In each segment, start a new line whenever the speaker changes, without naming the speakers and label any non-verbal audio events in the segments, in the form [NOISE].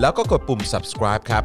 แล้วก็กดปุ่ม subscribe ครับ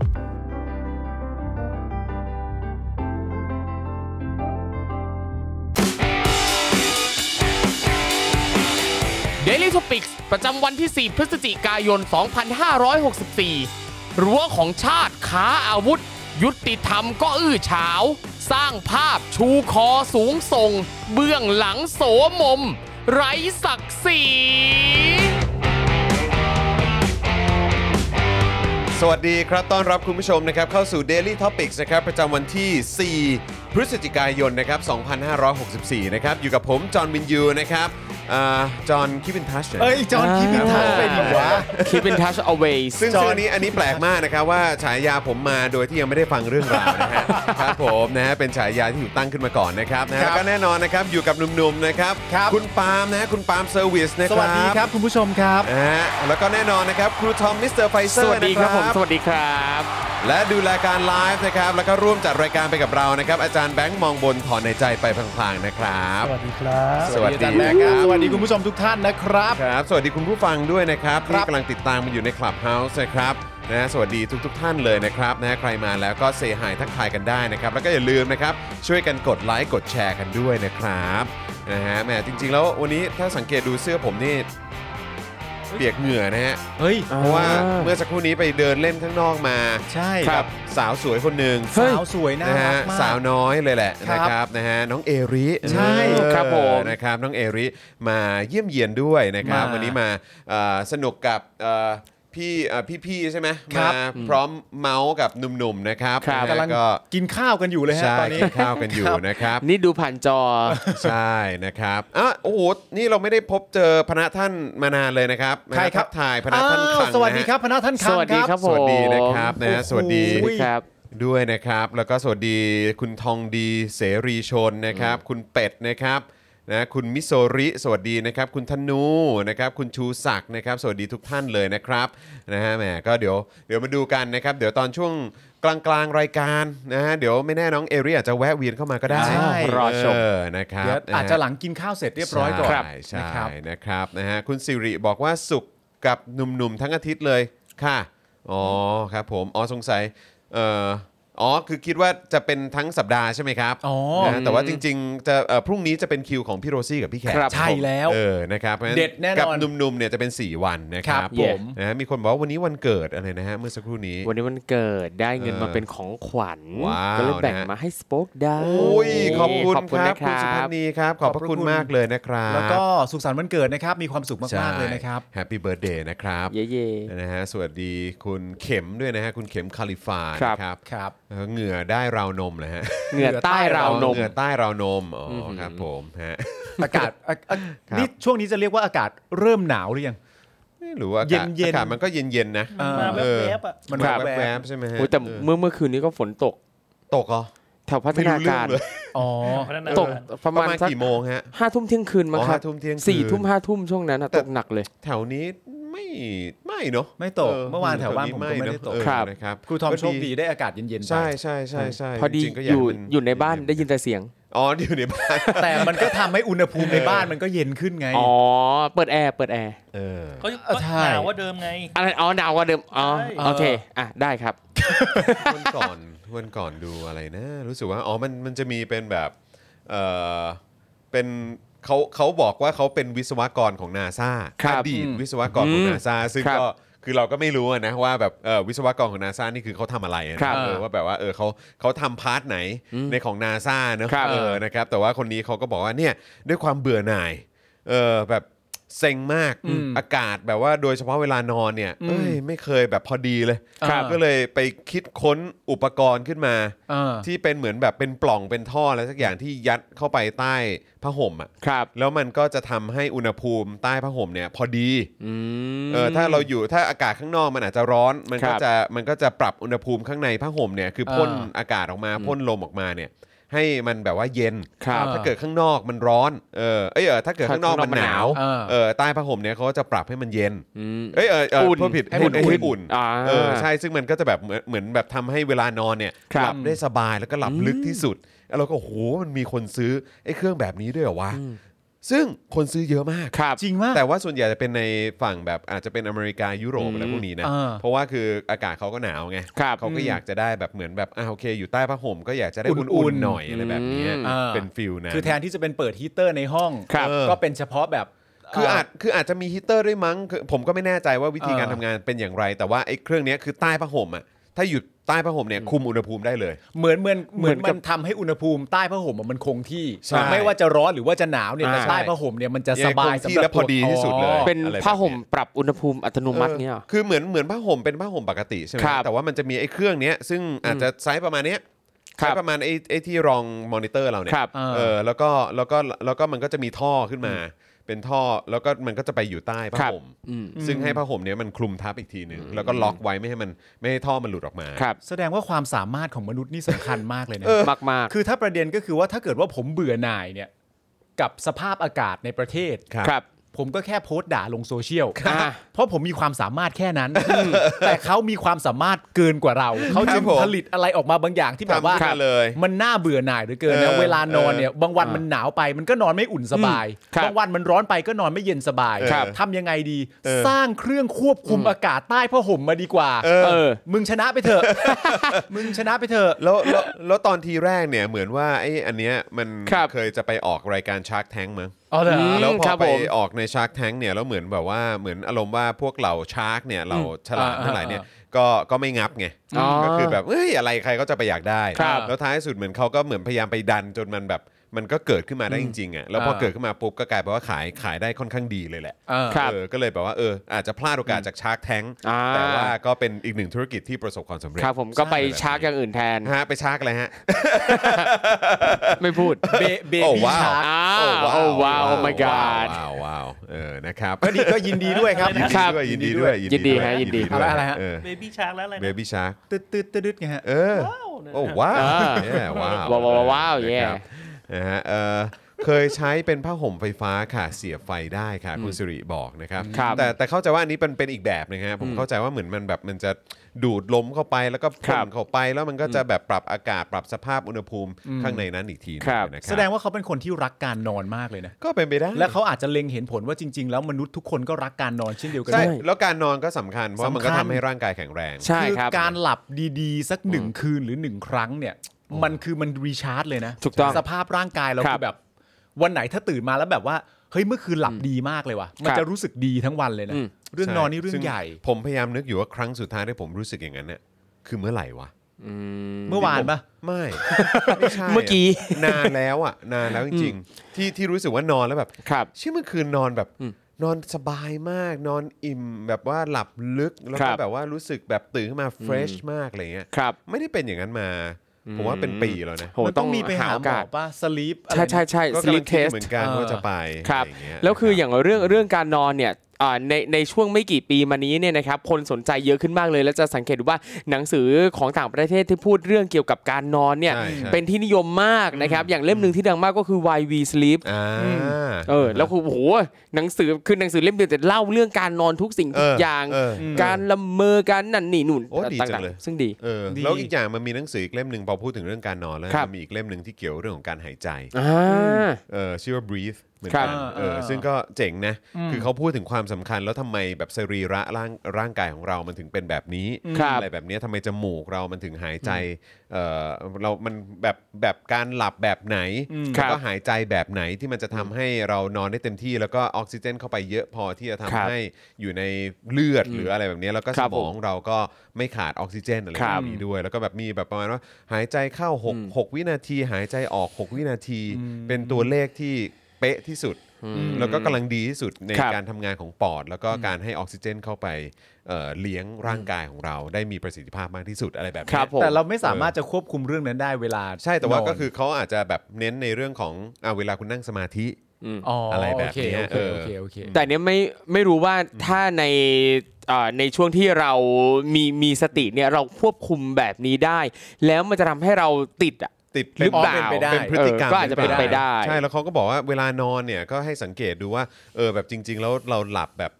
Daily Topics ประจำวันที่ 4 พฤศจิกายน 2564 รั้วของชาติค้าอาวุธ ยุติธรรมก็อื้อฉาว สร้างภาพชูคอสูงส่ง เบื้องหลังโสมม ไร้ศักดิ์ศรี
สวัสดีครับ ต้อนรับคุณผู้ชมนะครับเข้าสู่ Daily Topics นะครับประจำวันที่ 4 พฤศจิกายนนะครับ 2564 นะครับ อยู่กับผม จอห์นวินยูนะครับอ่าจอห์นคิปินทัช
เอ้ย จอห์น
อ่า
คิดผิดทางไปดีวะ
Keep in touch always
ซึ่งตอนนี้อันนี้แปลกมากนะครับว่าฉายาผมมาโดยที่ยังไม่ได้ฟังเรื่องราวนะ
[LAUGHS]
ฮะ ครับผมนะฮะเป็นฉายาที่ถูกตั้งขึ้นมาก่อนนะครับนะฮะ
ครั
แล้ว
บ
ก็แน่นอนนะครับอยู่กับหนุ่มๆนะครับ
ครับ
คุณปาล์มนะฮะคุณปาล์มเซอร์วิสนะ
ส
ครับ
วัสดีครับ คุณผู้ชมครับ
นะฮะแล้วก็แน่นอนนะครับครูทอมมิสเตอร์ไฟเซอ
ส
ร์
วัสดีครับ
นะ
ผม สวัสดีครับ
และดูรายการไลฟ์นะครับ แล้วก็ร่วมจัดรายการไปกับเรานะครับ อาจารย์แบงค์มองบนถอนในใจไปพลางๆนะครับ
สวัสดีครับ
สวัสดี
อาจารย์แบงค์ครับ
ครับ
สวัสดีคุณผู้ชมทุกท่านนะครับ
ครับ สวัสดีคุณผู้ฟังด้วยนะครับ
ครั
ที่
บ
กำลังติดตามมาอยู่ใน Clubhouse นะครับนะสวัสดีทุกๆทท่านเลยนะครับนะใครมาแล้วก็เซฮายทักทายกันได้นะครับ แล้วก็อย่าลืมนะครับ ช่วยกันกดไลค์กดแชร์กันด้วยนะครับนะฮะแหมจริง ๆ แล้ววันนี้ถ้าสังเกตดูเสื้อผมนี่เปียกเหงื่อนะฮะ
เฮ้ย
เพราะว่าเมื่อสักครู่นี้ไปเดินเล่นข้างนอกมา
ใช่
ครั
กับ บสาวสวยคนหนึ่ง
สาวสวยน่า
นะ
รั
ฮะ
กมาก
สาวน้อยเลยแหละ
ครั
นะ
บ
ครับนะฮะน้องเอริ
ใช่
เออ
ครับผม
นะครับน้องเอริมาเยี่ยมเยียนด้วยนะครับ
มา
วันนี้มาเอ่อสนุกกับเอ่อพี่เอ่อพี่ๆใช่ไหม
ครั
มา
บ
พร้อมเมาส์กับหนุ่มๆนะครับ
ครับ
นะ
กำลั
ฮะ
ง
ก็
กินข้าวกันอยู่เลยฮะ
ใช่
ตอนนี้
กินข้าวกันอยู่นะครับ
นี่ดูผ่านจอ
ใช่นะครับอ่ะโอ้โหนี่เราไม่ได้พบเจอพระท่านมานานเลยนะครับ
ใช่ครับ
นะทักทายพระท่าน
อ้าว
ขังนะฮะ
สวัสดีครับพนักท่าน
ส
คัง
วัสดี
ค
ครั
รับ
บผ
ส
ม
วัสดีนะครับนะฮะสวัสดี
โอ้โห
ครับ
ด้วยนะครับ แล้วก็สวัสดีคุณทองดีเสรีชนนะครับ คุณเป็ดนะครับนะคุณมิโซริ สวัสดีนะครับ คุณธนูนะครับ คุณชูศักดิ์นะครับ สวัสดีทุกท่านเลยนะครับนะฮะแหมก็เดี๋ยวเดี๋ยวมาดูกันนะครับ เดี๋ยวตอนช่วงกลางๆรายการนะฮะเดี๋ยวไม่แน่น้องเอเรียอาจจะแวะเวียนเข้ามาก็ได้
ใช่
รอชม
เอนะครับ
เดี๋ยว
นะฮะ
อาจจะหลังกินข้าวเสร็จเรียบร้อยก่อน
ใช่ใช่
นะครับ
นะครับนะฮะคุณสิริบอกว่าสุขกับหนุ่มๆทั้งอาทิตย์เลยค่ะ อ๋อครับผมอ๋อสงสัยเอ่ออ๋อคือคิดว่าจะเป็นทั้งสัปดาห์ใช่ไหมครับ
อ๋อ
นะฮะแต่ว่าจริงๆจะเอ่อพรุ่งนี้จะเป็นคิวของพี่โรซี่กับพี่แขก
ครับ
ใช่แล้ว
เออนะครับพราะฉะ
เด็ดแน่นอน
กับหนุ่มๆเนี่ยจะเป็น 4 วันนะครั
ครับ บผม
นะฮะมีคนบอกว่าวันนี้วันเกิดอะไรนะฮะเมื่อสักครู่นี้
วันนี้วันเกิดได้เงิน
เออ
มาเป็นของขวัญ
ว้าว
ก็เลยแบ่งมาให้สป็อกได้
โอ้ยขอบคุณครับ
นะ
คุณสุพันธ์นีครับขอบพระคุณมากเลยนะครับ
แล้วก็สุขสันต์วันเกิดนะครับ มีความสุขมากๆเลยนะครับ
แฮปปี้เบิร์ดเดย์นะครับ
เย่ๆ
นะฮะสวัสดีคุณเข็มด้วยนะฮะคุณเข็มคาลิฟา
ครับ
นะครับ
ครับ
เออเหงื่อได้ราวนมนะฮะ
เหงื่อใต้ราวนม
เหงื่อใต้ราวนมอ๋ออครับผมฮะ
อากาศอ่ะอ่ะ
ครับ
นี่ช่วงนี้จะเรียกว่าอากาศเริ่มหนาวหรือยัง
ไม่รู้ว่าอากาศ
เย็นๆ
อากาศมันก็เย็นๆนะ
อ่า
เออ
มัน
ครับ
แว
แบบ
บๆใช่ไหมฮะ
โอ้ยแต่
เออ
เมื่อเมื่อคืนนี้ก็ฝนตก
ตกเหรอ
แถวพัฒ
ไม่
นา
รู้เรื่อก
าง ร
เลย
อ๋อ
ตก
ป
ป
ระ
ระมาณ
มาณ
สัก
กี่โมงฮะ
ห้าทุ่มเที่ยงคืนมั้ง
อ๋อ
ครับ
ห้าทุ่มเที่ยงคืน
สี่ทุ่มห้าทุ่มช่วงนั้นอะ
แต่
ตกหนักเลย
แถวนี้ไม่ไม่เนาะ
ไม่ตกเมื่อวานแถวบ้านผมก็ไม่ได้
เนอะ
ตก
เออ
ครับ
นะครับ
ครูทอมโชคดี
ก็
ได้อากาศเย็นๆไป
ใช่ใช่ใช่ใช่
พอดี
จริงๆก็า
อก ยู่
ให้มั
อยู่ในบ้านได้ยินแต่เสียง
อ๋ออยู่ในบ้าน [LAUGHS]
แต่มันก็ทำให้อุณหภูมิในบ้านมันก็เย็นขึ้นไง
อ๋อ เปิดแอร์เปิดแอร์
เออ
ก็
เออ
ก็
ใช่
หนาวกว่าเดิมไง
อะไรอ๋อหนาวกว่าเดิมอ๋อ
ใช่
โอเคอ่ะได้ครับ
วันก่อนวันก่อนดูอะไรนะ รู้สึกว่าอ๋อมันมันจะมีเป็นแบบเออเป็นเขาเขาบอกว่าเขาเป็นวิศวกรของนาซา
ครับ
อดีตวิศวกรของนาซาซึ่ง
ครับ
ก็ คือเราก็ไม่รู้อะนะว่าแบบเออวิศวกรของนาซานี่คือเขาทำอะไรอะ
ครั
นะ
บ
เออว่าแบบว่าเออเขาเขาทำพาร์ทไหนในของนาซาเนอะ
ครับ
เออนะครับแต่ว่าคนนี้เขาก็บอกว่าเนี่ยด้วยความเบื่อหน่ายเออแบบเซ็งมาก
อืม
อากาศแบบว่าโดยเฉพาะเวลานอนเนี่ย
อืม
เอ้ยไม่เคยแบบพอดีเลย
ครับ
ก็เลยไปคิดค้นอุปกรณ์ขึ้นมา
เออ
ที่เป็นเหมือนแบบเป็นปล่องเป็นท่ออะไรสักอย่างที่ยัดเข้าไปใต้ผ้าห่มอ่ะ
ครับ
แล้วมันก็จะทำให้อุณหภูมิใต้ผ้าห่มเนี่ยพอดี
อืม
เออถ้าเราอยู่ถ้าอากาศข้างนอกมันอาจจะร้อนมัน
ครั
ก็
บ
จะมันก็จะปรับอุณหภูมิข้างในผ้าห่มเนี่ยคือพ่น
อ่า
อากาศออกมาพ่นลมออกมาเนี่ย ให้มันแบบว่าเย็น
ครับ
ถ้าเกิดข้างนอกมันร้อนเออเอยเออถ้าเกิดข้างนอก
ข้างนอก
มันหนาว
มันหนาวอ่า
เออใต้ผ้าห่มเนี่ยเขาก็จะปรับให้มันเย็น
อืม
เอยเออเออ
อุ่น
พูดผิด
ให้มัน
ให้
อุ่น
ให้อุ่น
อ่า
เออใช่ ซึ่งมันก็จะแบบเหมือนเหมือนแบบทำให้เวลานอนเนี่ย
ครับ
หลับได้สบายแล้วก็หลับลึกที่สุด แล้วเราก็โหมันมีคนซื้อไอ้เครื่องแบบนี้ด้วยเหรอวะ ซึ่งคนซื้อเยอะมาก
ครับ
จริงมาก
แต่ว่าส่วนใหญ่จะเป็นในฝั่งแบบอาจจะเป็นอเมริกายุโรป
อืม
อะไรพวกนี้นะ
อ่า
เพราะว่าคืออากาศเขาก็หนาวไง
ครับ
เขาก็
อืม
อยากจะได้แบบเหมือนแบบอ่าโอเค อยู่ใต้ผ้าห่มก็อยากจะได้
อุ่
อุ่น
น
ๆ
ๆ
หน่อยอะไรแบบเนี้ย
อ่า
เป็นฟิลนะ
คือแทนที่จะเป็นเปิดฮีเตอร์ในห้อง
ครับ
ก็เป็นเฉพาะแบบ
คืออาจ
เ
คืออาจจะมีฮีเตอร์ด้วยมั้งคือผมก็ไม่แน่ใจว่าวิธีการ
เออ
ทำงานเป็นอย่างไร แต่ว่าไอ้เครื่องเนี้ยคือใต้ผ้าห่มอ่ะถ้าอยู่ใต้ผ้าห่มเนี่ยคุมอุณหภูมิได้เลย
เหมือนเหมือน
เห
เห
มื
มื
อ
อน น
กั
มั
บ
นทำให้อุณหภูมิใต้ผ้าห่มอะมันคงที่
ใช่
ไม่ว่าจะร้อนหรือว่าจะหนาวเนี่ย
อ่า
แต่ใต้ผ้าห่มเนี่ยมันจะ
เนี่ย
สบาย
คง
สำ
ที่
หรั
และ
บ
พอดีที่สุดเลย
อ๋อ
เป็น
อะไรแบบ
ผ้าห่ม
เนี้ย
ปรับอุณหภูมิอัตโนมัติเนี่ยหรอ
เออคือเหมือนเหมือนผ้าห่มเป็นผ้าห่มปกติใช่ไหม
ครับ
แต่ว่ามันจะมีไอ้เครื่องเนี้ยซึ่งอาจจะไซส์ประมาณเนี้ย
ครับ
ไซส์ประมาณไอ้ไอ้ที่รองมอนิเตอร์เราเนี่ย
ครับ
เออแล้วก็แล้วก็แล้วก็มันก็จะมีท่อขึ้นมา เป็นท่อแล้วก็มันก็จะไปอยู่ใต้ผ้า
ครับ
ห่ม
อืม
ซึ่งให้ผ้าห่มเนี้ยมันคลุมทับอีกทีหนึ่งแล้วก็ล็อกไว้ไม่ให้มันไม่ให้ท่อมันหลุดออกมา
ครับ
แสดงว่าความสามารถของมนุษย์นี่สำ [LAUGHS] คัญมากเลยนะ
มากมากๆ
คือถ้าประเด็นก็คือว่าถ้าเกิดว่าผมเบื่อหน่ายเนี่ย กับสภาพอากาศในประเทศ
ครับ
ครับ
ผมก็แค่โพสต์ด่าลงโซเชียล
อ่า
เพราะผมมีความสามารถแค่นั้น แต่เขามีความสามารถเกินกว่าเรา เขาจึง
ผม
ผลิตอะไรออกมาบางอย่างที่แบบว่า
ทำขึ้นมาเลย
มันน่าเบื่อหน่ายเหลือเกินนะ
เออ
เวลานอนเนี่ย บางวัน
อ่ามั
มันหนาวไปมันก็นอนไม่อุ่นสบาย
ครับ
บางวันมันร้อนไปก็นอนไม่เย็นสบาย
ครับ
ทำยังไงดี
เออ
สร้างเครื่องควบคุมอากาศใต้ผ้าห่มมาดีกว่า
เออเออ
มึงชนะไปเถอะ มึงชนะไปเถอะ
แล้วแล้วแล้วตอนทีแรกเนี่ยเหมือนว่าไอ้อันเนี้ยมัน
ครับ
เคยจะไปออกรายการชาร์กแท้งมั้ง
อ๋อเหรอ
ม
แล้วพ
ครั
อบ ไป
ผม
ออกในชาร์กแท้งเนี่ยแล้วเหมือนแบบว่าเหมือนอารมณ์ว่าพวกเหล่าชาร์กเนี่ยเหล่าฉลาม
อ่า
ทั้งหลายเนี่ยก็ก็ไม่งับไง
อ๋อ
ก็คือแบบเอ้ยอะไรใครก็จะไปอยากได้
ครับ
แล้วท้ายสุดเหมือนเขาก็เหมือนพยายามไปดันจนมันแบบมันก็เกิดขึ้นมาได้จริงๆอ่ะแล้วพอ
เออ
เกิดขึ้นมาปุ๊บก็กลายเป็นว่าขายขายได้ค่อนข้างดีเลยแหละ
เออ
ครับ
เออก็เลยแบบว่าเอออาจจะพลาดโอกาสจากชาร์กแท้ง
อ่า
แต่ว่าก็เป็นอีกหนึ่งธุรกิจที่ประสบความสำเร็จ
ครับผมก็ไป
ใ
ชาร์กอย่างอื่นแทน
ฮะไปชาร์กอะไรฮะ
ไม่พูด
เบเบ
โอ้
บี้
ว้าว
ชาร์ก
อ้าวโอ้ว้าว Oh my god
ว้าวว้าวเออนะครับ
ก็ดีก็ยินดีด้วยครับ
ยินดี
ครับ
ด้วยยินดีด้วย
ยินดีฮะยินดี
ด้วย
อะไรฮะ
เ
เบบี้ชาร์กแล้วอะไรนะ
บบี้ชาร์ก
ตืดตืดตืดไงฮะ
เออ
ว้าวเนี่ย
โอ้ว้าว
อ่า
เย้ว้าว
ว้าวว้าวว้าวเย้
นะครับนะฮะเออเคยใช้เป็นผ้าห่มไฟฟ้าค่ะเสียบไฟได้ค่ะ คุณสิริบอกนะครับ
ครับ
แต่แต่เข้าใจว่าอันนี้เป็นเป็นอีกแบบหนึงฮะผมเข้าใจว่าเหมือนมันแบบมันจะดูดลมเข้าไปแล้วก็
ครั
พ่
บ
นเข้าไปแล้วมันก็จะแบบปรับอากาศปรับสภาพอุณหภูมิข้างในนั้นอีกทีหนึ่
ครับ
นะครับ
แสดงว่าเขาเป็นคนที่รักการนอนมากเลยนะ
ก็เป็นไปได้
และเขาอาจจะเล็งเห็นผลว่าจริง ๆ แล้วมนุษย์ทุกคนก็รักการนอนเช่นเดียวกัน
ใช่
ด้วย
แล้วการนอนก็สำคัญเพราะว่ามันก็
สำคั
ทำ
ญ
ให้ร่างกายแข็งแรง
ใช่
คือ
ครับ
การหลับดี ๆ สักหนึ่งคืนหรือหนึ่งครั้งเนี่ย มันคือมันรีชาร์จเลยนะ
ถูกต้อง
สภาพร่างกายเรา
ครั
คื
บ
อแบบ วันไหนถ้าตื่นมาแล้วแบบว่าเฮ้ยเมื่อคืนหลับดีมากเลยว่ะมัน
ครับ
จะรู้สึกดีทั้งวันเลยนะ
อืม
เรื่อง
ใช่
นอนนี่เรื่อ
ซึ่
งใหญ่
ผมพยายามนึกอยู่ว่าครั้งสุดท้ายที่ผมรู้สึกอย่างนั้นเนี่ยคือเมื่อไหร่วะ
อืม
เมื่อวานปะ
ไม่ ไม่ใช่ะ
เมื่อกี้
นานแล้วอ่ะนานแล้วจริงๆ ที่ที่รู้สึกว่านอนแล้วแบบ
ครับ
เชื่อเมื่อคืนนอนแบบนอนสบายมาก นอนอิ่มแบบว่าหลับลึกแล้ว
ครั
ก็
บ
แบบว่ารู้สึกแบบตื่นขึ้นมาเฟรชมากอะไรเงี้ย
ครับ
ไม่ได้เป็นอย่างนั้นมา ผมว่าเป็นปีแล้วนะ
โห
มันต้องมีไปหา
โ
หมอปะสลีป
ใช่ใช่ใช่
ก็
ส
กำ
ลิ
ลั
ป
ง
เท
คิด
ส
เหมือนกัน
เออ
ว่าจะไป
ครับ
ะไรเงี้ย
แล้วคือ
นะรั
อ
บ
ย่างเรื่องเรื่องการนอนเนี่ยอ่าในในช่วงไม่กี่ปีมานี้เนี่ยนะครับคนสนใจเยอะขึ้นมากเลย และจะสังเกตดูว่าหนังสือของต่างประเทศที่พูดเรื่องเกี่ยวกับการนอนเนี่ย
ใช่ใช่
เป็นที่นิยมมากนะครับอย่างเล่มหนึ่งที่ดังมากก็คือ Why We Sleep
อ่า
เออแล้วคือโอ้โหหนังสือคือหนังสือเล่มเดียวแต่เล่าเรื่องการนอนทุกสิ่ง
เอ
ทุก
อ
อ
อย่าง เอออืม
การละเมอการนั่นนี่นู่น
โอ้ดีจังเลย
ซึ่งดี
เออ
ดี
แล้วอีกอย่างมันมีหนังสืออีกเล่มหนึ่งพอพูดถึงเรื่องการนอนแล้ว
ครับ
มันมีอีกเล่มหนึ่งที่เกี่ยวเรื่องของการหายใจ
อ่า
เออชื่อว่า breathe เหมือน
ครั
กับ นเออ
เออ
ซึ่งก็เจ๋งนะ
อืม
คือเขาพูดถึงความสำคัญแล้วทำไมแบบสรีระร่างร่างกายของเรามันถึงเป็นแบบนี้
ครับ
อะไรแบบเนี้ยทำไมจมูกเรามันถึงหายใจเออเรา มันแบบแบบการหลับแบบไหน
อืม
แล้ว
ครั
ก็
บ
หายใจแบบไหนที่มันจะทำให้เรานอนได้เต็มที่ แล้วก็ออกซิเจนเข้าไปเยอะพอที่จะทำ
ครับ
ให้อยู่ในเลือดหรืออะไรแบบเนี้ยแล้วก็
ค
ส
รับ
มองเราก็ไม่ขาดออกซิเจนอะไร
ครั
แบบ บนี้ด้วย แล้วก็แบบมีแบบประมาณว่าหายใจเข้าหกหกวินาที หายใจออกหกวินาที เป็นตัวเลขที่เป๊ะที่สุด แล้วก็กำลังดีที่สุดใน
ครับ
การทำงานของปอด แล้วก็การให้ออกซิเจนเข้าไปเอ่อเลี้ยงร่างกายของเราได้มีประสิทธิภาพมากที่สุดอะไรแบบ
ค
เนี้
รั
ย
บผม
แต่เราไม่สามารถจะควบคุมเรื่องนั้นได้เวลา
ใช่แต่ว่าก็คื
น
อเขาอาจจะแบบเน้นในเรื่องของอะเวลาคุณนั่งสมาธิ
นอ๋ออะไร
แบบเนี้ย
โอเคโอเค
เออ
โอเคโอเค
แต่เนี้ยไม่ไม่รู้ว่าถ้าในเอ่อในช่วงที่เรามีมีสติเนี่ยเราควบคุมแบบนี้ได้ แล้วมันจะทำให้เราติดอ่ะ
ติด
หรือเปล่า
เป็นเป็นพฤติกรรม
เออก็อาจจะเป็นไปได้
ใช่แล้วเขาก็บอกว่าเวลานอนเนี่ยก็ให้สังเกตดูว่าเออแบบจริง ๆ แล้วเราหลับแบบ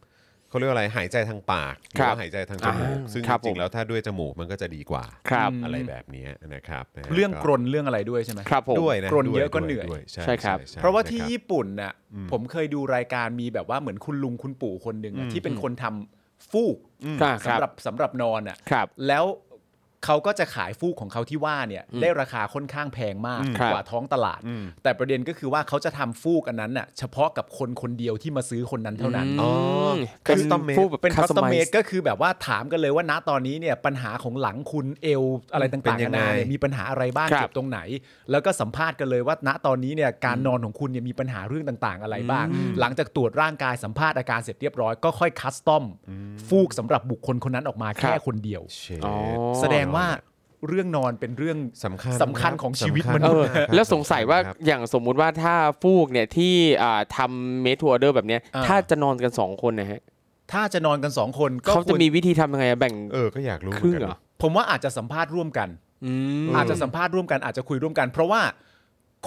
เขาเรียกว่าอะไรหายใจทางปากหรือ
ครับ
ว่าหายใจทางจมูก
อ่า
ซึ่ง
ครับ
จริ
ผ
งๆ
ม
แล้วถ้าด้วยจมูกมันก็จะดีกว่า
ครับ
อืม
อะไรแบบเนี้ยนะครับนะฮะ
เรื่องกรนเรื่องอะไรด้วยใช่ไหม
ครับผม
ด้วยนะ
กรน
ด้ว
เยอะก็เหนื่อย
ด้วยใช่
ใช่ครับ
ใช่
เพราะว่า
คบ
ที่ญี่ปุ่นน่ะผมเคยดูรายการมีแบบว่าเหมือนคุณลุงคุณปู่คนหนึ่งอะที่เป็นคนทำฟูก
อ่าครับ
สำหรับสำหรับนอนอ่ะ
ครับ
แล้วเขาก็จะขายฟูกของเขาที่ว่าเนี่ยได้ราคาค่อนข้างแพงมาก
อืม
กว่าท้องตลาด แต่ประเด็นก็คือว่าเขาจะทำฟูกอันนั้นน่ะเฉพาะกับคนคนเดียวที่มาซื้อคนนั้นเท่านั้น
อ๋อ
ม
คัสตอมเมด
ผู้แบบ
เป็นคัสตอมเมด
คัสตอมไมซ์
ก็คือแบบว่าถามกันเลยว่าณตอนนี้เนี่ยปัญหาของหลังคุณเอวอะไรต่างๆ
เป็นยังไง
นานาเนี่ยมีปัญหาอะไรบ้าง
ครับ
เจ็บตรงไหน แล้วก็สัมภาษณ์กันเลยว่าณตอนนี้เนี่ยการนอนของคุณเนี่ยมีปัญหาเรื่องต่างๆ อะไรบ้าง หลังจากตรวจร่างกายสัมภาษณ์อาการเสร็จเรียบร้อยก็ค่อยคัสตอมฟูกสำหรับบุคคลคนนั้นออกมา
ครั
แค่
บ
คนเดียว
เช
อ๋อ
ด
แสดงว่าเรื่องนอนเป็นเรื่อง
สำคัญ
สำคัญของชีวิตม
สำคัญ
เอ
นุษ
อ
ย์
ครับ
แล้วสงสัยว่า
ครับ
อย่างสมมุติว่าถ้าฟูกเนี่ยที่อ่าทำเมทัวร์เดอร์แบบเนี้ย
อ่า
ถ้าจะนอนกัน 2 คนเนะฮะ
ถ้าจะนอนกันสองคนก็
เขา
คว
จะ
ร
มีวิธีทำยังไงอะแบ่ง
เออก็อยากรู้
ค
เหมื
รึ่
อง นกัน
เหรอ
นะ
ผมว่าอาจจะสัมภาษณ์ร่วมกัน
อืม
อาจจะสัมภาษณ์ร่วมกันอาจจะคุยร่วมกัน เพราะว่า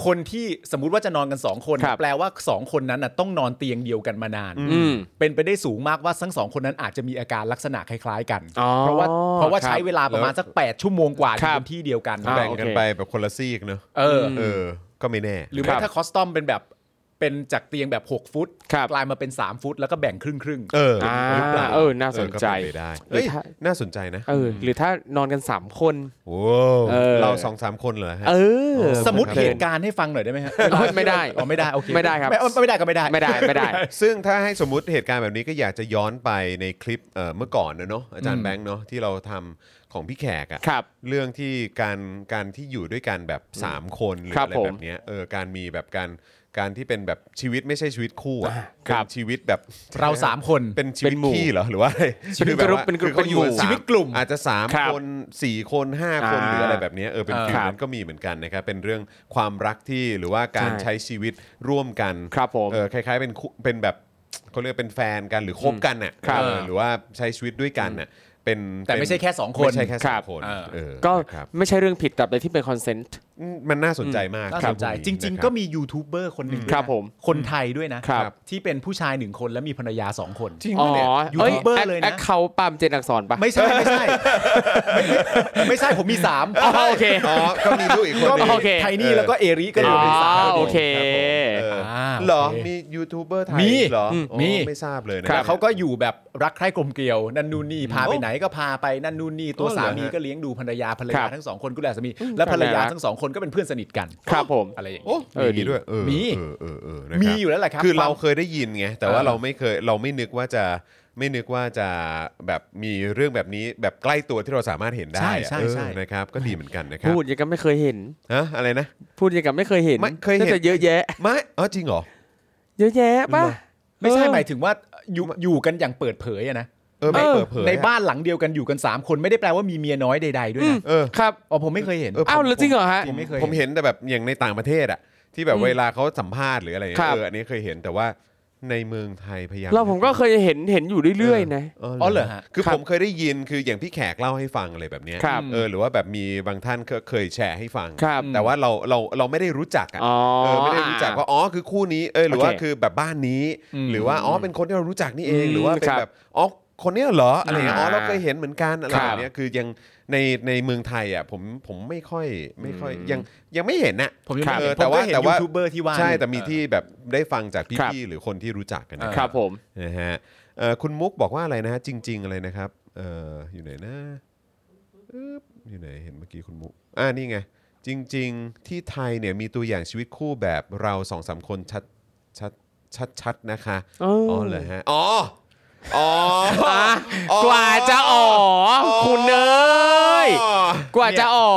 คนที่สมมติว่าจะนอนกัน 2 คน
ครับ
แปลว่า 2 คนนั้นน่ะต้องนอนเตียงเดียวกันมานาน
อืม
เป็นไปได้สูงมากว่าทั้งสองคนนั้นอาจจะมีอาการลักษณะคล้าย ๆ กัน
อ๋อ
เพราะว่าเพราะว่า
ครับ
ใช้เวลาประมาณสัก 8 ชั่วโมงกว่าอ
ครั
ยู่
บบ
นที่เดียวกัน
อ่า
แบ่งกันไปแบบคนละซีกเนอะ
เออ
เออ ก็ไม่แน่
หรือ
ค
ไม่
บ
ถ้าคอสตอมเป็นแบบเป็นจากเตียงแบบ 6 ฟุต
ครับ
กลายมาเป็น 3 ฟุต แล้วก็แบ่งครึ่งครึ่งๆ
เออ
อ่า
หรือปล่
เออน่าสนใจ
เออก็เป็นไปได้เอ้ย
หรือถ้า
น่าสนใจนะ
เออหรือถ้านอนกัน 3 คน
โว้ว
เออ
เราสองสามคนเหรอฮะ
เออ
สมมติ
ครับ
เหตุการณ์ให้ฟังหน่อยได้ไหมฮะ
อ๋อไม่ได้
อ๋อไม่ได้โอเค
ไม่ได้ครับ
ไม่ได้ก็ไม่ได้
ไม่ได้ไม่ได้
ซึ่งถ้าให้สมมติเหตุการณ์แบบนี้ก็อยากจะย้อนไปในคลิปเอ่อเมื่อก่อนนะเนาะอาจารย์แบงค์เนาะที่เราทำของพี่แขกอะ
ครับ
เรื่องที่การการที่อยู่ด้วยกันแบบ 3 คนหรือ
ครับ
อะไร
ผม
แบบเนี้ยเออการมีแบบการการที่เป็นแบบชีวิตไม่ใช่ชีวิตคู่อะ
ครั
เป็
บ
นชีวิตแบบ
เราสามคน
เป็นชี
เป็
วิต
นหมู่
ขี้เหรอหรือว่าอะไร
ชีวิต
คือแบบาก
รุ๊ปเป็นกรุ๊ป
คือขาอยู่
เป็นหมู่
สา
ชีวิตกลุ่ม
อาจจะ
ครั
3
บ
คน 4 คน 5 คน
อ่า
หรืออะไรแบบเนี้ยเออเป็นฟิล
ครับ
นั้นก็มีเหมือนกันนะครับเป็นเรื่องความรักที่หรือว่าการ
ใช่
ใช้ชีวิตร่วมกัน
ครับผม
เออคล้ายๆเป็นคู่เป็นแบบเขาเรียกเป็นแฟนกันหรือคบกันน่ะ
ครับ
เออหรือว่าใช้ชีวิตด้วยกันน่ะเป็น
แต่ไม่ใช่แค่สองคน
ไม่ใช่แค่ส
ค
อ
รั
ง
บ
คน
เออ
เออ
ก็
นะครับ
ไม่ใช่เรื่องผิดตราบใดที่เป็นคอนเซนต์
อืมมันน่าสนใจมาก
น่าสนใจ
ครับ
จริง
นะค
ๆ
บ
ก็มียูทูบเบอร์คนหนึ่งด้วยนะครับ
ผม
คนไทยด้วยนะครับ ที่เป็นผู้ชายหนึ่งคนและมีภรรยาสองคน
จริง
อ๋อ
ยูทูบเบอร์เลยนะ
แอคเคาปามเจนอักษรปะ
ไม่ใช่ไม่ใช่ [LAUGHS] ไม่ใช่ผมมีสาม
อ๋อโอเค
อ๋อก็มีลูกอีกคนหนึง
โอเค
ไทนี่แล้วก็เอริก็เล
อ๋
ย
อ
เป็นสาม
โอเค
เอออา เหรอ
โอเค
มียูทูบเบอร์ไทย
มี
เหรอ
อืม
โอ้
มี
ไม่ทราบเลยนะค
ครั
รับ บ
เขาก็อยู่แบบรักใคร่กลมเกลียวนั่นนู่นนี่พาไปไหนก็พาไปนั่นนู่นนี่ตัว
อ๋อเหรอ
สามี
ฮะ
ก็เลี้ยงดูภรรยาภร
ค
ร
รั
ยา
บ
ทั้งสองคนก็ดูแลสามีและภรร
น่า
ยา
รัก
ทั้งสองคนก็เป็นเพื่อนสนิทกัน
ครับผม
อะไรอย่างเงี้ย
โอ้
เออ
มีด้วยเออ
มี
เออเออเออนะครับ
มีอยู่แล้วแหละครับ
คือเราเคยได้ยินไงแต่ว่า
เออ
เราไม่เคยเราไม่นึกว่าจะไม่นึกว่าจะแบบมีเรื่องแบบนี้แบบใกล้ตัวที่เราสามารถเห็นได้อะ
ใช่ใช่ใช่
เออนะครับก็ดีเหมือนกันนะครับ
พูดยังกับไม่เคยเห็น
ฮะอะไรนะ
พูดยังกับไม่เคยเห็น
ไม่เคยเห็น
น่าจะเยอะแยะ
ไม่อ๋อจริงเหรอ
เยอะแยะป่ะ
ไม่ใช่
เออ
หมายถึงว่าอยู่อยู่กันอย่างเปิดเผยอะนะ
เออไม่
เออ
เปิดเผยอะ
ในบ้านหลังเดียวกันอยู่กัน 3 คนไม่ได้แปลว่ามีเมียน้อยใด ๆ ด้วยนะ
เออ
ครับ
อ๋อผมไม่เคยเห็น
เออ ผม
อ้าวแล้วจริงเหรอฮะ
ผม ไม่เคย
ผมเห็นแต่แบบอย่างในต่างประเทศอะที่แบบ
อืม
เวลาเขาสัมภาษณ์หรืออะไรเงี้ย
ครับ
เอออันนี้เคยเห็นแต่ว่าในเมืองไทยพยายาม
เราผมก็เคยเห็นเห็นอยู่เรื่อยๆนะ
อ๋อเหรอฮะ
คือ
ครับ
ผมเคยได้ยินคืออย่างพี่แขกเล่าให้ฟังอะไรแบบเนี้ย
ครับ
เออหรือว่าแบบมีบางท่านก็เคยแชร์ให้ฟัง
ครับ
แต่ว่าเราเราเราไม่ได้รู้จักอะ
อ๋อ
เออไม่ได้รู้จักว่าอ๋อคือคู่นี้เอยหรือว่า
โอเค
คือแบบบ้านนี้
อืม
หรือว่าอ๋อเป็นคนที่เรารู้จักนี่เอง
อืม
หรือว่าเป็
คน รับ
แบบอ๋อคนเนี้ยเหรออะไรเงี้ยอ๋
อ่า
อเราเคยเห็นเหมือนกันอะไร
ครับ
แบบเนี้ยคือยัง ในในเมืองไทยอ่ะผมผมไม่ค่อยไม่ค่อยยังยังไม่เห็นนะ
ผมยังไม่
เออ
เห็น
แต่ว่า
ผมก็เห็น
แต่ว่า
YouTuber ที่ว่า
ใช่แต่มีที่แบบได้ฟังจาก
ครับ
พี่ๆหรือคนที่รู้จักกันนะ
ครับผม
นะฮะเอ่อคุณมุกบอกว่าอะไรนะฮะจริง ๆ อะไรนะครับเอออยู่ไหนนะอึ๊บอยู่ไหนเห็นเมื่อกี้คุณมุกอ่านี่ไง จริง ๆ ที่ไทยเนี่ยมีตัวอย่างชีวิตคู่แบบเราสองสามคนชัดชัดชัดชัดนะคะ
อ๋ออ๋
อเหรอฮะอ๋อ
[LAUGHS]
อ๋ออ๋อ
กว่าจะอ๋อ
อ๋อ
คุณเอ้ยกว่าจะอ๋อ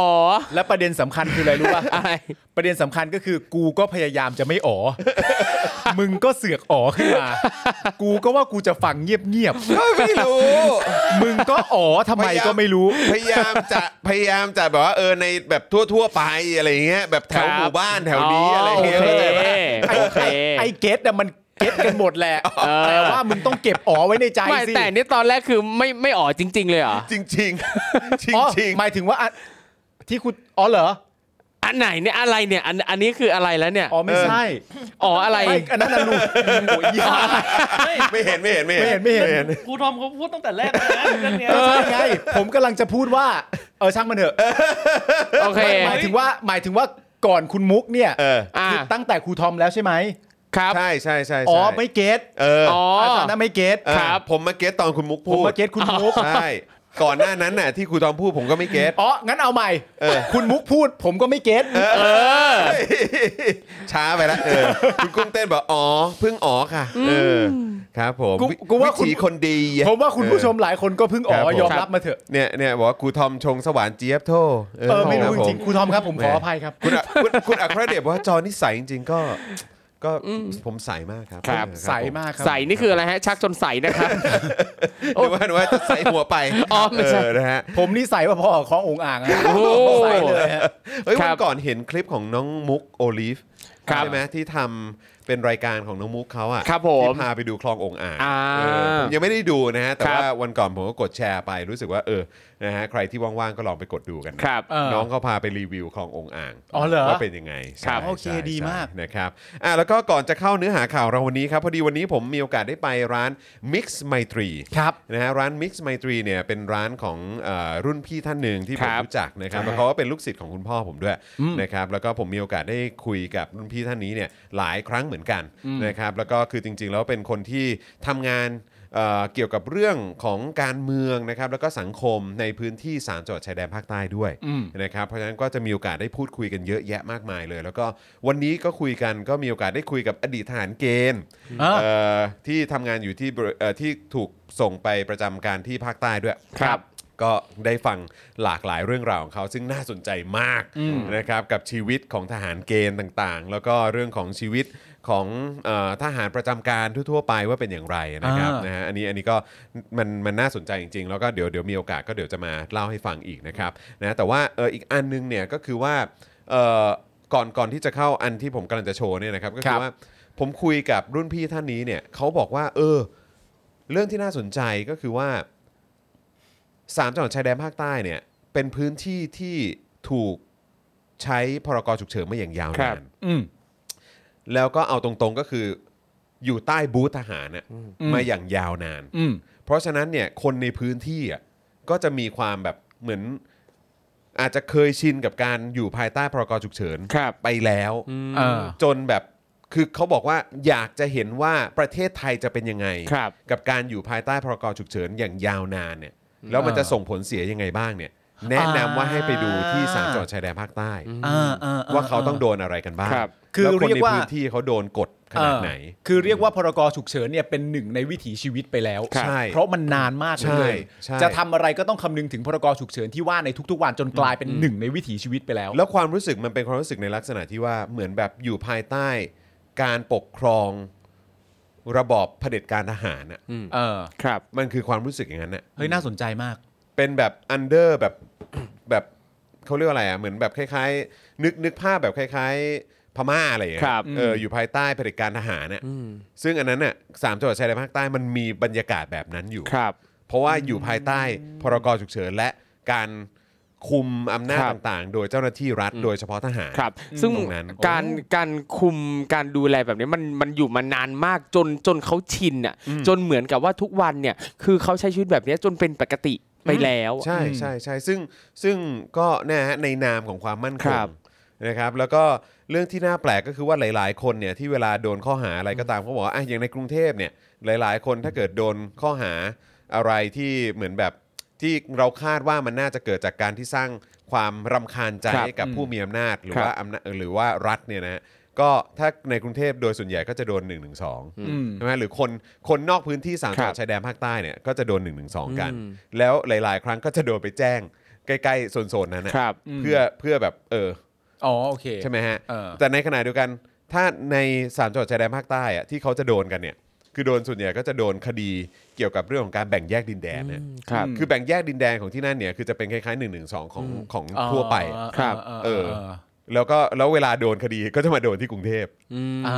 และประเด็นสำคัญคืออะไรรู้ [LAUGHS] ป่ะ
อะไร
ประเด็นสำคัญก็คือกูก็พยายามจะไม่อ๋อ [LAUGHS] มึงก็เสือกอ๋อขึ้นมา กูก็ว่ากูจะฟังเงียบ
เอ้ยไม่รู้
ๆ มึงก็อ๋อทำไมก็ไม่รู้
พยายามจะพยายามจะแบบว่าเออในแบบทั่ว ๆ ไปอะไรอย่างเงี้ยแบบแถว
ครับ
หมู่บ้านแถวนี้อะไรอย่างเงี้ย
โอ
เข้าใจ
เค
ปะ
โอเค
ไอ้เก็ตอะมันเก็ตกันหมดแหละ แต่ว่ามึง [LAUGHS] ต้องเก็บอ๋อไว้ในใจ
ไม่
สิ
แต่นี่ตอนแรกคือไม่ไม่อ๋อจริง ๆ เลยเหรอ
จริงจริงๆ จริง
อ๋อ
จริง
หมายถึงว่าอะที่คุณอ๋อเหรอ
อันไหนเนี่ยอะไรเนี่ยอันอันนี้คืออะไรแล้วเนี่ย
อ๋อไม่ใช่
อ๋ออะไร
ไม่อันนั้นน่ะลูกโอ้ยย [LAUGHS] าก
ไม่
ไม่เห็นไม่เห็นไม่เห็น
ไม่เห็นไม่เห็น
ครูทอมเขาพูดตั้งแต่แรกเลยนะเรื่องเนี้ย
ใช่ไง ผมกำลังจะพูดว่า เออช่างมันเถอะ
โอเค
หมายถึงว่าหมายถึงว่าก่อนคุณมุกเนี่ย
เออ
อ่า
คือตั้งแต่ครูทอมแล้วใช่ไหม
ครับ
ใช่ใช่ใช่ใช่
อ๋อไม่เก็ต
เออ
อ๋อ
ตอนนั้นไม่เก็ต
เออ
ครับ
ผมมาเก็ตตอนคุณมุก
ผม
พูด
มาเก็ตคุณมุก
ใช่ก่อนหน้านั้นน่ะที่ครูทอมพูดผมก็ไม่เก็ต
อ๋องั้นเอาใหม่
เออ
คุณมุกพูด ผมก็ไม่เก็ต
เออ
ช้าไปละเออคุณกุ้งเต้นบอกอ๋อเพิ่งอ๋อค่ะเออครับผม
กูกูว่าคุณ
ถีคนดี
ผมว่าคุณผู้ชมหลายคนก็เพิ่ง
ค
อ๋
รับ
อ
ผม
ยอมรับมาเถอะ
เนี่ยเนี่ยบอกว่าครูทอมชงสว่านเจี๊ยบโท
เออไม่รู้จริ
ค
ง
บ
ๆค
ผ
รูทอมครับผมขออภัยครับ
มคุณอะคุณคุณอัครเดชบอกว่าจอนิสัยจริงๆก็ก็ผมใสมากครับ
ครับ
เออ
ใสมากครั
ใส่นี่คืออะไรฮะ ชักจนใส่นะครับ
หรือว่าหรือว่าจะใสหัวไป
อ๋อไม่ใช่
เนะฮะ
ผมนี่ใส่ว่าพอกับขององค์อ่างอะ
โอ้โห
ใส่เลยฮะ
เฮ้ย
ครั
วั
บ
นก่อนเห็นคลิปของน้องมุกโอลิฟ
ครับ
ใช่ไหมที่ทำเป็นรายการของน้องมุกเขาอะ
ครับผม
ที่พาไปดูคลององอ่าง
อ่า
เออผมยังไม่ได้ดูนะฮะ แต่
ครับ
ว่าวันก่อนผมก็กดแชร์ไปรู้สึกว่าเออนะฮะใครที่ว่างๆก็ลองไปกดดูกันนะครับ เออน้องเขาพาไปรีวิวคลององอ่าง
อ๋อเหรอ
ว่าเป็นยังไงใช่
ครับ
ใช่
โอเค
ใช่
ดีมาก
นะครับอ่ะแล้วก็ก่อนจะเข้าเนื้อหาข่าวเราวันนี้ครับพอดีวันนี้ผมมีโอกาสได้ไปร้าน Mix ไมตรี
ครับ
นะฮะร้าน Mix ไมตรีเนี่ยเป็นร้านของเออรุ่นพี่ท่านหนึ่งที่ผม
ครับ
รู้จักนะครับแล้วเขาก็เป็นลูกศิษย์ของคุณพ่อผมด้วยนะครับแล้วก็ผมมีโอกาสได้คุยกับรุ่นพี่ท่านนี้เนี่ยหลายครั้งเหมือนกันนะครับแล้วก็คือจริงๆแล้วเป็นคนที่ทำงานเอ่อเกี่ยวกับเรื่องของการเมืองนะครับแล้วก็สังคมในพื้นที่สามจังหวัดชายแดนภาคใต้ด้วยนะครับเพราะฉะนั้นก็จะมีโอกาสได้พูดคุยกันเยอะแยะมากมายเลย แล้วก็วันนี้ก็คุยกันก็มีโอกาสได้คุยกับอดีตทหารเกณฑ์
อ่า
เอ่อที่ทำงานอยู่ที่บริเอ่อที่ถูกส่งไปประจำการที่ภาคใต้ด้วย
ครับ
ก็ได้ฟังหลากหลายเรื่องราวของเขาซึ่งน่าสนใจมากนะครับกับชีวิตของทหารเกณฑ์ต่างๆ แล้วก็เรื่องของชีวิตของเออทหารประจำการทั่วๆไปว่าเป็นอย่างไรนะครับ
อ่าน
นะฮะอันนี้อันนี้ก็มันมันน่าสนใจจริง ๆ แล้วก็เดี๋ยวเดี๋ยวมีโอกาสก็เดี๋ยวจะมาเล่าให้ฟังอีกนะครับนะแต่ว่าเอออีกอันนึงเนี่ยก็คือว่าเอ่อก่อนก่อนที่จะเข้าอันที่ผมกำลังจะโชว์เนี่ยนะครับก็คือว่าผมคุยกับรุ่นพี่ท่านนี้เนี่ยเขาบอกว่าเออ เรื่องที่น่าสนใจก็คือว่าสามจังหวัดชายแดนภาคใต้เนี่ย เป็นพื้นที่ที่ถูกใช้พรกฉุกเฉินมาอย่างยาว
ครั
นา
บ
น
อืม
แล้วก็เอาตรงๆก็คืออยู่ใต้บูธทหารน่ะมาอย่างยาวนาน
อืม
เพราะฉะนั้นเนี่ยคนในพื้นที่อ่ะก็จะมีความแบบเหมือน อาจจะเคยชินกับการอยู่ภายใต้พรกฉุกเฉิน
ครับ
ไปแล้ว
เออ
จนแบบคือเขาบอกว่าอยากจะเห็นว่าประเทศไทยจะเป็นยังไง
ครับ
กับการอยู่ภายใต้พรกฉุกเฉินอย่างยาวนานเนี่ยแล้วมันจะส่งผลเสียยังไงบ้างเนี่ยแนะนำว่าให้ไปดูที่สามจังหวัดชายแดนภาคใต้
อ่าอ่อ่
ว่าเขาต้องโดนอะไรกันบ้าง
ครับ
คือ
แล้วคน
เรีย
ใน
กว่า
พื้นที่เขาโดนกดขนาดไหน
เออคือเรียกว่าพรกฉุกเฉินเนี่ยเป็นหนึ่งในวิถีชีวิตไปแล้ว
ครับใช่
เพราะมันนานมากเหล
ใช่
ย
ใช่
จะทำอะไรก็ต้องคำนึงถึงพรกฉุกเฉินที่ว่าในทุกๆวันจนกลายเป็นหนึ่งในวิถีชีวิตไปแล้ว
แล้วความรู้สึกมันเป็นความรู้สึกในลักษณะที่ว่าเหมือนแบบอยู่ภายใต้การปกครองระบอบเผด็จการทหารน่ะ
เออ
ครับ
มันคือความรู้สึกอย่างนั้นน่ะ
เฮ้ยน่าสนใจมาก
เป็นแบบอันเดอร์แบบ แบบเขาเรียกว่าอะไรอ่ะเหมือนแบบคล้ายๆ นึกนึกภาพแบบคล้ายๆ พม่าอะไรอย่างเงี้ย
ครับ
เอออยู่ภายใต้เผด็จการทหารเนี่ยซึ่งอันนั้นน่ะสามจังหวัดชายแดนภาคใต้มันมีบรรยากาศแบบนั้นอยู่
ครับ
เพราะว่าอยู่ภายใต้พรกฉุกเฉินและการคุมอำนาจ
ครับ
ต่างๆ โดยเจ้าหน้าที่รัฐ โดยเฉพาะทหาร
ครับ ซึ่ง
ตรงนั้น
การการคุมการดูแลแบบนี้มันมันอยู่มานานมากจนจนเขาชินอ่ะจนเหมือนกับว่าทุกวันเนี่ยคือเขาใช้ชีวิตแบบนี้จนเป็นปกติ ไปแล้ว
ใช่ใช่ใช่ซึ่งซึ่งก็เนะฮะในนามของความมั่นค
ค
ง
รับ
นะครับ แล้วก็เรื่องที่น่าแปลกก็คือว่าหลาย ๆ คนเนี่ยที่เวลาโดนข้อหาอะไรก็ตามเขาบอกว่าอ่ะอย่างในกรุงเทพเนี่ยหลาย ๆ คนถ้าเกิดโดนข้อหาอะไรที่เหมือนแบบที่เราคาดว่ามันน่าจะเกิดจากการที่สร้างความรำคาญใจ
ครับ
ให้กับผู้มีอำนาจหรือ
ครับ
ว่าอำนาจหรือว่ารัฐเนี่ยนะฮะก็ถ้าในกรุงเทพโดยส่วนใหญ่ก็จะโดน1นึใช่ไหมหรือคนคนนอกพื้นที่สามจังหวัด
ครับ
ชายแดนภาคใต้เนี่ยก็จะโดน1นึกัน แล้วหลาย ๆ ครั้งก็จะโดนไปแจ้งใกล้ๆโซนๆนั้นนะครับ เพื่อเพื่อแบบเออ
อ๋อโอเค
ใช่ไหมฮะ
เออ
แต่ในขณะเดียวกัน ถ้าในสามจังหวัดชายแดนภาคใต้อะที่เขาจะโดนกันเนี่ย คือโดนส่วนใหญ่ก็จะโดนคดีเกี่ยวกับเรื่องของการแบ่งแยกดินแดนเนี่ย
ครับ
คือแบ่งแยกดินแดนของที่นั่นเนี่ยคือจะเป็นคล้ายๆ1นึของของ
อ๋อ
ทั่วไป
ครับ
เออ แล้วก็แล้วเวลาโดนคดีก็จะมาโดนที่กรุงเทพ
อ่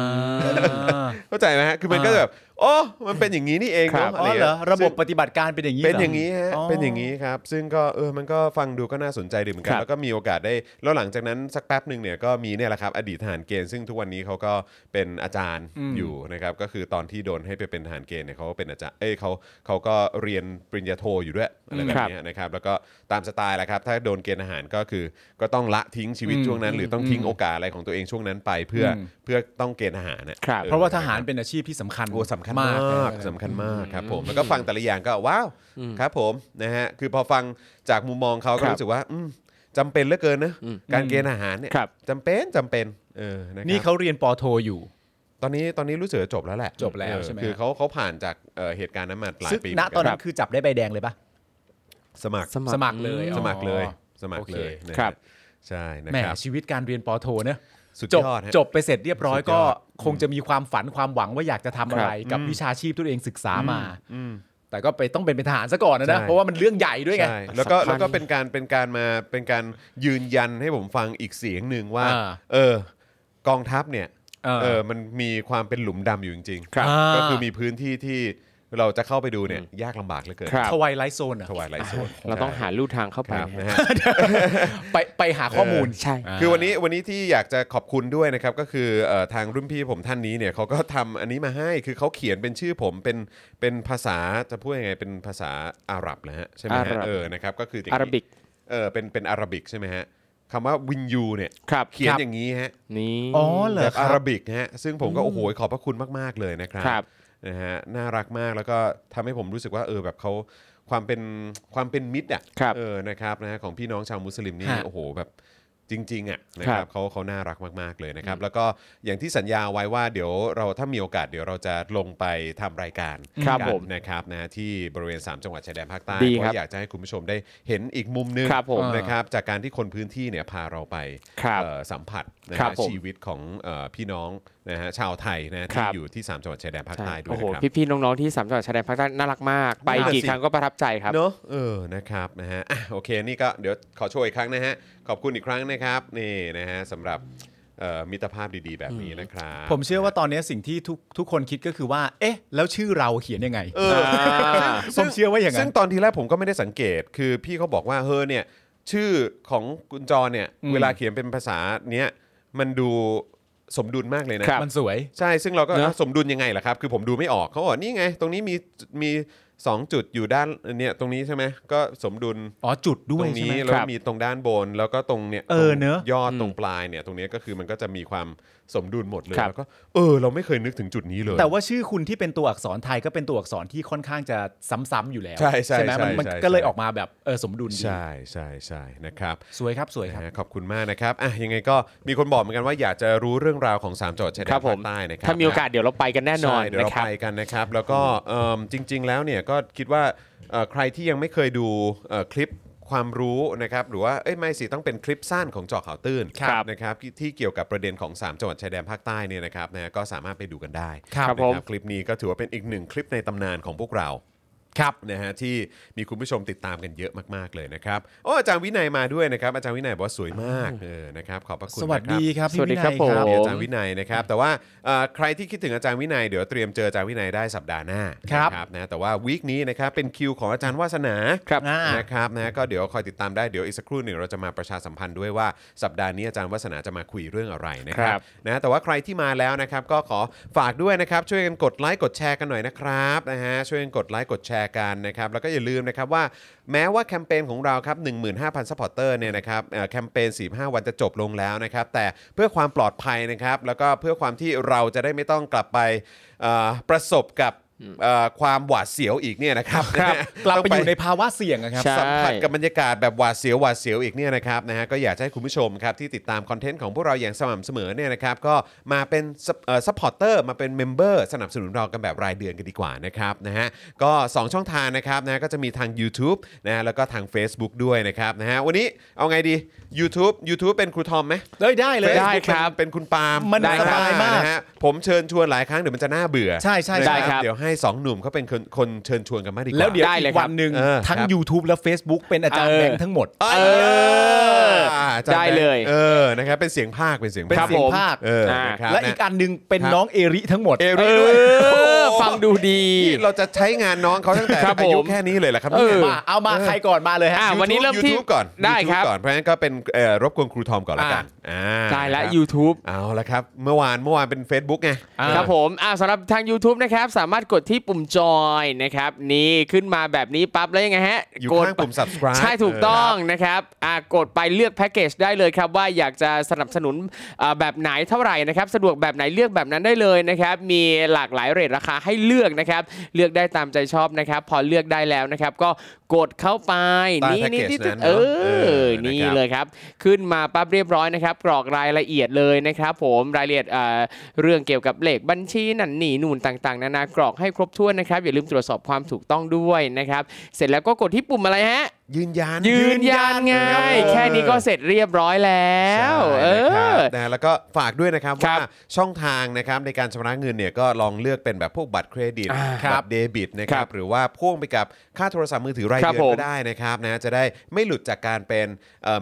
า
เข้าใจไหมฮะคือมันก็จะแบบโอ้มันเป็นอย่างนี้นี่เอง
ครั
เนาะ
บ
อะไร
อ๋อ
อย่าง
เหร
เงี้
อย ระบบปฏิบัติการเป็นอย่างนี้
เป็นอย่าง
นี้
นี้ฮะ
อ๋อ
เป็นอย่างนี้ครับ ซึ่งก็เออ มันก็ฟังดูก็น่าสนใจดีเหมือนกั
ครั
น
บ
แล้วก็มีโอกาสได้ แล้วหลังจากนั้นสักแป๊บหนึ่งเนี่ยก็มีเนี่ยแหละครับอดีตทหารเกณฑ์ซึ่งทุกวันนี้เขาก็เป็นอาจารย์
อืม
อยู่นะครับ ก็คือตอนที่โดนให้ไปเป็นทหารเกณฑ์เนี่ยเขาก็เป็นอาจารย์ เอ้ยเขาเขาก็เรียนปริญญาโทอยู่ด้วยอะไรแบบเนี้ยนะครับ แล้วก็ตามสไตล์แหละครับ ถ้าโดนเกณฑ์อาหารก็คือก็ต้องละทิ้งชีวิตช่วงนั้น หรือต้องทิ้งโอกาสอะไรของตัวเองช่วงนั้นไปเพื่ออเพื่อต้องเกณฑ์อาหารเนี่ย
ครับ
เพราะว่าทหารเป็นอาชีพที่สำคัญ
โอ้สำคัญมาก
เออ
สำคัญมากครับผมแล้วก็ฟังแต่ละอย่างก็ว้าวครับผมนะฮะคือพอฟังจากมุมมองเขา
ค
ก็
รับ
รู้สึกว่าอืมจำเป็นเหลือเกินนะ
อืม
การเกณฑ์อาหารเนี่ย
ครับ
จำเป็นจำเป็นเออนะครับ
นี่เขาเรียนปอโทอยู่
ตอนนี้ตอนนี้รู้สึกจะจบแล้วแหละ
จบแล้ว
เออ
ใช่ไหม
คือเขาเขาผ่านจากเอ่อเหตุการณ์นั้นมาหลาย
ซึ่ง
ปี
ณตอน
เหมื
นั้นคือจับได้ใบแดงเลยปะ
สมัคร
สมัคร
สมัครเลย
สมัครเลยสมัค
โอ
ร
เค
เลยนะฮะ
ครับ
ใช่นะ
แหม
ครับ
ชีวิตการเรียนปอโทเนอะ
สุด
จบ
ยอดฮะ
จบไปเสร็จเรียบร้อย
สุดยอด
ก็คงจะมีความฝันความหวังว่าอยากจะทำอะไร กับวิชาชีพที่ตัวเองศึกษามา
อืม
แต่ก็ไปต้องเป็นเป็นทหารซะก่อนนะนะ
ใช่
เพราะว่ามันเรื่องใหญ่ด้วยไง
ใช่แล้วก็
สำคัญ
แล้วก็เป็นการเป็นการมาเป็นการยืนยันให้ผมฟังอีกเสียงหนึ่งว่า
อ่า
เออกองทัพเนี่ย
เออ
เออมันมีความเป็นหลุมดำอยู่จริง
ครับ
อ่า
ก็คือมีพื้นที่ที่เราจะเข้าไปดูเนี่ยยากลำบากเหลือเกิน
ครับ
ทวายไลท์โซนอะ
ถวายไลฟ์สด
เราต้องหาลู่ทางเข้าไป
ครับ
นะ
นะ
ฮะ
ฮะ
ไปไปหาข้อมูล
ใช่
คือวันนี้วันนี้ที่อยากจะขอบคุณด้วยนะครับก็คือเอ่อทางรุ่นพี่ผมท่านนี้เนี่ยเขาก็ทำอันนี้มาให้คือเขาเขียนเป็นชื่อผมเป็นเป็นภาษาจะพูดยังไงเป็นภาษาอาหรับนะฮะใช่ไหม
อาห
ฮะ
รับ
เออนะครับก็คืออย่ง
อา
นี้
ราบิก
เออเป็นเป็นอาราบิกใช่ไหมฮะคำว่าวินยูเนี่ย
ครับ
เขียน
ครับ
อย่างนี้ฮะ
นี่
อ๋อเหร
แบ
อบ ค
อา
รับ
ราบิกฮะซึ่งผมก็โอ้โหขอบพระคุณมาก ๆ เลยนะครับ
ครับ
นะฮะน่ารักมากแล้วก็ทำให้ผมรู้สึกว่าเออแบบเขาความเป็นความเป็นมิตรอ่ะ
ครับ
เออนะครับนะฮะของพี่น้องชาวมุสลิมนี่
ฮะ
โอ้โหแบบจริง ๆ อ่ะนะค
ครั
รับบ เขาเขาน่ารักมาก ๆ เลยนะครับ แล้วก็อย่างที่สัญญาไว้ว่าเดี๋ยวเราถ้ามีโอกาสเดี๋ยวเราจะลงไปทำรายการ
ครับ
กัน
ผม
นะครับนะที่บริเวณ 3 จังหวัดชายแดนภาคใต้
ดี
เพ
ครับ
ราะอยากจะให้คุณผู้ชมได้เห็นอีกมุมหนึง
ครับผม
นะครับจากการที่คนพื้นที่เนี่ยพาเราไป
ครับ
เอ่อสัมผัสนะ
ครั
ฮะ
บผม
ชีวิตของเอ่อพี่น้องนะฮะชาวไทยนะ
ครั
ที่
บ
อยู่ที่ 3 จังหวัดชายแดนภาค
ใช่
ใต้ด้ว
โอ้
ย
โห
นะครับ
พี่ๆน้องๆที่สามจังหวัดชายแดนภาคใต้น่ารักมาก ไป
น่า
กี่
สิ
ครั้งก็ประทับใจครับ
เนอะเออนะครับนะฮะอ่ะโอเคนี่ก็เดี๋ยวขอโช่วยอีกครั้งนะฮะขอบคุณอีกครั้งนะครับนี่นะฮะสำหรับเอ่อมิตรภาพดีๆ แบบนี้นะครับ
ผมเชื่อว่าตอนนี้สิ่งที่ทุกทุกคนคิดก็คือว่า เอ๊ะ แล้วชื่อเราเขียนยังไง
เออ
ผมเชื่อว่าอย่างนั้
ซึ่
น
งตอนทีแรกผมก็ไม่ได้สังเกต คือพี่เขาบอกว่าเฮอเนี่ยชื่อของคุณจรเนี่ย
อืม
เวลาเขียนเป็นภาษาเนี้ยมันดูสมดุลมากเลยนะ
ครับ
มันสวย
ใช่ ซึ่งเราก็
เนอะ
อ่ะสมดุลยังไงล่ะครับ คือผมดูไม่ออกเขาบอกนี่ไง ตรงนี้มีมีสองจุดอยู่ด้านเนี่ยตรงนี้ใช่ไหมก็สมดุล
อ๋อจุดด้
ต
ว
ร
ย
ง
ใช่
นี้
ไหม
แล้ว
ครับ
มีตรงด้านบนแล้วก็ตรงเนี่ย
เออ
ตรง
เนอะ
ยอดตรง
อืม
ปลายเนี่ยตรงเนี้ยก็คือมันก็จะมีความสมดุลหมดเลย
ครับ
แล้วก็เออ เราไม่เคยนึกถึงจุดนี้เลย
แต่ว่าชื่อคุณที่เป็นตัวอักษรไทยก็เป็นตัวอักษรที่ค่อนข้างจะซ้ำๆอยู่แล้ว
ใช่ใช่
ไหมมัน
ใช่
มัน
ใช่
ก็เลยออกมาแบบเออสมดุลดี
ใช่ใช่ใช่นะครับ
สวยครับสวยครับ
นะฮะขอบคุณมากนะครับอ่ะยังไงก็มีคนบอกเหมือนกันว่าอยากจะรู้เรื่องราวของ3จังหวัดชายแดน
ครับผ
ภาม คใต้นะครับ
ถ้ามีโอกาสเดี๋ยวเราไปกันแน่นอน
ใช่เดี๋ยว
นะ
เรา
ครับ
ไปกันนะครับ แล้วก็เอิ่มจริง ๆ แล้วเนี่ยก็คิดว่าเอ่อใครที่ยังไม่เคยดูเอ่อคลิปความรู้นะครับ หรือว่าเอ้ยไม่สิต้องเป็นคลิปสั้นของเจอข่าวตื้น
ครับ
นะครับที่ที่เกี่ยวกับประเด็นของ 3จังหวัดชายแดนภาคใต้เนี่ยนะครับนะฮะก็สามารถไปดูกันได้
ครับ
นะ
ผม
คลิปนี้ก็ถือว่าเป็นอีกหนึ่งคลิปในตำนานของพวกเรา
ครับ
นะฮะที่มีคุณผู้ชมติดตามกันเยอะมากๆเลยนะครับโอ้อาจารย์วินัยมาด้วยนะครับอาจารย์วินัยบอกว่าสวยมากเออนะครับขอบพระคุณ
สวัส
นะครับ
ดีครับพี่
สวัสดี
วินั
ครับ
ย
ผม
มีอาจารย์วินัยนะครับแต่ว่าเอ่อใครที่คิดถึงอาจารย์วินัยเดี๋ยวเตรียมเจออาจารย์วินัยได้สัปดาห์หน้า
ครับ
นะนะแต่ว่าวีคนี้นะครับเป็นคิวของอาจารย์วาสนา
ครับ
อ่าน
นะครับนะก็เดี๋ยวคอยติดตามได้เดี๋ยวอีกสักครู่หนึ่งเราจะมาประชาสัมพันธ์ด้วยว่าสัปดาห์นี้อาจารย์วาสนาจะมาคุยเรื่องอะไรนะครั
ครับ บ
นะแต่ว่าใครที่มาแล้วนะครับก็ขอฝากด้วยนะครับช่วยกันกดไลค์กดแชร์กันหน่อยนะครับนะฮะช่วยกันกดไลค์กดแชร์ ร์กันนะครับแล้วก็อย่าลืมนะครับว่าแม้ว่าแคมเปญของเราครับ15,000ซัพพอร์เตอร์เนี่ยนะครับเอ่อแคมเปญ 45 วันจะจบลงแล้วนะครับแต่เพื่อความปลอดภัยนะครับแล้วก็เพื่อความที่เราจะได้ไม่ต้องกลับไปเอ่อประสบกับเอ่อความหวาดเสียวอีกเนี่ยนะครับ
ครับกลับไปอยู่ในภาวะเสี่ยงอะครับ
ค
ใช่
รับสัมผัสกับบรรยากาศแบบหวาดเสียวหวาดเสียวอีกเนี่ยนะครับนะฮะก็อยากจะให้คุณผู้ชมครับที่ติดตามคอนเทนต์ของพวกเราอย่างสม่ำเสมอเนี่ยนะครับก็มาเป็นซัพพอร์เตอร์มาเป็นเมมเบอร์สนับสนุนเรากันแบบรายเดือนกันดีกว่านะครับนะฮะก็ 2 ช่องทางนะครับนะฮะก็จะมีทาง u t u b e นะฮะแล้วก็ทาง Facebook ด้วยนะครับนะฮะวันนี้เอาไงดี YouTube YouTube เป็นครูทอมไหม
เอ้ยได้เลย
Facebook
ได้ครับ
เป็นเป็นคุณปาล์ม
มัน
ได้ครับ
สบายมาก
นะฮะผมเชิญชวนหลายครั้งเดี๋ยวมันจะน่าเบื่อ
ใช่ใช่
นะ
ใช่
ครับ
เดี๋ยวให้สองหนุ่มเขาเป็นคนคนเชิญชวนกันมากดีกว่า
แล้วเดี๋ยว
ได้เล
อี
ย
ก
ครับ
วันหนึ่ง
เออ
ทั้ง
ครับ
YouTube และ Facebook เป็นอาจารย์
เออ
แบงค์ทั้งหมด
เอ
อ
จำ
ได้เลย
เออนะครับเป็นเสียงภาคเป็นเสียง
เป็น
ภาค
เสียงภาค
เออ
อ่า
นะครับ
และ
น
อีกอันหนึงเป็น
ครับ
น้องเอริทั้งหมด
เอ
เอ
ริด้วย
อฟังดูดี
นี่เราจะใช้งานน้องเขาตั้งแต่
ครับผม
อายุแค่นี้เลยเหรอครับ
เออ
นี่ย
มาเอามา
เออ
ใครก่อนมาเลย
อ่ะ
ฮะ
วันนี้เริ่มที่
YouTube ก่อน
ได้
YouTube
ครับ
ก่อนเพราะฉะนั้นก็เป็นเอ่อรบกวนครูทอมก่อนละกันอ่า
ได้
นะค
ละ
รับ
YouTube
เอาละครับ เมื่อวานเมื่อวานเป็น Facebook ไง
อ่า
ครับผมอ่าสำหรับทาง YouTube นะครับ สามารถกดที่ปุ่มจอยนะครับ นี่ขึ้นมาแบบนี้ปั๊บแล้วยังไงฮะ
อยู่
กด
ข้างปุ่ม subscribe
ใช่ถูกต้องนะครับอ่ากดไปเลือกแพ็กเกจได้เลยครับ ว่าอยากจะสนับสนุนอ่าแบบไหนเท่าไหร่นะครับ สะดวกแบบไหนเลือกแบบนั้นได้เลยนะครับ มีหลากหลายเรทราคาให้เลือกนะครับ เลือกได้ตามใจชอบนะครับ พอเลือกได้แล้วนะครับ ก็กดเข้าไป
ตาม
นี่
package
นี่นี่
นั้นเนอะ
เอ
เอ
อ
อ
นี่
นะครับ
เลยครับ ขึ้นมาปั๊บเรียบร้อยนะครับ กรอกรายละเอียดเลยนะครับ ผมรายละเอียดเอ่อ เรื่องเกี่ยวกับเลขบัญชีนั่นนี่นู่นต่างๆ นานากรอกให้ครบถ้วนนะครับ อย่าลืมตรวจสอบความถูกต้องด้วยนะครับ เสร็จแล้วก็กดที่ปุ่มอะไรฮะ
ยืนยัน
ยืนยันไงแค่นี้ก็เสร็จเรียบร้อยแล้ว เอ
ใช่นะครับ
อ
นะแล้วก็ฝากด้วยนะครับ
ครั
ว่า
บ
ช่องทางนะครับในการชำระเงินเนี่ยก็ลองเลือกเป็นแบบพวกบัตรเครดิต
อ่า
บัตรเดบิตนะค
ค
รั
รั
บบ หรือว่าพ่วงไปกับค่าโทรศัพท์มือถือราย
ครับ
เดือน
ผม
ก็ได้นะครับนะจะได้ไม่หลุดจากการเป็น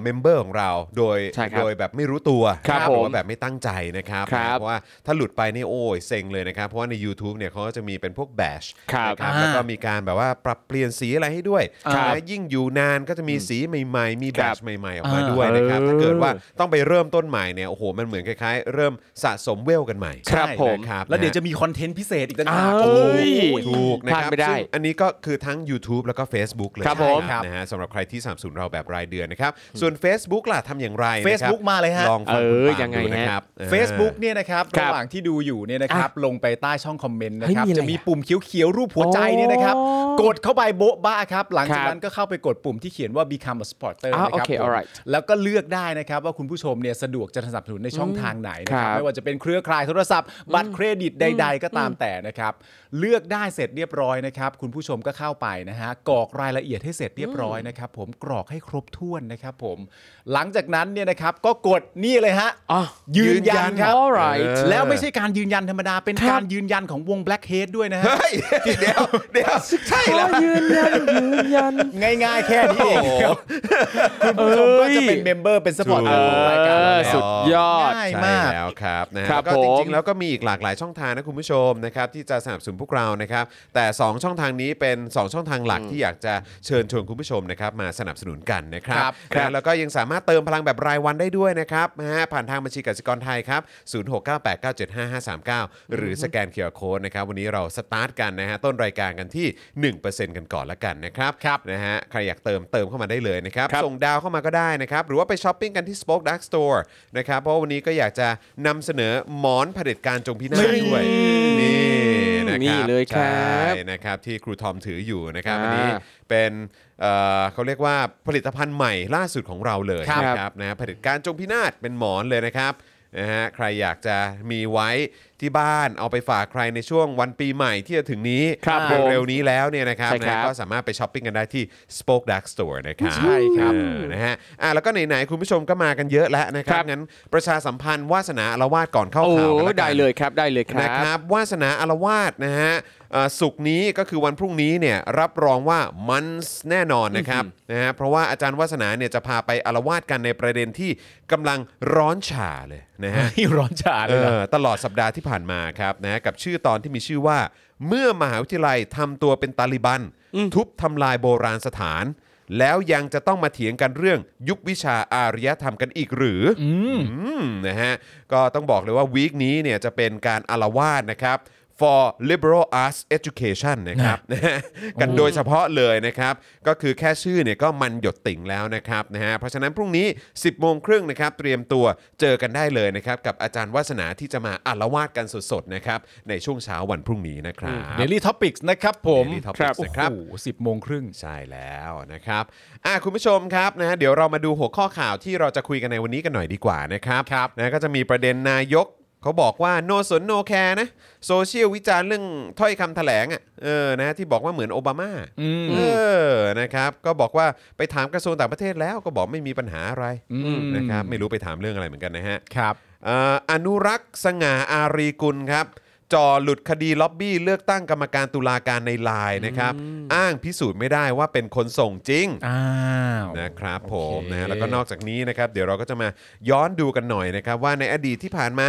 เมมเบอร์ของเราโดย
ใช่ครับ
โดยแบบไม่รู้ตัว
ครับ
หรือ
ผม
ว่าแบบไม่ตั้งใจนะครับ
ครับ
เพราะว่าถ้าหลุดไปนี่โอ้ยเซ็งเลยนะครับเพราะว่าใน YouTube เนี่ยเขาก็จะมีเป็นพวกแบช
ครับ
นะครับ
อ่า
แล้วก็มีการแบบว่าปรับเปลี่ยนสีอะไรให้ด้วย
ครับ
นะยิ่งอยู่นานก็จะมีสีใหม่ๆ มีแบ
ครับ
ชใหม่ๆออกมาด้วยนะครับถ้าเกิดว่า ต้องไปเริ่มต้นใหม่เนี่ยโอ้โหมันเหมือนคล้ายๆ เริ่มสะสมเวลกันใหม่
ครับ
ใช่
ผม
นะครับ
แล้วเดี๋ยว
นะ
จะมีคอนเทนต์พิเศษอีกต่าง
อ้า
หาก
ว
โอ้โห
ถูกนะ
พลาด
ครับ
ไม่ได้
ซึ่งอันนี้ก็คือทั้ง YouTube แล้วก็ Facebook เลย
ครับผม
นะนะฮะสำหรับใครที่สนับสนุนเราแบบรายเดือนนะครับ ส่วน Facebook ล่ะทำอย่างไรนะครับ
Facebook มาเลยฮะ
ลองฟังคุณ
เออ
ปาล์ม
ยังไง
ดูนะครับ
เฟซบุ๊กเนี่ยนะครับ
ครั
ระ
บ
หว่างที่ดูอยู่เนี่ยนะครับลงไปใต้ช่องคอมเมนต์นะครับ
เฮ้ยมีอะไร
จะมีปุ่มเขียวๆรูปหัวใจเนี่ยนะครับ
อ๋อก
ดเข้าไปโบ๊ะบ้าครับหลังจาก
ครับ
นั้นก็เข้าไปกดปุ่มที่เขียนว่า become a supporter
อ่า
นะครับ
โอเค
ผม
alright
แล้วก็เลือกได้นะครับว่าคุณผู้ชมเนี่ยสะดวกจะสนับสนุนในช่องทางไหนนะค
ครั
รับบไม่ว่าจะเป็นเครือข่ายโทรศัพท์บัตรเครดิตใด ๆ ก็ตามแต่นะครับเลือกได้เสร็จเรียบร้อยนะครับคุณผู้ชมก็เข้าไปนะฮะกรอกรายละเอียดให้เสร็จเรียบร้อยนะครับผมกรอกให้ครบถ้วนนะครับผมหลังจากนั้นเนี่ยนะครับก็กดนี่เลยฮะ
อ่ะ
ยืนยันครับ
alright
เออ
แล้วไม่ใช่การยืนยันธรรมดา เป็นการยืนยันของวง Blackhead ด้วยนะฮะ
เฮ้ยเดี๋ยวเดี๋ยวใช่แล้ว
ยืนยันยืนยัน
ง่ายๆ แค่นี้เองครับคุณผู้ชมก็จะเป็น
เอ้ย
เมมเบอร์เป็นสปอร์ตเตอร์ของรายการ
เอ
เรา
อ
แล้ว
สุดยอด
ง่าย
ใช่
มาก
แล้วครับนะฮะ
ครับ
แล้วก็จ
ผม
ริงๆแล้วก็มีอีกหลากหลายช่องทางนะคุณผู้ชมนะครับที่จะสนับสนุนพวกเรานะครับแต่ 2 ช่องทางนี้เป็น 2 ช่องทางหลักที่อยากจะเชิญชวนคุณผู้ชมนะครับมาสนับสนุนกันนะครั
ครับ บ
นะฮะแล้วก็ยังสามารถเติมพลังแบบรายวันได้ด้วยนะครับนะฮะผ่านทางบัญชีกสิกรไทยครับ0698975539 หรือสแกนเคอร์โคดนะครับวันนี้เราสตาร์ทกันนะฮะต้นรายการกันที่ 1%กันก่อนละกันนะครับนะฮะใครอยากเติมเติมเข้ามาได้เลยนะครับ
ครับ
ส่ง ส่งดาวเข้ามาก็ได้นะครับ หรือว่าไปช้อปปิ้งกันที่ Spoke Dark Store นะครับ เพราะวันนี้ก็อยากจะนำเสนอหมอนเผด็จการจงพินาศด้วย นี่นะค
นี่
รับ
เลยครับ
ใช่นะครับ ที่ครูทอมถืออยู่นะครับ
อ่า
อันนี้เป็นเอ่อเขาเรียกว่าผลิตภัณฑ์ใหม่ล่าสุดของเราเลย
ครับ
นะครับนะฮะเผด็จการจงพินาศเป็นหมอนเลยนะครับนะฮะใครอยากจะมีไว้ที่บ้านเอาไปฝากใครในช่วงวันปีใหม่ที่จะถึงนี้
ครับผม
เร็วๆนี้แล้วเนี่ยนะครับ
ใช่
นะ
ครั
ฮะ
บ
ก็สามารถไปช้อปปิ้งกันได้ที่ Spoke Dark Store นะครับ
ใช่ครับ
เออนะฮะอ่ะแล้วก็ไหนๆคุณผู้ชมก็มากันเยอะแล้วนะครั
ครับ บ
งั้นประชาสัมพันธ์วาสนาอารวาสก่อนเข้า
โอ้
ข่าวกันละกัน
ได้เลยครับได้เลยครั
นะค
บ
รับวาสนาอารวาสนะฮะเอ่อศุกร์นี้ก็คือวันพรุ่งนี้เนี่ยรับรองว่ามันส์แน่นอนนะครับนะฮะเพราะว่าอาจารย์วาสนาเนี่ยจะพาไปอารวาสกันในประเด็นที่กำลังร้อนฉ่าเลยนะฮะ
ที่ร้อนฉาเล
เอย
นะ
อตลอดสัปดาห์ที่ผ่านมาครับนะกับชื่อตอนที่มีชื่อว่า เมื่อมหาวิทยาลัยทำตัวเป็นตาลิบัน ทุบทำลายโบราณสถาน แล้วยังจะต้องมาเถียงกันเรื่องยุบวิชาอารยธรรมกันอีกหรือออืมนะฮะก็ต้องบอกเลยว่าวีคนี้เนี่ยจะเป็นการอารวาสนะครับ for liberal arts education นะครับนะฮะกันโดยเฉพาะเลยนะครับ ก็คือแค่ชื่อเนี่ยก็มันหยดติ่งแล้วนะครับนะฮะเพราะฉะนั้นพรุ่งนี้ 10 โมงครึ่งนะครับ เตรียมตัวเจอกันได้เลยนะครับ กับอาจารย์วัสนาที่จะมาอารวาดกันสดๆนะครับ ในช่วงเช้าวันพรุ่งนี้นะครับ
เดลี่ท็อปิกส์นะครับผม
Daily Topics
ครับโอ้
นะครับ
โหสิบโมงครึ่ง
ใช่แล้วนะครับอ่ะคุณผู้ชมครับนะฮะเดี๋ยวเรามาดูหัวข้อข่าวที่เราจะคุยกันในวันนี้กันหน่อยดีกว่านะครับ
ครับ
นะก็จะมีประเด็นนายกเขาบอกว่า no สน no care นะโซเชียลวิจารณ์เรื่องถ้อยคำแถลงอ่ะเออนะที่บอกว่าเหมือนโอบามา
อืม
เออนะครับก็บอกว่าไปถามกระทรวงต่างประเทศแล้วก็บอกไม่มีปัญหาอะไรนะครับไม่รู้ไปถามเรื่องอะไรเหมือนกันนะฮะ
ครับ
เอ่ออนุรักษ์สง่าอารีกุลครับจ่อหลุดคดีล็อบบี้เลือกตั้งกรรมการตุลาการในไลน์นะครับ อ้างพิสูจน์ไม่ได้ว่าเป็นคนส่งจริง
อ้าว
นะครับผ
โอ
ม
เค
นะแล้วก็นอกจากนี้นะครับ เดี๋ยวเราก็จะมาย้อนดูกันหน่อยนะครับ ว่าในอดีตที่ผ่านมา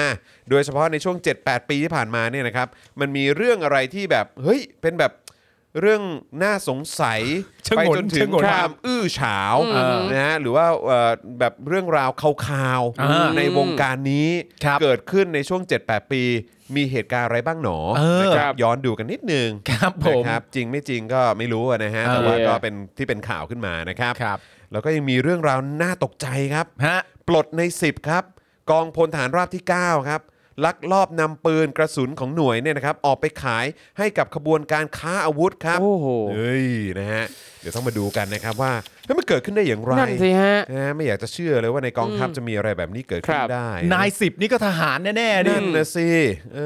โดยเฉพาะในช่วง 7-8 ปีที่ผ่านมาเนี่ยนะครับ มันมีเรื่องอะไรที่แบบเฮ้ยเป็นแบบเรื่องน่าสงสัย
ชะงน
ไปจนถึ
ชะ
ง
งน
ความอื้อฉาว
อืม
นะฮะหรือว่าเอ่อแบบเรื่องราวข่าว
อ่า
ๆในวงการนี้
ครับ
เกิดขึ้นในช่วง 7-8 ปี มีเหตุการณ์อะไรบ้างหนอ
เออ
นะครับ ย้อนดูกันนิดนึง
ครับผม
นะครับจริงไม่จริงก็ไม่รู้อะนะฮะ
เออ
แต่ว่าก็เป็นที่เป็นข่าวขึ้นมานะครับ
ครับ
แล้วก็ยังมีเรื่องราวน่าตกใจครับ
ฮะ
ปลดใน 10 ครับ กองพลฐานราบที่ 9 ครับ ลักลอบนำปืนกระสุนของหน่วยเนี่ยนะครับ ออกไปขายให้กับขบวนการค้าอาวุธครับ
โอ้โห
เฮ้ยนะฮะเดี๋ยวต้องมาดูกันนะครับว่าเฮ้ยมันเกิดขึ้นได้อย่างไร
นั่นสิฮะ
นะฮะไม่อยากจะเชื่อเลยว่าในกองทัพจะมีอะไรแบบนี้เกิดขึ้
ครั
น
บ
ได้
นายสิบนี่ก็ทหารแน่ๆนี่
นั่นนะสิเอ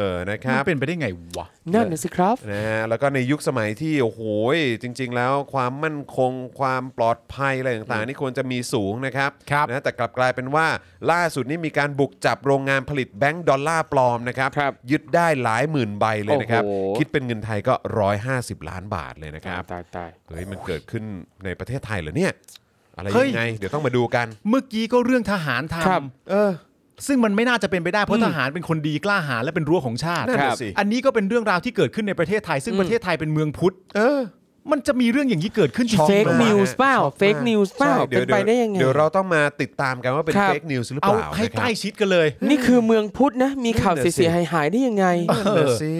อนะค
มั
รับ
นเป็นไปได้ไงวะ
นั่นน่ะสิครับ
นะฮะแล้วก็ในยุคสมัยที่โอ้โหยจริง ๆ แล้วความมั่นคงความปลอดภัยอะไรต่างๆนี่ควรจะมีสูงนะครับ
ครับ
นะแต่กลับกลายเป็นว่าล่าสุดนี่มีการบุกจับโรงงานผลิตแบงก์ดอลลาร์ปลอมนะครับ
ครับ
ยึดได้หลายหมื่นใบเลยนะครับ
โอ้โห
คิดเป็นเงินไทยก็ 150 ล้านบาทเลยนะครับ
ตายตาย
เฮ้ยมันเกิดขึ้นในประเทศไทยเหรอเนี่ยอะไร
เฮ้ย
ยังไง เดี๋ยวต้องมาดูกัน
เมื่อกี้ก็เรื่องทหารท
ครับ
เออ
ำซึ่งมันไม่น่าจะเป็นไปได้เพราะทหารเป็นคนดีกล้าหาญและเป็นรั้วของชาติ
นั่นน่ะ
ครับ
สิ
อันนี้ก็เป็นเรื่องราวที่เกิดขึ้นในประเทศไทย ซึ่งประเทศไทยเป็นเมืองพุทธ
เออ
มันจะมีเรื่องอย่างนี้เกิดขึ้นจริงๆ
เฟก
หรอวะ
นิวส์เปล่า
ช็อกมาก
เฟกนิวส์เปล่า
ใช่
เป็นไปได้ยังไง
เดี๋ยวเราต้องมาติดตามกันว่าเป็น
ครับ
เฟกนิวส์หรือเป
เอา
ล่า
ให้
นะครับ
ใกล้ชิดกันเลย
นี่คือเมืองพุทธนะ มีข่าว
นั่นน่ะสิ
เสียหายหายๆได้ยังไง
นั่นน่ะสิ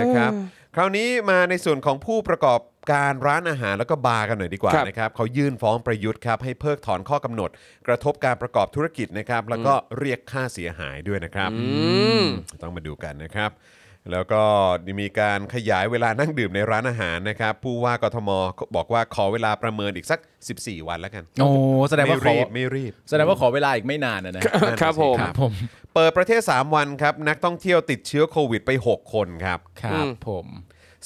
นะครับ คราวนี้มาในส่วนของผู้ประกอบการร้านอาหารแล้วก็บาร์กันหน่อยดีกว่า
ครับ
นะครับเขายื่นฟ้องประยุทธ์ครับให้เพิกถอนข้อกำหนด กระทบการประกอบธุรกิจนะครับ แล้วก็เรียกค่าเสียหายด้วยนะครับ
ม
ต้องมาดูกันนะครับ แล้วก็มีการขยายเวลานั่งดื่มในร้านอาหารนะครับ ผู้ว่ากทมบอกว่าขอเวลาประเมินอีกสัก 14 วันแล้วกัน
โอ้แสดง
ไม่
ว่าขอ
รีบไม่รีบ
แสดงว่าขอเวลาอีกไม่นานนะนะ
นั่นน่ะสิ
ครับผม
ครับ เปิดประเทศ 3 วันครับนักท่องเที่ยวติดเชื้อโควิดไป 6 คนครับ
ครับผม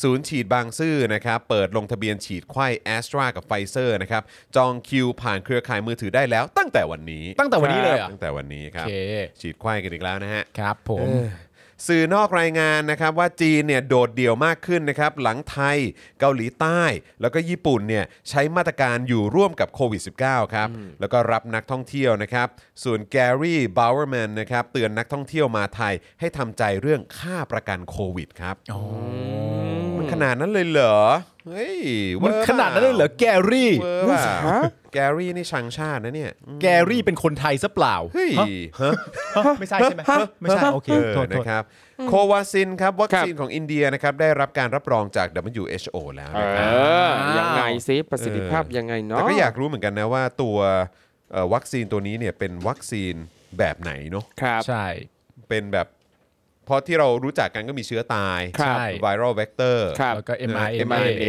ศูนย์ฉีดบางซื่อนะครับ เปิดลงทะเบียนฉีดไข้แอสตรากับไฟเซอร์นะครับ จองคิวผ่านเครือข่ายมือถือได้แล้ว ตั้งแต่วันนี้
ตั้งแต่วันนี้เลยเหรอ่ะ
ตั้งแต่วันนี้ค
โอ
รับ
เค
ฉีดไข้กันอีกแล้วนะฮะ
ครับผม
สื่อนอกรายงานนะครับว่าจีนเนี่ยโดดเดี่ยวมากขึ้นนะครับ หลังไทยเกาหลีใต้ แล้วก็ญี่ปุ่นเนี่ยใช้มาตรการอยู่ร่วมกับโควิด -19 ครับ แล้วก็รับนักท่องเที่ยวนะครับ ส่วนแกรี่บาวเวอร์แมนนะครับ เตือนนักท่องเที่ยวมาไทยให้ทำใจเรื่องค่าประกันโควิดครับมันขนาดนั้นเลยเหรอ เฮ้ยเว
มั
อน ร์
ขนาดนั้นเลยเหรอ แกรี่
เวอร์ว่ะแกรี่นี่ชังชาตินะเนี่ยอืม
แกรี่เป็นคนไทยซะเปล่า
เฮ้ย
ฮะ
ฮะ
ฮะไม่ใช่ใช่ไหมฮะไม่ใช่ โอเค
เออ
โทษโทษ
นะครับโควาซินครับ วัคซีนของอินเดียนะครับ ได้รับการรับรองจาก WHO แล้ว
เอ
นะครับ
อ ยังไงซิประสิทธิภาพยังไง
แต่
เนาะ
ก็อยากรู้เหมือนกันนะว่าตัวเอ่อวัคซีนตัวนี้เนี่ยเป็นวัคซีนแบบไหนเนาะ
ครับ
ใช่
เป็นแบบเพราะที่เรารู้จักกันก็มีเชื้อตาย
ครับ
ไวรัลเวกเตอร์
ครับ
แล้วก็
นะ
MIA
mRNA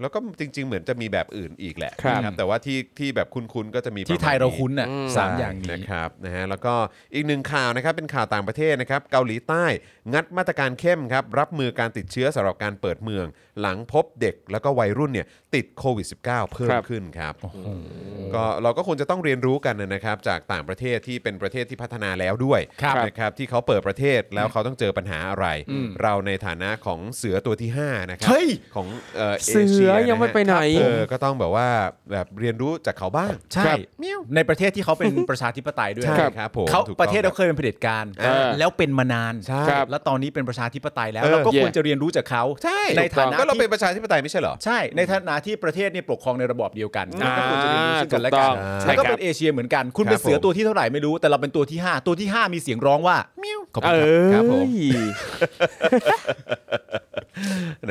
แล้วก็จริง ๆ เหมือนจะมีแบบอื่นอีกแหละ
ครับ
นะแต่ว่าที่ที่แบบคุ้นๆก็จะมีป
ที่
ระมาณ
ไทยเรา
นี้
คุ้นน่ะสามอย่าง
นะ
นี้
ครับนะฮะแล้วก็อีกหนึ่งข่าวนะครับเป็นข่าวต่างประเทศนะครับเกาหลีใต้งัดมาตรการเข้มครับรับมือการติดเชื้อสำหรับการเปิดเมือง หลังพบเด็กแล้วก็วัยรุ่นเนี่ยติดโควิด -19 เพิ่ม
ครับ
ขึ้นครับก็เราก็ควรจะต้องเรียนรู้กันนะครับจากต่างประเทศที่เป็นประเทศที่พัฒนาแล้วด้วย
ครับ
นะครับที่เขาเปิดประเทศแล้วเขาต้องเจอปัญหาอะไร เราในฐานะของเสือตัวที่ห้านะครั
เฮ้ย
ของเอ่อ
เสือยังไม่ไปไหน
เออก็ต้องแบบว่าแบบเรียนรู้จากเขาบ้าง
ใช่
ครับ
ในประเทศที่เขาเป็น ประชาธิปไตยด้วย
ใช่
นะครับ
ผม
เขา
ถูกต้อง
ประเทศเราเคยเป็นเผด็จการ
เออ
แล้วเป็นมานาน
ใช่
ครับ
แล้วตอนนี้เป็นประชาธิปไตยแล้ว
เออ
เราก็
เย่
ควรจะเรียนรู้จากเขา
ใช่
ในฐานะ
ก็เรา
ที่
เป็นประชาธิปไตยไม่ใช่เหรอ
ใช่ ในฐานะที่ประเทศเนี่ยปกครองในระบอบเดียวกัน
อ่า
ก็ควรจะเรียนรู้ซึ่งกันและ
ถูก
กัน
ต้อง
แล้วก็
ใช่ครับ
เป็นเอเชียเหมือนกัน คุณ
ครับ
เป็นเสือ
ผม
ตัวที่เท่าไหร่ไม่รู้ แต่เราเป็นตัวที่ 5 ตัวที่ 5 มีเสียงร้องว่า
มิว
ขอบ
เอ
คุณค
อ
รับครับผม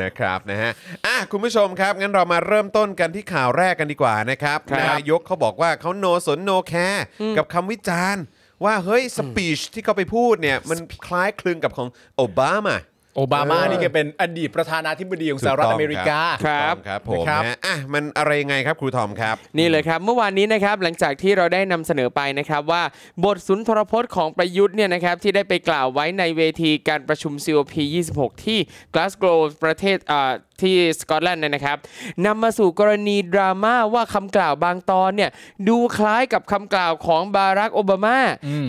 นะครับนะฮะอ่ะคุณผู้ชมครับ งั้นเรามาเริ่มต้นกันที่ข่าวแรกกันดีกว่านะครับ
ครับ
นายกเขาบอกว่าเขาโนสนโนแคร์กับคำวิจารณ์ ว่าเฮ้ยสปีชที่เขาไปพูดเนี่ยมันคล้ายคลึงกับของโอบามา
โอบามา
เออ
นี่แกเป็นอดีตประธานาธิบดีของสหรัฐอเมริกา
ค
ครั
รับบ ครับผม
นะครับ
นะอ่ะมันอะไรยังไงครับครูทอมครับ
นี่เลยครับเมื่อวานนี้นะครับหลังจากที่เราได้นำเสนอไปนะครับว่าบทสุนทรพจน์ของประยุทธ์เนี่ยนะครับที่ได้ไปกล่าวไว้ในเวทีการประชุม COP 26 ที่กลาสโกว์ประเทศอ่าที่สกอตแลนด์เนี่ยนะครับนำมาสู่กรณีดราม่าว่าคำกล่าวบางตอนเนี่ยดูคล้ายกับคำกล่าวของบารักโอบามา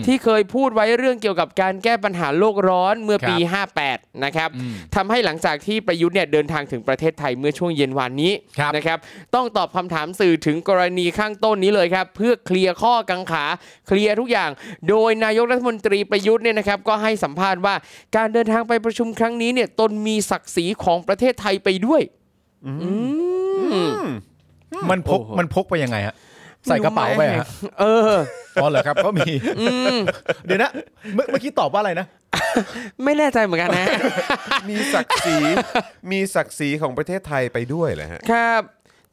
ที่เคยพูดไว้เรื่องเกี่ยวกับการแก้ปัญหาโลกร้อนเมื่อปี 58 นะครับทำให้หลังจากที่ประยุทธ์เนี่ยเดินทางถึงประเทศไทยเมื่อช่วงเย็นวานนี้
ครับ
นะครับต้องตอบคำถามสื่อถึงกรณีข้างต้นนี้เลยครับ เพื่อเคลียร์ข้อกังขา เคลียร์ทุกอย่าง โดยนายกรัฐมนตรีประยุทธ์เนี่ยนะครับก็ให้สัมภาษณ์ว่า การเดินทางไปประชุมครั้งนี้เนี่ยตนมีศักดิ์ศรีของประเทศไทยไปด้วยอืม
มันพก
โอ้โห
มันพกไปยังไงฮะใส่กระเป๋าไปฮะ
เออ
อ๋อเหรอครับ [LAUGHS] ก็มีเดี๋ยวนะเมื่อเมื่อกี้ตอบว่าอะไรนะ
ไม่แน่ใจเหมือนกันนะ
[LAUGHS] มีศักดิ์ศรี มีศักดิ์ศรีของประเทศไทยไปด้วยเหรอฮะ
ครับ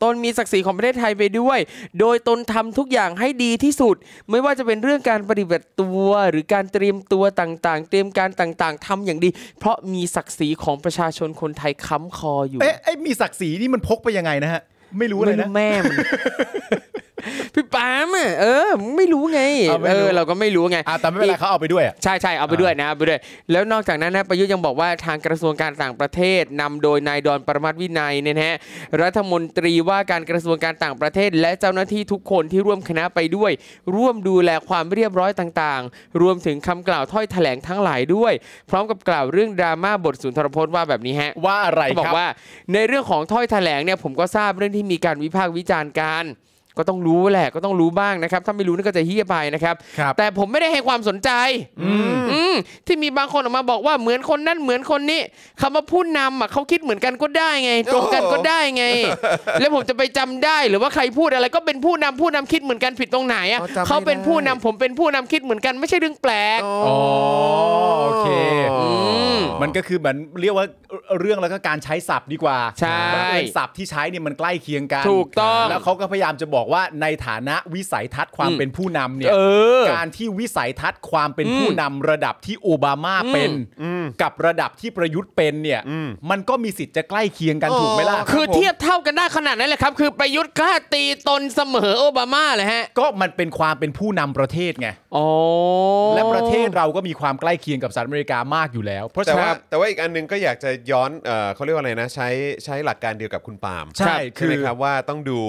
ตนมีศักดิ์ศรีของประเทศไทยไปด้วย โดยตนทำทุกอย่างให้ดีที่สุด ไม่ว่าจะเป็นเรื่องการปฏิบัติตัว หรือการเตรียมตัวต่างๆ เตรียมการต่างๆทำอย่างดี เพราะมีศักดิ์ศรีของประชาชนคนไทยค้ำคออยู่
เอ๊ะไอ้มีศักดิ์ศรีนี่มันพกไปยังไงนะฮะ ไม่รู้เล
ไม่
ยนะ
รู้แม่มัน
[LAUGHS]
พี่ปามอ่ะเออ ไม่รู้ไง
เอาไม่
เอ
รู้
อเราก็ไม่รู้ไง
อ่ะแต่ไม่เป็นไรเขาเอาไปด้วยอะ
ใช่ใช่เอาไปด้วยนะเอาไปด้วย แล้วนอกจากนั้นนะประยุทธ์ยังบอกว่าทางกระทรวงการต่างประเทศนำโดยนายดอนประมัติวินัยเนี่ยนะฮะรัฐมนตรีว่าการกระทรวงการต่างประเทศ และเจ้าหน้าที่ทุกคนที่ร่วมคณะไปด้วย ร่วมดูแลความเรียบร้อยต่างๆ รวมถึงคำกล่าวถ้อยแถลงทั้งหลายด้วย พร้อมกับกล่าวเรื่องดราม่าบทสุนทรพจน์ว่าแบบนี้ฮะ
ว่าอะไร
เขาบอ
ครับ
กว่าในเรื่องของถ้อยแถลงเนี่ยผมก็ทราบเรื่องที่มีการวิพากษ์วิจารณ์กันก็ต้องรู้แหละก็ต้องรู้บ้างนะครับ ถ้าไม่รู้นี่ก็จะเฮี้ยไปนะครับ
ครับ
แต่ผมไม่ได้ให้ความสนใจอืมที่มีบางคนออกมาบอกว่าเหมือนคนนั่นเหมือนคนนี้คำว่าผู้นำอ่ะเขาคิดเหมือนกันก็ได้ไง ตรงกันก็ได้ไง แล้วผมจะไปจำได้หรือว่าใครพูดอะไรก็เป็นผู้นำผู้นำคิดเหมือนกันผิดตรงไหนอ่ะ
อ๋อจำไม่ได้
เขาเป็นผู้นำผมเป็นผู้นำคิดเหมือนกันไม่ใช่เรื่องแปลก
อ๋อโอเค
ม
มันก็คือเหมือนเรียกว่าเรื่องแล้วก็การใช้ศัพท์ดีกว่า
ใช่
บังเอิญศัพท์ที่ใช้เนี่ยมันใกล้เคียงกัน
ถูกต้อง
แล้วเขาก็พยายามจะบอกว่าในฐานะวิสัยทัศน์ความเป็นผู้นำเนี่ย
เออ
การที่วิสัยทัศน์ความเป็นผู้นำระดับที่โอบามาเป็น กับระดับที่ประยุทธ์เป็นเนี่ย มันก็มีสิทธิ์จะใกล้เคียงกัน
อ๋อ
ถูกไหมล่ะ
คือเทียบเท่ากันได้ขนาดนั้นเลยครับ คือประยุทธ์กล้าตีตนเสมอโอบามาเลยฮะ
ก็มันเป็นความเป็นผู้นำประเทศไง
อ๋อ
และประเทศเราก็มีความใกล้เคียงกับสหรัฐอเมริกามากอยู่แล้ว เพราะ
แต่
ฉะ
ว่า
นั้น
แต่ว่าอีกอันหนึงก็อยากจะย้อนเอ่อเขาเรียกว่าอะไรนะ ใช้ใช้หลักการเดียวกับคุณปาล์ม
ใช่คือ
ไหมครับว่าต้องดู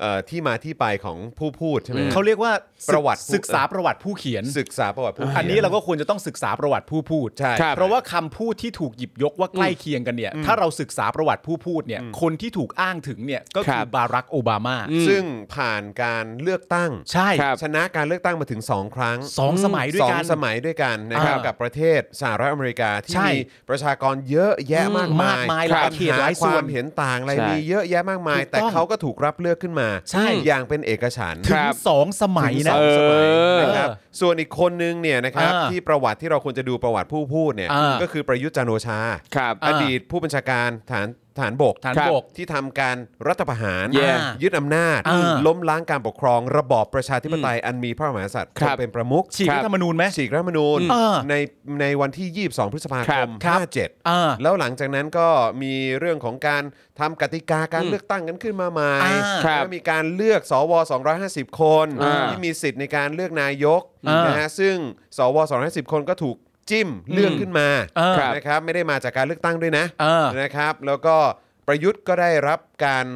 เอ่อที่มาที่ไปของผู้พูดใช่ไหม
เขาเรียกว่า
ประวัติ
ศึกษาประวัติผู้เขียน
ศึกษาประวัติผู้ขีย
อันนี้เราก็ควรจะต้องศึกษาประวัติผู้พูด
ใช่
ครับ
เพราะว่าคำพูดที่ถูกหยิบยกว่าใกล้เคียงกันเนี่ย ถ้าเราศึกษาประวัติผู้พูดเนี่ย คนที่ถูกอ้างถึงเนี่ยก็
ครั
คือบ บารักโอบามา
ซึ่งผ่านการเลือกตั้ง
ใช่
ครับ
ชนะการเลือกตั้งมาถึง 2 ครั้ง
สองสมัยด้วย
สอง
กัน
สมัยด้วยกันนะครับ
อ่ากั
กับประเทศสหรัฐอเมริกาที่
ใช่
มีประชากรเยอะแยะมากมาย
มากมายหลายเขต
ปัญ
หลายส่
คว วาน มเห็นต่างอะไร
ใช่
มีเยอะแยะมากมาย
ถูกต้อง
แต่เขาก็ถูกรับเลือกขึ้นมา
ใช่
อย่างเป็นเอกฉันท์
ถึ
ครั
ง
บ
สองสมัยนะ
ถึงสองสมัยนะครับ
เออ
ส่วนอีกคนนึงเนี่ยนะครับ
อ่า
ที่ประวัติที่เราควรจะดูประวัติผู้พูดเนี่ย
อ่า
ก็คือประยุทธ์จันทร์โอชา
ครับ
อ่า
อดีตผู้บัญชาการฐานฐานบก
ฐาน
ครับ
บก
ที่ทำการรัฐประหาร
แย่
ยึดอำนาจ
อ่า
ล้มล้างการปกครอง ระบอบประชาธิปไตยอันมีพระมหากษัตริย์
ครับ
เป็นประมุข
ฉีกรัฐธรรมนูญไหม
ฉีกรัฐธรรมนูญ
อืมอ่า
ในในวันที่ 22 พฤษภา
ค
ครับ ม
ครับอ่า
57 แล้วหลังจากนั้นก็มีเรื่องของการทำกติกาการ
อืม
เลือกตั้งกันขึ้นมาใหม่
อ่า
ครับ
แล้วมีการเลือกสว 250 คน
อ่า
ที่มีสิทธิ์ในการเลือกนายก
อ่าน
นะฮะซึ่งสว 250 คนก็ถูกจิ้มเลือกขึ้นมา
อ่า
ครับ
นะครับไม่ได้มาจากการเลือกตั้งด้วยนะ
เออ
นะครับแล้วก็ประยุทธ์ก็ได้รับการ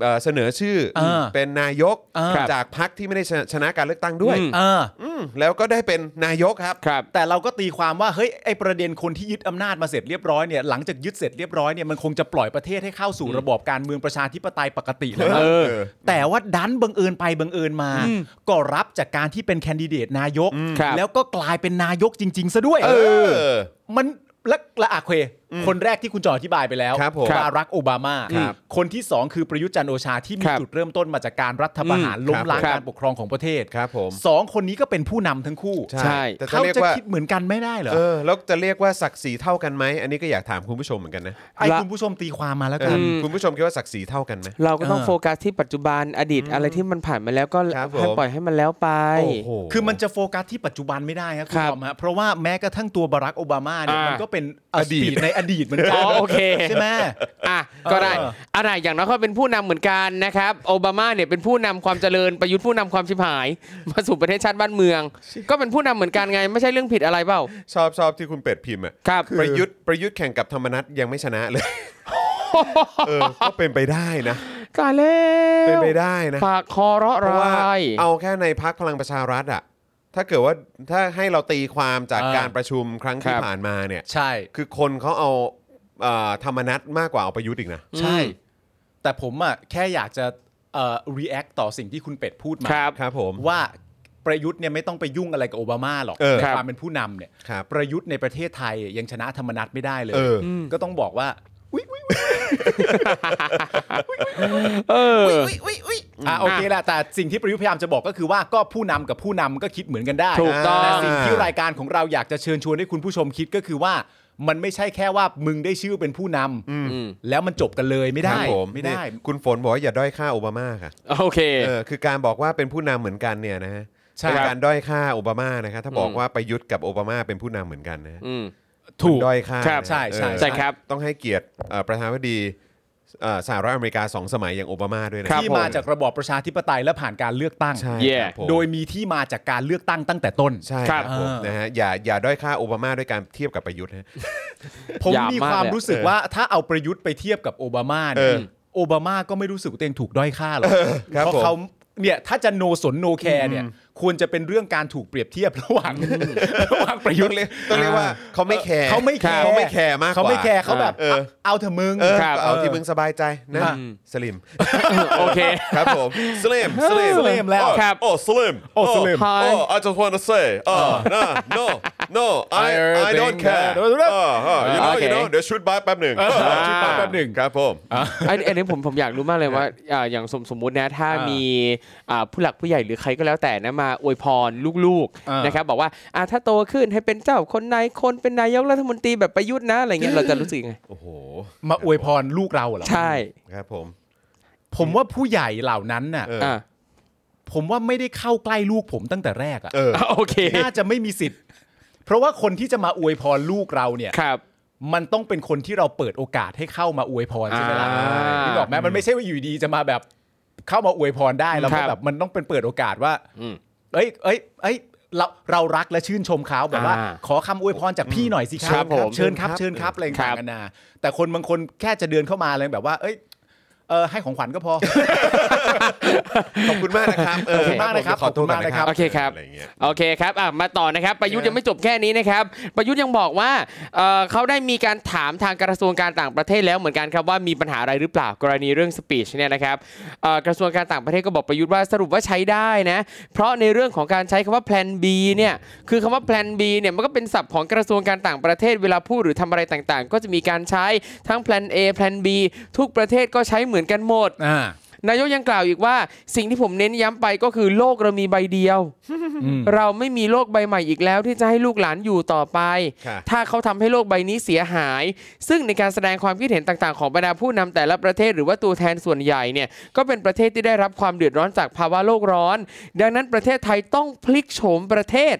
เอ่อเสนอชื่อ
เออ
เป็นนายก
เออ
จากพรรคที่ไม่ได้ชนะชนะการเลือกตั้งด้วย
อืม
เออ
อืมแล้วก็ได้เป็นนายกครับ
ครับ
แต่เราก็ตีความว่าเฮ้ยไอประเด็นคนที่ยึดอำนาจมาเสร็จเรียบร้อยเนี่ยหลังจากยึดเสร็จเรียบร้อยเนี่ยมันคงจะปล่อยประเทศให้เข้าสู่ระบอบการเมืองประชาธิปไตยปกติแล้วนะ
เออ
แต่ว่าดันบังเอิญไปบังเอิญมา ก็รับจากการที่เป็นแคนดิเดตนายก
ครับ
แล้วก็กลายเป็นนายกจริง ๆ ซะด้วย
เออ
มันและและอาเคว คนแรกที่คุณจออธิบายไปแล้ว
ครับผม
บารักโอบามา
ครับ
คนที่สองคือประยุทธ์จันทร์โอชาที่มี
ครับ
จุดเริ่มต้นมาจากการรัฐประหาร
อืม
ล้มล้าง
ครับ
การปกครองของประเทศ
ครับผม
สองคนนี้ก็เป็นผู้นำทั้งคู่
ใช่
แต่จะ
เขา
เรียก
จะ
ว่า
คิดเหมือนกันไม่ได้เหรอ
เออแล้วจะเรียกว่าศักดิ์ศรีเท่ากันไหมอันนี้ก็อยากถามคุณผู้ชมเหมือนกันนะ
ไอ้คุณผู้ชมตีความมาแล้ว
เอ
กั
อน อคุณผู้ชมคิดว่าศักดิ์ศรีเท่ากันไหม
เราก็ต้อง
เออ
โฟกัสที่ปัจจุบันอดีตอะไรที่มันผ่านมาแล้วก็
ครับผม
ให้ปล่อยให้มันแล้วไป
คือมันจะโฟกัสที่ปัจจุบันไม่ได้ครับคุณ
ครับ
ผู้ชมฮะเพราะว่าแม้กระทั่งตัวบารักโอบามาเนี่ย
อ่ามั
มันก็เป็นอดีตในอดีตเหมือนกั
อ๋อโอเค
ใช่ไหม
อ่ะก็ได้
เออ
อะไรอย่างน้อยเขาเป็นผู้นำเหมือนกันนะครับโอบามาเนี่ยเป็นผู้นำความเจริญประยุทธ์ผู้นำความชิบหาย มาสู่ประเทศชาติบ้านเมือง ก็เป็นผู้นำเหมือนกันไง ไม่ใช่เรื่องผิดอะไรเปล่า
ชอบชอบที่คุณเป็ดพิมพ์อ่ะ
ครับ
ประยุทธ์ประยุทธ์แข่งกับธรรมนัตยังไม่ชนะเลย เออก็เป็นไปได้นะ
ตายแล้
เป็น
ว
ไปได้นะ
ปากคอเราะ
เพราะว่า
ร้าย
เอาแค่ในพักพลังประชารัฐอ่ะถ้าเกิดว่าถ้าให้เราตีความจาก
อ่า
การประชุมครั้งที่
ครับ
ผ่านมาเนี่ย
ใช่
คือคนเขาเอาเอ่อธรรมนัตมากกว่าเอาประยุทธ์อีกนะ
ใช่ แต่ผมอ่ะแค่อยากจะเอ่อ react ต่อสิ่งที่คุณเป็ดพูดมา
ครับ
ครับผม
ว่าประยุทธ์เนี่ยไม่ต้องไปยุ่งอะไรกับโอบามาหรอก
เออ
ใน
ครับ
ความเป็นผู้นำเนี่ย
ครับ
ประยุทธ์ในประเทศไทยยังชนะธรรมนัตไม่ได้เลย
เออ
ก็ต้องบอกว่า
[LAUGHS] เออ
อ่ะโอเคแหละแต่สิ่งที่ประยุทธ์พยายามจะบอกก็คือว่าก็ผู้นำกับผู้นำก็คิดเหมือนกันได้
ถูกต้อง
แต่สิ่งที่รายการของเราอยากจะเชิญชวนให้คุณผู้ชมคิดก็คือว่ามันไม่ใช่แค่ว่ามึงได้ชื่อเป็นผู้นำ
อืม
แล้วมันจบกันเลยไม่
ครั
ได้
บผม
ไม่ได้
นี่คุณฝนบอกว่าอย่าด้อยค่าโอบามาค่ะ
โอเค
เออคือการบอกว่าเป็นผู้นำเหมือนกันเนี่ยนะฮะ
ใช่
เป็นการด้อยค่าโอบามานะครับถ้าบอก
อืม
ว่าประยุทธ์กับโอบามาเป็นผู้นำเหมือนกันนะฮะ
อืม
ถูก
มันด้อยค่า
ครับ
นะ
ใช่ใช่
เออ
ใช่ครับ
ต้องให้เกียรติเอ่อประธานาธิบดีเอ่อสหรัฐอเมริกาสองสมัยอย่างโอบามาด้วยนะ
ครับ
ที่มาจากระบอบประชาธิปไตยและผ่านการเลือกตั้ง
ใช่
แย่
ครับผม
โดยมีที่มาจากการเลือกตั้งตั้งแต่ต้น
ใช่ค
ครั
รั
บบ
ผม
อ่าน
นะฮะอย่าอย่าด้อยค่าโอบามาด้วยการเทียบกับประยุทธ์นะ
ผม
หยาบ
มี
มาก
ความ
เลยอะ
รู้สึกว่าถ้าเอาประยุทธ์ไปเทียบกับโอบามา
เอ
เนี่ย
อ
โอบามาก็ไม่รู้สึกว่าตัวเองถูกด้อยค่าหรอก
ครับ
เพราะ
ผม
เขาเนี่ยถ้าจะโนสนโนแคร์เนี่ยควรจะเป็นเรื่องการถูกเปรียบเทียบระหว่าง [LAUGHS] ระหว่างประยุ
ต้
ท
อง
ธ์
เรียกต้องเรียกว่าเขาไม่แคร์
เขาไม่แคร์
เขาไม่แคร์มากกว่า
เขาไม่แคร์เขาแบบ
เออ
เอาเถอะมึง
เออ
ครับ
ก็เอาที่มึงสบายใจนะ
อ่ะ
สลิม
โอเค [LAUGHS]
ครับผมสลิมสลิม
Slim แล้ว
ครับ
โอ้สลิม
Oh, Slim.
Hi.
I just want to say uh, no no no I I don't care
I think that-
Uh, uh, you know you
Okay.
know เดี๋ยวชุดบาสแป๊บหนึ่ง
ชุดบาสแป๊บหนึ่ง
ครับผม
ไอ้ไอ้นี้ผมผมอยากรู้มากเลยว่าอ่าอย่างสมสมมุตินะถ้า
อ่ามี
มีอ่าผู้หลักผู้ใหญ่หรือใครก็แล้วแต่นะมาอวยพรลูก
อ่า
ๆ
น
นะครับบอกว่าอ่าถ้าโตขึ้นให้เป็นเจ้าคนนายคนเป็นนายกรัฐมนตรีแบบประยุทธ์นะอะไรเงี้ยเราจะรู้สึกยังไง
โอ้โห
มาอวยพรลูกเราเหรอ
ใช่
ครับผม
ผมว่าผู้ใหญ่เหล่านั้นน่ะ
เอ
อ่า
ผมว่าไม่ได้เข้าใกล้ลูกผมตั้งแต่แรกอะ
เออ
[LAUGHS] โอเค
น่าจะไม่มีสิทธิ์ เพราะว่าคนที่จะมาอวยพรลูกเราเนี่ย
ครับ
มันต้องเป็นคนที่เราเปิดโอกาสให้เข้ามาอวยพรใช่ไหมล่ะ
อ่า
นึกออกไหมมันไม่ใช่ว่าอยู่ดีจะมาแบบเข้ามาอวยพรได้แล้วก็
ครับ
แบบมันต้องเป็นเปิดโอกาสว่า
อืม
เอ้ยเอ้ยเอ้ยเราเรารักและชื่นชมเขาแบบว่า
อ่า
ขอคำอวยพรจากพี่หน่อยสิค
ครั
รับบ
ผม
เชิญครับ
ครับ
เชิญครับอะไร
ครั
ต่าง
บ
ๆกันานาแต่คนบางคนแค่จะเดินเข้ามาเลยแบบว่า เอ้ยเออให้ของขวัญก็พอ
ขอบคุณมากนะครับเออ
ขอบคุณมากนะครับ
ขอตัวก่อนนะครั
ขอบคุณมากนะครับ บ
โอเคครับ
อะไรอย่างเงี้ย
โอเคครับอ่ะมาต่อนะครับ ประยุทธ์ยังไม่จบแค่นี้นะครับ ประยุทธ์ยังบอกว่าเอ่อเขาได้มีการถามทางกระทรวงการต่างประเทศแล้วเหมือนกันครับว่ามีปัญหาอะไรหรือเปล่ากรณีเรื่องสปีชเนี่ยนะครับเอ่อกระทรวงการต่างประเทศก็บอกประยุทธ์ว่าสรุปว่าใช้ได้นะเพราะในเรื่องของการใช้คำว่า plan B เนี่ยคือคำว่า plan B เนี่ยมันก็เป็นศัพท์ของกระทรวงการต่างประเทศเวลาพูดหรือทำอะไรต่างๆ ก็จะมีการใช้ทั้ง plan A plan B ทุกประเทศก็ใช้เหมือนกันหมด
อ่าน
ายกยังกล่าวอีกว่าสิ่งที่ผมเน้นย้ำไปก็คือโลกเรามีใบเดียว
อืม
เราไม่มีโลกใบใหม่อีกแล้วที่จะให้ลูกหลานอยู่ต่อไป
ค่ะ
ถ้าเขาทำให้โลกใบนี้เสียหาย ซึ่งในการแสดงความคิดเห็นต่างๆ ของบรรดาผู้นำแต่ละประเทศหรือว่าตัวแทนส่วนใหญ่เนี่ย ก็เป็นประเทศที่ได้รับความเดือดร้อนจากภาวะโลกร้อน ดังนั้นประเทศไทยต้องพลิกโฉมประเทศ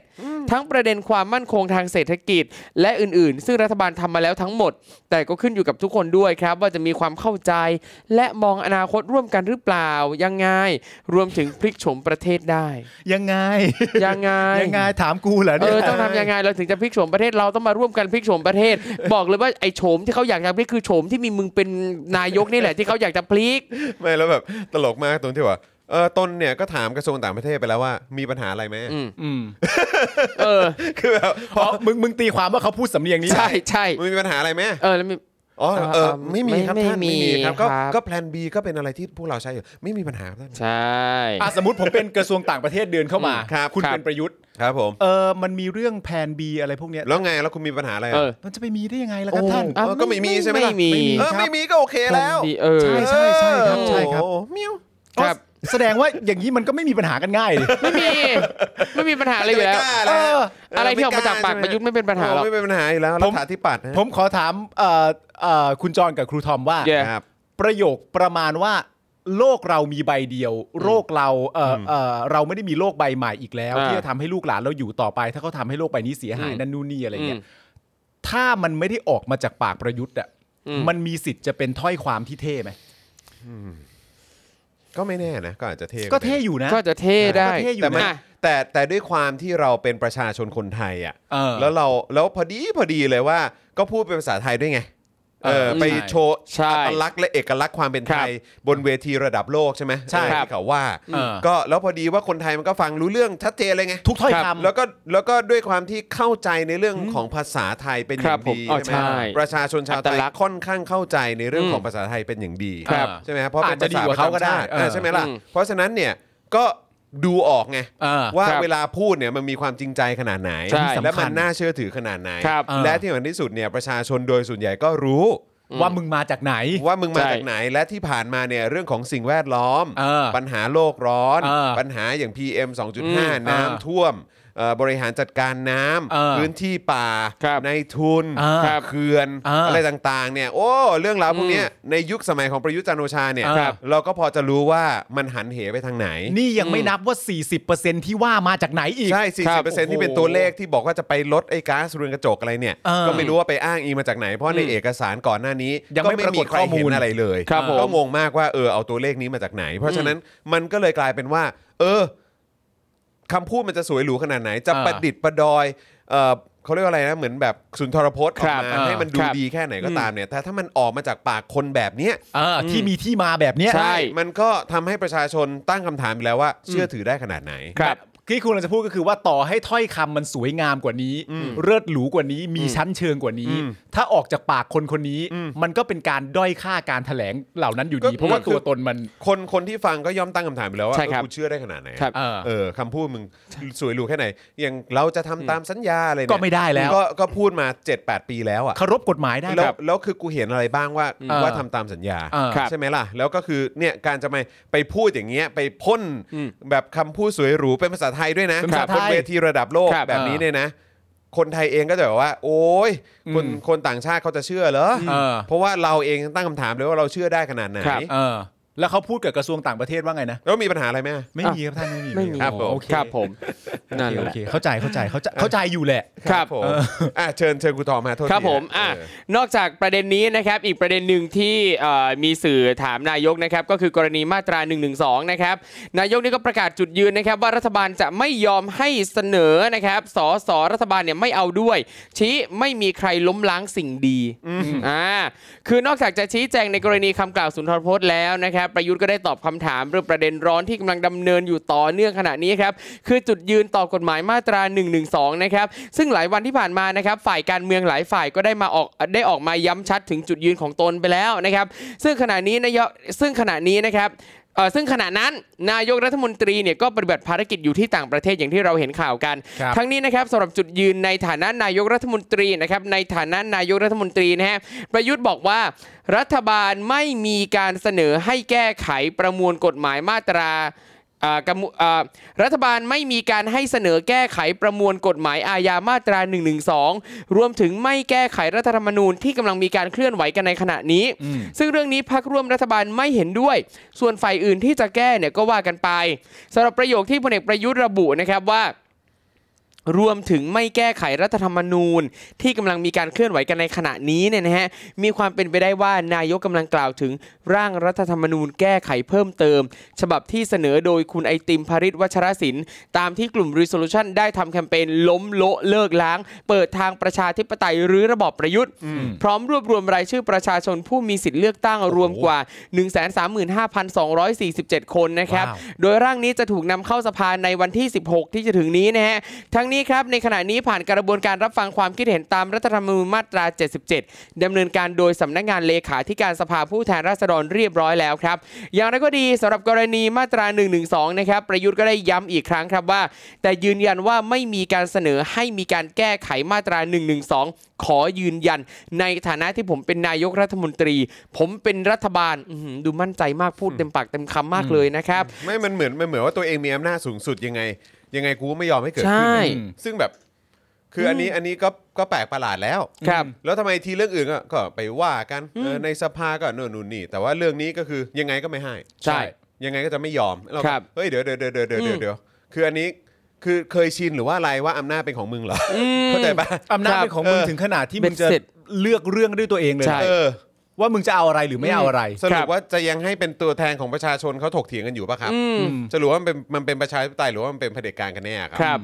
ทั้งประเด็นความมั่นคงทางเศรษฐกิจ และอื่นๆ ซึ่งรัฐบาลทำมาแล้วทั้งหมด แต่ก็ขึ้นอยู่กับทุกคนด้วยครับ ว่าจะมีความเข้าใจ และมองอนาคตร่วมกันหรือเปล่ายังไงรวมถึงพลิกโฉมประเทศได้
ยังไง
ยังไง
ยังไงถามกูเหรอ
เอ
เนี่ย
อต้องทำยังไงเราถึงจะพลิกโฉมประเทศเราต้องมาร่วมกันพลิกโฉมประเทศ บอกเลยว่าไอ้โฉมที่เขาอยากจะพลิกคือโฉมที่มีมึงเป็นนายกนี่แหละที่เขาอยากจะพลิก
ไม่แล้วแบบตลกมากตรงที่ว่าเออตนเนี่ยก็ถามกระทรวงต่างประเทศไปแล้วว่ามีปัญหาอะไรไหม
อืม
อืม
เออ
คือ
[LAUGHS]
แบบ
เพราะมึงมึงตีความว่าเขาพูดสำเนียงนี้
ใช่ใช่
มึงมีปัญหาอะไรไหม
เออแล้วมี
อ๋อ
อ่า
เออ
อ่า
ไม่มีครับ
ไม่
ท่านไม่มีครับ
ไม่มี
ก็
ครับ
ก็แพลน B ก็เป็นอะไรที่พวกเราใช้อยู่ไม่มีปัญหาครับท่าน
ใช่
อ่ะสมมติผมเป็นกระทรวงต่างประเทศเดินเข้ามา
อืมครับ
คุณ
ครับ
เป็นประยุทธ์
ครับผม
เออมันมีเรื่องแผน B อะไรพวกเนี้ย
แล้วไงแล้วคุณมีปัญหาอะไร
เอ
อ่ะ
อ
มันจะไปมีได้ยังไงล่ะค
โอ้
รับท่าน
เออก็ไม่มีใช่ไหมล่ะ
ไม่มี
เออ
ครับ
ไม่มีก็โอเคแล้ว
ดีเออ
ใช่ใช่ใช่ครับใช่ครับ
โอ้โหมิว
ครับ
แสดงว่าอย่างนี้มันก็ไม่มีปัญหากันง่ายดิ
ไม่มี ไม่มีปัญหาอะไรอยู่แล้ว
เออ
อะไรที่ออกมาจากปาก
ใช่
ประยุทธ์ไม่เป็นปัญหาหรอก
ไม่เป็นปัญหาอยู่แล้ว
ผ
รั
ม
ฐาธิปัตย์นะ
ผมขอถามเอ่อเอ่อคุณจอนกับครูทอมว่า
แย่
ครับ
ประโยคประมาณว่า โลกเรามีใบเดียว โรคเราเอ่ออเอ่อเราไม่ได้มีโลกใบใหม่อีกแล้ว
อ่า
ที่จะทำให้ลูกหลานเราอยู่ต่อไป ถ้าเขาทำให้โลกใบนี้เสียหาย
อืม
นั่นนู่นนี่อะไรเงี้
อื
ยถ้ามันไม่ได้ออกมาจากปากประยุทธ์อ่ะ
อืม
มันมีสิทธิ์จะเป็นถ้อยความที่เท่ไหม
ก็ไม่แน่นะ ก็อาจจะเท่
ก็เท่อยู่นะ
ก็จะเท่ได้
ก็เท่อยู่
แต่มัน
นะ
อ่ะ
แต่แต่ด้วยความที่เราเป็นประชาชนคนไทยอ่ะ
เออ
แล้วเราแล้วพอดีพอดีเลยว่า ก็พูดเป็นภาษาไทยด้วยไงเออ
เออ
ไป
ใช่
โชว์
ใช่
อัตลักษณ์และเอกลักษณ์ความเป็นไทย บนเวทีระดับโลกใช่ไหม
ใช่
เออ
ครับ
ที่เขาว่า
เออ
ก็แล้วพอดีว่าคนไทยมันก็ฟังรู้เรื่องชัดเจนเลยไง
ทุกถ้อย
ครับ
คำ
แล้วก็แล้วก็ด้วยความที่เข้าใจในเรื่องของภาษาไทยเป็นอ
ครั
ย่า
บ
ง
ผม
ดี
อ๋อ
ใช่ไหม
ใช่
ประชาชนชาวไท
อั
ย
ตลักษณ์
ค่อนข้างเข้าใจในเรื่อง
อืม
ของภาษาไทยเป็นอย่างดี
ครับ
ใช่ไหมครับเพราะเป็น
อาจ
ภาษา
จะดีกว่าเขาก็ได้
ประจำชติเอ
เออ
อใช่ไหมล่ะ
อืม
เพราะฉะนั้นเนี่ยก็ดูออกไง
เออ
ว่า
ครับ
เวลาพูดเนี่ยมันมีความจริงใจขนาดไหน
ใช่
และมัน
สำคัญ
น่าเชื่อถือขนาดไหน
ครับ
เออ
และที่สำคัญที่สุดเนี่ยประชาชนโดยส่วนใหญ่ก็รู้
ว่ามึงมาจากไหน
ว่ามึงมา
ใช่
จากไหนและที่ผ่านมาเนี่ยเรื่องของสิ่งแวดล้อม
เออ
ปัญหาโลกร้อน
เออ
ปัญหาอย่าง PM
ม
2.5 น้ำท่วมเอ่อบริหารจัดการน้ำ
เออ
พื้นที่ป่า
ครับ
ในทุน
เออ
เขื่อน
เอออ
ไรต่างๆเนี่ยโอ้เรื่องราวพวกเนี้ยในยุคสมัยของประยุทธ์จันทร์โอชาเนี่ย
เออ
เราก็พอจะรู้ว่ามันหันเหไปทางไหน
นี่ยังไม่นับว่า 40%ที่ว่ามาจากไหนอีก
ใช่
ครับ
40%ที่เป็น
โอ้โห
ตัวเลขที่บอกว่าจะไปลดไอ้ก๊าซเรือนกระจกอะไรเนี่ย
เออ
ก็ไม่รู้ว่าไปอ้างอิงมาจากไหน เพราะในเอกสารก่อนหน้านี้
ยังไม่ปรากฏ
ใครเห็น
ข้อมูล
อะไรเลย
ครับผม
ก็งงมากว่าเออเอาตัวเลขนี้มาจากไหน เพราะฉะนั้นมันก็เลยกลายเป็นว่า เออคำพูดมันจะสวยหรูขนาดไหน จะประดิษฐ์ประดอยเออเขาเรียกว่าอะไรนะเหมือนแบบสุนทรพจน์ออก
ค
มา
รับ
ให้มันดู
ครับ
ดีแค่ไหนก็ตามเนี่ยแต่ถ้ามันออกมาจากปากคนแบบเนี้ย
เออที่มีที่มาแบบเนี้ย
ใช่
มันก็ทำให้ประชาชนตั้งคำถามอยู่แล้วว่า เชื่อถือได้ขนาดไหน
ครับ
ที่คุณกำลังจะพูดก็คือว่าต่อให้ถ้อยคำมันสวยงามกว่านี้ เลิศหรูกว่านี้มีชั้นเชิงกว่านี้ ถ้าออกจากปากคนคนนี้ มันก็เป็นการด้อยค่าการแถลงเหล่านั้นอยู่
ก็
ดี เพราะว่าตัวตนมัน
คนคนที่ฟังก็ย่อมตั้งคำถามอยู่แล้วว่า
ใช่
เออ
ครับ
กูเชื่อได้ขนาดไหนอะ
ครับ
เออ
เออคำพูดมึงสวยหรูแค่ไหน อย่างเราจะทำตามสัญญาอะไรเนี่ย
ก็ไม่ได้แล้ว
ก็ก็พูดมา 7-8 ปีแล้วอ่ะ
เคารพกฎหมายได้
แล้ว
ครับ
แล้วคือกูเห็นอะไรบ้างว่า
เออ
ว่าทำตามสัญญา
เออ
ครับ
ใช่ไหมล่ะ แล้วก็คือเนี่ยการจะไปไปพูดอย่างเงี้ยไปพ่นแบบคำพูดสวยหรูเป็นภาษาไทยด้วยนะ
เป็นภาษา
บน
ไทย
เวทีระดับโลก
ครับ
แบบนี้เนี่ยนะ คนไทยเองก็จะแบบว่า โอ้ยคน
อืม
คนต่างชาติเขาจะเชื่อเหรอ
เออ
เพราะว่าเราเองยังตั้งคำถามเลยว่าเราเชื่อได้ขนาดไหน
ครับ
เออ แล้วเขาพูดกับกระทรวงต่างประเทศว่าไงนะ
แล้วมีปัญหาอะไรไหมอะ
ไม่มีครับท่านไม่มี
ไม่มี
ครับผม
โอเค
ครับผมนั่น
โอ
แหละ
เคเข้าใจเข้าใจเข้าใจเข้าใจอยู่แหละ
ครับ
ผมอ่ะเชิญเชิญคุณทอมมาโทษ
ครับ
ที
ผม
เ
อ่ะนอกจากประเด็นนี้นะครับ อีกประเด็นหนึ่งที่เอ่อมีสื่อถามนายกนะครับ ก็คือกรณีมาตรา1นึนะครับ นายกนี่ก็ประกาศจุดยืนนะครับ ว่ารัฐบาลจะไม่ยอมให้เสนอนะครับ สสรัฐบาลเนี่ยไม่เอาด้วย ชี้ไม่มีใครล้มล้างสิ่งดีอ่าคือนอกจากจะชี้แจงในกรณีคำกล่าวสุนทรพจน์แล้วนะครับ ประยุทธ์ก็ได้ตอบคำถามเรื่องประเด็นร้อนที่กำลังดำเนินอยู่ต่อเนื่องขณะนี้ครับ คือจุดยืนต่อกฎหมายมาตรา1นึนะครับ ซึ่งหลายวันที่ผ่านมานะครับ ฝ่ายการเมืองหลายฝ่ายก็ได้มาออกได้ออกมาย้ำชัดถึงจุดยืนของตนไปแล้วนะครับ ซึ่งขณะนี้นายกซึ่งขณะนี้นะครับเอ่อซึ่งขณะนั้นนายกรัฐมนตรีเนี่ยก็ปฏิบัติภารกิจอยู่ที่ต่างประเทศอย่างที่เราเห็นข่าวกัน
ครับ
ทั้งนี้นะครับสำหรับจุดยืนในฐานะนายกรัฐมนตรีนะครับในฐานะนายกรัฐมนตรีนะฮะประยุทธ์บอกว่า รัฐบาลไม่มีการเสนอให้แก้ไขประมวลกฎหมายมาตราเอ่อกำมุเอ่อรัฐบาลไม่มีการให้เสนอแก้ไขประมวลกฎหมายอาญามาตรา 112 รวมถึงไม่แก้ไขรัฐธรรมนูญที่กำลังมีการเคลื่อนไหวกันในขณะนี้ ซึ่งเรื่องนี้พักร่วมรัฐบาลไม่เห็นด้วย ส่วนฝ่ายอื่นที่จะแก้เนี่ยก็ว่ากันไปสำหรับประโยคที่พลเอกประยุทธ์ระบุนะครับว่า รวมถึงไม่แก้ไขรัฐธรรมนูญ ที่กำลังมีการเคลื่อนไหวกันในขณะนี้เนี่ยนะฮะมีความเป็นไปได้ว่านายกกำลังกล่าวถึงร่างรัฐธรรมนูญแก้ไขเพิ่มเติม ฉบับที่เสนอโดยคุณไอติมภริตวัชรศิลป์ตามที่กลุ่ม Resolution ได้ทำแคมเปญล้มโละเลิกล้าง เปิดทางประชาธิปไตยหรือระบอบประยุทธ์ พร้อมรวบรวมรายชื่อประชาชนผู้มีสิทธิ์เลือกตั้งรวมกว่า 135,247 คนนะครับ
ว้าว
โดยร่างนี้จะถูกนำเข้าสภาในวันที่ 16 ที่จะถึงนี้นะฮะทั้งนี้ นี้ครับในขณะนี้ผ่านกระบวนการรับฟังความคิดเห็นตามรัฐธรรมนูญมาตรา 77ดำเนินการโดยสำนักงานเลขาธิการสภาผู้แทนราษฎรเรียบร้อยแล้วครับ อย่างไรก็ดีสำหรับกรณีมาตรา 112 นะครับ ประยุทธ์ก็ได้ย้ำอีกครั้งครับว่า แต่ยืนยันว่าไม่มีการเสนอให้มีการแก้ไขมาตรา 112 ขอยืนยัน ในฐานะที่ผมเป็นนายกรัฐมนตรี ผมเป็นรัฐบาลอื้อหือดูมั่นใจมากพูดเต็มปากเต็มคำมากเลยนะครับ
ไม่มันเหมือนมันเหมือนว่าตัวเองมีอำนาจสูงสุดยังไง ยังไงกูก็ไม่ยอมให้เกิดขึ้น
ใช่
นะซึ่งแบบ คืออันนี้อันนี้ก็ก็แปลกประหลาดแล้ว
ครับ
แล้วทำไมทีเรื่องอื่นก็ก็ไปว่ากันเออในสภาก็โน่นนู่นนี่ แต่ว่าเรื่องนี้ก็คือยังไงก็ไม่ให้
ใช่
ยังไงก็จะไม่ยอมเราก็
ครับ
เฮ้ยเดี๋ยวเดี๋ยวเดี๋ยวเดี๋ยวเดี๋ยวเดี๋ยวคืออันนี้คือเคยชินหรือว่าอะไรว่าอำนาจเป็นของมึงเหรออเข้าใจปะ
อำนาจเป็นของมึง
เออ
ถึงขนาดที่
เบ็ด
มึงจะ
เสร็จ
เลือกเรื่องด้วยตัวเองเลย
ใช่
นะ
เออ
ว่ามึงจะเอาอะไรหรือไม่เอาอะไร
สรุ
ครั
ป
บ
ว่าจะยังให้เป็นตัวแทนของประชาชนเขาถกเถียงกันอยู่ปะครับสรุปว่ามันเป็นมันเป็นประชาธิปไตยหรือว่ามันเป็นเผด็จการกันแน่ครั
ครับ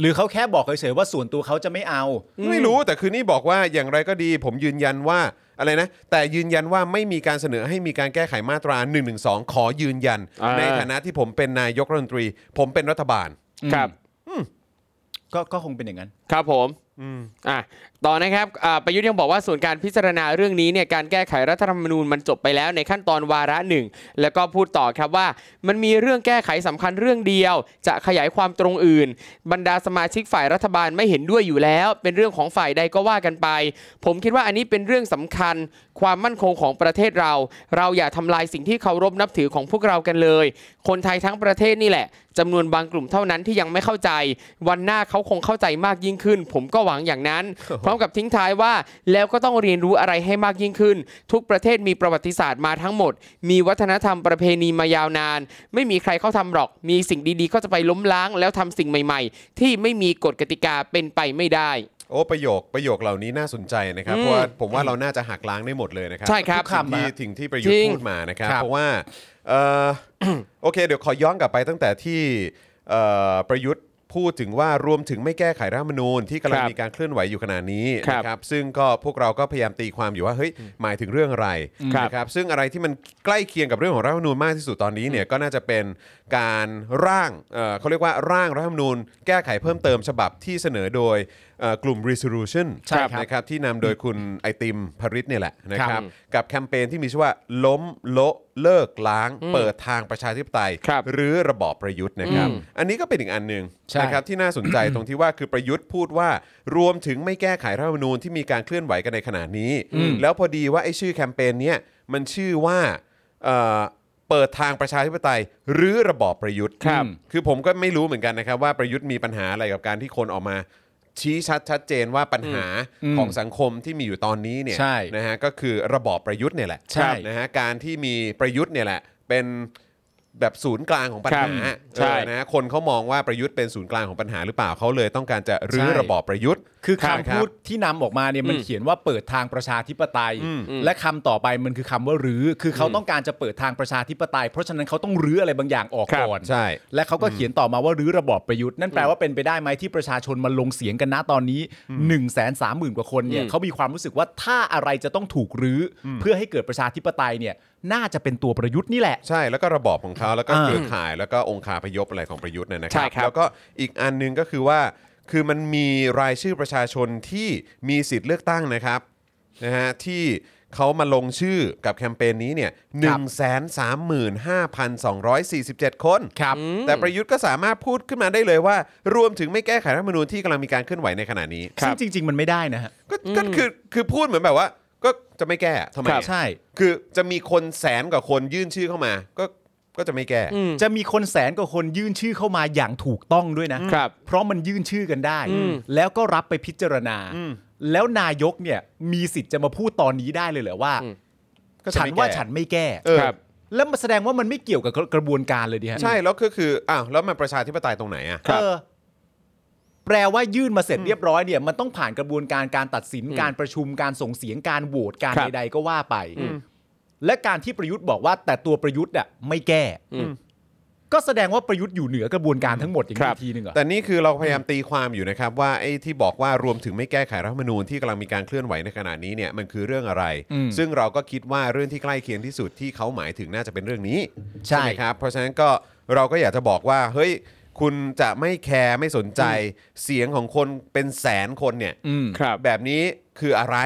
หรือเขาแค่บอกเฉยๆว่าส่วนตัวเขาจะไม่เอา
ไม่รู้แต่คืนนี้บอกว่าอย่างไรก็ดี ผมยืนยันว่าอะไรนะ แต่ยืนยันว่าไม่มีการเสนอให้มีการแก้ไขมาตรา1นึขอยืนยัน
อ่า
ในฐานะที่ผมเป็นนายกรัฐมนตรี ผมเป็นรัฐบาล
ครับ
ก็ก็คงเป็นอย่างนั้น
ครับผมอ่ะต่อนะครับอ่าประยุทธ์ยังบอกว่าส่วนการพิจารณาเรื่องนี้เนี่ยการแก้ไขรัฐธรรมนูญมันจบไปแล้วในขั้นตอนวาระหนึ่ง แล้วก็พูดต่อครับว่า มันมีเรื่องแก้ไขสำคัญเรื่องเดียว จะขยายความตรงอื่น บรรดาสมาชิกฝ่ายรัฐบาลไม่เห็นด้วยอยู่แล้ว เป็นเรื่องของฝ่ายใดก็ว่ากันไป ผมคิดว่าอันนี้เป็นเรื่องสำคัญ ความมั่นคงของประเทศเรา เราอย่าทำลายสิ่งที่เคารพนับถือของพวกเรากันเลย คนไทยทั้งประเทศนี่แหละจำนวนบางกลุ่มเท่านั้นที่ยังไม่เข้าใจ วันหน้าเขาคงเข้าใจมากยิ่งขึ้น ผมก็หวังอย่าง
[LAUGHS]
นั้น พร้อมกับทิ้งท้ายว่าแล้วก็ต้องเรียนรู้อะไรให้มากยิ่งขึ้น ทุกประเทศมีประวัติศาสตร์มาทั้งหมด มีวัฒนธรรมประเพณีมายาวนาน ไม่มีใครเขาทำหรอก มีสิ่งดีๆก็จะไปล้มล้าง แล้วทำสิ่งใหม่ ๆ ที่ไม่มีกฎกติกาเป็นไปไม่ได้
โอ้ประโยคประโยคเหล่านี้น่าสนใจนะครับ
อืม
เพราะว่าผมว่าเราน่าจะหักล้างได้หมดเลยนะครั
ใช่ครับ
สิ่งที่
ครับ
สิ่งที่ประยุท
จริ
ธ์
ง
พูดมานะครับ
ครับ
เพราะว่าเอ่อ โอเค เดี๋ยวขอย้อนกลับไปตั้งแต่ที่เอ่อประยุทธ์พูดถึงว่ารวมถึงไม่แก้ไขรัฐธรรมนูญที่กำลัง
ครับ
มีการเคลื่อนไหวอยู่ขณะนี้
ครับ
นะครับซึ่งก็พวกเราก็พยายามตีความอยู่ว่าเฮ้ยหมายถึงเรื่องอะไร
ครับ
นะครับซึ่งอะไรที่มันใกล้เคียงกับเรื่องของรัฐธรรมนูญมากที่สุดตอนนี้เนี่ยก็น่าจะเป็นการร่างเอ่อเขาเรียกว่าร่างรัฐธรรมนูญ แก้ไขเพิ่มเติมฉบับที่เสนอโดยเอ่อกลุ่ม resolution
ใช่ครับ
นะครับที่นำโดยคุณไอติมพริตเนี่ยแหละนะค
ครั
รับบ กับแคมเปญที่มีชื่อว่าล้มโละเลิกล้าง เปิดทางประชาธิปไตย
ครับ
หรือระบอบประยุทธ์นะครับ อันนี้ก็เป็นอีกอันหนึ่ง
ใช่
นะครับที่น่าสนใจ ตรงที่ว่าคือประยุทธ์พูดว่ารวมถึงไม่แก้ไขรัฐธรรมนูญที่มีการเคลื่อนไหวกันในขณะนี้ แล้วพอดีว่าไอ้ชื่อแคมเปญเนี้ยมันชื่อว่าเอ่อเปิดทางประชาธิปไตย หรือระบอบประยุทธ์
ครับ
คือผมก็ไม่รู้เหมือนกันนะครับ ว่าประยุทธ์มีปัญหาอะไรกับการที่คนออกมา ชี้ชัดชัดเจนว่าปัญหา
อืม
ของสังคมที่มีอยู่ตอนนี้เนี่ย
ใช่
นะฮะก็คือระบอบประยุทธ์เนี่ยแหละ
ใช่
นะฮะการที่มีประยุทธ์เนี่ยแหละเป็นแบบศูนย์กลางของปัญหา
ครับ
เออ
ใช่
นะฮะคนเขามองว่าประยุทธ์เป็นศูนย์กลางของปัญหาหรือเปล่าเขาเลยต้องการจะรื้อ
ใช่
ระบอบประยุทธ์
คือ
ครับ
คำพูดที่นำออกมาเนี่ยมันเขียนว่าเปิดทางประชาธิปไตย
อืม
และคำต่อไปมันคือคำว่ารื้อคือเขาต้องการจะเปิดทางประชาธิปไตย เพราะฉะนั้นเขาต้องรื้ออะไรบางอย่างออกก่อน
ใช่
และเขาก็เขียนต่อมาว่ารื้อระบอบประยุทธ์นั่นแปลว่าเป็นไปได้ไหมที่ประชาชนมาลงเสียงกันนะตอนนี้1นึ่งแสนสามหมื่นกว่าคนเนี่ยเขามีความรู้สึกว่าถ้าอะไรจะต้องถูกรื้ออเพื่อให้เกิดประชาธิปไตยเนี่ยน่าจะเป็นตัวประยุทธ์นี่แหละ
ใช่แล้วก็ระบอบของเขาแล้วก็
อ่า
เครือข่ายแล้วก็องค์คาพยพอะไรของประยุทธ์เนี่ยนะครั
ใช่ครับ
แล้วก็อีกอันหนึงก็คือว่า คือมันมีรายชื่อประชาชนที่มีสิทธิ์เลือกตั้งนะครับนะฮะที่เขามาลงชื่อกับแคมเปญนี้เนี่ยห
ครั
นึ่
บ
งแสนสามหมื่นห้าพันสองร้อยสี่สิบเจ็ดคน
ครับ
แต่ประยุทธ์ก็สามารถพูดขึ้นมาได้เลยว่า รวมถึงไม่แก้ไขรัฐธรรมนูญที่กำลังมีการเคลื่อนไหวในขณะนี้
ครั
ซึ่
บ
งจริง ๆ มันไม่ได้นะฮะ
ก็ก็คือคือพูดเหมือนแบบว่า ก็จะไม่แก้อะทำไมอะ
ใช่
คือจะมีคนแสนกว่าคนยื่นชื่อเข้ามา ก็ก็จะไม่แก้
จะมีคนแสนกว่าคนยื่นชื่อเข้ามาอย่างถูกต้องด้วยนะ
ครับ
เพราะมันยื่นชื่อกันได้ แล้วก็รับไปพิจารณา แล้วนายกเนี่ยมีสิทธิ์จะมาพูดตอนนี้ได้เลยเหรอว่า
ก็จะ
ฉัน
ไม่แก้
ว่าฉันไม่แก้
เออ
ครับ
แล้วมันแสดงว่ามันไม่เกี่ยวกับกระบวนการเลยดิฮะ
ใช่ แล้วก็คืออ้าวแล้วมันประชาธิปไตยตรงไหนอ่ะ
ครับ
เออแปลว่ายื่นมาเสร็จเรียบร้อยเนี่ย มันต้องผ่านกระบวนการการตัดสินการประชุมการส่งเสียงการโหวตการ
ครับ
ใดๆก็ว่าไป และการที่ประยุทธ์บอกว่า แต่ตัวประยุทธ์อ่ะไม่แก้
อืม
ก็แสดงว่าประยุทธ์อยู่เหนือกระบวนการทั้งหมดอย่าง
ค
นี้
รับ
อีกทีหนึ่งเหรอ
แต่นี่คือเราพยายามตีความอยู่นะครับว่าไอ้ที่บอกว่ารวมถึงไม่แก้ไขรัฐธรรมนูญที่กำลังมีการเคลื่อนไหวในขณะนี้เนี่ยมันคือเรื่องอะไร
อืม
ซึ่งเราก็คิดว่าเรื่องที่ใกล้เคียงที่สุดที่เขาหมายถึงน่าจะเป็นเรื่องนี้
ใช่
ไหมครับ เพราะฉะนั้นก็เราก็อยากจะบอกว่าเฮ้ย คุณจะไม่แคร์ไม่สนใจ เสียงของคนเป็นแสนคนเนี่ย
อืม
ครับ
แบบนี้คืออะไร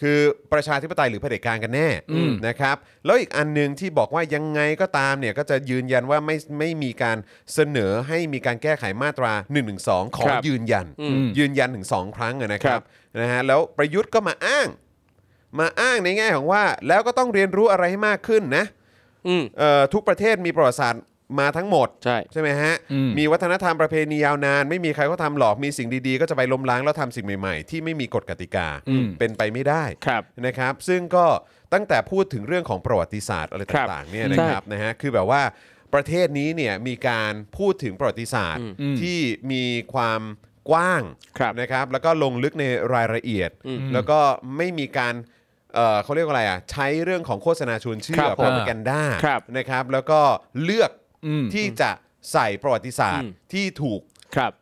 คือประชาธิปไตยหรือเผด็จการกันแน่
อืม
นะครับ แล้วอีกอันหนึ่งที่บอกว่ายังไงก็ตามเนี่ยก็จะยืนยันว่าไม่ไม่มีการเสนอให้มีการแก้ไขมาตรา1นึขอ
ครับ
ยืนยัน
อื
ม
ยืนยันถึง 2 ครั้งอะนะครั
ครับ บ
นะฮะแล้วประยุทธ์ก็มาอ้าง มาอ้างในแง่ของว่า แล้วก็ต้องเรียนรู้อะไรให้มากขึ้นนะ
อืม
เอ่อทุกประเทศมีประวัติศาสตร์มาทั้งหมด
ใช่
ใช่ไหมฮะ
อืม
มีวัฒนธรรมประเพณียาวนาน ไม่มีใครเขาทำหรอกมีสิ่งดีๆ ก็จะไปล้มล้างแล้วทำสิ่งใหม่ๆ ที่ไม่มีกฎกติกาเป็นไปไม่ได้
ครับ
นะครับ ซึ่งก็ตั้งแต่พูดถึงเรื่องของประวัติศาสตร์อะไรต่างๆเนี่ยนะครับนะฮะคือแบบว่าประเทศนี้เนี่ยมีการพูดถึงประวัติศาสตร์ที่มีความกว้าง
ครับ
นะครับแล้วก็ลงลึกในรายละเอียด แล้วก็ไม่มีการเอ่อเขาเรียกว่าอะไรอ่ะใช้เรื่องของโฆษณาชวนเชื่
ครั
อบ
ผม
พรกันด้า
ครับ
นะครับแล้วก็เลือก
อืม
ที่จะใส่ประวัติศาสตร์ที่ถูก
ครับ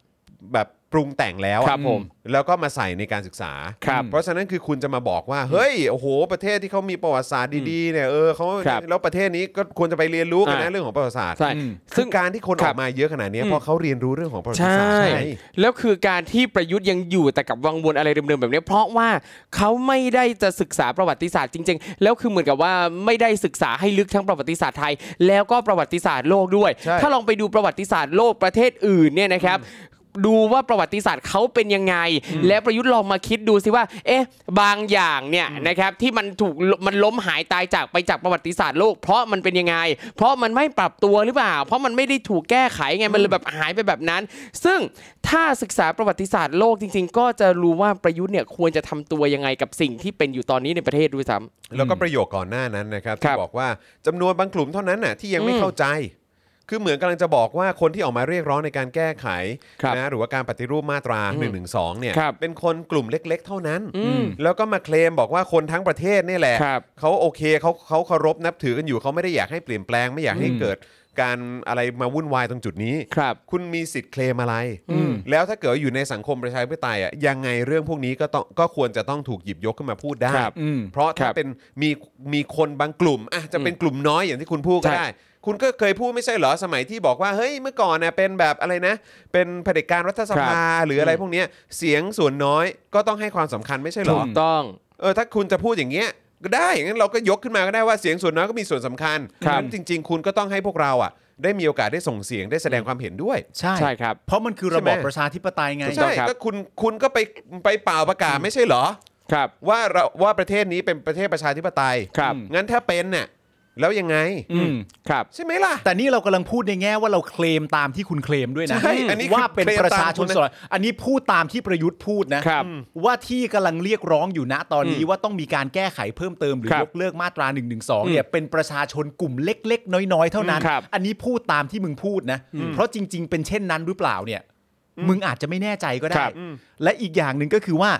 แบบปรุงแต่งแล้วอะ
ครับผม
แล้วก็มาใส่ในการศึกษา
ครับ
เพราะฉะนั้นคือคุณจะมาบอกว่า เฮ้ยโอ้โห ประเทศที่เขามีประวัติศาสตร์ดีๆเนี่ยเออเขา
ครับ
แล้วประเทศนี้ก็ควรจะไปเรียนรู้กันนะ
อ่า
เรื่องของประวัติศาสตร์
ใช่
อืม
คื
ซึ่
อง การที่คน
ค
อ
รั
อบกมาเยอะขนาดเนี้ย
อืม
เพราะเขาเรียนรู้เรื่องของประวัติ
ใช
ศาสตร์
่
ใช่
แล้วคือการที่ประยุทธ์ยังอยู่แต่กับวังวนอะไรเดิมๆแบบนี้ เพราะว่าเขาไม่ได้จะศึกษาประวัติศาสตร์จริง ๆ แล้วคือเหมือนกับว่าไม่ได้ศึกษาให้ลึกทั้งประวัติศาสตร์ไทย แล้วก็ประวัติศาสตร์โลกด้วย
ใช่
ถ้าลองไปดูประวัติศาสตร์โลกประเทศอื่นเนี่ยนะครับ ดูว่าประวัติศาสตร์เขาเป็นยังไง และประยุทธ์ลองมาคิดดูสิว่า เอ๊ะ บางอย่างเนี่ยนะครับที่มันถูกลมันล้มหายตายจากไปจากประวัติศาสตร์โลก เพราะมันเป็นยังไง เพราะมันไม่ปรับตัวหรือเปล่า เพราะมันไม่ได้ถูกแก้ไขไงมันเลยแบบหายไปแบบนั้น ซึ่งถ้าศึกษาประวัติศาสตร์โลกจริง ๆ ก็จะรู้ว่าประยุทธ์เนี่ยควรจะทำตัวยังไงกับสิ่งที่เป็นอยู่ตอนนี้ในประเทศด้วยซ้
แล้วก็ประโยคก่อนหน้านั้นนะครับ
ครั
ที่
บ
บอกว่าจำนวนบางกลุ่มเท่านั้นน่ะที่ยังไม่
อืม
เข้าใจ คือเหมือนกำลังจะบอกว่าคนที่ออกมาเรียกร้องในการแก้ไข
ครับ
นะหรือว่าการปฏิรูปมาตรา1นึเนี่ย
ครับ
เป็นคนกลุ่มเล็ก ๆ เท่านั้น
อืม
แล้วก็มาเคลมบอกว่าคนทั้งประเทศเนี่ยแหละ
ครับ
เขาโอเคเขาเขาเคารพนับถือกันอยู่เขาไม่ได้อยากให้เปลี่ยนแปลงไม่อยากให้เกิดการอะไรมาวุ่นวายตรงจุดนี้
ำครับ
คุณมีสิทธิ์เคลมอะไร แล้วถ้าเกิดว่าอยู่ในสังคมประชาธิปไตยอ่ะยังไงเรื่องพวกนี้ก็ต้องก็ควรจะต้องถูกหยิบยกขึ้นมาพูดได้
ครับ
อืม
เพราะถ้า
ครับ
เป็นมีมีคนบางกลุ่มอ่ะจะเป็นกลุ่มน้อยอย่างที่คุณพูดก็
ใช่
ได้ คุณก็เคยพูดไม่ใช่เหรอสมัยที่บอกว่าเฮ้ยเมื่อก่อนนะเป็นแบบอะไรนะ เป็นเผด็จการรัฐสภาหรืออะไรพวกเนี้ยเสียงส่วนน้อยก็ต้องให้ความสำคัญไม่ใช่เหร
ถู
อ
กต้อง
เออถ้าคุณจะพูดอย่างเงี้ยก็ได้อย่างนั้นเราก็ยกขึ้นมาก็ได้ว่าเสียงส่วนน้อยก็มีส่วนสำคัญ
ครับ
งั้นจริง ๆ คุณก็ต้องให้พวกเราอ่ะได้มีโอกาสได้ส่งเสียงได้แสดงความเห็นด้วย
ใช่
ใช่ครับ
เพราะมันคือระบอบ
ใช่ไหม
ประชาธิปไตยไง
ใช่
ครับ
ก็คุณคุณก็ไปไปเป่าประกาศไม่ใช่เหรอ
ครับ
ว่าเราว่าประเทศนี้เป็นประเทศประชาธิปไตย
ครับ
งั้นถ้าเป็นเนี่ยแล้วยังไง
อืม
ครับ
ใช่ไหมล่ะ
แต่นี่เรากำลังพูดในแง่ว่าเราเคลมตามที่คุณเคลมด้วยนะ
ใช่อันนี้คือ
ว่าเป็นประชา
เคลมตา
ชน
มคุณนะ
ส่วนอันนี้พูดตามที่ประยุทธ์พูดนะครับว่าที่กำลังเรียกร้องอยู่ณตอนนี้ว่าต้องมีการแก้ไขเพิ่มเติมหรือ
ครับ
ยกเลิกมาตรา1นึเนี่ยเป็นประชาชนกลุ่มเล็ก ๆ น้อยๆ เท่านั้น
ครับ
อันนี้พูดตามที่มึงพูดนะ เพราะจริง ๆ เป็นเช่นนั้นหรือเปล่าเนี่ย มึงอาจจะไม่แน่ใจก็
ค
ได้
รับ
และอีกอย่างหนึ่งก็คือว่า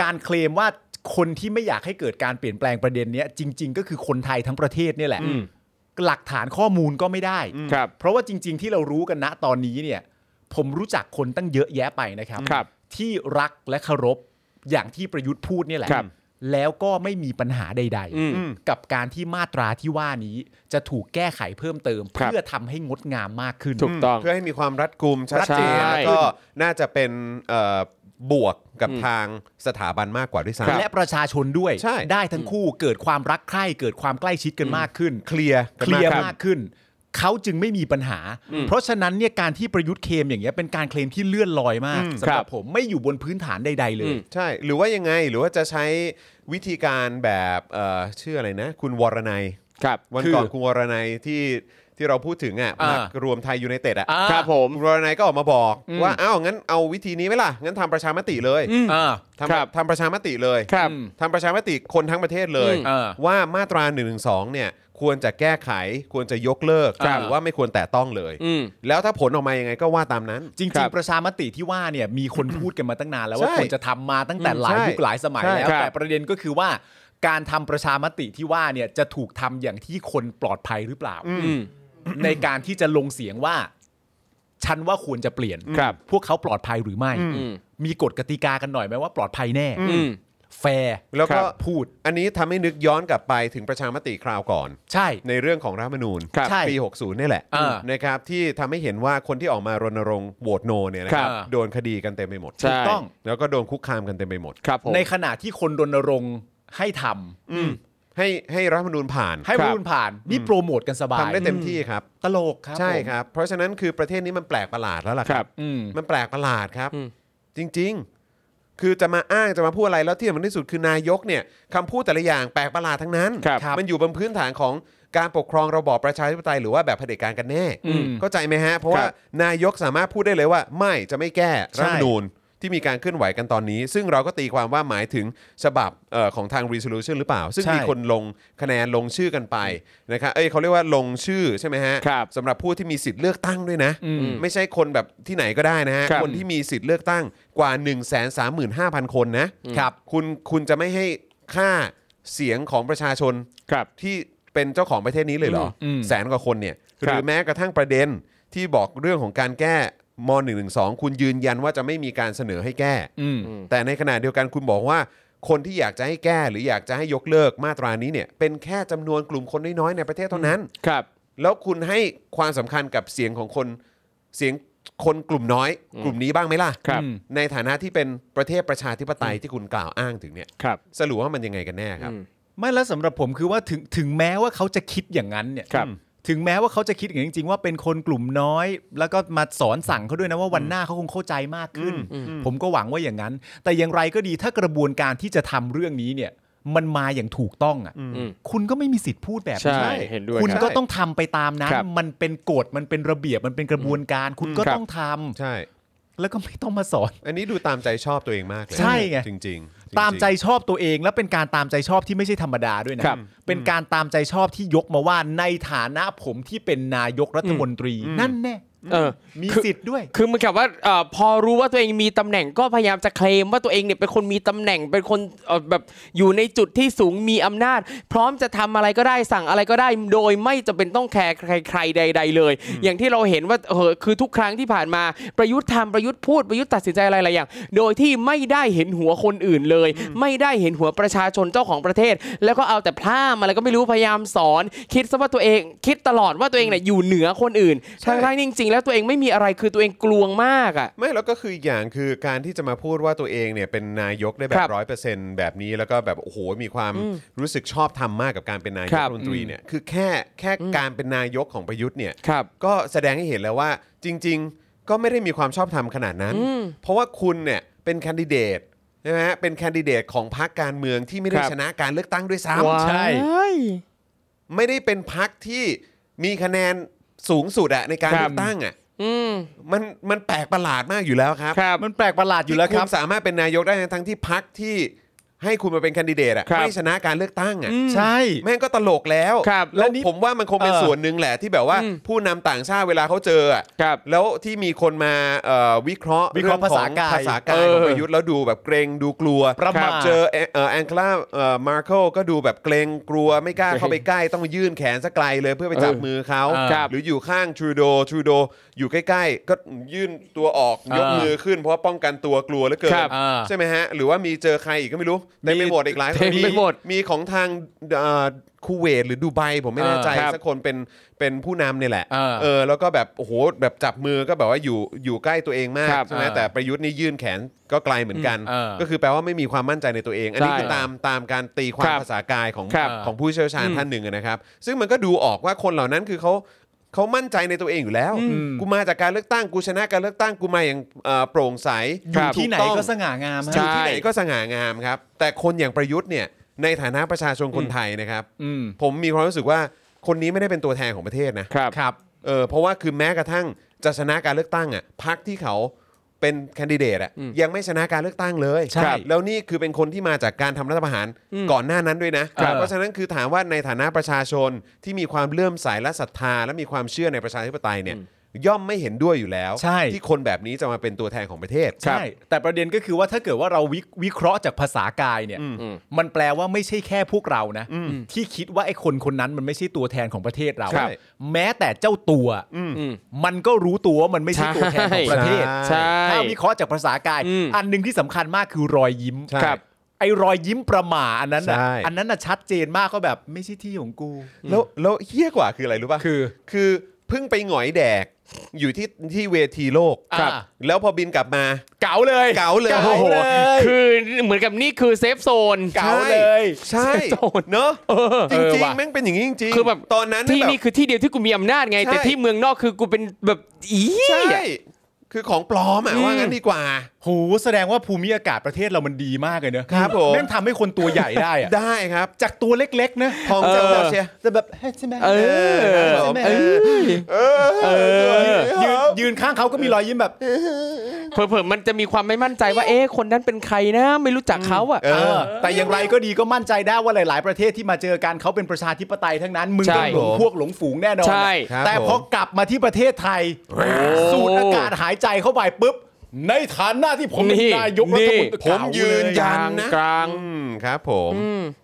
การเคลมว่าคนที่ไม่อยากให้เกิดการเปลี่ยนแปลงประเด็นเนี้ยจริง ๆ ก็คือคนไทยทั้งประเทศเนี่ยแหละ หลักฐานข้อมูลก็ไม่ได้
ครับ
เพราะว่าจริง ๆ ที่เรารู้กันณตอนนี้เนี่ย ผมรู้จักคนตั้งเยอะแยะไปนะครับ
ครับ
ที่รักและเคารพอย่างที่ประยุทธ์พูดเนี่ยแหละ
ครับ
แล้วก็ไม่มีปัญหาใด
อืม
ๆ กับการที่มาตราที่ว่านี้จะถูกแก้ไขเพิ่มเติม
ครับ
เพื่อทำให้งดงามมากขึ้น
ถูกต้อง
เพื่อให้มีความรัดกุมชัดเจน
ใช่
แล้วก็น่าจะเป็นเอ่อบวกกับทางสถาบันมากกว่าด้วยซ้ำ
และประชาชนด้วย
ใช่
ได้ทั้งคู่เกิดความรักใคร่เกิดความใกล้ชิดกันมากขึ้น
เคลียร์กั
เคน ลียร์
มาก
มากขึ้น เขาจึงไม่มีปัญหา เพราะฉะนั้นเนี่ยการที่ประยุทธ์เคลมอย่างเงี้ยเป็นการเคลมที่เลื่อนลอยมากสำห
ครั
รับบผมไม่อยู่บนพื้นฐานใด ๆ เล
อื
ย
ม
ใช่ หรือว่ายังไงหรือว่าจะใช้วิธีการแบบเอ่อชื่ออะไรนะ คุณวรนัย
ครับ
วัน
คือ
ก่อนคุณวรนัยที่ที่เราพูดถึงอ่ะ
อ่า
พรรครวมไทยยูไนเต็ดอ่ะ
อ่า
ครับผม
คุณวรนัยก็ออกมาบอกว่าอ้าวงั้นเอาวิธีนี้ไหมล่ะงั้นทำประชามติเลย
อ่า
ครั
ทำ
บ
ทำประชามติเลย
ครับ
ทำประชามติคนทั้งประเทศเลย
อืม
อ่า
ว่ามาตรา1นึเนี่ยควรจะแก้ไขควรจะยกเลิก
ครับ
หรือว่าไม่ควรแตะต้องเลย
อืม
แล้วถ้าผลออกมายังไงก็ว่าตามนั้น
จริ
ครั
ง
บ
ๆ ประชามติที่ว่าเนี่ยมีคนพูดกันมาตั้งนานแล้วว่า
ใช่
ควรจะทำมาตั้งแต่หลาย
ใช่
ยุคหลายสมัย
ใช่
แล้ว
ครับ
แต่ประเด็นก็คือว่าการทำประชามติที่ว่าเนี่ยจะถูกทำอย่างที่คนปลอดภัยหรือเปล่า ในการที่จะลงเสียงว่า ฉันว่าควรจะเปลี่ยน
ครับ
พวกเขาปลอดภัยหรือไม่
อืม
มีกฎกติกากันหน่อยไหมว่าปลอดภัยแน่
อืม
แฟร์
แล้วก็
พูด
อันนี้ทำให้นึกย้อนกลับไปถึงประชามติคราวก่อน
ใช่
ในเรื่องของรัฐธรรมนูญ
ครับ
ใช่
ปี 60 นี่แหละ
เออ
นะครับที่ทำให้เห็นว่าคนที่ออกมารณรงค์โหวตโนเนี่ยนะครั
ครับ บ
โดนคดีกันเต็มไปหมด
ใช่
ถูกต้อง
แล้วก็โดนคุกคามกันเต็มไปหมด
ครับผม
ในขณะที่คนรณรงค์ให้ทำ
อืมให้ให้รัฐธรรมนูญผ่าน
ให้รุ่นผ่านนี่โปรโมทกันสบาย
ทำได้เต็มที่ครับ
ตลกครับ
ใช่
ผม
ครับ เพราะฉะนั้นคือประเทศนี้มันแปลกประหลาดแล้วล่ะค
ครั
รับ
บ
อืม
มันแปลกประหลาดครับ
อืม
จริง ๆ คือจะมาอ้างจะมาพูดอะไรแล้วที่สำคัญที่สุดคือนายกเนี่ยคำพูดแต่ละอย่างแปลกประหลาดทั้งนั้น
ครับ
มันอยู่บนพื้นฐานของการปกครองระบอบประชาธิปไตยหรือว่าแบบเผด็จการกันแน่
อืม
เข้าใจไหมฮะ เพราะว่านายกสามารถพูดได้เลยว่า ไม่จะไม่แก้รัฐธรรมนูญที่มีการเคลื่อนไหวกันตอนนี้ ซึ่งเราก็ตีความว่าหมายถึงฉบับเอ่อของทาง resolution หรือเปล่า ซึ่ง
ใช่
มีคนลงคะแนนลงชื่อกันไปนะครับเอ้ยเขาเรียกว่าลงชื่อใช่ไหมฮะ
ครับ
สำหรับผู้ที่มีสิทธิ์เลือกตั้งด้วยนะ
อืม
ไม่ใช่คนแบบที่ไหนก็ได้นะฮะ
ครับ
คนที่มีสิทธิ์เลือกตั้งกว่า 1 3 5 0 0 0 คนนะครับ คุณคุณจะไม่ให้ค่าเสียงของประชาชน
ครับ
ที่เป็นเจ้าของประเทศนี้เลยเหรออ
ม
แสนกว่าคนเนี่ย
ค
ห
รับ
รือแม้กระทั่งประเด็นที่บอกเรื่องของการแก้ม .112 คุณยืนยันว่าจะไม่มีการเสนอให้แก้
อืม
แต่ในขณะเดียวกันคุณบอกว่า คนที่อยากจะให้แก้หรืออยากจะให้ยกเลิกมาตรานี้เนี่ยเป็นแค่จำนวนกลุ่มคนน้อยๆในประเทศเท่านั้น
ครับ
แล้วคุณให้ความสำคัญกับเสียงของคนเสียงคนกลุ่มน้อย กลุ่มนี้บ้างไหมล่ะ
ครับ
ในฐานะที่เป็นประเทศประชาธิปไตยที่คุณกล่าวอ้างถึงเนี่ย
ครับ
สรุปว่ามันยังไงกันแน่ครับ
อืม
ไม่แล้วสำหรับผมคือว่าถึงถึงแม้ว่าเขาจะคิดอย่างนั้นเนี่ย
ครับ
ถึงแม้ว่าเขาจะคิดอย่างนั้นจริง ๆ ว่าเป็นคนกลุ่มน้อย แล้วก็มาสอนสั่งเขาด้วยนะว่าวันหน้าเขาคงเข้าใจมากขึ้น ผมก็หวังว่าอย่างนั้น แต่อย่างไรก็ดีถ้ากระบวนการที่จะทำเรื่องนี้เนี่ย มันมาอย่างถูกต้องอ่ะ
อืม
คุณก็ไม่มีสิทธิ์พูดแบบนี้
ใช่เห็นด้วย
คุณ
ครับ
ก็ต้องทำไปตามนั้น
ครับ
มันเป็นกฎมันเป็นระเบียบมันเป็นกระบวนการ คุณก็
ครับ
ต้องทำ
ใช่
แล้วก็ไม่ต้องมาสอน
อันนี้ดูตามใจชอบตัวเองมากเลย
ใช่ไง
จริงๆจริงๆ
ตามใจชอบตัวเองและเป็นการตามใจชอบที่ไม่ใช่ธรรมดาด้วยนะครับเป็นการตามใจชอบที่ยกมาว่าในฐานะผมที่เป็นนายกรัฐมนตรี นั่นแน่
เออ
มีสิทธิ์ด้วย
คือเหมันกับว่าเอ่อพอรู้ว่าตัวเองมีตำแหน่งก็พยายามจะเคลมว่าตัวเองเนี่ยเป็นคนมีตำแหน่งเป็นคนเอ่อแบบอยู่ในจุดที่สูงมีอำนาจ พร้อมจะทำอะไรก็ได้สั่งอะไรก็ได้ โดยไม่จำเป็นต้องแคร์ใครๆใด ๆ เลย อย่างที่เราเห็นว่าเออคือทุกครั้งที่ผ่านมาประยุทธ์ทำประยุทธ์พูดประยุทธ์ตัดสินใจอะไรหลายอย่าง โดยที่ไม่ได้เห็นหัวคนอื่นเลย ไม่ได้เห็นหัวประชาชนเจ้าของประเทศ แล้วก็เอาแต่พล่ามอะไรก็ไม่รู้พยายามสอน คิดซะว่าตัวเอง คิดตลอดว่าตัวเองเนี่ยอยู่เหนือคนอื่นทั้งๆ จริงๆแล้วตัวเองไม่มีอะไรคือตัวเองกลวงมากอ่ะ
ไม่แล้วก็คืออีกอย่างคือการที่จะมาพูดว่าตัวเองเนี่ยเป็นนายกได้แบ
ครับ บ
ร้อยเปอร์เซ็นต์แบบนี้แล้วก็แบบโอ้โหมีความรู้สึกชอบทำมากกับการเป็นนาย
ค
ก
รั
รับ ฐมนตรีเนี่ยคือแค่แค่การเป็นนายกของประยุทธ์เนี่ย
ครับ
ก็แสดงให้เห็นแล้วว่าจริง ๆ ก็ไม่ได้มีความชอบธรรมขนาดนั้น เพราะว่าคุณเนี่ยเป็นแคนดิเดตใช่ไหมฮะเป็นแคนดิเดตของพรรคการเมืองที่ไม่ได้
ครับ
ชนะการเลือกตั้งด้วยซ้
ใช่
ว้าย
ำไม่ได้เป็นพรรคที่มีคะแนนสูงสุดอะในการ
ครับ
เลือกตั้งอะ
อืม
มันมันแปลกประหลาดมากอยู่แล้วครับ
ครับ
มันแปลกประหลาดอยู่แล้ว
ที่
ค
คุ
รับ
ณสามารถเป็นนายกได้ทั้งที่พรรคที่ให้คุณมาเป็นแคนดิเดตอะ
ครับ
ไม่ชนะการเลือกตั้งอะ
ใช่
แม่งก็ตลกแล้ว
ครับ
แล้
แล้ว วนี่
ผมว่ามันคงเป็น
เออ
ส่วนหนึ่งแหละที่แบบว่า
อืม
ผู้นำต่างชาติเวลาเขาเจออะ
ครับ
แล้วที่มีคนมาเอ่อวิเคราะห์
วิเคราะห์
องของ
ภาษากาย
ภาษากายของ
เออ
ประยุทธ์แล้วดูแบบเกรงดูกลัว
ประมาท
เจอเอ่อแองเคลามาร์เคิลก็ดูแบบเกรงกลัวไม่กล้าเข้าไปใกล้ต้องยื่นแขนสักไกลเลยเพื่อไปจับ
เออ
มือเขา
ครับ
หรืออยู่ข้างทรูโดทรูโดอยู่ใกล้ ๆ ก็ยื่นตัวออกยกมือขึ้น เพราะว่าป้องกันตัวกลัวเหลือเกิน
ครับ
อ่า
ใช่ไหมฮะ หรือว่ามีเจอใครอีกก็ไม่รู้เต็มไปหมดอีกหลายคน
เต็มไปหมด
มีของทางเอ่อคูเวตหรือดูไบผมไม่แน่ใจ
เออครับ
สักคนเป็นเป็นผู้นำเนี่ยแหละ
เออ
เออแล้วก็แบบโอ้โหแบบจับมือก็แบบว่าอยู่อยู่ใกล้ตัวเองมาก
ครับ
ใช่ไหม
เออ
แต่ประยุทธ์นี่ยื่นแขนก็ไกลเหมือนกัน
อืมเออ
ก็คือแปลว่าไม่มีความมั่นใจในตัวเอง อันนี้
ใช่
คือตามตามการตีควา
ค
ม
รับ
ภาษากายของ
ครับ
ของผู้เชี่ยวชาญท่านหนึ่งอะนะครับ ซึ่งมันก็ดูออกว่าคนเหล่านั้นคือเขาเขามั่นใจในตัวเองอยู่แล้ว
ม
กูมาจากการเลือกตั้งกูชนะการเลือกตั้งกูมาอย่างเอ่อโปร่งใส
อ
ค
ยู่
รับ
ที่ไหน
ถูต้อง
ก็สง่างามฮะ
อยู่
ใช่
ที่ไหนก็สง่างามครับ แต่คนอย่างประยุทธ์เนี่ยในฐานะประชาชนคนไทยนะครับ
อืม
ผมมีความรู้สึกว่าคนนี้ไม่ได้เป็นตัวแทนของประเทศนะครับ
ครับ
เออเพราะว่าคือแม้กระทั่งจะชนะการเลือกตั้งอ่ะพรรคที่เขาเป็นแคนดิเดตอ่ะยังไม่ชนะการเลือกตั้งเลย
ใช่
ครับแล้วนี่คือเป็นคนที่มาจากการทำรัฐประหารก่อนหน้านั้นด้วยนะครับ เพราะฉะนั้นคือถามว่าในฐานะประชาชนที่มีความเลื่อมใสและศรัทธา และมีความเชื่อในประชาธิปไตยเนี่ยย่อมไม่เห็นด้วยอยู่แล้ว
ใช่
ที่คนแบบนี้จะมาเป็นตัวแทนของประเทศ
ใช่ แต่ประเด็นก็คือว่าถ้าเกิดว่าเราวิวิเคราะห์จากภาษากายเนี่ย มันแปลว่าไม่ใช่แค่พวกเรานะ ที่คิดว่าไอ้คนคนนั้นมันไม่ใช่ตัวแทนของประเทศเรา
ครับ
แม้แต่เจ้าตัว
อืม
มันก็รู้ตัวว่ามันไม่ใช่ตัวแทนของประเทศ
ใช่
ใช่
ถ้าวิเคราะห์จากภาษากาย
อืม
อันหนึ่งที่สำคัญมากคือรอยยิ้ม
ใช่
ครับ
ไอ้รอยยิ้มประหม่าอันนั้นน่ะ
ใช่
อันนั้นน่ะชัดเจนมากก็แบบไม่ใช่ที่ของกู
แล้วแล้วเฮี้ยกว่าคืออะไรรู้ป่ะ
คือ
คือเพิ่งไปหงอยแดก อยู่ที่ที่เวทีโลก
ครับ
แล้วพอบินกลับมา
เก๋าเลย
เก๋าเลย
เก๋าเลย
คือเหมือนกับนี่คือเซฟโซน
เก๋าเลย
ใช่
โจร
เนอะจ
เออ
ริง
ว่ะ
ๆแม่งเป็นอย่างนี้จริงๆ
คือแบบ
ตอนนั้น
ที่
แบบ
นี่คือที่เดียวที่กูมีอำนาจไง
ใช่
แต่ที่เมืองนอกคือกูเป็นแบบอี
ใช่ คือของปลอมอ่ะว่างั้นดีกว่า
โหแสดงว่าภูมิอากาศประเทศเรามันดีมากเลยเนอะ
ครับผม
แม่งทำให้คนตัวใหญ่ได้อะ
ได้ครับ
จากตัวเล็กๆนะ
ของจังหวัดเชียร์
แต่แบบใช่ไหม
เออ
ใช่ไหม
เออ
เออ
ยืนยืนข้างเขาก็มีรอยยิ้มแบบ
เผลอๆมันจะมีความไม่มั่นใจว่าเอ๊ะคนนั้นเป็นใครนะ ไม่รู้จักเขาอ่ะ
เอ
เอ
อ
อแต่อย่างไรก็ดีก็มั่นใจได้ว่าหลาย ๆ ประเทศที่มาเจอกันเขาเป็นประชาธิปไตยทั้งนั้น มึง
ใช่
เป็นหลงพวกหลงฝูงแน่นอน
ใช่
ครับ
แต่พอ
ผม
กลับมาที่ประเทศไทย สูดอากาศหายใจเข้าไปปุ๊บ ในฐานะที่ผมเป็น
นี่
นายกรัฐมนต
นี่
รี
ผม
เก่าเล
ยืนยันนะ
กลาง
อืมครับผม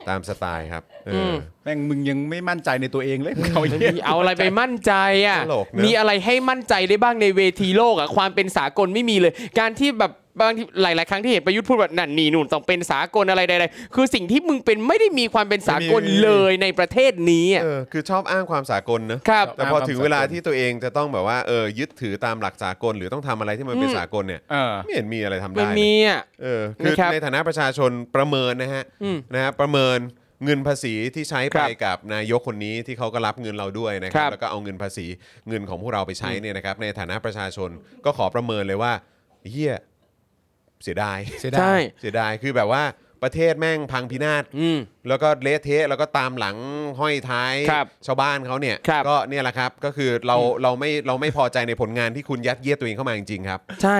ตามสไตล์ครับเอออ
แม่งมึงยังไม่มั่นใจในตัวเองเลยเขา
จะ
เหี้ย
มีเอาอะไรไปมั่นใจอ่ะ
ตลกเนอะ
มีอะไรให้มั่นใจได้บ้างในเวทีโลกอ่ะ ความเป็นสากลไม่มีเลย การที่แบบบางทีหลาย ๆ ครั้งที่เห็นประยุทธ์พูดแบบนั่นนี่นู่นต้องเป็นสากลอะไรใดๆ คือสิ่งที่มึงเป็นไม่ได้มีความเป็นสากล
ไม่มี
เลยในประเทศนี้อ่ะ
เออคือชอบอ้างความสากลเนอะ
ครับ
แต่พอถึงเวลาที่ตัวเองจะต้องแบบว่าเออยึดถือตามหลักสากล หรือต้องทำอะไรที่มันเป็นสากลเนี่ย
เออ
ไม่เห็นมีอะไรทำได้
ไม่
เลย
มีอ่ะ
เออคือ
นะครับ
ในฐานะประชาชนประเมินนะฮะนะฮะประเมินเงินภาษีที่ใช้ไป
ครับ
กับนายกคนนี้ที่เขาก็รับเงินเราด้วยนะค
ค
รั
รั
บบ แล้วก็เอาเงินภาษีเงินของพวกเราไปใช้เนี่ยนะครับ ในฐานะประชาชนก็ขอประเมินเลยว่าเฮียเสียดาย
เสียดาย
ใช่
เสียดายคือแบบว่าประเทศแม่งพังพินาศ
อืม
แล้วก็เละเทะแล้วก็ตามหลังห้อยท้าย
ครับ
ชาวบ้านเขาเนี่ย
ครับ
ก็เนี่ยแหละครับก็คือเราเราไม่เราไม่พอใจในผลงานที่คุณยัดเยียดตัวเองเข้ามาจริงๆครับ
ใช่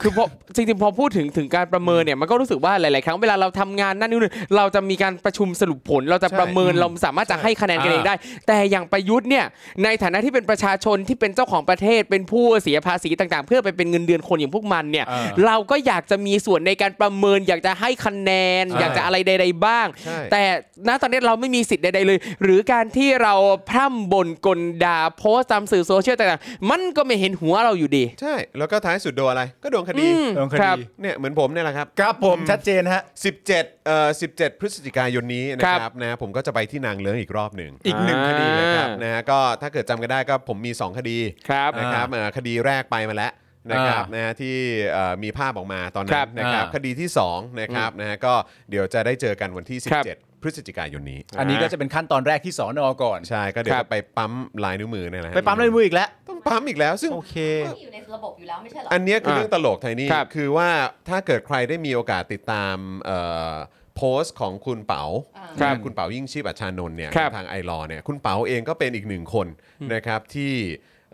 คือพอจริงๆ พอพูดถึงถึงการประเมินเนี่ย มันก็รู้สึกว่าหลาย ๆ ครั้งเวลาเราทำงานนั่นนี่นเราจะมีการประชุมสรุปผล เราจะ
ใช่
ประเมิน เราสามารถจะให้คะแนนกันเองได้ แต่อย่างประยุทธ์เนี่ย ในฐานะที่เป็นประชาชนที่เป็นเจ้าของประเทศ เป็นผู้เสียภาษีต่าง ๆ เพื่อไปเป็นเงินเดือนคนอย่างพวกมันเนี่ย
เออ
เราก็อยากจะมีส่วนในการประเมิน อยากจะให้คะแนน
ใช่
อยากจะอะไรใด ๆ บ้าง
ใช่
แต่ณตอนนี้เราไม่มีสิทธิ์ใด ๆ เลย หรือการที่เราพร่ำบ่นกลด่าโพสต์ตามสื่อโซเชียลต่าง ๆ มันก็ไม่เห็นหัวเราอยู่ดี
ใช่ แล้วก็ท้ายสุดโดนอะไร ก็โดนคดี
อืม
โดนค
ครั
ดี
บ
เนี่ยเหมือนผมเนี่ยแหละครับ
ครับผมชัดเจนฮะ
17เอ่อ17 พฤศจิกายนนี้นะค
ครั
รับบ นะผมก็จะไปที่นางเลิ้งอีกรอบหนึ่ง
อีกหนึ่งคดี
า
นะครับนะฮะก็ถ้าเกิดจำกันได้ก็ผมมี 2 คดี
ครับ
อ่า
นะครับเอ่อคดีแรกไปมาแล้วนะครับนะฮะที่เอ่อมีภาพออกมาตอนนั้
ครั
น
บ
นะครับ
อ่า
คดีที่ 2 นะครับนะฮะก็เดี๋ยวจะได้เจอกันวันที่
ครับ
17 พฤศจิกายนนี้
อันนี้ก็จะเป็นขั้นตอนแรกที่สอนอก่อน
ใช่ก็เดี๋ยว
ครั
จะ
บ
ไปปั๊มลายนิ้วมือเนี่ยแหละฮะ
ไปปั๊มลายมืออีกแล้ว
ต้องปั๊มอีกแล้วซึ่ง
โอเค
ก็อยู่ในระบบอยู่แล้วไม่ใช่เหรอ
อันเนี้ยคือเรื่องตลกไทยนี่
ครับ
คือว่าถ้าเกิดใครได้มีโอกาสติดตามเอ่อโพสต์ของคุณเปา
อ่า
ครับ
คุณเปายิ่งชีพอัชชานนท์เนี่ย
ครับ
ทางไอรอว์เนี่ยคุณเปาเองก็เป็นอีกหนึ่งคนนะครับที่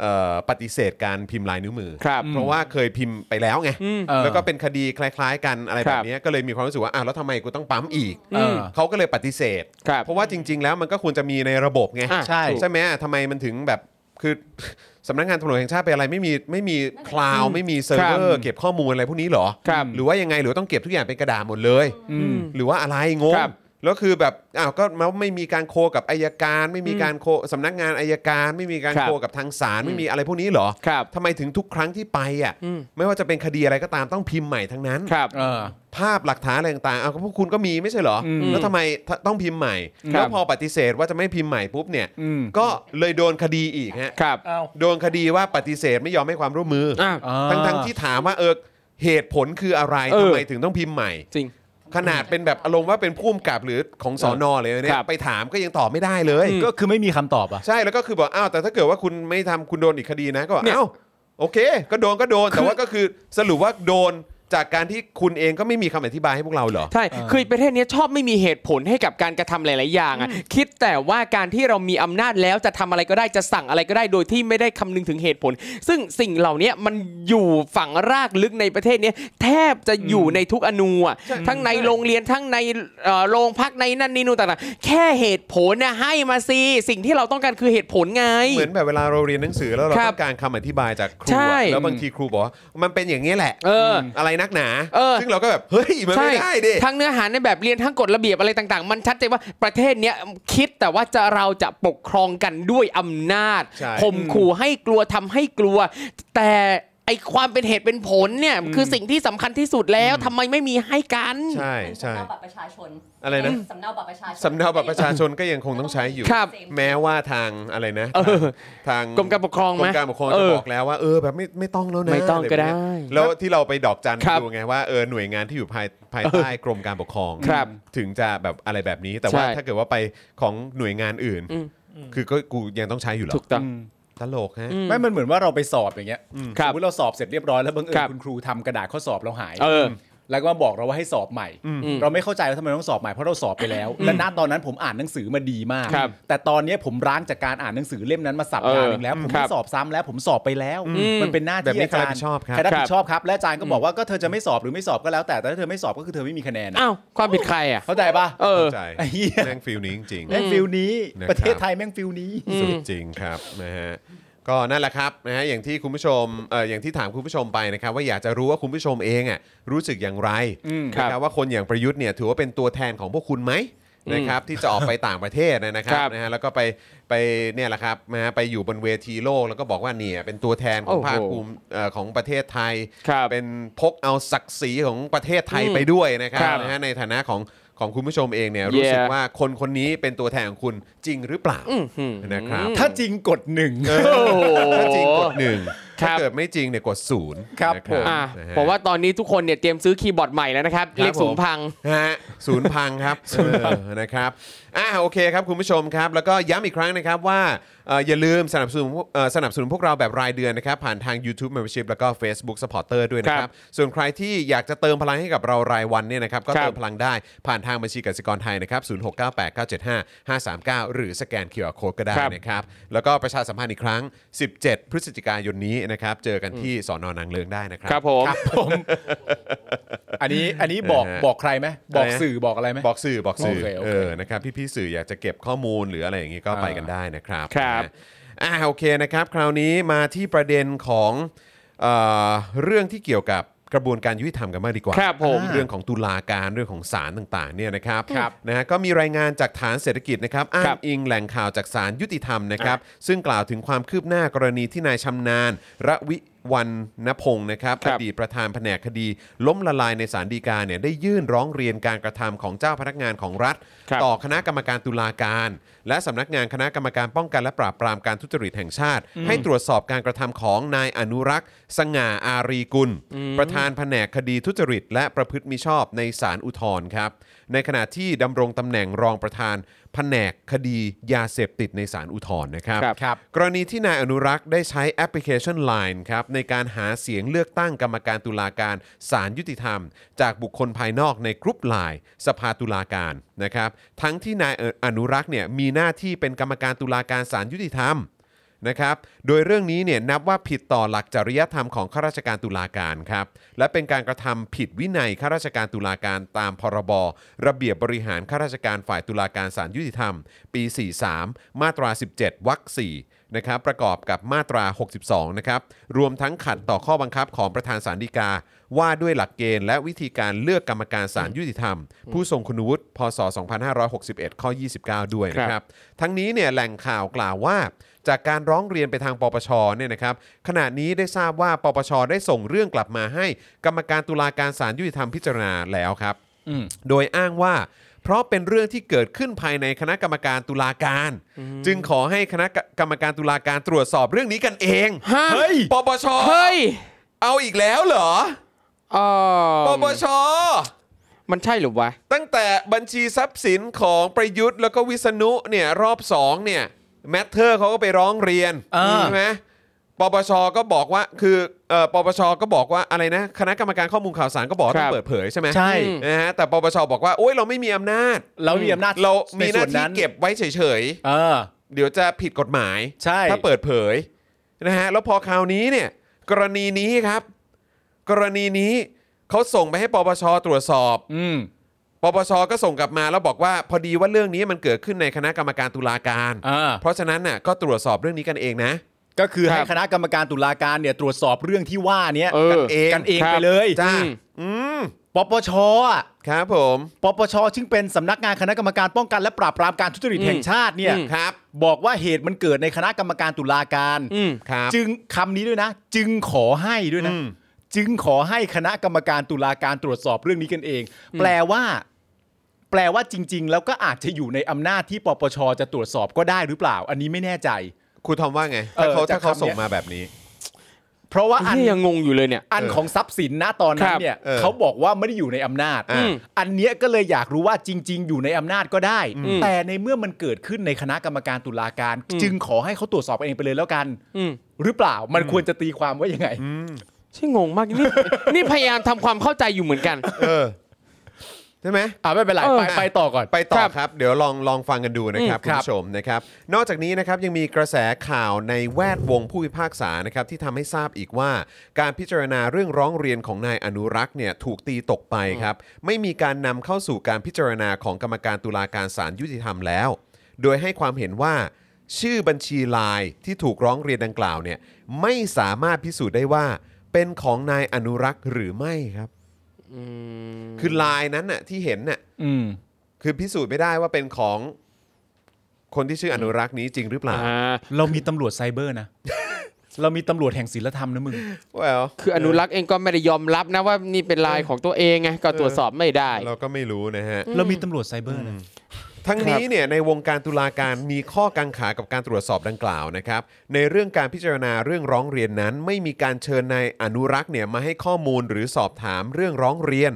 เอ่อปฏิเสธการพิมพ์ลายนิ้วมือ
ครับ
เพราะว่าเคยพิมพ์ไปแล้วไง
เออ
แล้วก็เป็นคดีคล้าย ๆ กันอะไร
ครั
แบบ บเนี้ยก็เลยมีความรู้สึกว่าอ้าวแล้วทำไมกูต้องปั๊มอีก
เออ
เขาก็เลยปฏิเสธ
ครับ
เพราะว่าจริง ๆ แล้วมันก็ควรจะมีในระบบไง
อ่ะ
ใช่
ใช่ไหมทำไมมันถึงแบบคือ สำนักงานตำรวจแห่งชาติเป็นอะไรไม่มีไม่มีคลาวไม่มีเซิร์ฟเวอร์เก็บข้อมูลอะไรพวกนี้เหรอ
ครับ
หรือว่ายังไงหรือว่าต้องเก็บทุกอย่างเป็นกระดาษหมดเลย
อืม
หรือว่าอะไรงง
ครับ
แล้วคือแบบอ้าวก็แล้วไม่มีการโคกับอายการ ไม่มีการโคสำนักงานอายการ ไม่มีการ
ครับ
โคกับทางศาลไม่มีอะไรพวกนี้เหรอ
ครับ
ทำไมถึงทุกครั้งที่ไปอ่ะ
อืม
ไม่ว่าจะเป็นคดีอะไรก็ตามต้องพิมพ์ใหม่ทั้งนั้น
ครับ
เออ
ภาพหลักฐานอะไรต่างๆเอาก็พวกคุณก็มีไม่ใช่เหรอ
อืม
แล้วทำไมต้องพิมพ์ใหม่
ครับ
แล้วพอปฏิเสธว่าจะไม่พิมพ์ใหม่ปุ๊บเนี่ย
อืม
ก็เลยโดนคดีอีกฮะ
ครับ
เอา
โดนคดีว่าปฏิเสธไม่ยอมให้ความร่วมมืออ
อ่ะ
ทั้งทั้งที่ถามว่าเออเหตุผลคืออะไร
เออ
ทำไมถึงต้องพิมพ์ใหม่
จริง
ขนาดเป็นแบบอารมณ์ว่าเป็นผู้กำกับหรือของสอนอเลยเนี่
ค
ย
รับ
ไปถามก็ยังตอบไม่ได้เลย
ก็คือไม่มีคำตอบอ่ะ
ใช่แล้วก็คือบอกอ้าวแต่ถ้าเกิดว่าคุณไม่ทำคุณโดนอีกคดีนะก็บอก
เนี่ย
อ้าวโอเค ก็โดนก็โดนแต่ว่าก็คือสรุปว่าโดนจากการที่คุณเองก็ไม่มีคำอธิบายให้พวกเราเหรอ
ใช่คือประเทศเนี้ยชอบไม่มีเหตุผลให้กับการกระทำหลาย ๆ อย่างอ่ะ คิดแต่ว่าการที่เรามีอำนาจแล้วจะทำอะไรก็ได้จะสั่งอะไรก็ได้โดยที่ไม่ได้คำนึงถึงเหตุผล ซึ่งสิ่งเหล่าเนี้ยมันอยู่ฝังรากลึกในประเทศเนี้ยแทบจะอยู่ในทุกอนูอ่ะทั้งในโรงเรียนทั้งในเอ่อโรงพักในนั่นนี่นู่นต่างๆแค่เหตุผลนะให้มาสิสิ่งที่เราต้องการคือเหตุผลไง
เหมือนแบบเวลาเราเรียนหนังสือแล้วเรา
ครั
ต้
บ
องการคำอธิบายจากครู
ใช่
อะแล้วบางทีครูบอกว่ามันเป็นอย่างนี้แหละ
เออ
อะไรนักหนา
เออ
ซึ่งเราก็แบบเฮ้ยมันไม่ได้ดิ
ทั้งเนื้อหาในแบบเรียนทั้งกฎระเบียบอะไรต่างๆ มันชัดเจนว่าประเทศเนี้ยคิดแต่ว่าจะเราจะปกครองกันด้วยอำนาจ
ใช่
ข่มขู่ให้กลัวทำให้กลัว แต่ไอ อ้ความเป็นเหตุเป็นผลเนี่ยคือสิ่งที่สำคัญที่สุดแล้วทำไมไม่มีให้กัน
ใช่
เป็น
ใช่
สำเนาบัตรประชาชน
อะไรนะ
สำเนาบัตรประชาชน
สำเนาบัตรประชาชนก็ยังคงต้องใช้อยู่
ครับ
แม้ว่าทางอะไรนะ
เออ
ทาง
กรมการปกครอง
กร
ไหม
มการปกครอง
เอ
จะ
อ
บอกแล้วว่าเออแบบไม่ไม่ต้องแล้วนะ
ไม่ต้องก็ได้
ะรแบบเนี้ยแล้วที่เราไปดอกจัน
ครับ
ดูไงว่าเออหน่วยงานที่อยู่ภายภายใต้กรมการปกครอง
ครับ
ถึงจะแบบอะไรแบบนี้ แต่ว่า
ใช่
ถ้าเกิดว่าไปของหน่วยงานอื่น
อืม
คือก็กูยังต้องใช้อยู่เหรอ
ถูกต้อง
อืม
ตลกฮะ
ไม่มันเหมือนว่าเราไปสอบอย่างเงี้ย
ค
ส
รั
ม
บ
มติเราสอบเสร็จเรียบร้อยแล้วบังเอิ
ค
ญ
รับ
คุณครูทำกระดาษข้อสอบเราหาย
เออ
แล้วก็มาบอกเราว่าให้สอบใหม่ เราไม่เข้าใจว่าทำไมต้องสอบใหม่เพราะเราสอบไปแล้ว และณตอนนั้นผมอ่านหนังสือมาดีมาก
ครับ
แต่ตอนเนี้ยผมร้างจากการอ่านหนังสือเล่มนั้นมาสัปดาห์หนึงแล้ว
เออ
ผม
ครั
ไม่
บ
สอบซ้ำแล้วผมสอบไปแล้ว
อืม
มันเป็นหน้า
แบบ
ที่
นี้
อาจาร
ใครรับ
ย์
ผิดชอบครับ
ใครรับ
ครั
ผิ
บ
ดชอบครับและอาจารย์ก็บอกว่าก็เธอจะไม่สอบหรือไม่สอบก็แล้ว แต่แต่ถ้าเธอไม่สอบก็คือเธอไม่มีคะแนนอะ
อ้าวความผิดใครอ่ะ
เข้าใจปะ
เออ
เข้าใจ
ไอ้เหี้ย
แม่งฟิลนี้จริง
แม่งฟิลนี้
นะครับ
ประเทศไทยแม่งฟิลนี้
สุดจริงครับนะฮะก็นั่นแหละครับนะฮะอย่างที่คุณผู้ชมเอ่ออย่างที่ถามคุณผู้ชมไปนะครับ ว่าอยากจะรู้ว่าคุณผู้ชมเองอ่ะรู้สึกอย่างไร
อืม
นะครับว่าคนอย่างประยุทธ์เนี่ยถือว่าเป็นตัวแทนของพวกคุณไหมนะครับที่จะออกไปต่างประเทศนะครั
ครับ บ
นะฮะแล้วก็ไปไปเนี่ยแหละครับนะฮะไปอยู่บนเวทีโลกแล้วก็บอกว่าเนี่ยเป็นตัวแทนของ
โอ้โห
ภาคภูมิเอ่อของประเทศไทย
ครับ
เป็นพกเอาศักดิ์ศรีของประเทศไทย
อืม
ไปด้วยนะครั
ครับ บ
นะฮะในฐานะของของคุณผู้ชมเองเนี่ยรู้สึก
เย้
ว่าคนคนนี้เป็นตัวแทนของคุณจริงหรือเปล่านะครับ
ถ้าจริงกดหนึ่ง
เออถ้าจริงกดหนึ่ง
ครั
ถ้า
บ
เกิดไม่จริงเนี่ยกดศูนย์
ครับ
นะ
ผม
อ่ะ
นะฮะ
ผมว่าตอนนี้ทุกคนเนี่ยเตรียมซื้อคีย์บอร์ดใหม่แล้วนะครับ
ครับ
เลขศู
ผ
น
ม
ย์พัง
นะฮะศูนย์พังครับเออนะครับอ่ะโอเคครับคุณผู้ชมครับ แล้วก็ย้ำอีกครั้งนะครับว่าเอ่ออย่าลืมสนับสนุนเอ่อสนับสนุนพวกเราแบบรายเดือนนะครับ ผ่านทาง YouTube Membership แล้วก็ Facebook Supporter ด้วยนะค
ครั
รับ
บ
ส่วนใครที่อยากจะเติมพลังให้กับเรารายวันเนี่ยนะครับก็
ครับ
เติมพลังได้ผ่านทางบัญชีกสิกรไทยนะครับศูนย์หกเก้าแปดเก้าเจ็ดห้าห้าสามเก้าหรือสแกน QR Code ก็ได้นะ นะครับแล้วก็ประชาสัมพันธ์อีกครั้ง 17 พฤศจิกายนนี้นะครับ เจอกันที่สอนอนังเลิงได้นะครั
ครับผม
ครับผมอันนี้อันนี้บอก
นะฮะ
บอกใครไหมบอก
อะไรนะ
สื่อบอกอะไรไหม
บอกสื่อบอกสื่อ
โอเคโอเค
เออนะครับพี่พี่ๆสื่ออยากจะเก็บข้อมูลหรืออะไรอย่างนี้ก็
อ่า
ไปกันได้นะครับ
ครับ
นะฮะอ่าโอเคนะครับ คราวนี้มาที่ประเด็นของเอ่อเรื่องที่เกี่ยวกับกระบวนการยุติธรรมกันมากดีกว่า
ครับผม
เรื่องของตุลาการเรื่องของศาลต่างๆเนี่ยนะครับ
ครับ
นะฮะก็มีรายงานจากฐานเศรษฐกิจนะครับอ้า
ครั
ง
บ
อิงแหล่งข่าวจากศาลยุติธรรมนะครับ ซึ่งกล่าวถึงความคืบหน้ากรณีที่นายชำนาญระวิวันณพงศ์นะครับอ
ครับ
ดีต ประธานแผนกคดีล้มละลายในศาลฎีกาเนี่ยได้ยื่นร้องเรียนการกระทำของเจ้าพนักงานของรัฐ
ครับ
ต่อคณะกรรมการตุลาการ และสำนักงานคณะกรรมการป้องกันและปราบปรามการทุจริตแห่งชาติ ให้ตรวจสอบการกระทำของนายอนุรักษ์ สง่าอารีกุล ประธานแผนกคดีทุจริต และประพฤติมิชอบในศาลอุทธรณ์ครับ ในขณะที่ดำรงตำแหน่งรองประธานแผนกคดียาเสพติดในศาลอุทธรณ์นะครับ
ครับ
ครับ
กรณีที่นายอนุรักษ์ได้ใช้แอปพลิเคชัน Line ครับในการหาเสียงเลือกตั้งกรรมการตุลาการศาลยุติธรรม จากบุคคลภายนอกในกรุ๊ปไลน์สภาตุลาการนะครับทั้งที่นายเอ่ออนุรักษ์เนี่ยมีหน้าที่เป็นกรรมการตุลาการศาลยุติธรรมนะครับโดยเรื่องนี้เนี่ยนับว่าผิดต่อหลักจริยธรรมของข้าราชการตุลาการครับและเป็นการกระทำผิดวินัยข้าราชการตุลาการตามพรบระเบียบบริหารข้าราชการฝ่ายตุลาการศาลยุติธรรม ปี 43 มาตรา 17วรรค4 นะครับประกอบกับมาตรา 62 นะครับ รวมทั้งขัดต่อข้อบังคับของประธานสารดีกา ว่าด้วยหลักเกณฑ์และวิธีการเลือกกรรมการสารยุติธรรม ผู้ทรงคุณวุฒิพศ 2561 ข้อ 29 ด้วยนะครับ ทั้งนี้เนี่ยแหล่งข่าวกล่าวว่า จากการร้องเรียนไปทางปปชเนี่ยนะครับขณะนี้ได้ทราบว่าปปชได้ส่งเรื่องกลับมาให้กรรมการตุลาการสารยุติธรรมพิจารณาแล้วครับ
อืม
โดยอ้างว่า เพราะเป็นเรื่องที่เกิดขึ้นภายในคณะกรรมการตุลาการ จึงขอให้คณะกรรมการตุลาการตรวจสอบเรื่องนี้กันเอง
ฮะ
เฮ้ย
ปปช
เฮ้ย
เอาอีกแล้วเหรอ
เอ่อ
ปปช
มันใช่หรือวะ
ตั้งแต่บัญชีทรัพย์สินของประยุทธ์แล้วก็วิษณุเนี่ยรอบสองเนี่ยแมทเทอร์เขาก็ไปร้องเรียน
อ่า
ใช่ไหมปปชก็บอกว่าคือเอ่อปปชก็บอกว่าอะไรนะคณะกรรมการข้อมูลข่าวสารก็บอกว่า
ค
ต้
รั
อง
บ
เปิดเผยใช่ไหม
ใช่
อืม
นะฮะแต่ปปชบอกว่าโอ้ยเราไม่มีอำนาจ
เรามีอำนาจ
เรามีหน้า
ใส่ว
ที่เก็บไว้เฉย
เออ
ๆ เดี๋ยวจะผิดกฎหมาย
ใช่
ถ้าเปิดเผยนะฮะ แล้วพอคราวนี้เนี่ย กรณีนี้ครับ กรณีนี้เขาส่งไปให้ปปชตรวจสอบ
อืม
ปปชก็ส่งกลับมาแล้วบอกว่า พอดีว่าเรื่องนี้มันเกิดขึ้นในคณะกรรมการตุลาการ
เออ
เพราะฉะนั้นน่ะก็ตรวจสอบเรื่องนี้กันเองนะ
ก็คือ
ครับ
ให้คณะกรรมการตุลาการเนี่ยตรวจสอบเรื่องที่ว่าเนี้ย
เออ
กันเอง
ครับ
ไปเลย
จ้า
อืม
อืม
ปปชอะ
ครับผม
ปปชซึ่งเป็นสำนักงานคณะกรรมการป้องกันและปราบปรามการทุจริต
อืม
แห่งชาติเนี่ย
อืม
ครับ
บอกว่าเหตุมันเกิดในคณะกรรมการตุลาการ
อืม
ครับ
จึงคำนี้ด้วยนะ จึงขอให้ด้วยนะ
อืม
จึงขอให้คณะกรรมการตุลาการตรวจสอบเรื่องนี้กันเอง แปลว่า แปลว่าจริง ๆ แล้วก็อาจจะอยู่ในอำนาจที่ปปชจะตรวจสอบก็ได้หรือเปล่า อันนี้ไม่แน่ใจ
ครูทอมว่าไง ถ้าเขา
เออจาก
ถ้าเขา
คำเนี้ย
ส่งมาแบบนี้
เพราะว่าอัน
นี่ยังงงอยู่เลยเนี่ย
อันของทรัพย์สินนะตอนนั้
ครั
น
บ
เนี่ย
เออ
เขาบอกว่าไม่ได้อยู่ในอำนาจ
อืม
อันเนี้ยก็เลยอยากรู้ว่าจริง ๆ อยู่ในอำนาจก็ได้
อืม
แต่ในเมื่อมันเกิดขึ้นในคณะกรรมการตุลาการ
อืม
จึงขอให้เขาตรวจสอบเองไปเลยแล้วกัน
อืม
หรือเปล่ามันควรจะตีความว่ายังไง
ใช่งงมากนี่ [LAUGHS] นี่พยายามทำความเข้าใจอยู่เหมือนกัน
เออใช่ไหม
อ่าไม่เป็นไร
เออ
ไปไปต่อก่อน
ไปต่อ
ครับ
ครับ เดี๋ยวลองลองฟังกันดูนะครับ
อืม
คุณผู้ชมนะครับ นอกจากนี้นะครับยังมีกระแสข่าวในแวดวงผู้พิพากษานะครับที่ทำให้ทราบอีกว่า การพิจารณาเรื่องร้องเรียนของนายอนุรักษ์เนี่ยถูกตีตกไปครับ ไม่มีการนำเข้าสู่การพิจารณาของกรรมการตุลาการศาลยุติธรรมแล้ว โดยให้ความเห็นว่า ชื่อบัญชีไลน์ที่ถูกร้องเรียนดังกล่าวเนี่ยไม่สามารถพิสูจน์ได้ว่า เป็นของนายอนุรักษ์หรือไม่ครับ คือไลน์นั้นน่ะที่เห็นน่ะ
ืม
คือพิสูจน์ไม่ได้ว่าเป็นของคนที่ชื่ออนุรักษ์นี้จริงหรือเปล่า
อ่า
เรามีตำรวจไซเบอร์นะ เรามีตำรวจแห่งศีลธรรมนะมึง
well
คืออนุรักษ์เองก็ไม่ได้ยอมรับนะว่านี่เป็นลายของตัวเองไงก็ตรวจสอบไม่ได้
เราก็ไม่รู้นะฮะ
เรามีตำรวจไซเบอร์นะ
ทั้งนี้เนี่ยในวงการตุลาการมีข้อกังขากับการตรวจสอบดังกล่าวนะครับ ในเรื่องการพิจารณาเรื่องร้องเรียนนั้น ไม่มีการเชิญนายอนุรักษ์เนี่ยมาให้ข้อมูลหรือสอบถามเรื่องร้องเรียน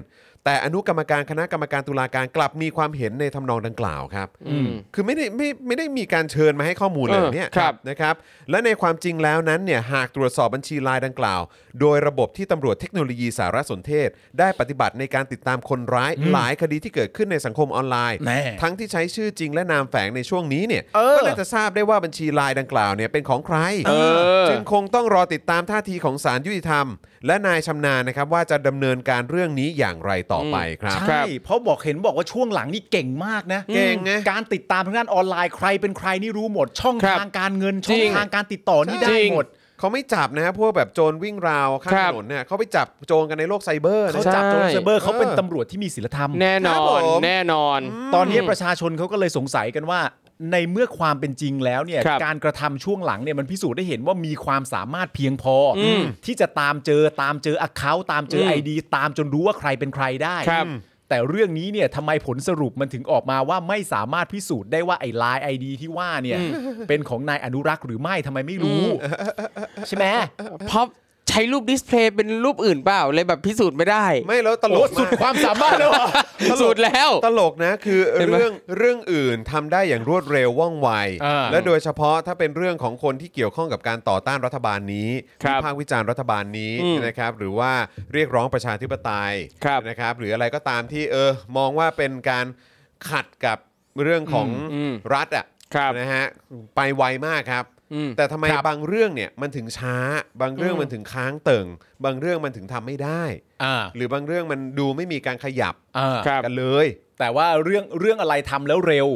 แต่อนุกรรมการคณะกรรมการตุลาการกลับมีความเห็นในทำนองดังกล่าวครับ
อืม
คือไม่ได้ไม่ไม่ได้มีการเชิญมาให้ข้อมูลเลย
เออ
เนี่ย
ครับ
นะครับและในความจริงแล้วนั้นเนี่ยหากตรวจสอบบัญชีรายดังกล่าว โดยระบบที่ตำรวจเทคโนโลยีสารสนเทศ ได้ปฏิบัติในการติดตามคนร้ายหลายคดีที่เกิดขึ้นในสังคมออนไลน์
แน่
ทั้งที่ใช้ชื่อจริงและนามแฝงในช่วงนี้เนี่ย
เออ
ก็น่าจะทราบได้ว่าบัญชีรายดังกล่าวเนี่ยเป็นของใคร
เออ
จึงคงต้องรอติดตามท่าทีของศาลยุติธรรม และนายชำนาญนะครับว่าจะดำเนินการเรื่องนี้อย่างไรต่อไปครับ
ครั
ใช่
บ
เพราะบอกเห็นบอกว่าช่วงหลังนี่เก่งมากนะ
เก่งไง
การติดตามทางด้านออนไลน์ใครเป็นใครนี่รู้หมด ช่อง
ครับ
ทางการเงิน
จ
ช่อ
ริ
ง
ง
ทางการติดต่อนี่ได้หมด
เขาไม่จับนะฮะพวกแบบโจรวิ่งราวข้าง
ครั
ถน
บ
นเนี่ยเขาไปจับโจรกันในโลกไซเบอร์
เขา
นะ
จับโจรไซเบอร์เขาเป็น
เออ
ตำรวจที่มีศีลธรรม
แน่น
ครับ
อ
ผ
น
ม
แน่นอน
ตอนนี้ประชาชนเขาก็เลยสงสัยกันว่า ในเมื่อความเป็นจริงแล้วเนี่ย
ครับ
การกระทำช่วงหลังเนี่ยมันพิสูจน์ได้เห็นว่ามีความสามารถเพียงพออ
ม
ที่จะตามเจอตามเจอ account ตามเจออ
ม
ID ตามจนรู้ว่าใครเป็นใครได้
ครับ
แต่เรื่องนี้เนี่ยทำไมผลสรุปมันถึงออกมาว่าไม่สามารถพิสูจน์ได้ว่าไอ้ลายไอดีที่ว่าเนี่ยเป็นของนายอนุรักษ์หรือไม่ทำไมไม่รู้ ใช่ไหม
เพราะใช้รูปดิสเพลย์เป็นรูปอื่นเปล่าเลยแบบพิสูจน์ไม่ได้
ไม่แล้วตล
โอ้
ก
สุ
มา
ด
ก
ความสามารถแล้วเหรอ
พิสูจน์แล้ว
ตลกนะคือ
เห็นไหม
เรื่องเรื่องอื่นทำได้อย่างรวดเร็วว่องไว
อ่า
และโดยเฉพาะถ้าเป็นเรื่องของคนที่เกี่ยวข้องกับการต่อต้านรัฐบาลนี้
ครับ
วิพากษ์วิจารณ์รัฐบาลนี้
อืม
นะครับ หรือว่าเรียกร้องประชาธิปไตย
ครับ
นะครับ หรืออะไรก็ตามที่เออมองว่าเป็นการขัดกับเรื่องของ
อืม
รัฐอ่ะ
ครับ
นะฮะไปไวมากครับ
อืม
แต่ทำไมบางเรื่องเนี่ยมันถึงช้า บางเรื่องมันถึงค้างเติ่ง บางเรื่องมันถึงทำไม่ได้
อ่า
หรือบางเรื่องมันดูไม่มีการขยับ
อ่า
ครับ
กันเลย
แต่ว่าเรื่องเรื่องอะไรทำแล้วเร็ว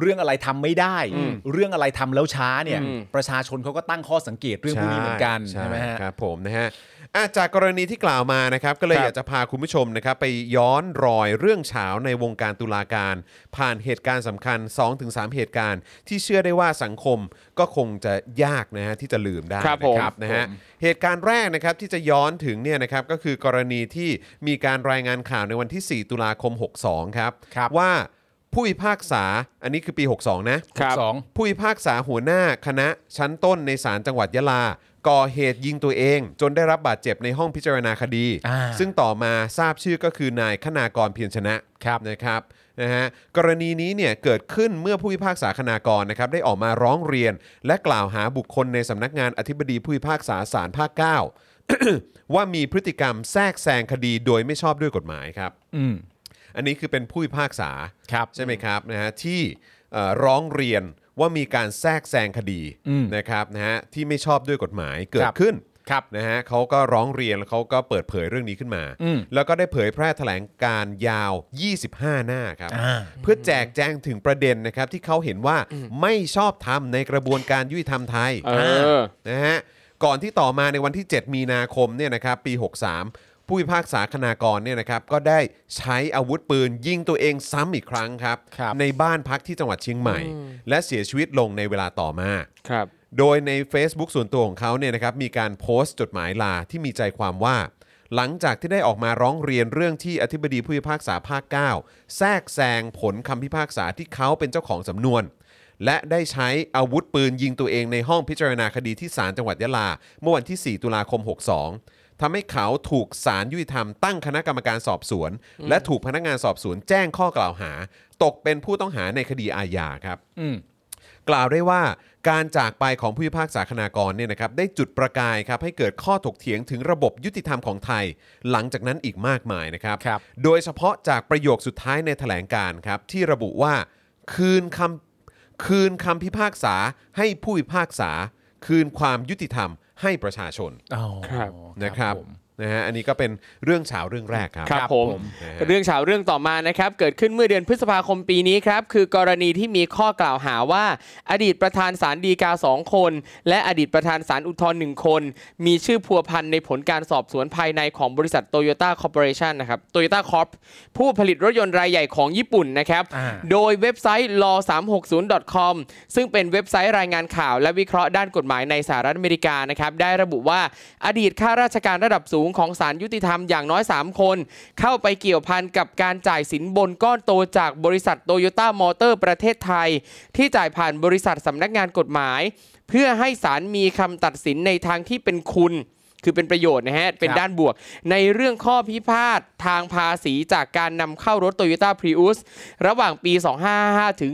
เรื่องอะไรทำไม่ได้
อืม
เรื่องอะไรทำแล้วช้าเนี่ย
อืม
ประชาชนเขาก็ตั้งข้อสังเกตเรื่องพวกนี้เหมือนกันใช่ไหมฮะ
ครับผมนะฮะอ่ะจากกรณีที่กล่าวมานะครับ ก็เลย
ครับ
อยากจะพาคุณผู้ชมนะครับไปย้อนรอยเรื่องเฉาวในวงการตุลาการ ผ่านเหตุการณ์สำคัญ 2-3 เหตุการณ์ ที่เชื่อได้ว่าสังคมก็คงจะยากนะฮะที่จะลืมได้
ครับ
นะ
ผม
นะฮะเหตุการณ์แรกนะครับที่จะย้อนถึงเนี่ยนะครับก็คือกรณีที่มีการรายงานข่าวในวันที่ 4 ตุลาคม 62 ครับ
ครับ
ว่าผู้พิพากษาอันนี้คือปี 62 นะ
ครับ
สอง
ผู้พิพากษาหัวหน้าคณะชั้นต้นในศาลจังหวัดยะลา ก่อเหตุยิงตัวเอง จนได้รับบาดเจ็บในห้องพิจารณาคดี
อ่า
ซึ่งต่อมาทราบชื่อก็คือนายคณากรเพียรชนะครับนะครับนะฮะกรณีนี้เนี่ยเกิดขึ้นเมื่อผู้พิพากษาคณากรนะครับได้ออกมาร้องเรียน และกล่าวหาบุคคลในสำนักงานอธิบดีผู้พิพากษาศาลภาค [COUGHS] 9 ว่ามีพฤติกรรมแทรกแซงคดีโดยไม่ชอบด้วยกฎหมายครับ
อืม
อันนี้คือเป็นผู้พิพากษา
ครับ
ใช่ไหมครับนะฮะที่เอ่อร้องเรียนว่ามีการแทรกแซงคดี
อืม
นะครับนะฮะที่ไม่ชอบด้วยกฎหมายเกิ
ค
ด
รับ
ขึ้น
ครับ
นะฮะเขาก็ร้องเรียนแล้วเขาก็เปิดเผยเรื่องนี้ขึ้นมา
อืม
แล้วก็ได้เผยแพร่แถลงการยาว 25 หน้าครับ
อ่า
เพื่อแจกแจงถึงประเด็นนะครับที่เขาเห็นว่าไม่ชอบทำในกระบวนการยุติธรรมไทย
เออ
นะฮะก่อนที่ต่อมาในวันที่ 7 มีนาคมเนี่ยนะครับปี 63 ผู้พิพากษาคณากรเนี่ยนะครับก็ได้ใช้อาวุธปืนยิงตัวเองซ้ำอีกครั้งครับ
ครับ
ในบ้านพักที่จังหวัดเชียงใหม่ และเสียชีวิตลงในเวลาต่อมา
ครับ
โดยใน Facebook ส่วนตัวของเขาเนี่ยนะครับมีการโพสต์จดหมายลาที่มีใจความว่า หลังจากที่ได้ออกมาร้องเรียนเรื่องที่อธิบดีผู้พิพากษาภาค 9 แทรกแซงผลคำพิพากษาที่เขาเป็นเจ้าของสำนวน และได้ใช้อาวุธปืนยิงตัวเองในห้องพิจารณาคดีที่ศาลจังหวัดยะลา เมื่อวันที่ 4 ตุลาคม 62ทำให้เขาถูกศาลยุติธรรมตั้งคณะกรรมการสอบสวน และถูกพนักงานสอบสวนแจ้งข้อกล่าวหา ตกเป็นผู้ต้องหาในคดีอาญาครับ
อืม
กล่าวได้ว่าการจากไปของผู้พิพากษาคณากรเนี่ยนะครับได้จุดประกายครับให้เกิดข้อถกเถียงถึงระบบยุติธรรมของไทย หลังจากนั้นอีกมากมายนะครับ
ครับ
โดยเฉพาะจากประโยคสุดท้ายในแถลงการครับที่ระบุว่า คืนคำคืนคำพิพากษาให้ผู้พิพากษา คืนความยุติธรรมให้ประชาชน
อ๋อ
ครับ
นะครับ
ผม
นะฮะอันนี้ก็เป็นเรื่องเฉาวเรื่องแรกครับ
ครับผม
นะฮะ
เรื่องเฉาวเรื่องต่อมานะครับ เกิดขึ้นเมื่อเดือนพฤษภาคมปีนี้ครับ คือกรณีที่มีข้อกล่าวหาว่า อดีตประธานศาลฎีกา 2 คน และอดีตประธานศาลอุทธรณ์หนึ่งคน มีชื่อพัวพันในผลการสอบสวนภายในของบริษัทโตโยต้าคอร์ปอเรชันนะครับโตโยต้าคอร์ปผู้ผลิตรถยนต์รายใหญ่ของญี่ปุ่นนะครับ
อ่า
โดยเว็บไซต์ law 3 6 0 com ซึ่งเป็นเว็บไซต์รายงานข่าว และวิเคราะห์ด้านกฎหมายในสหรัฐอเมริกานะครับ ได้ระบุว่าอดีตข้าราชการระดับสูงของศาลยุติธรรมอย่างน้อย 3 คน เข้าไปเกี่ยวพันกับการจ่ายสินบนก้อนโตจากบริษัทโตโยต้ามอเตอร์ประเทศไทย ที่จ่ายผ่านบริษัทสำนักงานกฎหมาย เพื่อให้ศาลมีคำตัดสินในทางที่เป็นคุณ คือเป็นประโยชน์นะฮะ เป็น
ครับ
ด้านบวก ในเรื่องข้อพิพาททางภาษีจากการนำเข้ารถโตโยต้าพรีอุสระหว่างปี 2555 ถึง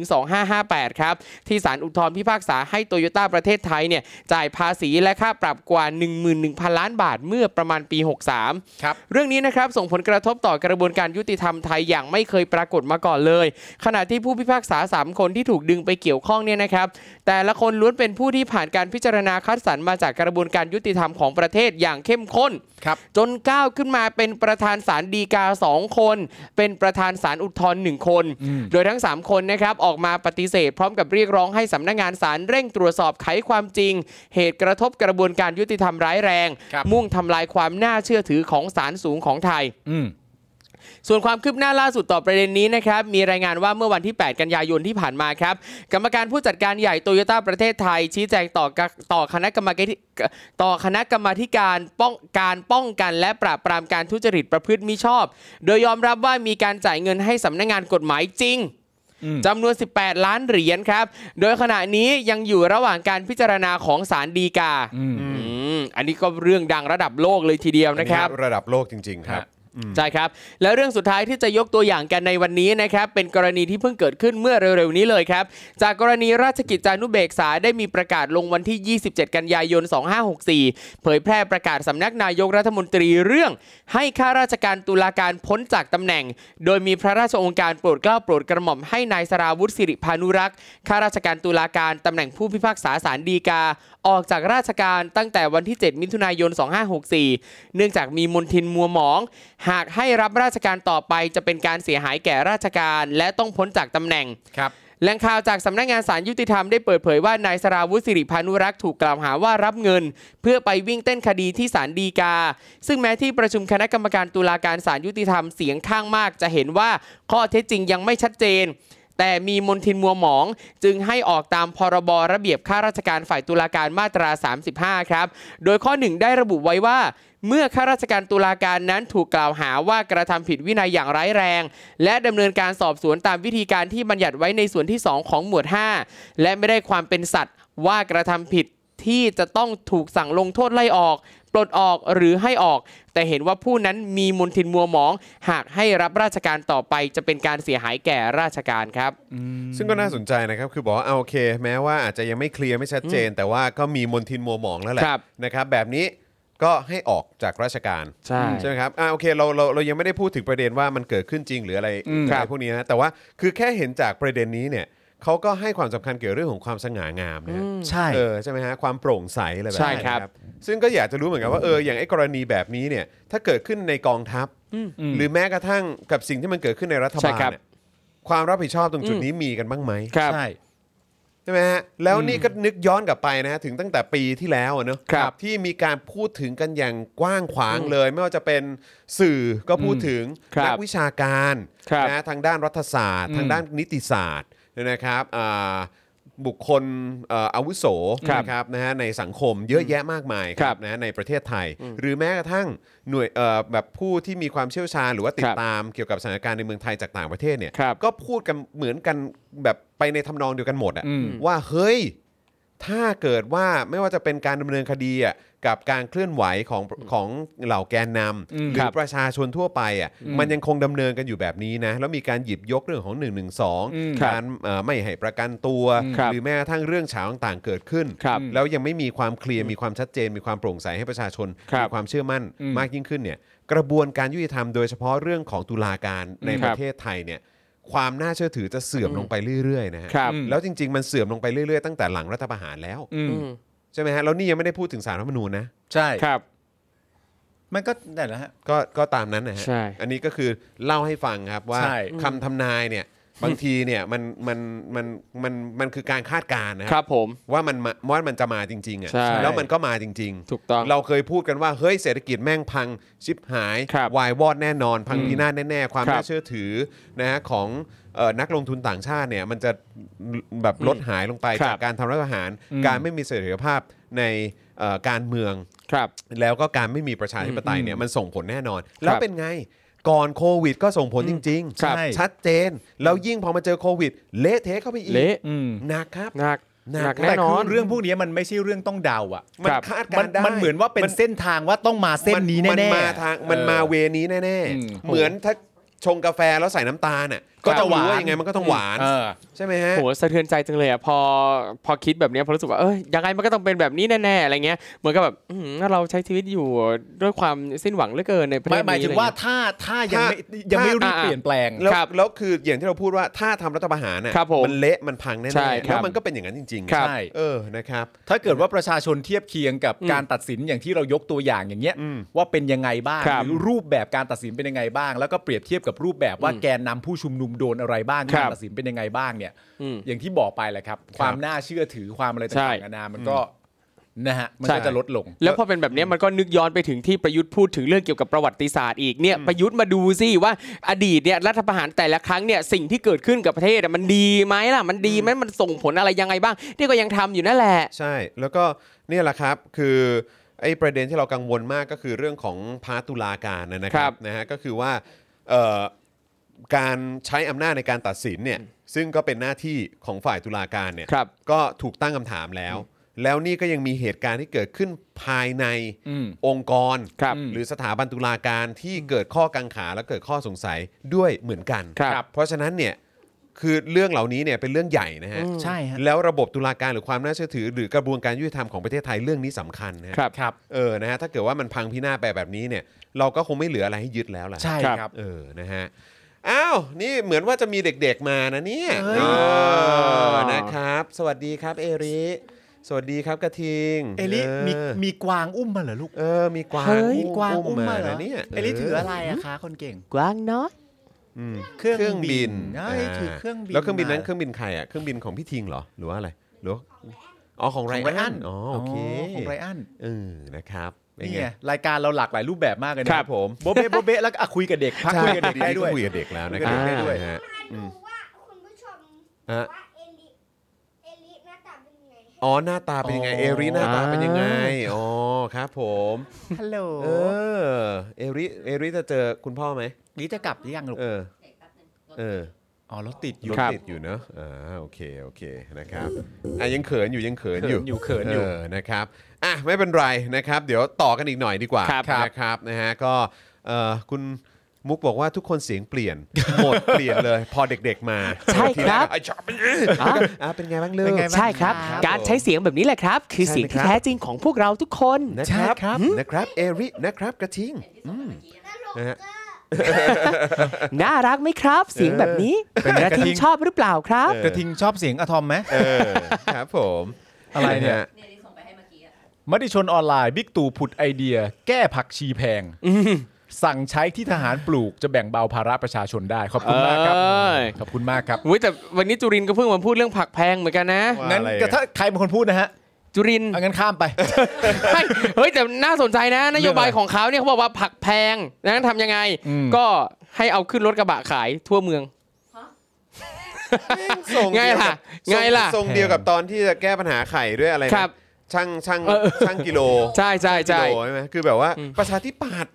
2558 ครับ ที่ศาลอุทธรณ์พิพากษาให้โตโยต้าประเทศไทยเนี่ย จ่ายภาษีและค่าปรับกว่า 11,000 ล้านบาทเมื่อประมาณปี 63
ครับ
เรื่องนี้นะครับส่งผลกระทบต่อกระบวนการยุติธรรมไทยอย่างไม่เคยปรากฏมาก่อนเลย ขณะที่ผู้พิพากษา 3 คนที่ถูกดึงไปเกี่ยวข้องเนี่ยนะครับ แต่ละคนล้วนเป็นผู้ที่ผ่านการพิจารณาคัดสรรมาจากกระบวนการยุติธรรมของประเทศอย่างเข้มข้น
ครับ
จนก้าวขึ้นมาเป็นประธานศาลฎีกา 2 คน เป็นประธานศาลอุทธรณ์หนึ่งคน โดยทั้ง 3 คนนะครับออกมาปฏิเสธ พร้อมกับเรียกร้องให้สำนักงานศาลเร่งตรวจสอบไขความจริง เหตุกระทบกระบวนการยุติธรรมร้ายแรง
ครับ
มุ่งทำลายความน่าเชื่อถือของศาลสูงของไทย
อืม
ส่วนความคืบหน้าล่าสุดต่อประเด็นนี้นะครับ มีรายงานว่าเมื่อวันที่ 8 กันยายนที่ผ่านมาครับ กรรมการผู้จัดการใหญ่โตโยต้าประเทศไทย ชี้แจงต่อกะต่อคณะกรรมการต่อคณะกรรมาธิการป้องการป้องกันและปราบปรามการทุจริตประพฤติมิชอบ โดยยอมรับว่ามีการจ่ายเงินให้สำนักงานกฎหมายจริง
อืม
จำนวน 18 ล้านเหรียญครับ โดยขณะนี้ยังอยู่ระหว่างการพิจารณาของศาลฎีกา
อืม
อืมอันนี้ก็เรื่องดังระดับโลกเลยทีเดียวนะครับ
ระดับโลกจริง ๆ ครับ
ฮะ
ใช่ครับ แล้วเรื่องสุดท้ายที่จะยกตัวอย่างกันในวันนี้นะครับ เป็นกรณีที่เพิ่งเกิดขึ้นเมื่อเร็วๆนี้เลยครับ จากกรณีราชกิจจานุเบกษาได้มีประกาศลงวันที่ 27 กันยายน 2564 เผยแพร่ประกาศสำนักนายกรัฐมนตรีเรื่อง ให้ข้าราชการตุลาการพ้นจากตำแหน่ง โดยมีพระราชองค์การโปรดเกล้าโปรดกระหม่อมให้นายสราวุธสิริพานุรักษ์ข้าราชการตุลาการตำแหน่งผู้พิพากษาศาลฎีกา ออกจากราชการตั้งแต่วันที่ 7 มิถุนายน 2564 เนื่องจากมีมนทินมัวหมอง หากให้รับราชการต่อไปจะเป็นการเสียหายแก่ราชการ และต้องพ้นจากตำแหน่ง
ครับ
แหล่งข่าวจากสำนักงานสารยุติธรรมได้เปิดเผยว่านายสราวุธสิริพานุรักษ์ถูกกล่าวหาว่ารับเงิน เพื่อไปวิ่งเต้นคดีที่ศาลฎีกา ซึ่งแม้ที่ประชุมคณะกรรมการตุลาการศาลยุติธรรมเสียงข้างมากจะเห็นว่าข้อเท็จจริงยังไม่ชัดเจน แต่มีมนทินมัวหมอง จึงให้ออกตามพรบระเบียบข้าราชการฝ่ายตุลาการมาตรา 35 ครับ โดยข้อหนึ่งได้ระบุไว้ว่า เมื่อข้าราชการตุลาการนั้นถูกกล่าวหาว่ากระทำผิดวินัยอย่างร้ายแรง และดำเนินการสอบสวนตามวิธีการที่บัญญัติไว้ในส่วนที่ 2 ของหมวด 5 และไม่ได้ความเป็นสัตว์ว่ากระทำผิดที่จะต้องถูกสั่งลงโทษไล่ออก ปลดออกหรือให้ออก แต่เห็นว่าผู้นั้นมีมนทินมัวหมอง หากให้รับราชการต่อไปจะเป็นการเสียหายแก่ราชการครับ
ซึ่งก็น่าสนใจนะครับ คือบอกว่าเอาโอเค แม้ว่าอาจจะยังไม่เคลียร์ไม่ชัดเจน แต่ว่าก็มีมนทินมัวหมองแล้วแหละ
ครับ
นะครับ แบบนี้ก็ให้ออกจากราชการ
ใช่
ไหมครับอ่าโอเคเราเราเรายังไม่ได้พูดถึงประเด็นว่ามันเกิดขึ้นจริงหรืออะไร
อืม
อะไรพวกนี้นะแต่ว่าคือแค่เห็นจากประเด็นนี้เนี่ยเขาก็ให้ความสำคัญเกี่ยวกับเรื่องของความสง่างามนะฮะ
ใช่
เออใช่ไหมฮะความโปร่งใสอะไรแบบ
ใช่
นี้
ครับ
นะซึ่งก็อยากจะรู้เหมือนกันว่าเอออย่างไอ้กรณีแบบนี้เนี่ยถ้าเกิดขึ้นในกองทัพ
อืม
หรือแม้กระทั่งกับสิ่งที่มันเกิดขึ้นในรัฐ
ใช่
บาล
ครับ
เนี่ยความรับผิดชอบตรงจุดนี้มีกันบ้างไหม
ครับ
ใช่
ใช่ไหมฮะแล้วนี่ก็นึกย้อนกลับไปนะฮะถึงตั้งแต่ปีที่แล้วอะเนอะ
ครับ
ที่มีการพูดถึงกันอย่างกว้างขวางเลย ไม่ว่าจะเป็นสื่อก็พูดถึง
ครับ
นัวิชาการ
ครับ
นะทางด้านรัฐศาสตร์ ทางด้านนิติศาสตร์นะครับอ่าบุคคลเอ่ออาวุโส
ครับ
นะครับนะฮะในสังคมเยอะแยะมากมาย
ครับ
นะในประเทศไทย หรือแม้กระทั่งหน่วยเอ่อแบบผู้ที่มีความเชี่ยวชาญหรือว่าติดตามเกี่ยวกับสถานการณ์ในเมืองไทยจากต่างประเทศเนี่ย
ครับ
ก็พูดกันเหมือนกันแบบไปในทำนองเดียวกันหมดอะ
อืม
ว่าเฮ้ย ถ้าเกิดว่าไม่ว่าจะเป็นการดำเนินคดีอะกับการเคลื่อนไหวของของเหล่าแกนน
อืม
ำหรื
ครั
อบ ประชาชนทั่วไปอ่ะมันยังคงดำเนินกันอยู่แบบนี้นะแล้วมีการหยิบยกเรื่องของ1นึ
อืม
การเอ่อไม่ให้ประกันตัว
ครับ
หรือแม้กระทั่งเรื่องเฉาวต่างๆเกิดขึ้น
ครับ
แล้วยังไม่มีความเคลียร์มีความชัดเจน มีความโปร่งใสให้ประชาชน
ครับ
มีความเชื่อมั่น
อืม
มากยิ่งขึ้นเนี่ยกระบวนการยุติธรรมโดยเฉพาะเรื่องของตุลาการในประเทศไทยเนี่ยความน่าเชื่อถือจะเสื่อมลงไปเรื่อยๆนะฮะ
ครับ
อืม
แล้วจริง ๆ มันเสื่อมลงไปเรื่อย ๆ ตั้งแต่หลังรัฐประหารแล้ว
อืม
อืม
ใช่ไหมฮะ แล้วนี่ยังไม่ได้พูดถึงสารรัฐธรรมนูญนะ
ใช่
ครับ
มันก็นั่นแหละฮะ
ก็ก็ตามนั้นนะฮะ
ใช่
อันนี้ก็คือเล่าให้ฟังครับว่า
ใช่
คำทำนายเนี่ย บางทีเนี่ยมันมันมันมันมันคือการคาดการณ์นะฮะ
ครับผม
ว่ามันมาว่ามันจะมาจริง ๆ
ใช่
อะ่ะแล้วมันก็มาจริง
ถูกต้อง
เราเคยพูดกันว่าเฮ้ยเศรษฐกิจแม่งพังชิบหาย
ครับ
วายวอดแน่นอน พัง
อืม
พินาศแน่ๆ ความ
ครับ
น่าเชื่อถือนะฮะของเอ่อนักลงทุนต่างชาติเนี่ยมันจะแบบลดหายลงไป
ครับ
จากการทำรัฐประหาร การไม่มีเสถียรภาพในเอ่อการเมือง
ครับ
แล้วก็การไม่มีประชาธิปไตยเนี่ยมันส่งผลแน่นอน แล้ว
ครับ
เป็นไง ก่อนโควิดก็ส่งผลจริง
ครับ
ๆ ชัดเจน แล้วยิ่งพอมาเจอโควิด เละเทะเข้าไปอีก
เละ
อืม
หนักครับ
หนัก
หนัก
หนัก
แต่
แน่นอ
คื
น
เรื่องพวกนี้มันไม่ใช่เรื่องต้องเดาอ่ะ
มัน
ครับ
คาดการ
มัน
ณ์ได้
มันเหมือนว่าเป็นเส้นทางว่าต้องมาเส้นนี้
มั
แน่ๆ
มาทางมันมาเวนี้แน่
อืม
ๆ เหมือนถ้าชงกาแฟแล้วใส่น้ำตาลน่ะ
ก็จะหวาน
รู้ยังไงมันก็ต้องหวาน
เออ
ใช่ไหมฮะ
โหสะเทือนใจจังเลยอ่ะพอพอคิดแบบเนี้ยพอรู้สึกว่าเอ้ยยังไงมันก็ต้องเป็นแบบนี้แน่ๆอะไรเงี้ยเหมือนกับแบบอื้อหือเราใช้ชีวิตอยู่ด้วยความสิ้นหวังเหลือเกินในประเทศนี้
ไม่หมายถึงว่าถ้าถ้ายังไม่ยังไม่รีบเปลี่ยนแปลง
แล้ว
ครับ
แล้วคืออย่างที่เราพูดว่าถ้าทำรัฐประหารน่ะ
ครับผม
มันเละมันพังแน่
ใช่
ๆ
ครั
แล้
บ
วมันก็เป็นอย่างนั้นจริง
ครับ
ใช่
เออนะครับ
ถ้าเกิดว่าประชาชนเทียบเคียงกับ
อืม
การตัดสินอย่างที่เรายกตัวอย่างอย่างเงี้ย
อืม
ว่าเป็นยังไงบ้าง
ครับ
หรือรูปแบบการตัดสินเป็นยังไงบ้าง แล้วก็เปรียบเทียบกับรูปแบบว่า
อืม
แกนนำผู้ชุมนุมโดนอะไรบ้าง
ครั
กา
บ
รตัดสินเป็นยังไงบ้างเนี่ย
อืม
อย่างที่บอกไปแหละครับ ความน่าเชื่อถือความอะไร
ใช่
ต่างๆนานามันก็นะฮะมัน
ใช่
ก็จะลดลง
แล้วพอเป็นแบบเนี้ยมันก็นึกย้อนไปถึงที่ประยุทธ์พูดถึงเรื่องเกี่ยวกับประวัติศาสตร์อีกเนี่ยประยุทธ์มาดูสิว่าอดีตเนี่ยรัฐประหารแต่ละครั้งเนี่ยสิ่งที่เกิดขึ้นกับประเทศอะมันดีไหมล่ะมันดีไหมมันส่งผลอะไรยังไงบ้างนี่ก็ยังทำอยู่นั่นแหละ
ใช่แล้วก็เนี่ยแหละครับคือไอ้ประเด็นที่เรากังวลมากก็คือเรื่องของพาร์ทตุลาการนะนะค
ครั
รับบ นะฮะก็คือว่าเอ่อการใช้อำนาจในการตัดสินเนี่ยซึ่งก็เป็นหน้าที่ของฝ่ายตุลาการเนี่ย
ครับ
ก็ถูกตั้งคำถามแล้ว แล้วนี่ก็ยังมีเหตุการณ์ที่เกิดขึ้นภายใน
อืม
องค์กร
ครับ
หรือสถาบันตุลาการที่เกิดข้อกังขาและเกิดข้อสงสัยด้วยเหมือนกัน
ครับ
เพราะฉะนั้นเนี่ยคือเรื่องเหล่านี้เนี่ยเป็นเรื่องใหญ่นะฮะ
ใช่ฮะ
แล้วระบบตุลาการหรือความน่าเชื่อถือ หรือกระบวนการยุติธรรมของประเทศไทยเรื่องนี้สำคัญนะฮะ
ครับ
ครับ
เออนะฮะถ้าเกิดว่ามันพังพินาศไปแบบนี้เนี่ย เราก็คงไม่เหลืออะไรให้ยึดแล้วล่ะ
ใช่
ครับ
ครับ
เออนะฮะอ้าวนี่เหมือนว่าจะมีเด็กๆมานะเนี่ย
เฮ้ย
เออนะครับ สวัสดีครับเอริสวัสดีครับกระทิง
เอลิมี
อ
มีกวางอุ้มมาเหรอลูก
เออมีกวาง
เฮ้ย
อุ้มอุ้มมา
เหร
นะเนี่ย
เอลิถืออะไรอะคะคนเก่ง
กว้างเนาะ
ม
เครื่องบิน
เครื่องบิน
เอ้ยถือเครื่องบิน
แล้วเครื่องบินนั้น
มา
เครื่องบินใครอ่ะเครื่องบินของพี่ทิงเหรอหรือว่าอะไรหรือว่าอ๋อของไร
ของไรอั
อัน
น
อ๋อโอเค
ของไรอัน
เออ นะครับเป็
นี่ไงรายการเราหลากหลายรูปแบบมากเลยนะครับ
ผม
โบะเบ๊ะโบ [LAUGHS] ะเบ๊ะแล้วก็อ่ะคุยกับเด็กพัก
ใช่
คุยกับเด็กได้ด้วย
คุยกับเด็กแล้วนะค
คุ
รับ
ยกับเด็กได้ด้วย
นะฮะ
ดูว่าคุณผู้ชม
ฮะ
ว่าเอลิเอลิหน้าตาเป็นยังไงให้
อ๋อ หน้าตาเป็นยังไง
อ๋อ
เอริหน้าตาเป็นยังไง อ๋อ ครับผม
ฮัลโหล
เออ เอริ เอริจะเจอคุณพ่อไหม
นี่จะกลับหรือยังลูก
เออ เออ
อ๋อรถติดอ
ร
ยู่
ถติดอยู่เนอะอ่า โอเค โอเค นะครับ อ่ะยังเขินอยู่ ยังเขินอยู่
เขินอยู่เขินอยู่
นะครับ อ่ะ ไม่เป็นไรนะครับ เดี๋ยวต่อกันอีกหน่อยดีกว่า
ครับ
นะครับ นะฮะ ก็ เอ่อ คุณมุกบอกว่าทุกคนเสียงเปลี่ยน โหมดเปลี่ยนเลย [LAUGHS] พอเด็กๆมา
ใช่ครับ
ไอ้ชอบ อ่ะเป็นไงบ้างลู
เป็น
ก
ไงบ้าง
ใช่ครับ
ครับ
การใช้เสียงแบบนี้แหละครับ คือสิ่งที่แท้จริงของพวกเราทุกคน
นะครับ
ใช่ครับ
นะครับเอรินะครับกระทิง
เห็นที่ส่งไปเมื่อกี้นะ
นะฮะ
น่ารักไหมครับ เสียงแบบนี้
เป็นไง
กระทิ
กระทิ
ง
ง
ชอบหรือเปล่าครับ
เออ
กระทิงชอบเสียงอะทอมไหม
เออครับผม
อะไรเนี่ย
ฮ
เนี่ยที่ส่งไปให้เมื่อกี้อะ
มติชนออนไลน์บิ๊กตู่ผุดไอเดีย แก้ผักชีแพง สั่งใช้ที่ทหารปลูกจะแบ่งเบาภาระประชาชนได้ขอบคุณมากครับ
เอ้ย
ขอบคุณมากครับ
อุ้ยแต่วันนี้จุรินทร์ก็เพิ่งมาพูดเรื่องผักแพงเหมือนกันนะ
ว่า
งั้น
อะไร
ก็
อ่ะ
ถ้าใครเป็นคนพูดนะฮะ
จุรินทร์
เอางั้นข้ามไป
ใช่เฮ้ยแต่น่าสนใจนะนโยบาย
เรื่องอะไร
ของเขาเนี่ยเขาบอกว่าผักแพงนั้นทำยังไง
อืม
ก็ให้เอาขึ้นรถกระบะขายทั่วเมือง
ส่
ไงล่ะ
เดียวกับ
ไงล่ะ
ส่ส่งเดียวกับตอนที่จะแก้ปัญหาไข่ด้วยอะไรนะครับ ช่างช่าง
เออ
ช่างกิโล
ใช่ใช่
กิ
ใช่
โลใช่ไหมคือแบบว่า
อืม
ประชาธิปัตย์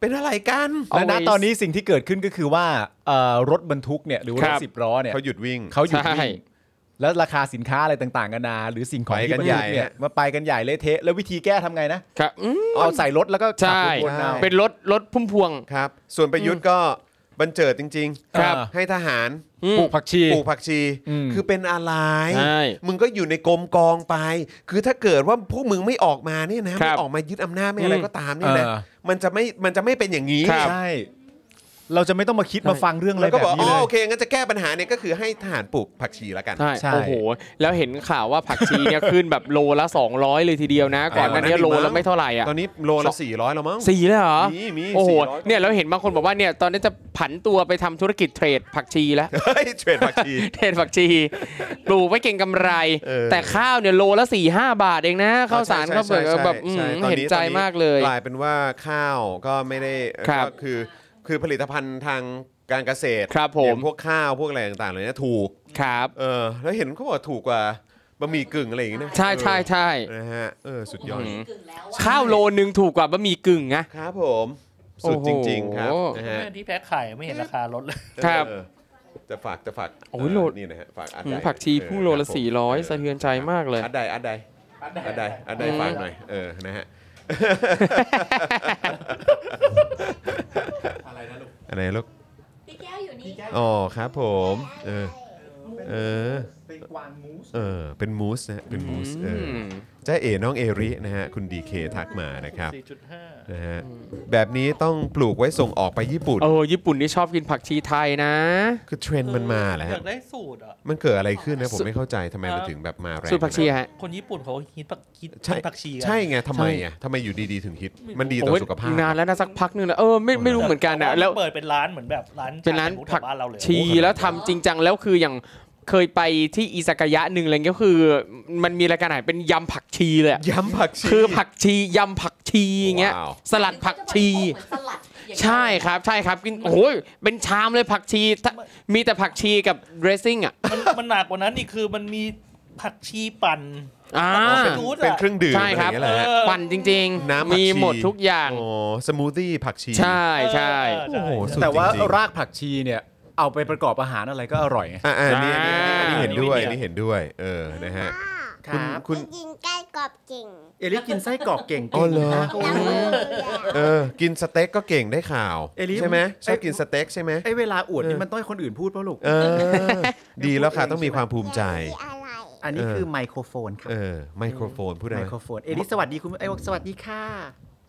เป็นอะไรกัน
และณ
Always
ตอนนี้สิ่งที่เกิดขึ้นก็คือว่าเอ่อรถบรรทุกเนี่ยหรือว่า
ค
ร
รั
ถ
บ
สิบล้อเนี่ย
เขาหยุดวิ่ง
เขาหยุด
ใช่
วิ่งแล้วราคาสินค้าอะไรต่างๆกันานาหรือสิ่งของ
ไป
ที่
กัน
บรร
ใหญ่
ทุกเนี่ย
ฮะ
มาไปกันใหญ่เละเทะแล้ววิธีแก้ทำไงนะครับ
อืม
เอาใส่รถแล้วก็ขับ
ใช่
วนๆเอา
เป็นรถรถพุ่มพวง
ครับ ส่วนประยุทธ์ก็บันเจิดจริง
ครับ
ๆ ให้ทหาร
อืม
ปลูกผักชี
ปลูกผักชี
อืม
คือเป็นอะไร
ใช่
มึงก็อยู่ในกรมกองไป คือถ้าเกิดว่าพวกมึงไม่ออกมาเนี่ยนะครับ ไม่ออกมายึดอำนาจไม่อะไร
อืม
ก็ตามเนี่ยนะ
เออ
มันจะไม่มันจะไม่เป็นอย่างนี้
ครับ
ใช่ เราจะไม่ต้องมาคิดมาฟังเรื่องอะไร
แล้ว
แบ
ก็
บ
บอกอ๋
นี้เล
อย โอเคงั้นจะแก้ปัญหาเนี่ยก็คือให้ทหารปลูกผักชีละกัน
ใช่
ใช่
โอ้โห แล้วเห็นข่าวว่าผักชีเนี่ย ขึ้นแบบโลละ 200 เลยทีเดียวนะ ก่อนหน้านี้
เอาละ
โล
ดีมั้
ละ
ง
ไม่เท่าไหร่อ่ะ
ตอนนี้โลละ400แล้วมั้ง
สี่เลยเหรอ
มีมี
โอ้โห
400
เนี่ยแล้วเห็นบางคนบอกว่าเนี่ยตอนนี้จะผันตัวไปทำธุรกิจเทรดผักชีแล้ว
[LAUGHS] เฮ้ยเทรดผักชี
เทรดผักชี ปลูกไว้เก่งกำไร
เออ
แต่ข้าวเนี่ยโลละ4ี่ห้าบาทเองนะข้าวสาร
ใช่
ก็เบิก
ใช่
แบบ
ใช่
อืม
ใช่ตอนนี้
เห็นใจ
ตอนนี้
มากเลย
กลายเป็นว่าข้าวก็ไม่ได้เอ่อ
ครับ
ก็คือ คือผลิตภัณฑ์ทางการเกษตร
ครับผม
อย่างพวกข้าวพวกอะไรต่างๆเลยนะถูก
ครับ
เออแล้วเห็นเขาบอกถูกกว่าบะหมี่กึ่งอะไรอย่างเงี้ยนะ
ใช่ใช่ใช่
เออนะฮะเออสุดยอด
อืม
กึ่งแล้วอะ
ข้าวโลนึงถูกกว่าบะหมี่กึ่งนะ
ครับผมสุดจริง ๆ ครับ
โอ้โห
นะฮะ
ที่แพ็คไข่ไม่เห็นราคาลดเลย
ครับ
เออจะฝากจะฝาก
โอ้ยโล
เนี่นะฮะฝากอัด
อื
ใด
มผักชี
เออ
พุ่งโล
ครั
ละ
บผม
สี่ร้อยสะเทือนใจมากเลย
อัดใดอัดใดอัดใดอัดใด
อืม
ฝากหน่อยเออนะฮะ
อะไรนะลูก
อะไรลูก
พี่แก้วอยู่นี่
อ๋อครับผมเออ เออ
เป็นกวางมูส
เออ เป็นมูสนะเป็นมูสเออ
อืม
จ้าเอ๋น้องเอรินะฮะ คุณดีเคทักมานะครับ
สี่จุดห้า
นะฮะแบบนี้ต้องปลูกไว้ส่งออกไปญี่ปุ่น
เออญี่ปุ่นนี่ชอบกินผักชีไทยนะ
คือเทรนด์มันมาแล้ว
อ
ฮะ
ยากได้สูตรอ่ะ
มันเกิดอะไรขึ้นนะ ผม
สุด
ไม่เข้าใจทำไมเราถึงแบบมาแรง
สูตรผักชีฮะ
คนญี่ปุ่นเขาฮิตผักฮิต
ใช่
ผักชีกัน
ใช่ไงทำไมอ่ะทำไมอยู่ดีๆถึงฮิต มันดีต่อ
โอ้ย
สุขภาพ
นานแล้วนะสักพักหนึงแล้วเออไม่ไม่รู้เหมือนกันนะแล้ว
เปิดเป็นร้านเหมือนแบบร้าน
เป็นร้าน
ชหมูแถ
ผัก
วบ้านเราเลย
ชี
โอ้โห
แล้วทำจริงจังแล้วคืออย่างเคยไปที่อิซากายะหนึ่งอะไรเงี้ยก็คือ มันมีรายการอาหารเป็นยำผักชีเลยอะ
ย้ำผักชี
คือผักชียำผักชีอย่างเงี้ย
ว้าว
สลัดผักชี
เหมือนสลัดอย่างเงี้ย
ใช่ครับใช่ครับกินโอ้ยเป็นชามเลยผักชีถ้ามีแต่ผักชีกับเดรสซิ่งอ่ะ
มันมันหนักกว่านั้นนี่คือมันมีผักชีปั่น
อ่า
เป็
เป็น
น
เค
รูทอะ
รื่องดื่ม
ใช่
อะไรอ
ครั
ย่างเงี้ย
บ
แหละฮะ
เออ
ปั่นจริง
น้ำผักชี
มีหมดทุกอย่าง
โอ้สมูทตี้ผักชี
ใช่ใช่
เ
โอ้โห
ใช่
สุด
แต่ว่า
จริงๆ
รากผักชีเนี่ย เอาไปประกอบอาหารอะไรก็อร่อยไง
อ่านี่อันนี้อันนี้
อ่า
เห็นด้วยอันนี่เห็นด้วย เออนะฮะ
ป้า
คุณคุณ
กินไก่กรอบจริง
เอลิกินไส้กรอกเก่ง
อ๋อเหรอ
นะโย
แล้วมือเลยอะ
เออ กินสเต็กก็เก่งได้ข่าว
เอลิฟ
ใช่ไหมชอบ
เอ้ย
กินสเต็กใช่ไหม
ไอ้เวลาอวดนี่
เออ
มันต้องให้คนอื่นพูดเปล่าลูก
เออ ดีแล้วค่ะ ต้องมีความภูมิใจ
อะไร
อันนี้คือไมโครโฟนครับ
เออ ไมโครโฟนพูดได้
ไม
ไหม
โครโฟน เอลิสวัสดีคุณไอ้ยสวัสดีค่ะ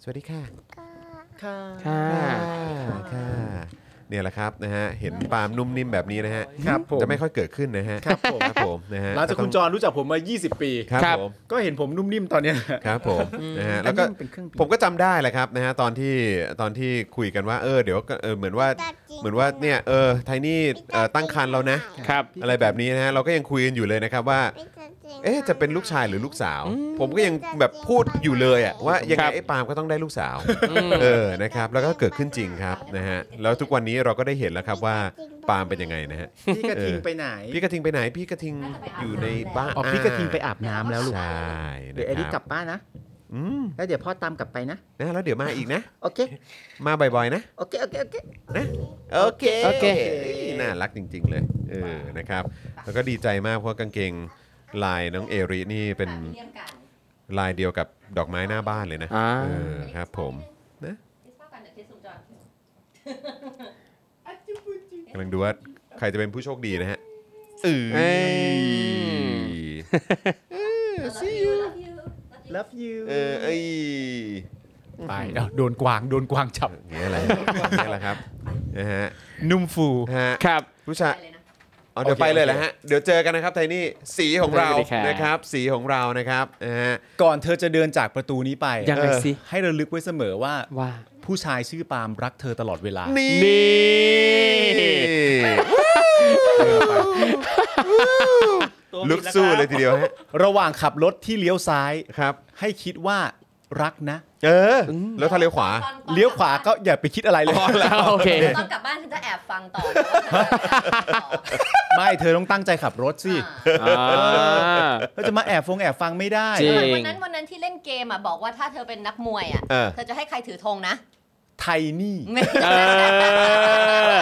สวัสดีค่ะ
ก็
ค่ะ
ค่ะ
ค่ะ เนี่ยแหละครับนะฮะ เห็นปาล์มนุ่มนิ่มแบบนี้นะฮะ
ครับผม
จะไม่ค่อยเกิดขึ้นนะฮะ
ครับผม
ครับผมนะฮะ
หลังจากคุณจรรู้จักผมมา 20 ปี
ครับ
ครับ
ผม
ก็เห็นผมนุ่มนิ่มตอนเนี้ย
ครับผมนะฮะ แล้วก็
อันนี้มันเป็นเครื่องบิน
ผมก็จำได้แหละครับนะฮะ ตอนที่ ตอนที่คุยกันว่า เออ เดี๋ยวก็เออ เหมือนว่า เหมือนว่าเนี่ย เออ ไทนี่เอ่อตั้งครรภ์แล้วนะ
ครับ
อะไรแบบนี้นะฮะ เราก็ยังคุยกันอยู่เลยนะครับว่า เอ๊ะจะเป็นลูกชายหรือลูกสาว ผมก็ยังแบบพูดอยู่เลยอะว่ายัง
ค
ไง
รับ
ไอ้ปาล์มก็ต้องได้ลูกสาว
อืม
เออนะครับแล้วก็เกิดขึ้นจริงครับนะฮะแล้วทุกวันนี้เราก็ได้เห็นแล้วครับว่าปาล์มเป็นยังไงนะฮะ
พี่กระทิงไปไหน
พี่กระทิงไปไหนพี่กระทิงอยู่ในบ้าน
อ๋อพี่กระทิงไปอาบน้ำแล้วลูก
ใช่
เดี๋ยวเอลิ
นะ
ส
ค
ก
รั
ลั
บบ
บ้านนะ
อืม
แล้วเดี๋ยวพ่อตามกลับไปนะ
นะแล้วเดี๋ยวมาอีกนะ
โอเค
มาบ่อยๆนะ
โอเค โอเค โอเค
โอเค
โอเค
น่ารักจริง ๆ เลยเออนะครับ แล้วก็ดีใจมากเพราะกางเกงลายน้องเอรินี่เป็น
แบบเรียมกัน
ลายเดียวกับดอกไม้หน้าบ้านเลยนะ
อ่า
เออครับผม
ที่ชอบกันเดี๋ยวที่สุ่มจอด
กำลังดูว่าใครจะเป็นผู้โชคดีนะฮะเอ
เอ้
ย
ย
ซีอู
love you
เออเอ้ย
ไปเอ้าโดนกวาง โดนกวางจับ
อย่างเงี้ยอะไรอย่างเงี้ยแหละครับนะฮะ
นุ่มฟู
ฮะ
ครับ
ผู้ชาย
เลยนะ
อ๋อเดี๋ยว
โอเค
ไปเลยแหละฮะเดี๋ยวเจอกันนะครับไทนี่สีของเรา
สวัสดีครับ
นะครับ สีของเรานะครับนะฮะ
ก่อนเธอจะเดินจากประตูนี้ไป
ยังไงสิ
ให้ระลึกไว้เสมอว่า
ว่า
ผู้ชายชื่อปาล์มรักเธอตลอดเวลา
นี่
นี่
ตัว
ลุ
ผิ
ก
ดแว
สู้
ครับ
เลยทีเดียวฮะ
ระหว่างขับรถที่เลี้ยวซ้าย
ครับ
ให้คิดว่ารักนะ
เออ แล้วถ้าเลี้ยวขวา
ตอนตอน
เลี้ยวขวาก็อย่าไปคิดอะไรเลย
โอเค
ตอนกลับบ้านฉันจะแอบฟัง
[LAUGHS]
ต่อว่า
ไม่เธอต้องตั้งใจขับรถสิ
อ่า
ก็จะมาแอบฟงแอบฟังไม่ได้
จริง
วันนั้นวันนั้นที่เล่นเกมอ่ะบอกว่าถ้าเธอเป็นนักมวยอ่ะ
เออ
เธอจะให้ใครถือธงนะ
ไทยนี่
เออ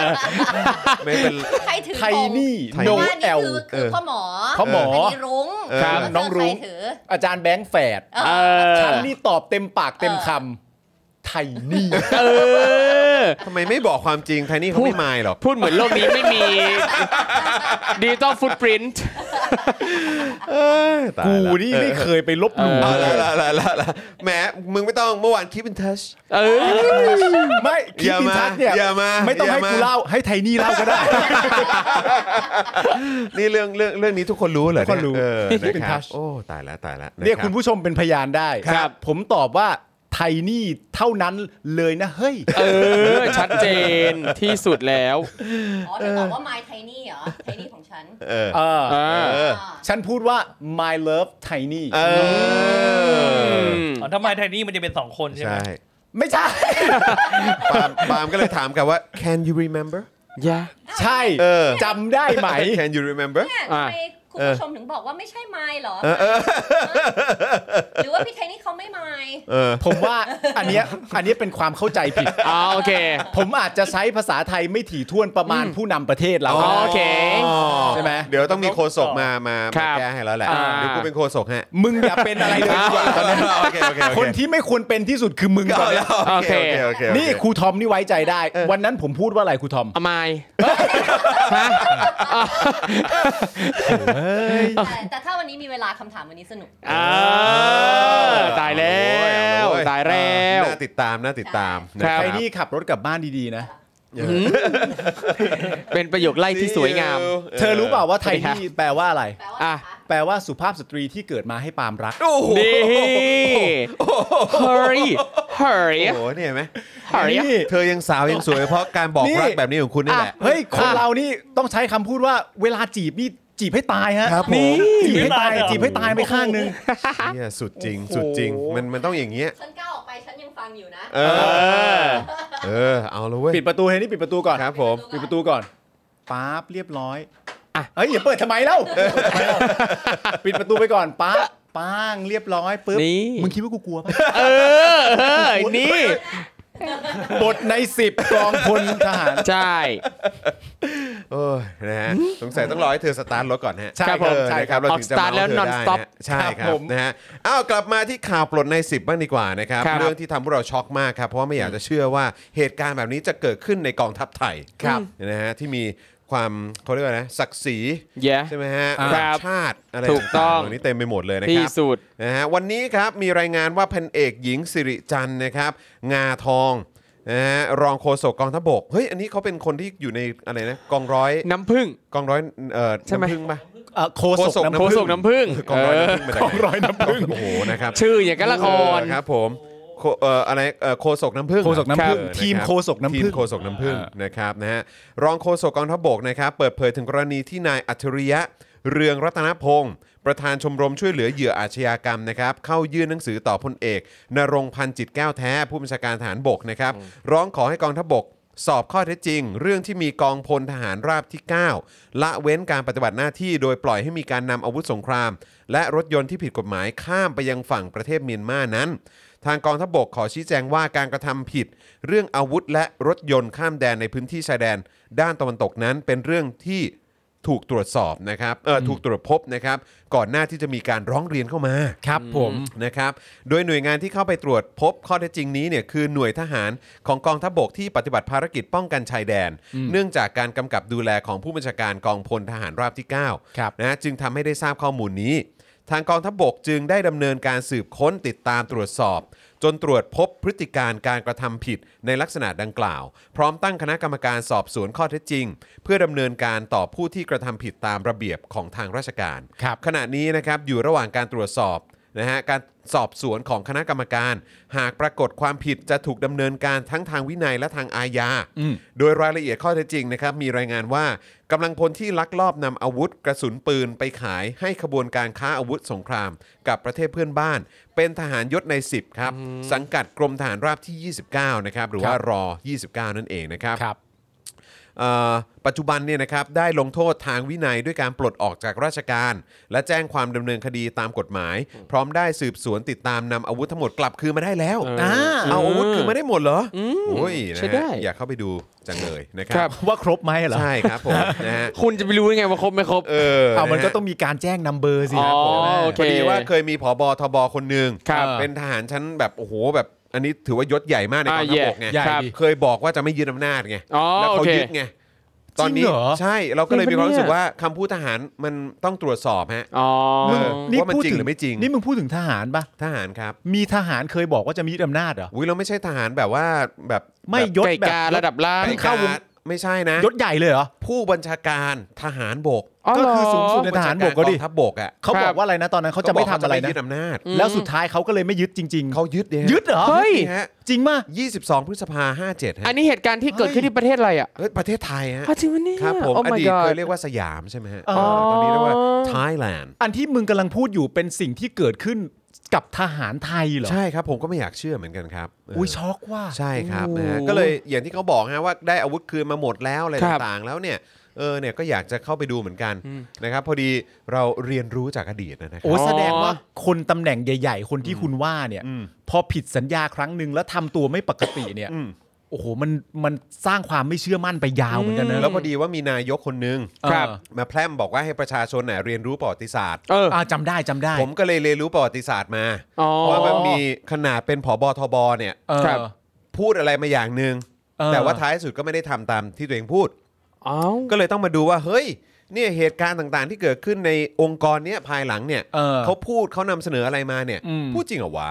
ไม่เป็น
ใครถือ
ไท
ธ
ย
ง
นี่
ไทย
โน
ว่า
แอ
นี่
ล
คือ
เอ
คือ
อ
พ่อหมอ
พ่อหมอ
นนี้รุ้ง
ครับ
แล้ว
น้องรุ้ง
เธใคถือ
อาจารย์แบงค์แฝด
เออ
เออ
ฉันนี่ตอบเต็มปากเต็มคำไทยนี่
เออ
ทำไมไม่บอกความจริงไทนี่เขาไม่มายหรอก
พูดเหมือนโลกนี้ไม่มีดิจิตอลฟุตปรินต์
กูนี่ไม่เคยไปลบหลู่
เอ
เอาละละละละละแหมมึงไม่ต้องเมื่อวานคิดเป็นทัช
เออ
ไม่คิด
อย่า
พิ
มา
ทักษ์เนี่ย
อย่ามา
ไม่ต้องให้
อย่ามา
กูเล่าให้ไทยนี่เล่าก็ได้
นี่เรื่องเรื่องเรื่องนี้ทุกคนรู้เหรอ
ทุกคนรู้
เยเออ
คิดเป็
นะ
น
ครั
ทั
บ
ช
โอ้ตายแล้วตายแล้วนะ
เนี่ย
รับ
คุณผู้ชมเป็นพยานได้
ครับ
ผมตอบว่าไทยนี่เท่านั้นเลยนะเฮ้ย
เออ ชัดเจนที่สุดแล้ว
อ๋อเธอตอบว่า my tiny เหรอ tiny ของฉัน
เออ
เออ
อ่า
เออ
า
ฉันพูดว่า my love tiny
เออ
อ๋อทำไมไทยนี่มันจะเป็นสองคนใช่ไหม
ใช่
ไม่ใช่
ปาล์มปาล์มก็เลยถามกลับว่า can you remember
ยา
ใช่
เออ
จำได้ไหม
can you remember
เนี่ย
อ่า
ทำไมคุณผู้ชมถึงบอกว่าไม่ใช่ my เหรอ หรือว่าพี่ tiny เขาไม่ my
เออ
ผมว่าอันเนี้ยอันเนี้ยเป็นความเข้าใจผิด
อ๋อโอเค
ผมอาจจะใช้ภาษาไทยไม่ถี่ถ้วนประมาณ
อืม
ผู้นำประเทศเรา
อ๋อ
โอเค
ใช่ไหม
เดี๋ยวต้องมีโคศกมามา
ครั
มา
บ
แก้ให้แล้วแหละ
อ่า
เดี๋ยวกูเป็นโคศกฮะ
มึงอย่าเป็นอะไรเลยดีกว่า
ตอนนั้นเราโอเคโอเคโอเ
คนที่ไม่ควรเป็นที่สุดคือมึงก่อนนะ
โอเคโอเคโอเคโอเ
นี่ครูทอมนี่ไว้ใจได้ วันนั้นผมพูดว่าอะไรครูทอม
อามาย [LAUGHS] ฮะอ่ะ
แต่แต่ถ้าวันนี้มีเวลาคำถามวันนี้สนุก
อ่าตายแล้ว
โอ้ยเอาเย
ตายแล้ว
น่าติดตามน่าติดตาม
ครับ
ไอ้นี่ขับรถกลับบ้านดีๆนะ
เป็นประโยคไล่ที่สวยงาม
เธอรู้เปล่าว่าไทยนี่แปลว่าอะไร
แปลว่าอะไรคะ
แปลว่าสุภาพสตรีที่เกิดมาให้ปาล์มรัก
โอ้โห
นี่ hurry hurry
โอ้โหเนี่ยเห็นไหม
hurry
นี่
เธอยังสาวยังสวยเพราะการบอก
นี่
รักแบบนี้ของคุณนี่แหละ
เฮ้ย คนเรานี่ต้องใช้คำพูดว่าเวลาจีบนี่จีบให้ตายฮะ
ครับผม
จีบให้ตายจีบให้ตายไปข้างนึง
เนี่ยสุดจริง สุดจริง มันมันต้องอย่างเงี้ย
ฉันก้าวออกไปฉันยังฟังอยู่นะ
เออ เออ เอาละเว้ย
ปิดประตูเฮนี่ปิดประตูก่อน
ครับผม
ปิดประตูก่อนป๊าบเรียบร้อย
อ่ะ
เฮ้ยอย่าเปิดทำไมเล่าปิดประตูไปก่อนป๊าบป้างเรียบร้อยปึ๊บ
นี่
มึงคิดว่ากูกลัวปะ
เออเออนี่
บทในสิบกองพลทหาร
ใช่
โอ้ยนะฮะสงสัยต้องรอให้เธอสตาร์ทรถก่อนฮะ
ใช่ครับ
เออ
ใช่
นะค
ครั
รับบ เราถึงจะ
ออกสตาร์ทแล้ว
เมาส์เธอได้
non-stop
นะใช่ค
ค
รั
รับบ ผม
นะฮะอ้าวกลับมาที่ข่าวปลดใน 10 บ้างดีกว่านะครับ
ครับ
เรื่องที่ทำให้เราช็อกมากครับ เพราะว่าไม่อยากจะเชื่อว่าเหตุการณ์แบบนี้จะเกิดขึ้นในกองทัพไทย
ครับ
นะฮะที่มีความเขาเรียกว่านะศักดิ์ศรี
Yeah
ใช่ไหมฮะ
ครับ
ชาติอะไร
ถูกต้อ
า
ง
ๆเหล่านี้เต็มไปหมดเลยนะค
ที่
รับ
สุด
นะฮะวันนี้ครับมีรายงานว่าพันเอกหญิงสิริจันทร์นะครับ งาทองนะฮะรองโฆษกกองทัพบกเฮ้ยอันนี้เขาเป็นคนที่อยู่ในอะไรนะกองร้อย
น้ำผึ้ง
กองร้อยเอ่อ
ใช่ไหม
น้ำพึ่งปะ
เอ่อโคศก
โฆ
น้ำผึ้
ษ
ง
กน้ำผึ้ง
กองร้อยน้ำพึ่งมาจาก
กอง
ไหน
ร้อยน้ำผึ้ง
โอ้โหนะครับ
ชื่ออย่างกับละคร
เออครับผมโคเอ่ออะไรเอ่อโฆษกน้ำพึ่ง
โฆษกน้ำผึ้ง
เออรับ
ทีมโฆษกน้ำผึ้ง
ทีมโฆษกน้ำพึ่งนะครับนะฮะรองโฆษกกองทัพบกนะครับเปิดเผยถึงกรณีที่นายอัจฉริยะ เรืองรัตนพงศ์ประธานชมรมช่วยเหลือเหยื่ออาชญากรรมนะครับ เข้ายื่นหนังสือต่อพลเอกนรงค์พันธ์จิตแก้วแท้ ผู้บัญชาการทหารบกนะครับ ร้องขอให้กองทัพบก สอบข้อเท็จจริง เรื่องที่มีกองพลทหารราบที่ 9 ละเว้นการปฏิบัติหน้าที่โดยปล่อยให้มีการนำอาวุธสงคราม และรถยนต์ที่ผิดกฎหมายข้ามไปยังฝั่งประเทศเมียนมานั้น ทางกองทัพบกขอชี้แจงว่าการกระทำผิด เรื่องอาวุธและรถยนต์ข้ามแดนในพื้นที่ชายแดน ด้านตะวันตกนั้นเป็นเรื่องที่ ถูกตรวจสอบนะครับเออถูกตรวจพบนะครับ ก่อนหน้าที่จะมีการร้องเรียนเข้ามา
ครับผม
นะครับ โดยหน่วยงานที่เข้าไปตรวจพบข้อเท็จจริงนี้เนี่ยคือหน่วยทหารของกองทัพบกที่ปฏิบัติภารกิจป้องกันชายแดน เนื่องจากการกำกับดูแลของผู้บัญชาการกองพลทหารราบที่ 9
ครับ
นะจึงทำให้ได้ทราบข้อมูลนี้ ทางกองทัพบกจึงได้ดำเนินการสืบค้นติดตามตรวจสอบ จนตรวจพบพฤติการการกระทำผิดในลักษณะดังกล่าว พร้อมตั้งคณะกรรมการสอบสวนข้อเท็จจริง เพื่อดำเนินการต่อผู้ที่กระทำผิดตามระเบียบของทางราชการ
ครับ
ขณะนี้นะครับอยู่ระหว่างการตรวจสอบนะฮะการ สอบสวนของคณะกรรมการ หากปรากฏความผิดจะถูกดำเนินการทั้งทางวินัยและทางอาญา
อืม
โดยรายละเอียดข้อเท็จจริงนะครับ มีรายงานว่ากำลังพลที่ลักลอบนำอาวุธกระสุนปืนไปขายให้ขบวนการค้าอาวุธสงคราม กับประเทศเพื่อนบ้าน เป็นทหารยศใน 10 ครับ สังกัดกรมทหารราบที่ 29 นะครับ หรือว่า
ครับ
รอ 29 นั่นเองนะครับ
ครับ
เอ่อปัจจุบันเนี่ยนะครับได้ลงโทษทางวินัยด้วยการปลดออกจากราชการ และแจ้งความดำเนินคดีตามกฎหมาย พร้อมได้สืบสวนติดตามนำอาวุธทั้งหมดกลับคืนมาได้แล้ว
เออ
เอาเอาอาวุธคืนมาได้หมดเหรออโอ้ยนะ
ใช่ได้
ฮะอยากเข้าไปดูจังเลยนะค
ครั
รับ บ
ว่าครบไหมเหรอ
ใช่ครับผมนะฮะ
คุณจะไปรู้ได้ไงว่าครบไม่ครบ
เออ
เอามันก็
ะฮะ
ต้องมีการแจ้งนัมเบอร์สิ
อ๋อ
ครับผม
โอ
พ
เค
อดีว่าเคยมีผอบอทบคนหนึ่ง
ครับ
เป็นทหารชั้นแบบโอ้โหแบบอันนี้ถือว่ายศใหญ่มากในกองทัพบ
อ่า
กไง
ใหญ่
ครับ
เคยบอกว่าจะไม่ยึดอำนาจไง
อ๋อ
แล้วเขา
โอเค
ยึดไงตอนนี้
จริงเหรอ
ใช่เราก็เลย
จริ
มี
ง
ค
ปะ
วามรู้สึ
เนี่
ก
ย
ว่าคำพูดทหารมันต้องตรวจสอบฮะ
อ๋อ
มึงนี่
ว่ามัน
พูด
จริง
ถึ
หรือไม่จริง
นี่มึงพูดถึงทหารปะ
ทหารครับ
มีทหารเคยบอกว่าจะมียึดอำนาจเหรอ
อุ้ยเราไม่ใช่ทหารแบบว่าแบบ
ไม่
แบบ
ยศ
ไก่
แบบ
การะดับล่าง
ไก่ก
เข้าวง
ไม่ใช่นะ
ยศใหญ่เลยเหรอ
ผู้บัญชาการทหารบก
ก็คือสูงสุด
เหร
ในทหารบกก็ดิ
องทัพบกอ่ะ
เขาบอกว่าอะไรนะตอนนั้นเขาจะไม่ทำอะไร
เขาบกเขาจ
นะ
ยึดอำนาจ
อืม
แล้วสุดท้ายเขาก็เลยไม่ยึดจริง
เขายึดเนี่ย
ๆ ยึดเหรอ
เฮ้ย
นี่ฮะ
จริงมะ
22 พฤษภา57
อั
ฮะ
นนี้เหตุการณ์ที่เกิดขึ้นที่ประเทศอะไรอ่ะ
เอ้ยประเทศไทยฮะ
อ้าวจริงวะเนี่ย
ครับผม
Oh
อ
my
ดีตเคย
God
เรียกว่าสยามใช่ไหมฮะ
อ๋อ
เออตอนนี้เรียกว่าไทยแลนด์
อันที่มึงกำลังพูดอยู่เป็นสิ่งที่เกิดขึ้นกับทหารไทยเหรอ
ใช่ครับผมก็ไม่อยากเชื่อเหมือนกันครับเ
อุ้ยช็อกว่า
ใช่ครับ
โอ้
นะ
โห
ฮะก็เลยอย่างที่เขาบอกฮะว่าได้อาวุธคืนมาหมดแล้วอะไร
ครับ
ต่างๆ แล้วเนี่ยเออเนี่ยก็อยากจะเข้าไปดูเหมือนกัน
อืม
นะครับพอดีเราเรียนรู้จากอดีตนะครั
โอ้
บ
แสดงว่าคนตำแหน่งใหญ่ ๆ คนที่คุณว่าเนี่ย
อืม
พอผิดสัญญาครั้งหนึ่งแล้วทำตัวไม่ปกติเนี่ย
อืม
โอ้โหมันมันสร้างความไม่เชื่อมั่นไปยาวเหมือนกันนะ
แล้วพอดีว่ามีนายกคนนึง
ครับ
มาแพร่มบอกว่าให้ประชาชนน่ะเรียนรู้ประวัติศาสตร์
เออ
อ่าจำได้จำได้
ผมก็เลยเรียนรู้ประวัติศาสตร์มา
อ๋อ
ว่ามันมีขนาดเป็นผบทบเนี่ย
เออ
ครับ
พูดอะไรมาอย่างหนึ่ง
เออ
แต่ว่าท้ายสุดก็ไม่ได้ทำตามที่ตัวเองพูด
เอ้าว
ก็เลยต้องมาดูว่าเฮ้ยเนี่ยเหตุการณ์ต่างๆ ที่เกิดขึ้นในองค์กรเนี้ยภายหลังเนี่ย
เออ
พูดเขานำเสนออะไรมาเนี่ย
อืม
พูดจริงเหรอวะ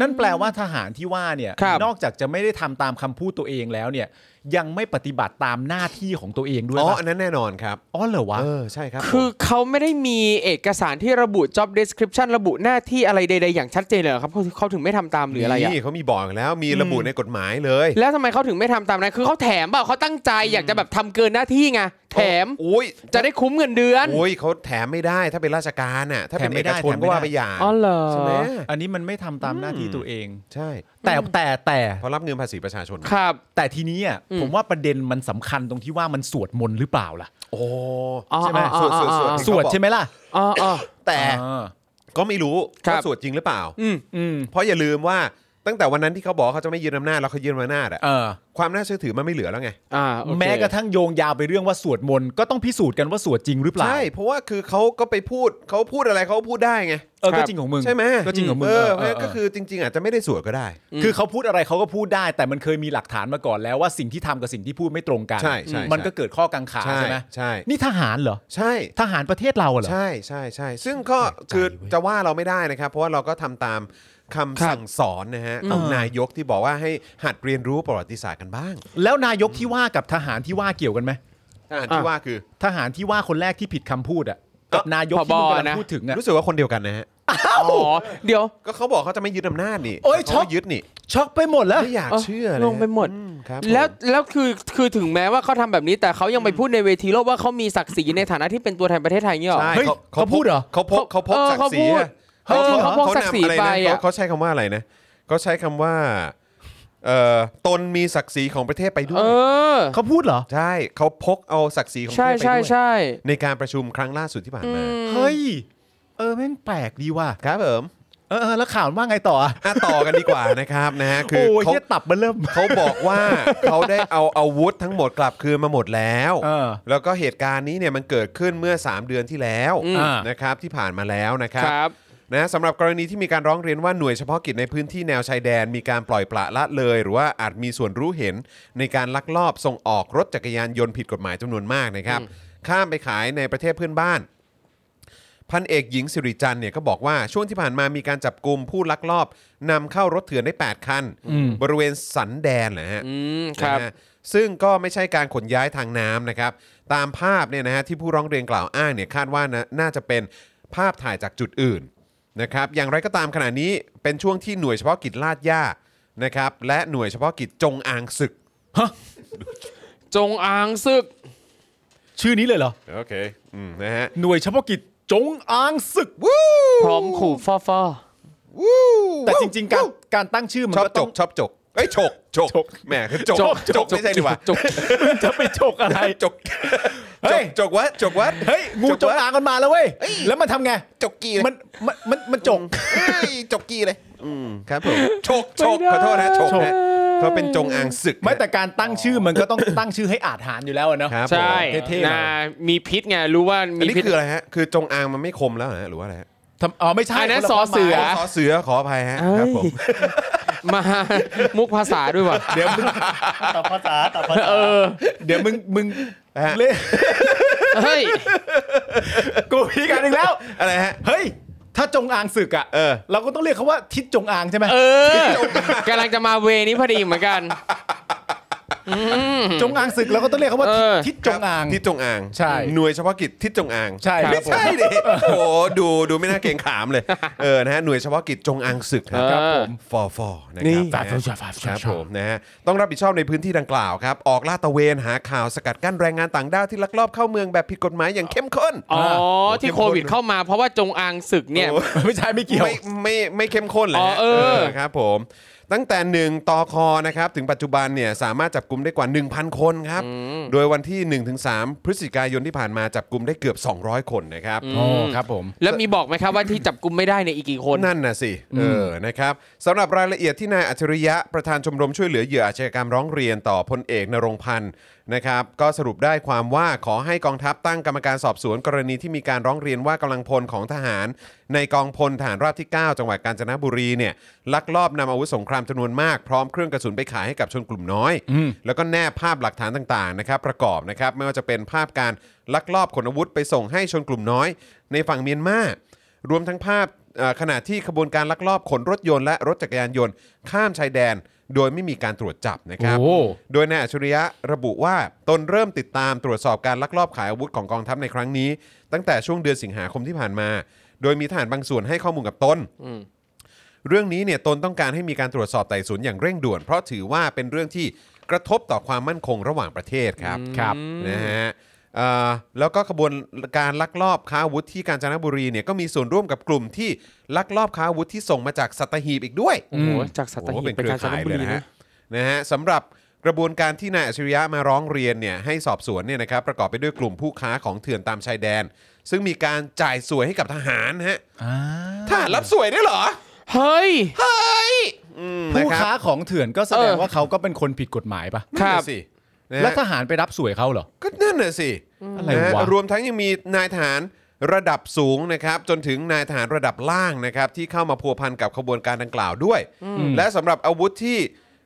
นั่นแปลว่าทหารที่ว่าเนี่ย
ครับ
นอกจากจะไม่ได้ทำตามคำพูดตัวเองแล้วเนี่ย ยังไม่ปฏิบัติตามหน้าที่ของตัวเองด้วย
อ๋อ
ปะ
อันนั้นแน่นอนครับ
อ๋อเหรอวะ
เออใช่ครับ
คือ
ผม
เขาไม่ได้มีเอกสารที่ระบุ job description ระบุหน้าที่อะไรใด ๆ อย่างชัดเจนเลยเหรอครับเขาเขาถึงไม่ทำตามหรืออะไรอ่ะ
นี่เขามีบอกแล้วมีระบุในกฎหมายเลย
[LAUGHS] แล้วทำไมเขาถึงไม่ทำตามนั้นคือเขาแถมเปล่าเขาตั้งใจอยากจะแบบทำเกินหน้าที่ไงแถม
อุ้ย
จะได้คุ้มเงินเดือน
อุ้ยเขาแถมไม่ได้ถ้าเป็นราชการน่ะถ้าเป็นเอกชนก็ว่าไปอย่าง
อ๋อเหรอ
ใช่ไหม
[LAUGHS] อันนี้มันไม่ทำตามหน้าที่ตัวเอง
ใช่
แต่แต่แต่
เพราะรับเงินภาษีประชาชน
ครับ
แต่ทีนี้อ่ะ
อืม
ผมว่าประเด็นมันสำคัญตรงที่ว่ามันสวดมนต์หรือเปล่าล่ะ
โอ้
อ๋อ
ใช่ไหม
อ๋อ
สวด
อ๋
ส
อ
วดสวด
อ๋อ
สวดใช่ไหมล่ะ
อ๋ออ๋อ
แต่
อ่า
ก็ไม่รู้
ครับ
ว่าสวดจริงหรือเปล่า
อืม
อืม
เพราะอย่าลืมว่าตั้งแต่วันนั้นที่เขาบอกว่าเขาจะไม่ยืนอำนาจแล้วเขายืนอำนาจอะ
เออ
ความน่าเชื่อถือมันไม่เหลือแล้วไง
อ่าโอเค
แม้กระทั่งโยงยาวไปเรื่องว่าสวดมนต์ก็ต้องพิสูจน์กันว่าสวดจริงหรือเปล่า
ใช่ เพราะว่าคือเขาก็ไปพูดเขาพูดอะไรเขาพูดได้ไง
เออก็จริงของมึง
ใช่ไหม
ก็จริงของมึง
เออ
เออเออ
ก็คือจริง ๆ อาจจะไม่ได้สวยก็ได้
คือเขาพูดอะไรเขาก็พูดได้ แต่มันเคยมีหลักฐานมาก่อนแล้วว่าสิ่งที่ทำกับสิ่งที่พูดไม่ตรงกัน
ใช่ใช่ใช่
มันก็เกิดข้อกังขาใช่ไหม
ใช่
นี่ทหารเหรอ
ใช่
ทหารประเทศเราเหรอ
ใช่ใช่ใช่ซึ่งก็คือจะว่าเราไม่ได้นะครับ เพราะว่าเราก็ทำตามคำสั่งสอนนะฮะของนายกที่บอกว่าให้หัดเรียนรู้ประวัติศาสตร์กันบ้าง
แล้วนายกที่ว่ากับทหารที่ว่าเกี่ยวกันไหม
อ่านที่ว่าคือ
ทหารที่ว่าคนแรกที่ผิดคำพูดอ่ะกับนายกที่มึงกำลังพูดถึงอ่ะ
รู้สึกว่าคนเดียวกันนะฮะ
อ๋อเดี๋ยว
ก็เขาบอกเขาจะไม่ยึดอำนาจนี่
โอ้ย
แต่
ช็อก
เขายึดนี่
ช็อกไปหมดแล้ว
ไม่อยากเชื่อเลย
ลงไปหมด
อืครับ
แล้ว
ผม
แล้วคือคือถึงแม้ว่าเขาทำแบบนี้แต่เขายังไปพูดในเวทีโลกว่าเขามีศักดิ์ศรีในฐานะที่เป็นตัวแทนประเทศไทยเงี้ยหรอ
ใช่
เฮ้ยเขาพูดเหรอ
เขาพกเขาพก
เออ
ศักดิ์ศรี
เขา
อะ
พูดเออเขาพก
นำ
ศักดิ์ศรี
อะนะ
ไปอะ
เขาเขาใช้คำว่าอะไรนะเขาใช้คำว่าเอ่อตนมีศักดิ์ศรีของประเทศไปด้ว
เอยอ
เขาพูดเหรอ
ใช่เขาพกเอาศักดิ์ศรีของประ
ใช่
เทศไป
ใช่
ด้วย
ใช่
ในการประชุมครั้งล่าสุดที่ผ่านมา
เฮ้ย เออแม่งแปลกดีว่ะ
ครับผม
เออเออแล้วข่าวว่าไงต่ออ่ะ
อ่ะต่อกันดีกว่านะครับนะ
[LAUGHS]
ฮะคือ
โอ้ย
เขา
เหี้ยตับมันเริ่ม
เขาบอกว่าเขาได้เอาอาวุธทั้งหมดกลับคืนมาหมดแล้ว
เออ
แล้วก็เหตุการณ์นี้เนี่ยมันเกิดขึ้นเมื่อ 3 เดือนที่แล้ว
อืม
นะครับที่ผ่านมาแล้วนะครั
ค
บ
รับ
นะสำหรับกรณีที่มีการร้องเรียนว่าหน่วยเฉพาะกิจในพื้นที่แนวชายแดน มีการปล่อยปละละเลย หรือว่าอาจมีส่วนรู้เห็นในการลักลอบส่งออกรถจักรยานยนต์ผิดกฎหมายจำนวนมากนะครับข้ามไปขายในประเทศเพื่อนบ้าน พันเอกหญิงสิริจันทร์เนี่ยก็บอกว่าช่วงที่ผ่านมามีการจับกลุ่มผู้ลักลอบนำเข้ารถเถื่อนได้ 8 คัน บริเวณสันแดนนะฮะ
อืมครับ
นะฮะซึ่งก็ไม่ใช่การขนย้ายทางน้ำนะครับ ตามภาพเนี่ยนะฮะที่ผู้ร้องเรียนกล่าวอ้างเนี่ยคาดว่านะน่าจะเป็นภาพถ่ายจากจุดอื่น นะครับอย่างไรก็ตามขณะนี้เป็นช่วงที่หน่วยเฉพาะกิจลาดย่านะครับและหน่วยเฉพาะกิจจงอางศึก
จงอางศึก
ชื่อนี้เลยเหรอ
โอเคอืมนะฮะ
หน่วยเฉพาะกิจจงอางศึก
วู้
พร้อมขู่ฟอฟอ
วู้
แต่จริง ๆ การการตั้งชื่อมัน
ชอบ
ก็
จ
ต้อก ง [LAUGHS]
ชอบจกเอ้ยฉกฉก
ฉก
แหมคือจกจกไม่ใช่ดีกว่า
จก
จะไปฉกอะไร
จก
เฮ้
จ
ย
กจกวัดจกวัด
เฮ้ย งูจง
วัด
อางมันมาแล้วเว้ย แล้วมันทำไง
จกกี
มันมันมันมันจง
เอ้ยจกกีเลยอืมครับผมฉกฉกขอโทษนะฉก
ฉก
นะเขาเป็นจงอางศึก
ไม่แต่การตั้งชื่อมันก็ต้อง [COUGHS] ตั้งชื่อให้อาจหารอยู่แล้วอะเนาะ
ครับผม
ใช่
เท่ๆหน่อย
นะมีพิษไงรู้ว่า
อัน
มี
นี้
พิษ
คืออะไรฮะคือจงอางมันไม่คมแล้วเหรอฮะหรือว่าอะไรฮะ
ทำอ๋อไม่ใช่
อันนั้น
คละ
สอเสือ
ความหมาย
ขอเสือขออภัยฮะครับผม
มามุกภาษาด้วยว่ะ
เดี๋ยวมึง
ต่อภาษาต่อภาษา
เออ
เดี๋ยวมึงมึง
ฮะ
เล่น [LAUGHS]
เฮ้ย
กูพีกันอีกแล้ว
อะไรฮะ
เฮ้ย ถ้าจงอางศึกอ่ะ
เออ
เราก็ต้องเรียกเขาว่าทิศจงอางใช่ไหม
เออกำลังจะมาเวนี้พอดีเหมือนกัน
จงอางศึกเราก็ต้องเรียกเขาว่า
เออ
ทิศจงอาง
ทิศจงอาง
ใช่
หน่วยเฉพาะกิจทิศจงอาง
ใช่
ไม่
ครับผม
ใช่ดิโอ้โหดูดูไม่น่าเกรงขาม [LAUGHS] เลยเออนะฮะหน่วยเฉพาะกิจจงอางศึกนะครั
เออ
ผมฟอฟอนะครับ
ฝาก
นะ
ฝา
ฮะ
กฝาก
ครับผมนะฮะต้องรับผิดชอบในพื้นที่ดังกล่าวครับ ออกลาดตระเวนหาข่าวสกัดกั้นแรงงานต่างด้าวที่ลักลอบเข้าเมืองแบบผิดกฎหมายอย่างเข้มข้น
อ๋อที่
เข้มข้น
โควิดเข้ามาเพราะว่าจงอางศึกเนี่ย
[LAUGHS] ไม่ใช่ไม่เกี่ยว
ไม่ไม่ไม่เข้มข้นเลย
อ๋อ
ฮะ
เออ
ครับผมตั้งแต่ 1ตอคอนะครับถึงปัจจุบันเนี่ยสามารถจับกลุ่มได้กว่า 1,000 คนครับ โดยวันที่ 1-3 พฤศจิกายนที่ผ่านมาจับกลุ่มได้เกือบ 200 คนนะครับ
โอ้ครับผม
แล้วมีบอกไหมครับว่าที่จับกุมไม่ได้ในยอีกกี่คน
นั่นน่ะสิ เออ นะครับสำหรับรายละเอียดที่นายอัจฉริยะประธานชมรมช่วยเหลือเหยื่ออาชญากรรมร้องเรียนต่อพลเอกนรงค์พันธ์นะครับ ก็สรุปได้ความว่าขอให้กองทัพตั้งกรรมการสอบสวนกรณีที่มีการร้องเรียนว่ากำลังพลของทหาร ในกองพลฐานราบที่ 9 จังหวัดกาญจนบุรีเนี่ยลักลอบนำอาวุธสงครามจำนวนมากพร้อมเครื่องกระสุนไปขายให้กับชนกลุ่มน้อย แล้วก็แนบภาพหลักฐานต่างๆนะครับประกอบนะครับไม่ว่าจะเป็นภาพการลักลอบขนอาวุธไปส่งให้ชนกลุ่มน้อย ในฝั่งเมียนมา รวมทั้งภาพเอ่อขณะที่ขบวนการลักลอบขนรถยนต์และรถจักรยานยนต์ ข้ามชายแดน โดยไม่มีการตรวจจับนะครับ
โอ้
โดยนายอัจฉริยะระบุว่าตนเริ่มติดตามตรวจสอบการลักลอบขายอาวุธของกองทัพในครั้งนี้ ตั้งแต่ช่วงเดือนสิงหาคมที่ผ่านมา โดยมีทหารบางส่วนให้ข้อมูลกับตน เรื่องนี้เนี่ยตนต้องการให้มีการตรวจสอบไต่สวนอย่างเร่งด่วน เพราะถือว่าเป็นเรื่องที่กระทบต่อความมั่นคงระหว่างประเทศครับ
ครับ
นะฮะเอ่อแล้วก็ขบวนการลักลอบค้าอาวุธที่กาญจนบุรีเนี่ยก็มีส่วนร่วมกับกลุ่มที่ลักลอบค้าอาวุธที่ส่งมาจากสัตหีบอีกด้วย
โอ้โหจากสัตหีบไปกาญจนบุรีนะ
นะฮะสำหรับกระบวนการที่นายอัจฉริยะมาร้องเรียนเนี่ยให้สอบสวนเนี่ยนะครับประกอบไปด้วยกลุ่มผู้ค้าของเถื่อนตามชายแดน ซึ่งมีการจ่ายสวยให้กับทหารฮะทหารรับสวยได้วยเหรอ
เฮ้ย
อืม
ผู้
นะ
ค้า
รับ
ของเถื่อนก็แสดง
เออ
ว่าเขาก็เป็นคนผิดกฎหมายปะ
ครั
นั่น
บ
น่ะสินะฮะ
แล้วทหารไปรับสวยเขาเหรอ
ก็นั่นน่ะสิ
อะไร
นะฮะ
วะ
รวมทั้งยังมีนายทหารระดับสูงนะครับจนถึงนายทหารระดับล่างนะครับที่เข้ามาพัวพันกับขบวนการดังกล่าวด้วย และสำหรับอาวุธที่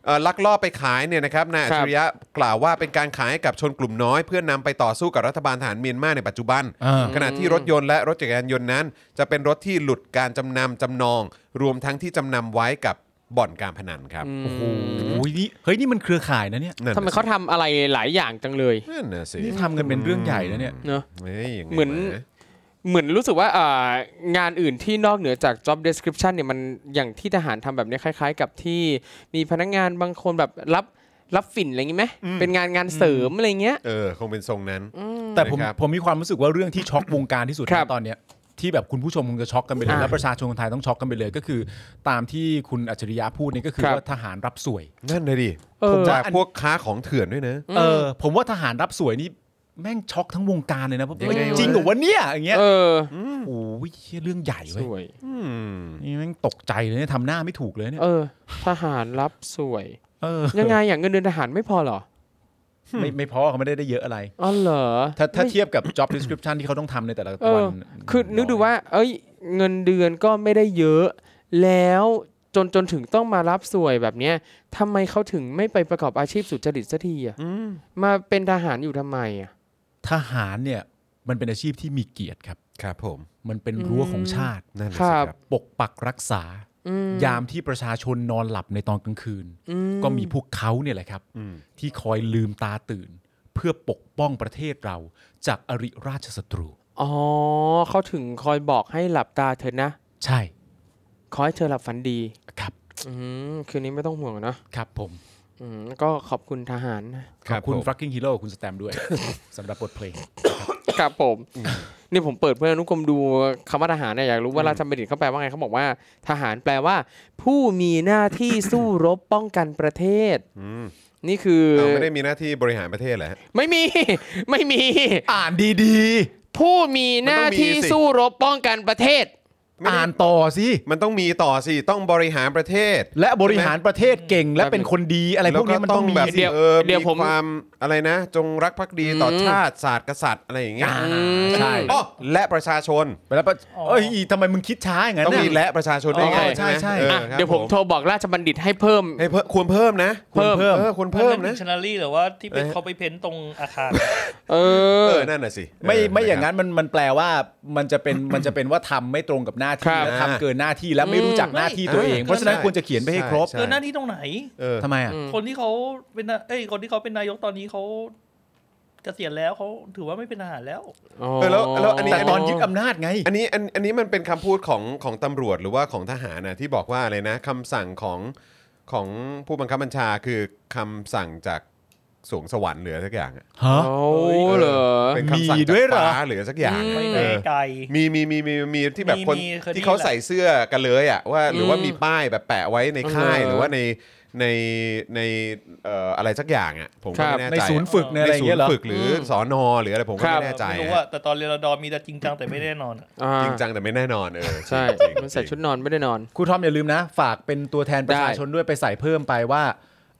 เอ่อลักลอบไปขายเนี่ยนะครับนายอัจฉริยะกล่าวว่าเป็นการขายให้กับชนกลุ่มน้อย เพื่อนนำไปต่อสู้กับรัฐบาลทหารเมียนมาในปัจจุบัน
อ่า
ขณะที่รถยนต์และรถจักรยานยนต์นั้น จะเป็นรถที่หลุดการจำนำจำนอง รวมทั้งที่จำนำไว้กับบ่อนการพนันครับ
โอ้ยนี่เฮ้ยนี่มันเครือข่ายนะเนี่ย
นั่น
ทำไม
น่ะ
เขาทำอะไรหลายอย่างจังเลย
สินั่นนะสิ
นี่ทำกันเป็นเรื่องใหญ่นะเนี่ย
เนอะ
เฮ้ยยังไง
เหมือน
วะ
เหมือนรู้สึกว่าอ่างานอื่นที่นอกเหนือจาก job description เนี่ยมันอย่างที่ทหารทำแบบเนี้ยคล้าย ๆ กับที่มีพนักงานบางคนแบบรับรับฝิ่นอะไรอย่างงี้ไหมเป็นงานงานเสริมอะไรเงี้ย
เออ คงเป็นทรงนั้น
แต่ผม
นะครับ
ผมมีความรู้สึกว่าเรื่องที่ช็อกวงการที่สุด
ครับ
นะตอนเนี้ยที่แบบคุณผู้ชมคงจะช็อกกันไปเลย
อ่า
และประชาชนคนไทยต้องช็อกกันไปเลยก็คือ ตามที่คุณอัจฉริยะพูดนี่ก็คือ
ครับ
ว่าทหารรับสวย
นั่นเลยดิ
เออ
ผมจากพวกค้าของเถื่อนด้วยนะ
เออ ผมว่าทหารรับสวยนี่แม่งช็อกทั้งวงการเลยนะเพราะ
ยังไงวะ
จริงเหรอวะเนี่ยอย่างเงี้ย
เออ
โอ้ยเหี้ยเรื่องใหญ่
ส
เว้ย
วย
อืม
นี่แม่งตกใจเลยเนี่ยทำหน้าไม่ถูกเลยเนี่ย
เออ ทหารรับสวย
เออ
ยังไงอย่างเงินเดือนทหารไม่พอเหรอ
ไม่ไม่พอเขาไม่ได้ได้เยอะอะไร
อ๋อเหรอ
ถ้าถ้า
ไม่
เทียบกับ job description ที่เขาต้องทำในแต่ละ
เอ
วั
อ
น
คือนึกดูว่า เอ้ย เงินเดือนก็ไม่ได้เยอะ แล้วจนจนถึงต้องมารับสวยแบบเนี้ยทำไมเขาถึงไม่ไปประกอบอาชีพสุจริตสักทีอ่ะมาเป็นทหารอยู่ทำไมอ่ะ
ทหารเนี่ยมันเป็นอาชีพที่มีเกียรติครับ
ครับผม
มันเป็นรั้วของชาติ
นั่นน่ะ
ค
สิ
รั
ครับ บ
ปกปักรักษา ยามที่ประชาชนนอนหลับในตอนกลางคืน ก็มีพวกเขาเนี่ยแหละครับ ที่คอยลืมตาตื่น เพื่อปกป้องประเทศเราจากอริราชศัตรู
อ๋อเขาถึงคอยบอกให้หลับตาเถอะนะ
ใช่
ขอให้เธอหลับฝันดี
ครับ
อืมคืนนี้ไม่ต้องห่วงอะเนอะ
ครับผม
อืมก็ขอบคุณทหารนะ
ขอบคุณ fucking hero คุณสแตมด้วย [LAUGHS] สำหรับบทเพลง
ครับผมนี่ผมเปิดเพื่ออนุกรมดูคำว่าทหารเนี่ยอยากรู้ว่าราชบัณฑิตเขาแปลว่าไงเขาบอกว่า ทหารแปลว่า ผู้มีหน้าที่สู้รบป้องกันประเทศนี่คือ
เราไม่ได้มีหน้าที่บริหารประเทศเหรอฮะ
ไม่มี [LAUGHS] ไม่มี
อ่านดี
ผู้มีหน้าที่
มันต้องมีสิ
สู้รบป้องกันประเทศ
ไม่
ๆ
ได้
อ่านต่อสิ
มันต้องมีต่อสิ ต้องบริหารประเทศ
และบริหารประเทศเก่งและเป็นคนดีอะไรพวกนี้มันต้องมี
แล้ว
สิ
เดี๋ยว
เออ
เดี๋ยวผม
ความอะไรนะ จงรักภักดีต่ออชาติศาสตร์กษัตริย์อะไรอย่างเงี้ย
อ่าใช่
อ๋อและประชาชน
แล้วประเอ้ยอีทำไมมึงคิดช้าอย่างนั้น
ต้อง
น่ะ
มีและประชาชนด้วยไง
อ๋อใช่ใช่
ไหม
อ่ะ
ออครับ
เดี๋ยวผมโทรบอกราชบัณฑิตให้เพิ่ม
ให้เพิ่มควรเพิ่มนะ
เพิ่ม
เออควรเพิ่มนะ
ดิชันนารีหรือว่าที่เป็น
เออ
เขาไปเพ้นตรงอาคาร
เอ
เอ
อ
อนั่นน่ะสิ
ไม่
เ
ไม่อย่าง
ะครับ
นั้นมันมันแปลว่ามันจะเป็น [COUGHS] มันจะเป็นว่าทำไม่ตรงกับหน้า
ครับ
ที่และทำเกินหน้าที่และไม่รู้จักหน้าที่
เออ
ตัวเอง เพราะฉะนั้น
ใช่
ควรจะเขียนไปให้ครบ
ใช่
เออหน้าที่ตรงไหน
เออ
ทำไมอ่ะ
คนที่เขาเป็นนาเอ้ยคนที่เขาเป็นนายกตอนนี้เขาเกษียณแล้วเขาถือว่าไม่เป็นทหารแล้ว
เออแล้วแล้วอันนี้
แต่ตอนยึดอำนาจไง
อันนี้อันอันนี้มันเป็นคำพูดของของตำรวจหรือว่าของทหารนะที่บอกว่าอะไรนะคำสั่งของของผู้บังคับบัญชาคือคำสั่งจากสวงสวรรค์หรืออะไรสักอย่างอะ
ฮะ
โอ้เหรอ
เป็นคำสั่ง
มีด้วยเหร
จา
อ
กฟ้าหรือสักอย่างอะ
ไม่
เอ
แน่
อ
ไกล
มีมีมีมีมีที่แบบคน
มีเคยได้ยิน
ที่เขาใส่เสื้อกันเลยอ่ะว่าหรือว่า
อืม
มีป้ายแบบแปะไว้ในค่าย
เออ
หรือว่าในในในเอ่ออะไรสักอย่างอ่ะผมก็
ครับ
ไม่แน่
ใน
ใจ
ศูนย์ฝึกในอะไร
ใน
อ
ศูน
ย่างเงี้ยเหร
ย์
อ
ฝึกหรือสอนอหรืออะไรผมก็
ครับ
ไม่แน่ใจ
ไม่รู้
อะ
ว่าแต่ตอนเรียนรดอมีแต่จริงจังแต่ไม่แน่นอนอะ
อ่า
จริงจังแต่ไม่แน่นอนเออ
ใช่
จริงๆ
มันใส่ชุดนอนไม่ได้นอน
ครูทอมอย่าลืมนะ ฝากเป็นตัวแทนประชาชนด้วยไปใส่เพิ่มไปว่า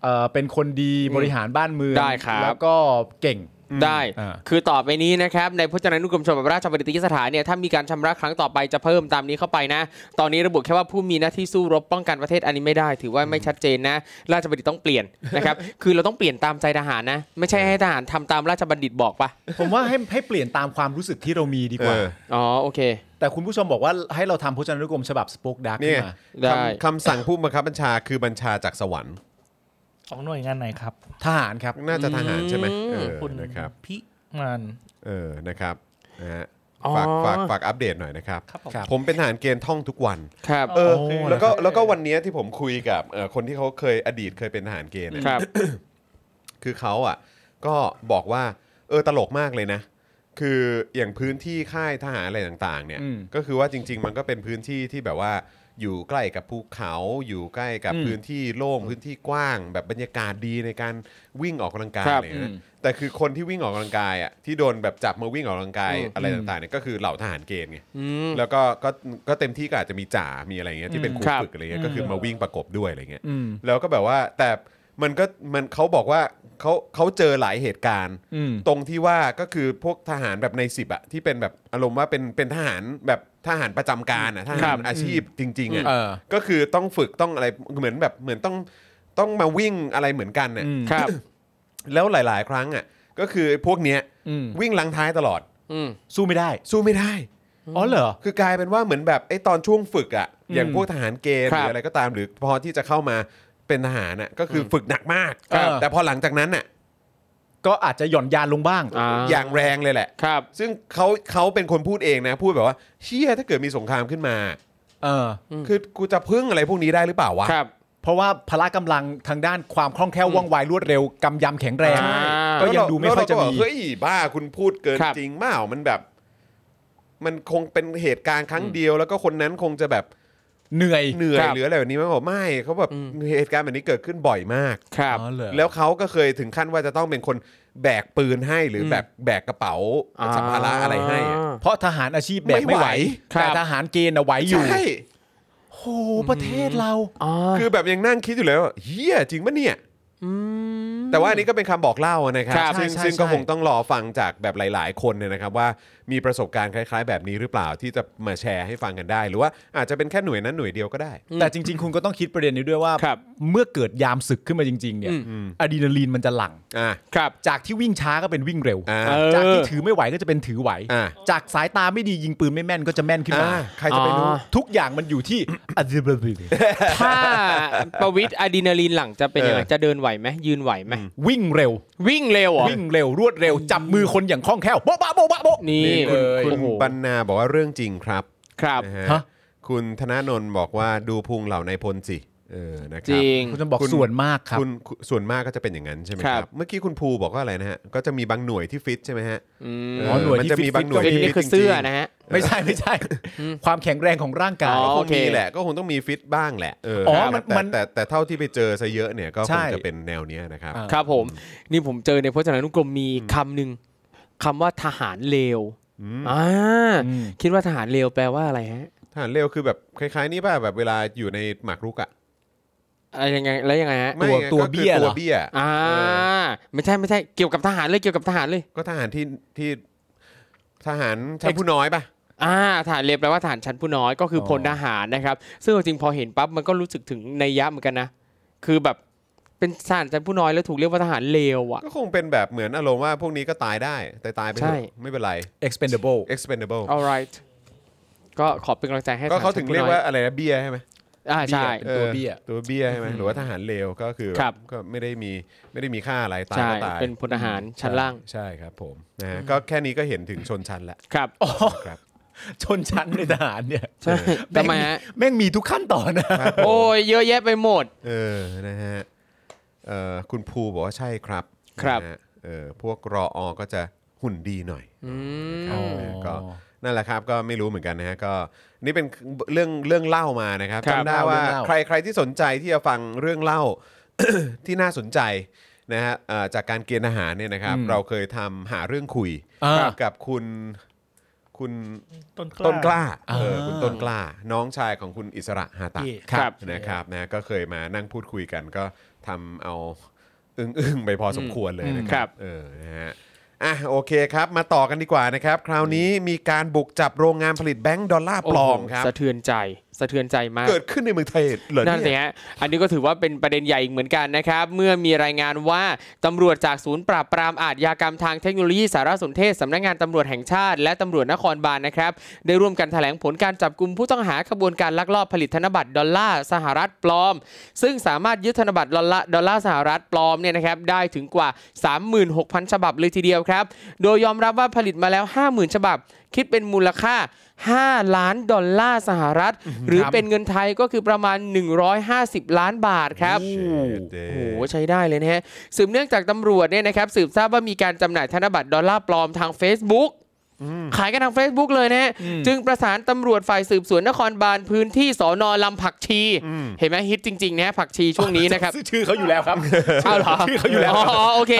เอ่อเป็นคนดีบริหารบ้านเมือง
ได้ครับ
แล้วก็เก่ง
ได้
อ่า
คือต่อไปนี้นะครับ ในพจนานุกรมฉบับราชบัณฑิตยสถานเนี่ย ถ้ามีการชำระครั้งต่อไปจะเพิ่มตามนี้เข้าไปนะ ตอนนี้ระบุแค่ว่าผู้มีหน้าที่สู้รบป้องกันประเทศอันนี้ไม่ได้ ถือว่าไม่ชัดเจนนะ ราชบัณฑิตต้องเปลี่ยนนะครับ คือเราต้องเปลี่ยนตามใจทหารนะ ไม่ใช่ให้ทหารทำตามราชบัณฑิตบอกปะ
ผมว่าให้ให้เปลี่ยนตามความรู้สึกที่เรามีดีก
เอ
ว่า
อ
อ๋อ โอเค
แต่คุณผู้ชมบอกว่าให้เราทำพจนานุกรมฉบับสป o กดัก
นี่ไง
มา
ได้
คำคำสั่งผู้บังคับบัญชาคือบัญชาจากสวรรค์
ของหน่วยงานไหนครับ
ทหารครับ
น่าจะทหารใช่ไหมเออ
คุณ
นะครับ
พิมาน
เออนะครับนะฮะ
อ๋อ
ฝากฝากฝากอัปเดตหน่อยนะครับ
ครับผม
ครับ
ผมเป็นทหารเกณฑ์ท่องทุกวัน
ครับ
เออ
โอ้
แล้วก็
นะครับ
แล้วก็วันเนี้ยที่ผมคุยกับเอ่อคนที่เขาเคยอดีตเคยเป็นทหารเกณฑ์เนี่ย
ครับ
คือเขาอ่ะก็บอกว่าเออตลกมากเลยนะ คืออย่างพื้นที่ค่ายทหารอะไรต่างๆเนี่ย
อืม
ก็คือว่าจริง ๆ มันก็เป็นพื้นที่ที่แบบว่าอยู่ใกล้กับภูเขาอยู่ใกล้กับ
อืม
พื้นที่โล่งพื้นที่กว้าง แบบบรรยากาศดีในการวิ่งออกกำลังกาย
ครับ
อะไรอย่างเงี้ย
อืม
แต่คือคนที่วิ่งออกกำลังกายอ่ะที่โดนแบบจับมาวิ่งออกกำลังกายอะไรต่างๆเนี่ยก็คือเหล่าทหารเกณฑ์ไง
อืม
แล้วก็ก็ก็เต็มที่ก็อาจจะมีจ่ามีอะไรเงี้ยที่เป็นครู
ครับ
ฝึกอะไรเงี้ยก็คือมาวิ่งประกบด้วยอะไรเงี้ย
อืม
แล้วก็แบบว่าแต่มันก็มันเขาบอกว่าเขาเขาเจอหลายเหตุการณ์
อืม
ตรงที่ว่าก็คือพวกทหารแบบในสิบอะที่เป็นแบบอารมณ์ว่าเป็นเป็นทหารแบบทหารประจำการอะทหารอาชีพจริงๆอะ
เออ
ก็คือต้องฝึกต้องอะไรเหมือนแบบเหมือนต้องต้องมาวิ่งอะไรเหมือนกันเนี่ย
อืม
ครับ
แล้วหลาย ๆ ครั้งอะก็คือพวกเนี้ย
อืม
วิ่งลังท้ายตลอด
อืม
สู้ไม่ได้
สู้ไม่ได้
อ๋อเหรอ
คือกลายเป็นว่าเหมือนแบบไอ้ตอนช่วงฝึกอะ่ะ
อืม
อย่างพวกทหารเกณฑ์ห
ครับ
รืออะไรก็ตามหรือพอที่จะเข้ามาเป็นทหารน่ะก็คืออฝึกหนักมาก
ครับ
แต่พอหลังจากนั้นน่ะ
ก็อาจจะหย่อนยานลงบ้าง
า
อย่างแรงเลยแหละ
ครับ
ซึ่งเขาเขาเป็นคนพูดเองนะพูดแบบว่าเชี่ยถ้าเกิดมีสงครามขึ้นมา
เออ
อืม
คือกูจะพึ่งอะไรพวกนี้ได้หรือเปล่าวะ
ครับ
เพราะว่าพละกำลังทางด้านความคล่องแคล่วว่องไวรวดเร็วกำยำแข็งแรง
ใช่
ก็ยังดูไม่ค่อยจะ
แล้วเราก็บ
มี
กเฮ้ยบ้าคุณพูดเกิน
ครับ
จริงเปล่ามันแบบ มันคงเป็นเหตุการณ์ครั้งเดียว แล้วก็คนนั้นคงจะแบบ
เหนื่อย
เหนื่อย
ครับ
หรืออะไรแบบนี้ไหมบอกไม่เขาแบบ
อืม
เหตุการณ์แบบนี้เกิดขึ้นบ่อยมาก
ครับ
อ๋อเหรอ
แล้วเขาก็เคยถึงขั้นว่าจะต้องเป็นคนแบกปืนให้หรืออ
ม
แบบแบกกระเป๋าสัมภาระอะไรให้อะ
เพราะทหารอาชีพแบก
ไม่
ไม่
ไห
ไห
ว
ว
ครับ
แต่ทหารเกณฑ์น่ะไหวอยู่
ใช่
โอ้โหประเทศเรา
อ๋อ
คือแบบยังนั่งคิดอยู่เลยว่าเฮียจริงปะเนี่ย
อืม
แต่ว่าอันนี้ก็เป็นคำบอกเล่านะครั
ครับ บ
ซึ่ง
ใช่ใช่
ซึ่งก็
ใช่
คงต้องรอฟังจากแบบหลาย ๆ คนเนี่ยนะครับ ว่ามีประสบการณ์คล้าย ๆ แบบนี้หรือเปล่าที่จะมาแชร์ให้ฟังกันได้ หรือว่าอาจจะเป็นแค่หน่วยนั้นหน่วยเดียวก็ได้
แต่จริง ๆ คุณก็ต้องคิดประเด็นนี้ด้วยว่า
ครับ
เมื่อเกิดยามศึกขึ้นมาจริง ๆ เนี่ย
อืม
อะดรีนาลีนมันจะหลั่ง
อ่า
ครับ
จากที่วิ่งช้าก็เป็นวิ่งเร็ว
อ่า
เออ
จากที่ถือไม่ไหวก็จะเป็นถือไหว
อ่า
จากสายตาไม่ดียิงปืนไม่แม่นก็จะแม่นขึ้นมา
อ่าใครจะไปรู้
อ๋อ
ทุกอย่างมันอยู่ที่อะดรีนาลีน
ถ้าประวิตรอะดรีนาลีนหลังจะเป็นยังไงจะเดินไหวไหมยืนไหวไหม
วิ่งเร็ว
วิ่งเร็วเหรอ
วิ่งเร็วรวดเร็ว จับมือคนอย่างคล่องแคล่วโบ๊ะบะโบ๊ะบะโบ๊ะ
นี่
นี่คุณ
โอ้
คุณ
โห
บรรณาบอกว่าเรื่องจริงครับ
ครับ
นะฮะ
ฮะ
คุณธนาโนนบอกว่าดูพุงเหล่าในายพลสิเออนะค
จ
รับ
ริง
คุณจะบอก
คุณ
ส่วนมากครับ
คุณคุณส่วนมากก็จะเป็นอย่างนั้นใช่ไหมค
ครั
รับ
บ
เมื่อกี้คุณภูบอกว่าอะไรนะฮะ ก็จะมีบางหน่วยที่ฟิตใช่ไหมฮะ
อืม
อ๋อหน่วยที่
มัจะมี
ฟิ
บา
ตๆ
งหน่วย
ก็มี
ที่
นี่
ฟิต
คือเสื้อนะฮะ
ไม่ใช่ไม่ใช่ ความแข็งแรงของร่างกาย
อ๋อ
ก็คง
โเค
มีแหละก็คงต้องมีฟิตบ้างแหละเออ
อ๋อ
ครับ
มัน
แต่
มัน
แต่แต่เท่าที่ไปเจอซะเยอะเนี่ยก็ค
ใช่
งจะเป็นแนวเนี้ยนะครับ
อ่า
ครับผม นี่ผมเจอในพจนานุกรมมีคำหนึ่งคำว่าทหารเลวอ่า
อืม
คิดว่าทหารเลวแปลว่าอะไรฮะ
ทหารเร็วคือแบบคล้ายๆนี่ป่ะแบบเวลาอยู่ในหมากรุกอะ
อะไรยังไงแล้วยังไงฮะ
ไม่ไง
ตัว
ก็คือ
เบี้ยเหร
ตัว
อ
เบี้ย
อ่าไม่ใช่ไม่ใช่เกี่ยวกับทหารเลยเกี่ยวกับทหารเลย
ก็ทหารที่ที่ทหารชั้นผู้น้อยป่ะ
อ่าฐานเรียบแปลว่าฐานชั้นผู้น้อยก็คืออ
อ
พลทหารนะครับ ซึ่งจริงๆพอเห็นปั๊บมันก็รู้สึกถึงในยยะเหมือนกันนะ คือแบบเป็นฐานชั้นผู้น้อยแล้วถูกเรียกว่าทหารเลวอ่ะ
ก็คงเป็นแบบเหมือนอารมณ์ว่าพวกนี้ก็ตายได้แต่ตายไปเถ
ใช่
อะไม่เป็นไร
expendable
expendable
alright ก็ขอเป็นกำลังใจให้
ก็เขา
ฐน
ถึง
ชั้น
เรียก
ผู้น้อ
ว่าอะไรนะเบี้ยใช่ไหม
อ่าใช่
เป็นตัวเบี้ย
ออตัวเบี้ยใช่ไหมหรือว่าทหารเลวก็คือ
ครับ
ก็ไม่ได้มีไม่ได้มีค่าอะไรตาย
ใช่
ก็ตาย
เป็นพลทหารชั้นล่าง
ใช่ครับผมนะฮะก็แค่นี้ก็เห็นถึงชนชั้นแล้ว
ครับ
ครับ
ชนชั้นในทหารเนี่ย
ใช่
แง
[LAUGHS] ทำไมฮะ
แม่งมีทุกขั้นตอนนะ
ครับผม
โอ้ยเยอะแยะไปหมด
เออนะฮะเอ่อคุณภูบอกว่าใช่ครับ
ครับ
นะฮะเออพวกรออก็จะหุ่นดีหน่อย
อืม
ครับนะฮะ
อ๋อ
ก็นั่นแหละครับก็ไม่รู้เหมือนกันนะฮะก็นี่เป็นเรื่องเรื่องเล่ามานะครับ
ครับ
จำได้ว่าใครใครที่สนใจที่จะฟังเรื่องเล่า [COUGHS] ที่น่าสนใจนะฮะเอ่อจากการเกณฑ์อาหารเนี่ยนะครับ
อืม
เราเคยทำหาเรื่องคุย
อ่า
กับคุณคุณ
ต้นกล้า
ต้นกล้า
อ่า
เออคุณต้นกล้า น้องชายของคุณอิสระฮาตะ
เย่
ครับ
นะครับนะก็เคยมานั่งพูดคุยกันก็ทำเอาอึ้งอึ้งๆไปพอสมควรเลยนะค
ครั
รับบ เออนะฮะอ่ะโอเคครับ มาต่อกันดีกว่านะครับ คราวนี้มีการบุกจับโรงงานผลิตแบงค์ดอลลาร์ปลอมครับ
โโหสะเทือนใจสะเทือนใจมาก
เกิดขึ้นในเมืองไทยเหรอ
นั่นสิ
เนี่ย
ฮะ อันนี้ก็ถือว่าเป็นประเด็นใหญ่อีกเหมือนกันนะครับ เมื่อมีรายงานว่าตำรวจจากศูนย์ปราบปรามอาทยากรรมทางเทคโนโลยีสารสนเทศสำนักงานตำรวจแห่งชาติ และตำรวจนครบาลนะครับ ได้ร่วมกันแถลงผลการจับกลุ่มผู้ต้องหาขบวนการลักลอบผลิตธนบัตรดอลลาร์สหรัฐปลอม ซึ่งสามารถยึดธนบัตรดอลลาร์ดอลลาร์สหรัฐปลอมเนี่ยนะครับได้ถึงกว่า 36,000 ฉบับเลยทีเดียวครับ โดยยอมรับว่าผลิตมาแล้ว 50,000 ฉบับ คิดเป็นมูลค่า 5 ล้านดอลลาร์สหรัฐ หรือเป็นเงินไทยก็คือประมาณ 150 ล้านบาทครับ
โอ้โห
โอ้โห ใช้ได้เลยนะฮะ สืบเนื่องจากตำรวจเนี่ยนะครับ สืบทราบว่ามีการจำหน่ายธนบัตรดอลลาร์ปลอมทาง Facebook ขายกันทาง Facebook เลยนะฮะ จึงประสานตำรวจฝ่ายสืบสวนนครบาลพื้นที่สอนอลำผักชี เห็นไหมฮิตจริงๆนะฮะผักชีช่วงนี้นะครับ
ชื่อเขาอยู่แล้วครับ
[LAUGHS] เอาเหรอ
ชื่อเขาอยู่แล้ว
อโอเค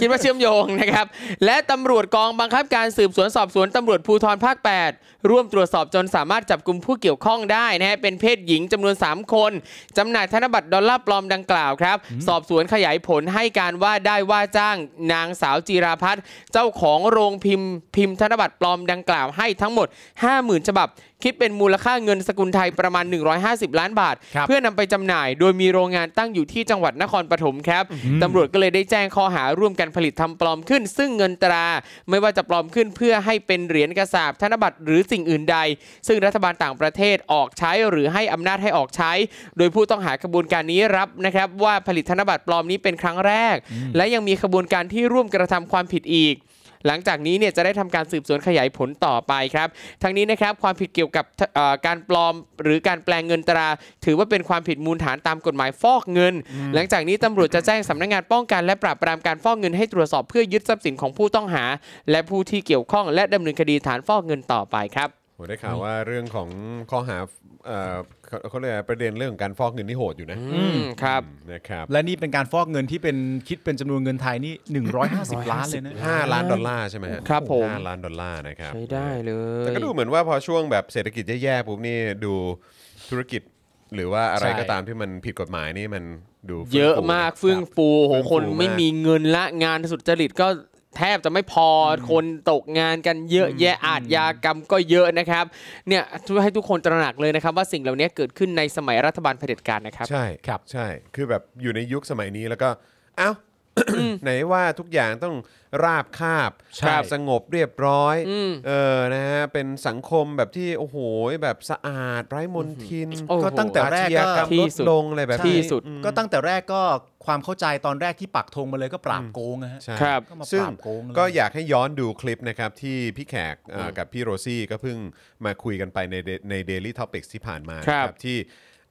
คิดว่าเชื่อมโยงนะครับ และตำรวจกองบังคับการสืบสวนสอบสวนตำรวจภูธรภาค 8 ร่วมตรวจสอบจนสามารถจับกลุ่มผู้เกี่ยวข้องได้นะฮะ เป็นเพศหญิงจำนวน 3 คนจำหน่ายธนบัตรดอลลาร์ปลอมดังกล่าวครับ สอบสวนขยายผลให้การว่าได้ว่าจ้างนางสาวจีราพัฒน์เจ้าของโรงพิมพ์พิมพ์ธนบัตรปลอมดังกล่าวให้ทั้งหมด 50,000 ฉบับ คิดเป็นมูลค่าเงินสกุลไทยประมาณ 150 ล้านบาท
ครับ
เพื่อนำไปจำหน่ายโดยมีโรงงานตั้งอยู่ที่จังหวัดนครปฐมครับตำรวจก็เลยได้แจ้งข้อหาร่วมกันผลิตทำปลอมขึ้น ซึ่งเงินตรา ไม่ว่าจะปลอมขึ้นเพื่อให้เป็นเหรียญกระสาบธนบัตรหรือสิ่งอื่นใด ซึ่งรัฐบาลต่างประเทศออกใช้หรือให้อำนาจให้ออกใช้ โดยผู้ต้องหากระบวนการนี้รับนะครับว่าผลิตธนบัตรปลอมนี้เป็นครั้งแรก และยังมีขบวนการที่ร่วมกระทำความผิดอีก หลังจากนี้เนี่ยจะได้ทำการสืบสวนขยายผลต่อไปครับ ทั้งนี้นะครับความผิดเกี่ยวกับเอ่อการปลอมหรือการแปลงเงินตรา ถือว่าเป็นความผิดมูลฐานตามกฎหมายฟอกเงิน หลังจากนี้ตำรวจจะแจ้งสำนักงานป้องกันและปราบปรามการฟอกเงินให้ตรวจสอบเพื่อยึดทรัพย์สินของผู้ต้องหา และผู้ที่เกี่ยวข้องและดำเนินคดีฐานฟอกเงินต่อไปครับ
ผมได้ข่าวว่าเรื่องของข้อหาเอ่อเขาเขาเรียกอะไรประเด็นเรื่องของการฟอกเงินนี่โหดอยู่นะ
อืมครับ
อืมนะครับ
และนี่เป็นการฟอกเงินที่เป็นคิดเป็นจำนวนเงินไทยนี่ 150 ล้านเลยนะ
ห้าล้านดอลลาร์ใช่ไหมฮะ
ครับผม
ห้าล้านดอลลาร์นะครับ
ใช้ได้เล
แต่
ย
ก็ดูเหมือนว่าพอช่วงแบบเศรษฐกิจแย่ๆปุ๊บนี่ดูธุรกิจหรือว่าอะไร
ใช่
ก็ตามที่มันผิดกฎหมายนี่มันดูฟื่งฟู
เยอะมากเฟื่อง
ครับ
ฟูโห
เฟื่องฟู
คนไม่
มาก
มีเงินละงานสุจริตก็แทบจะไม่พออคนตกงานกันเยอะแยะอาทยากรรมก็เยอะนะครับเนี่ยช่วยให้ทุกคนตระหนักเลยนะครับ ว่าสิ่งเหล่านี้เกิดขึ้นในสมัยรัฐบาลเผด็จการนะครับ
ใช่ครับใช่ คือแบบอยู่ในยุคสมัยนี้แล้วก็เอ้า [COUGHS] ไหนว่าทุกอย่างต้องราบคาบ
ใช่
ครับสงบเรียบร้อย
อืม
เออ นะฮะ เป็นสังคมแบบที่ โอ้โห แบบสะอาด ไร้มลทิน
โอ้โห
ก็ตั้งแต่แรก
อาชญากรรมล
ที่
ด
สุด
ลงอะไรแบบนี้
ที่สุด
อืม
ก็ตั้งแต่แรกก็ความเข้าใจตอนแรกที่ปักธงมาเลยก็ปราบโกงนะฮะ
ใช่
ครับ
ก็มา
ซึ่ง
ปราบโกงเลย
ก็อยากให้ย้อนดูคลิปนะครับที่พี่แขกเอ่อ
อืม
กับพี่โรซี่ก็เพิ่งมาคุยกันไปใน Da- ใน Daily Topics ที่ผ่านมา
ครับ
นะที่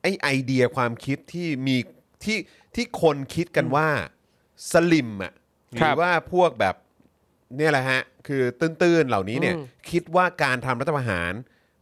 ไอไอเดียความคิดที่มีที่ที่คนคิดกันว่าสลิมอ่ะห
ค
รื
รั
อบว่าพวกแบบเนี่ยแหละฮะ คือตื้นๆเหล่านี้เนี่ย
อืม
คิดว่าการทำรัฐประหาร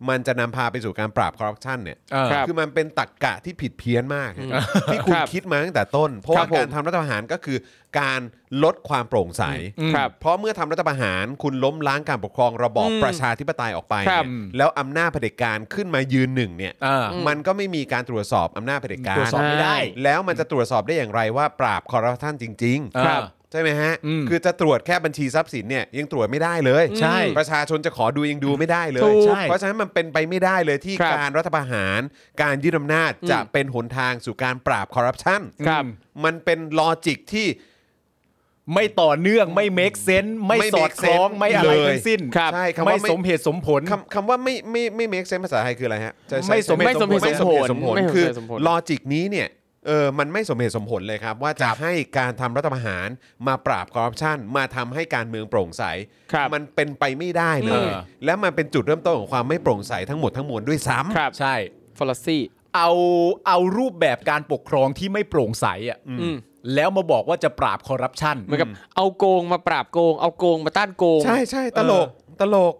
มันจะนำพาไปสู่การปราบคอร์รัปชันเนี่ย
เออ
ครับ
คือมันเป็นตรรกกะที่ผิดเพี้ยนมาก
อืม
ที่คุณ
ครับ
คิดมาตั้งแต่ต้น เพราะ
ครั
ว่า
บผม
การทำรัฐประหารก็คือการลดความโปร่งใส
อืม
ครับ
เพราะเมื่อทำรัฐประหารคุณล้มล้างการปกครองระบอบ
อืม
ประชาธิปไตยออกไป
ครั
เนี่
บ
ยแล้วอำนาจเผด็จการขึ้นมายืนหนึ่งเนี่ย
อ่า
อืม
มันก็ไม่มีการตรวจสอบอำนาจเผด็จการ
ตรวจสอบไม่ได้
แล้วมันจะตรวจสอบได้อย่างไรว่าปราบคอร์รัปชันจริง
ครับ
ๆ ใช่ไหมฮะ
อืม
คือจะตรวจแค่บัญชีทรัพย์สินเนี่ยยังตรวจไม่ได้เลย
ใช่
ประชาชนจะขอดูยังดูไม่ได้เลย
ถูกใช่
เพราะฉะนั้นมันเป็นไปไม่ได้เลยที่
ครับ
การรัฐประหาร การยึดอำนาจ
อืม
จะเป็นหนทางสู่การปราบคอร์รัปชัน
ครับ
มันเป็นลอจิกที่
ไม่ต่อเนื่องไม่ make sense ไม่
ไม่
สอด
make
คล้อง
sense
ไม่อะไร
เลย
ทั้งสิ้น
ครับใช่คำว่า
ไม่
ไม่
สมเหตุสมผล
คำคำว่าไม่ไม่ไม่ make sense ภาษาไทยคืออะไรฮะจะใช้
ไม่สม
ไม่สมเหตุ
ไม่สมเหตุส
ส
มผ
มผ
ล
ล
คือ
ไม่สมเหตุสมผล
ลอจิกนี้เนี่ยเออมันไม่สมเหตุสมผลเลยครับ ว่าจะให้การทำรัฐประหารมาปราบคอร์รัปชันมาทำให้การเมืองโปร่งใส
ครับ
มันเป็นไปไม่ได้เลย
เออ
และมันเป็นจุดเริ่มต้นของความไม่โปร่งใสทั้งหมดทั้งมวลด้วยซ้ำ
ครับ
ใช่
ฟอลซี่
เอาเอารูปแบบการปกครองที่ไม่โปร่งใสอ่ะ
อืม
แล้วมาบอกว่าจะปราบคอร์รัปชัน
เหมือนกับเอาโกงมาปราบโกง เอาโกงมาต้านโกง
ใช่ใช่ตลกตลก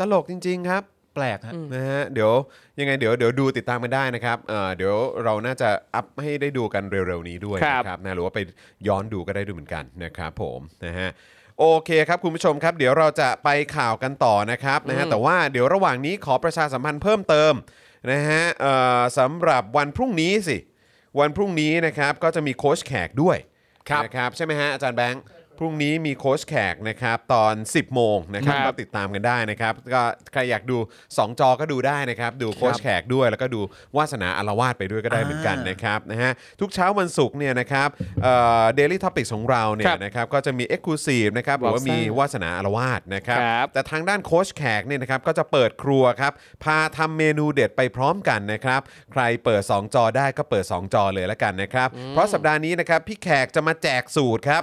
ตลกจริง ๆ ครับ
แปลกฮะ
นะฮะเดี๋ยวยังไงเดี๋ยวเดี๋ยวดูติดตามกันได้นะครับเอ่อเดี๋ยวเราน่าจะอัพให้ได้ดูกันเร็ว ๆ นี้ด้วย
ครับ
นะครับนะหรือว่าไปย้อนดูก็ได้ดูเหมือนกันนะครับผมนะฮะโอเคครับคุณผู้ชมครับ เดี๋ยวเราจะไปข่าวกันต่อนะครับนะฮะแต่ว่าเดี๋ยวระหว่างนี้ขอประชาสัมพันธ์เพิ่มเติมนะฮะเอ่อสำหรับวันพรุ่งนี้สิ วันพรุ่งนี้นะครับก็จะมีโค้ชแขกด้วย
ครับ
นะครับใช่ไหมฮะอาจารย์แบงค์พรุ่งนี้มีโค้ชแขกนะครับตอน 10 โมงนะครับ
ครับ
ก็ติดตามกันได้นะครับก็ใครอยากดู 2 จอก็ดูได้นะครับดูโค้ชแขกด้วย แล้วก็ดูวาสนาอารวาสไปด้วยก็ได้เหมือนกันนะครับนะฮะทุกเช้าวันศุกร์เนี่ยนะครับเดลี่ท็อปิกของเราเนี่
ค
ย
รับ
นะครับก็จะมี e อ็กซ์คลูซีฟนะครับหรือว่ามีวาสนาอารวาสนะครับ
ครับ
แต่ทางด้านโค้ชแขกเนี่ยนะครับก็จะเปิดครัวครับ พาทำเมนูเด็ดไปพร้อมกันนะครับ ใครเปิด 2 จอได้ก็เปิด 2 จอเลยละกันนะครับ เพราะสัปดาห์นี้นะครับ พี่แขกจะมาแจกสูตรครับ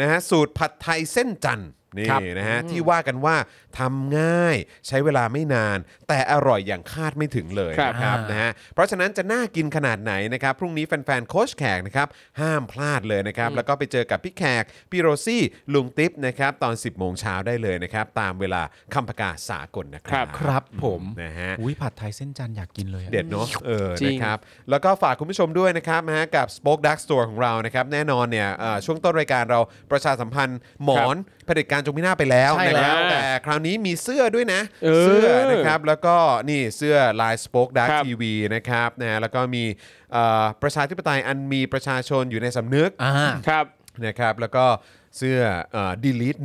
นะฮะสูตรผัดไทยเส้นจันทร์นี่
ครับ
นะฮะที่ว่ากันว่าทำง่ายใช้เวลาไม่นาน แต่อร่อยอย่างคาดไม่ถึงเลย
ครับ
นะครับนะฮะเพราะฉะนั้นจะน่ากินขนาดไหนนะครับ พรุ่งนี้แฟนๆโค้ชแขกนะครับห้ามพลาดเลยนะครับ แล้วก็ไปเจอกับพี่แขก พี่โรซี่ ลุงติ๊บนะครับตอน 10 โมงเช้าได้เลยนะครับ ตามเวลาคำประกาศสากลนะครั
ครับ
ครับผม
นะฮะ
อุ้ยผัดไทยเส้นจันทร์อยากกินเลยอะ
เด็ดเนาะเออ
จริ
นะ
ง
ครับ แล้วก็ฝากคุณผู้ชมด้วยนะครับนะฮะกับ Spoke Dark Store ของเรานะครับ แน่นอนเนี่ยเอ่อช่วงต้นรายการเราประชาสัมพันธ์หมอนเผด็จการจงพินาศไปแล้ว
ใช่
นะครับ
แล้ว
แต่คราวนี้มีเสื้อด้วยนะ
เออ
อนะครับ แล้วก็นี่เสื้อลาย Spoke Dark
ครับ
TV นะครับนะฮะแล้วก็มีเอ่อประชาธิปไตยอันมีประชาชนอยู่ในสำนึก
่า
ครับ
นะครับแล้วก็เสื้อเอ่อ delete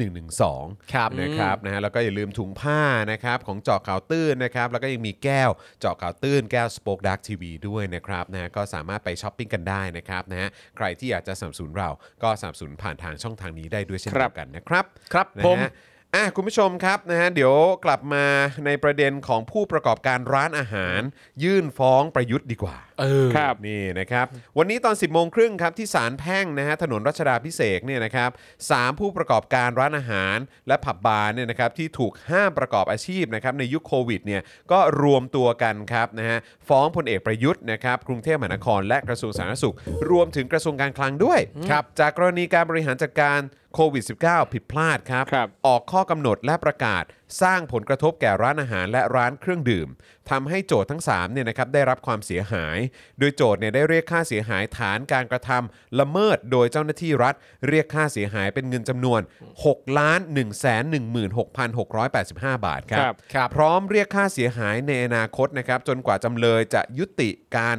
112
ครับ
นะครับนะฮะแล้วก็อย่าลืมถุงผ้านะครับของเจาะข่าวตื้นนะครับแล้วก็ยังมีแก้วเจาะข่าวตื้นแก้ว Spoke Dark TV ด้วยนะครับนะฮะก็สามารถไปช้อปปิ้งกันได้นะครับนะฮะใครที่อยากจะสนับสนุนเราก็สนับสนุนผ่านทางช่องทางนี้ได้ด้วยเช่น
ครั
เดี
บ
ยวกันนะครับ
ครับ
นะฮะ
ผม
อ่ะคุณผู้ชมครับนะฮะเดี๋ยวกลับมาในประเด็นของผู้ประกอบการร้านอาหาร ยื่นฟ้องประยุทธ์ดีกว่า
เออ
ครับ
นี่นะครับ วันนี้ตอน 10โมงครึ่งครับ ที่ศาลแพ่งนะฮะถนนรัชดาพิเศษกเนี่ยนะครับสามผู้ประกอบการร้านอาหาร และผับบาร์เนี่ยนะครับที่ถูกห้ามประกอบอาชีพนะครับในยุคโควิดเนี่ยก็รวมตัวกันครับนะฮะฟ้องพลเอกประยุทธ์นะครับกรุงเทพมหานครและกระทรวงสาธารณสุข รวมถึงกระทรวงการคลังด้วยครับจากกรณีการบริหารจัดการโควิด -19 ผิดพลาดครับ
ครับ
ออกข้อกำหนดและประกาศสร้างผลกระทบแก่ร้านอาหารและร้านเครื่องดื่มทำให้โจทย์ทั้ง3เนี่ยนะครับได้รับความเสียหาย โดยโจทย์เนี่ยได้เรียกค่าเสียหายฐานการกระทำละเมิดโดยเจ้าหน้าที่รัฐ เรียกค่าเสียหายเป็นเงินจำนวน6ล้าน1 1 6 6 8 5 บาทครั
ครับ
ครับ
พร้อมเรียกค่าเสียหายในอนาคตนะครับจนกว่าจำเลยจะยุติการ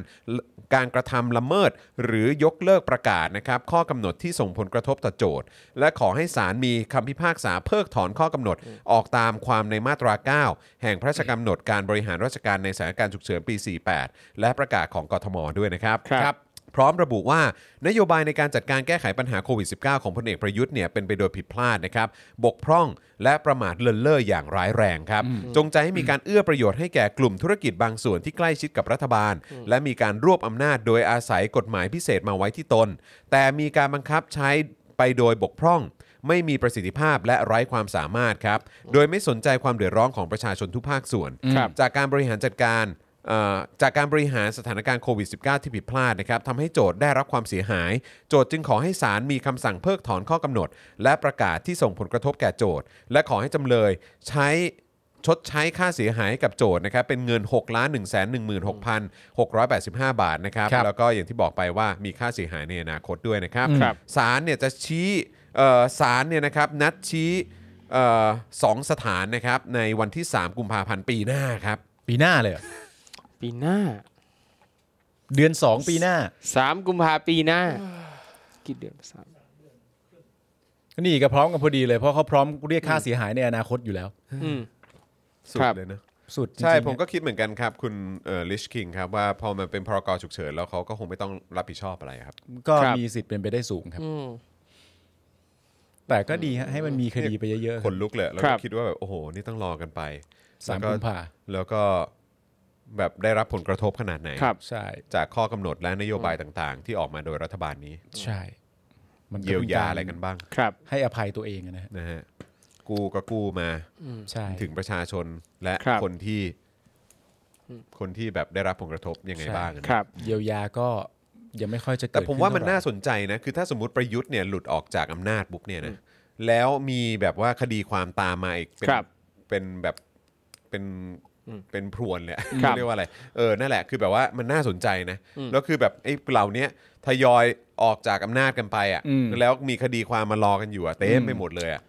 การกระทำละเมิด หรือยกเลิกประกาศนะครับข้อกำหนดที่ส่งผลกระทบต่อโจทย์ และขอให้ศาลมีคำพิพากษาเพิกถอนข้อกำหนดออกตามความในมาตรา 9 แห่งพระราชกำหนดการบริหารราชการในสถานการณ์ฉุกเฉินปี 48 และประกาศของกทมด้วยนะครับ
ครับ
พร้อมระบุว่านโยบายในการจัดการแก้ไขปัญหาโควิด -19 ของพลเอกประยุทธ์เนี่ยเป็นไปโดยผิดพลาดนะครับ บกพร่องและประมาทเลินเล่ออย่างร้ายแรงครับ จงใจให้มีการเอื้อประโยชน์ให้แก่กลุ่มธุรกิจบางส่วนที่ใกล้ชิดกับรัฐบาล และมีการรวบอำนาจโดยอาศัยกฎหมายพิเศษมาไว้ที่ตน แต่มีการบังคับใช้ไปโดยบกพร่อง ไม่มีประสิทธิภาพและไร้ความสามารถครับ โดยไม่สนใจความเดือดร้อนของประชาชนทุกภาคส่วน
ครับ
จากการบริหารจัดการเอ่อจากการบริหารสถานการณ์โควิด -19 ที่ผิดพลาดนะครับทำให้โจทย์ได้รับความเสียหาย โจทย์จึงขอให้ศาลมีคำสั่งเพิกถอนข้อกำหนด และประกาศที่ส่งผลกระทบแก่โจทย์ และขอให้จำเลยใช้ชดใช้ค่าเสียหายให้กับโจทย์นะครับเป็นเงิน 6 1 1 6 6 8 5 บาทนะครับ
ครับ
แล้วก็อย่างที่บอกไปว่ามีค่าเสียหายในอนาคตด้วยนะครับ
ครับ
ศาลเนี่ยจะชี้เอ่อศาลเนี่ยนะครับนัดชี้เอ่อสองสถานนะครับในวันที่ 3 กุมภาพันธ์ปีหน้าครับ
ปีหน้าเลยเหรอ
ปีหน้า
เดือนสองปีหน้า
สามกุมภาปีหน้ากี่เดือนสาม
นี่ก็พร้อมกันพอดีเลยเพราะเขาพร้อมเรียกค่าเสียหายในอนาคตอยู่แล้ว
อืม
สุด
ครับ
เลยนะ
สุดจริงๆ
ใช่
เนี่ย
ผมก็คิดเหมือนกันครับ คุณลิชคิงครับ ว่าพอมันเป็นพรกฉุกเฉินแล้วเขาก็คงไม่ต้องรับผิดชอบอะไรครับ
ก็
ครับ
มีสิทธิ์เป็นไปได้สูงครับ
อืม
แต่ก็ดีฮะให้มันมีคดีไปเยอะๆ
คนลุกเลยแล้ว
ครั
ก็
บ
คิดว่าแบบโอ้โห นี่ต้องรอกันไป
สาม
แล้ว
กุมภา
แล้วก็แบบได้รับผลกระทบขนาดไหน
ครับ
ใช่
จากข้อกำหนดและนโยบายต่างๆ ที่ออกมาโดยรัฐบาลนี้
ใช่ก็
เยียวยา
ป็
อะไรกันบ้าง
ครับ
ให้อภัยตัวเองนะฮะ
นะฮะกู้ก็กู้มา
ใช่
ถึงประชาชนและ
ครับ
คนที่คนที่แบบได้รับผลกระทบยังไงบ้างนะ
ครับ
เยียวยาก็ยังไม่ค่อยจะเกิด
แต่ผมว่ามัน
ขึ้เท่ไหร่
น่าสนใจนะ คือถ้าสมมติประยุทธ์เนี่ยหลุดออกจากอำนาจปุ๊บเนี่ยนะ แล้วมีแบบว่าคดีความตามมาอีก เป็น
ครับ
เป็นแบบเป็นเป็นพรวนเลยอะ
ครับ
[LAUGHS] เรียกว่าอะไร เออ นั่นแหละ คือแบบว่ามันน่าสนใจนะ แล้วคือแบบไอ้เหล่าเนี้ยทยอยออกจากอำนาจกันไปอ่ะ
อืม
แล้วมีคดีความมารอกันอยู่อ่ะเต็มไปหมดเลยอ่ะ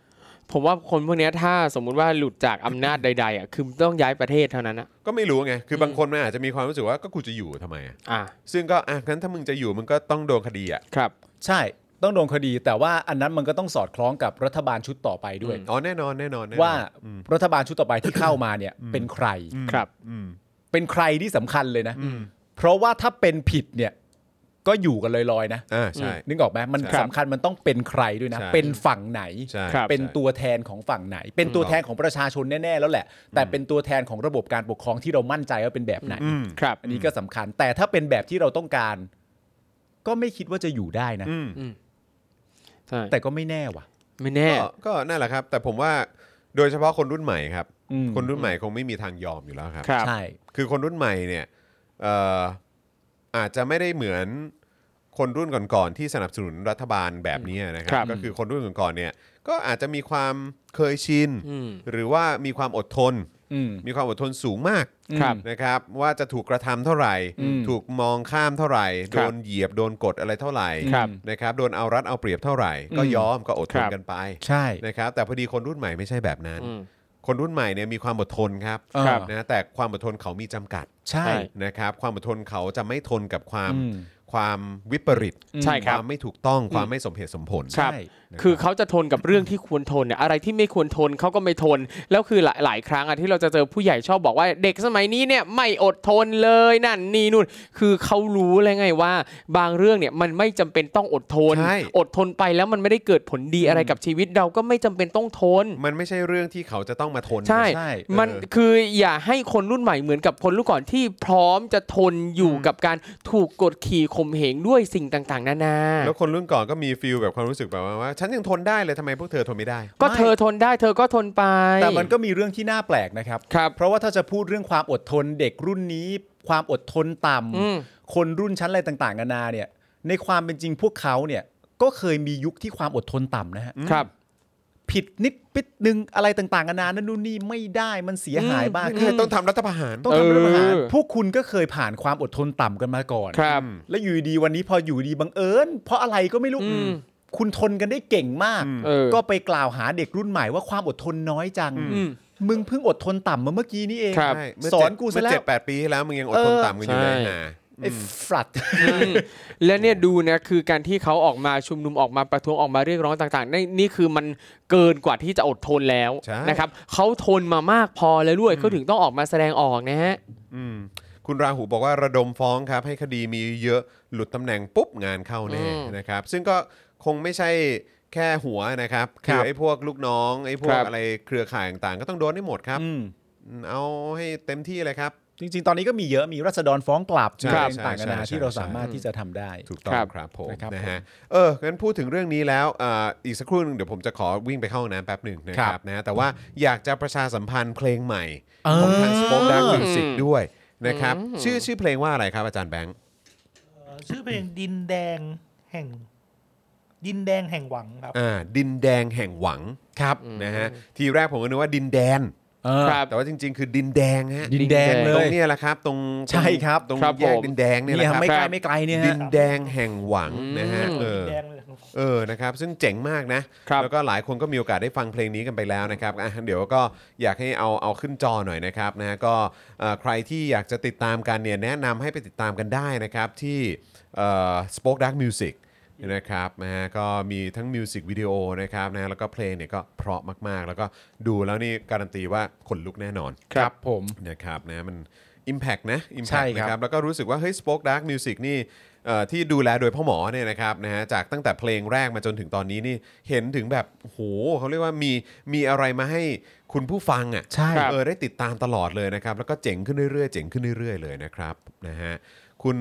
ผมว่าคนพวกเนี้ยถ้าสมมุติว่าหลุดจากอำนาจใด ๆอ่ะคือต้องย้ายประเทศเท่านั้นนะ
ก็ไม่รู้ไง คือบางคนมันอาจจะมีความรู้สึกว่าก็กูจะอยู่ทำไมอะ
อ่า
ซึ่งก็อ่ะงั้นถ้ามึงจะอยู่มึงก็ต้องโดนคดีอ่ะ
ครับ
ใช่ต้องโดนคดี แต่ว่าอันนั้นมันก็ต้องสอดคล้องกับรัฐบาลชุดต่อไปด้วย
อ๋อ แน่นอน แน่นอนแน่นอน
ว่า
อืม
รัฐบาลชุดต่อไปที่เข้ามาเนี่ยเป็นใคร
ครับ
อืม
เป็นใครที่สำคัญเลยนะ เพราะว่าถ้าเป็นผิดเนี่ยก็อยู่กันลอยๆนะ
อ่า ใช่
นึกออกไหมมัน
ใช่
สำคัญมันต้องเป็นใครด้วยนะ
ใช่
เป็นฝั่งไหน
ใช่
ครับ
เป็น
ใช่
ตัวแทนของฝั่งไหน เป็นตัวแทนของประชาชนแน่ๆแล้วแหละ แต่เป็นตัวแทนของระบบการปกครองที่เรามั่นใจว่าเป็นแบบไหน
อืม
ครับ
อันนี้ก็สำคัญ แต่ถ้าเป็นแบบที่เราต้องการ ก็ไม่คิดว่าจะอยู่ได้นะ
อืม
ใช่
แต่ก็ไม่แน่ว่ะ
ไม่แน่
ก็ก็นั่นแหละครับ แต่ผมว่าโดยเฉพาะคนรุ่นใหม่ครับ
อืม
คนรุ่นใหม่คงไม่มีทางยอมอยู่แล้วครับ
ครับ
ใช่
คือคนรุ่นใหม่เนี่ยเอ่ออาจจะไม่ได้เหมือนคนรุ่นก่อนๆที่สนับสนุนรัฐบาลแบบนี้นะครั
ครับ
ก็คือคนรุ่นก่อนๆเนี่ยก็อาจจะมีความเคยชิน
อืม
หรือว่ามีความอดทน
อืม
มีความอดทนสูงมาก
ครับ
นะครับ ว่าจะถูกกระทำเท่าไหร่
อืม
ถูกมองข้ามเท่าไหร่
ค
โด
รับ
นเหยียบโดนกดอะไรเท่าไหร่
ครับ
นะครับโดนเอารัดเอาเปรียบเท่าไหร่ ก็
อืม
ยอมก็อดทนกันไป
ใช่
นะครับแต่พอดีคนรุ่นใหม่ไม่ใช่แบบนั้น
อืม
คนรุ่นใหม่เนี่ยมีความอดทนครับ
ครับ
เออ
นะแต่ความอดทนเขามีจำกัด
ใช่
ใช่
นะครับความอดทนเขาจะไม่ทนกับความ
อืม
ความวิปริต
ใช่ครั
ค
บ
วามไม่ถูกต้องความไม่สมเหตุสมผล
ครับ
ใช่
คือเขาจะทนกับเรื่องที่ควรทนเนี่ยอะไรที่ไม่ควรทนเขาก็ไม่ทน แล้วคือหลายหลายครั้งอะที่เราจะเจอผู้ใหญ่ชอบบอกว่าเด็กสมัยนี้เนี่ยไม่อดทนเลยนั่นนี่นู่น คือเขารู้เลยไงว่า บางเรื่องเนี่ยมันไม่จำเป็นต้องอดทน
ใช่
อดทนไปแล้วมันไม่ได้เกิดผลดีอะไรกับชีวิตเราก็ไม่จำเป็นต้องทน
มันไม่ใช่เรื่องที่เขาจะต้องมาทน
ใช่
ใช่
มัน
เออ
คืออย่าให้คนรุ่นใหม่เหมือนกับคนรุ่นก่อนที่พร้อมจะทนอยู่กับการถูกกดขี่ข่มเหงด้วยสิ่งต่างๆ นานา
แล้วคนรุ่นก่อนก็มีฟีลแบบความรู้สึกแบบว่าว่า ฉันยังทนได้เลยทำไมพวกเธอทนไม่ได้
ก็เธอทนได้เธอก็ทนไป
แต่มันก็มีเรื่องที่น่าแปลกนะครับ
ครับ
เพราะว่าถ้าจะพูดเรื่องความอดทนเด็กรุ่นนี้ ความอดทนต่
อืม
ำคนรุ่นชั้นอะไรต่างๆนานาเนี่ย ในความเป็นจริงพวกเขาเนี่ย ก็เคยมียุคที่ความอดทนต่ำนะฮะ
ครับ
ผิดนิดปิดนึงอะไรต่างๆนานานั่นนู่นนี่ไม่ได้มันเสียหายบ้าง
คือต้องทำรัฐประหาร
ต้องทำรัฐประหาร
เออ
พวกคุณก็เคยผ่านความอดทนต่ำกันมาก่อน
ครับ
แล้วอยู่ดีๆวันนี้พออยู่ดีบังเอิญเพราะอะไรก็ไม่รู้
อืม
คุณทนกันได้เก่งมาก
อืม
เออ
ก็ไปกล่าวหาเด็กรุ่นใหม่ว่าความอดทนน้อยจัง
อืม
มึงเพิ่งอดทนต่ำมาเมื่อกี้นี่เอง
ครับ
ใช่เมื่
สอนกูซะ
เมื่
แล้ว
เจ็ดแปดปีที่แล้วมึงยังอดทน
เออ
ต่ำกันอยู่เลย
ใช่
นะ
ไอ้ฟลัด
และเนี่ยดูนะคือการที่เขาออกมาชุมนุมออกมาประท้วงออกมาเรียกร้องต่างๆนี่นี่คือมันเกินกว่าที่จะอดทนแล้ว
ใช่
นะครับเขาทนมามากพอแล้วด้วยเขาถึงต้องออกมาแสดงออกนะฮะ
อืม คุณราหูบอกว่าระดมฟ้องครับให้คดีมีเยอะหลุดตำแหน่งปุ๊บงานเข้าแน่
อืม
นะครับ ซึ่งก็คงไม่ใช่แค่หัวนะครับ
ครับ
ไอ้พวกลูกน้องไอ้พว
ค
ก
รับ
อะไรเครือข่ายต่างๆ ก็ต้องโดนให้หมดครับ
อืม
เอาให้เต็มที่เลยครับ
จริง ๆ ตอนนี้ก็มีเยอะมีรัษฎรฟ้องกลับ
ใช่
มีอะ
ใช่
ไรต่างๆนานา
ใช่
ที่เรา
ใช่
สามารถที่จะทำได้
ถูกต้อง
ครับ
ครับผม
นะครับ
นะฮะเอองั้นพูดถึงเรื่องนี้แล้วอ่าอีกสักครู่หนึงเดี๋ยวผมจะขอวิ่งไปเข้าห้องน้ำแป๊บหนึ่งนะค
ครั
รับบ นะฮะแต่ว่าอยากจะประชาสัมพันธ์เพลงใหม่
เอ
ของทาง
อ
สปอคดักมิวสิก
อืม
ด้วยนะครับชื่อชื่อเพลงว่าอะไรครับอาจารย์แบงค์
เอ่อชื่อเพลงดินแดงแห่ง ดินแดงแห่งหวังครับ
อ่าดินแดงแห่งหวังครับนะฮะทีแรกผมก็นึกว่าดินแดน
เออ
ครับ
แต่ว่าจริง ๆ คือดินแดงฮะ
ดินแดงเล
ตรง
ย
เนี้ยแหละครับ ตรง
ใช่ครับ
ตรง
ครับ
แยก
ผม
ดินแดงเนี่ยแห
เนี่ย
ละครับ
ไม่ไกลไม่ไกลเนี่ย
ดิ
ฮะ
นแดงแห่งหวังนะฮะเออ
ดิ
น
แดงเลยครับ
เออนะครับซึ่งเจ๋งมากนะ
ครับ
แล้วก็หลายคนก็มีโอกาสได้ฟังเพลงนี้กันไปแล้วนะครับอ่ะเดี๋ยวก็อยากให้เอาเอาขึ้นจอหน่อยนะครับนะฮะก็เอ่อใครที่อยากจะติดตามกันเนี่ยแนะนำให้ไปติดตามกันได้นะครับที่เอ่อ Spoke Dark Music นะครับนะฮะก็มีทั้งมิวสิกวิดีโอนะครับนะแล้วก็เพลงเนี่ยก็เพราะมากๆ แล้วก็ดูแล้วนี่การันตีว่าขนลุกแน่นอน
ครับผม
นะครับนะมัน Impact นะ
ใช่
Impact
ครับ
นะครับแล้วก็รู้สึกว่าเฮ้ย Spoke Dark Music นี่เอ่อที่ดูแลโดยพ่อหมอเนี่ยนะครับนะฮะจากตั้งแต่เพลงแรกมาจนถึงตอนนี้นี่เห็นถึงแบบโหเขาเรียกว่ามีมีอะไรมาให้คุณผู้ฟังอ่ะ
ใช่
เออได้ติดตามตลอดเลยนะครับ แล้วก็เจ๋งขึ้นเรื่อยๆ เจ๋งขึ้นเรื่อยๆเลยนะครับนะฮะคุณ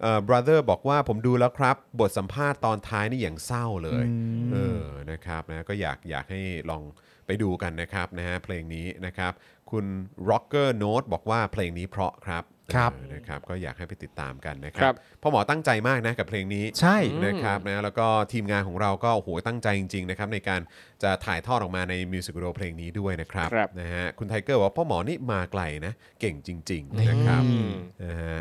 เอ่อ brother บอกว่าผมดูแล้วครับ บทสัมภาษณ์ตอนท้ายนี่อย่างเศร้าเลยเออนะครับนะก็อยากอยากให้ลองไปดูกันนะครับนะฮะเพลงนี้นะครับ คุณ Rocker Note บอกว่าเพลงนี้เพราะครับ
ครับ
เออนะครับ ก็อยากให้ไปติดตามกันนะค
ค
รั
รั
บบ พ่อหมอตั้งใจมากนะกับเพลงนี้
ใช่
นะครับนะแล้วก็ทีมงานของเราก็โอ้โหตั้งใจจริงๆนะครับในการจะถ่ายทอดออกมาในมิวสิกวิดีโอเพลงนี้ด้วยนะครับ
ครับ
นะฮะคุณไทเกอร์บอกว่าพ่อหมอนี่มาไกลนะ เก่งจริง ๆ นะครับ
อืม
นะฮะ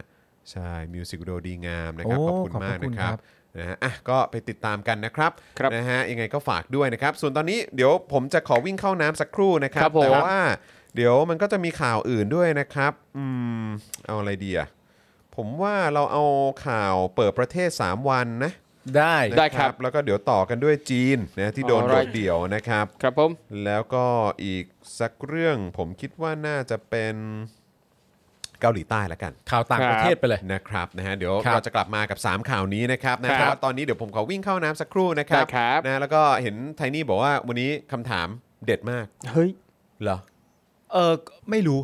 ใช่มิวสิกวิดีโอดีงามนะครับ ข
โอ้
อบคุณ
ขอบพระ
มาก
คุ
นะ
ณ
ค
ครั
รับ
บ
นะฮะอ่ะก็ไปติดตามกันนะครับ
ครับ
นะฮะยังไงก็ฝากด้วยนะครับ ส่วนตอนนี้เดี๋ยวผมจะขอวิ่งเข้าน้ำสักครู่นะครับ
ครับผม
แต่ว่าเดี๋ยวมันก็จะมีข่าวอื่นด้วยนะครับอืมเอาอะไรดีอะผมว่าเราเอาข่าวเปิดประเทศ 3 วันนะ
ได้
ได้
นะครับ แล้วก็เดี๋ยวต่อกันด้วยจีนนะที่โดนโดดเดี่ยวนะครับ
ครับผม
แล้วก็อีกสักเรื่องผมคิดว่าน่าจะเป็นเกาหลีใต้ละกัน
ข่าวต่างประเทศไปเลย
นะครับนะฮะเดี๋ยว
ครับ
เราจะกลับมากับ 3 ข่าวนี้นะครับนะ
ครั
ฮะแต่
บ
ว่าตอนนี้เดี๋ยวผมขอวิ่งเข้าน้ำสักครู่นะครับ
ได้ครับ
นะแล้วก็เห็นไทนี่บอกว่าวันนี้คำถามเด็ดมาก
เฮ้ย
เหรอ
เออไม่รู้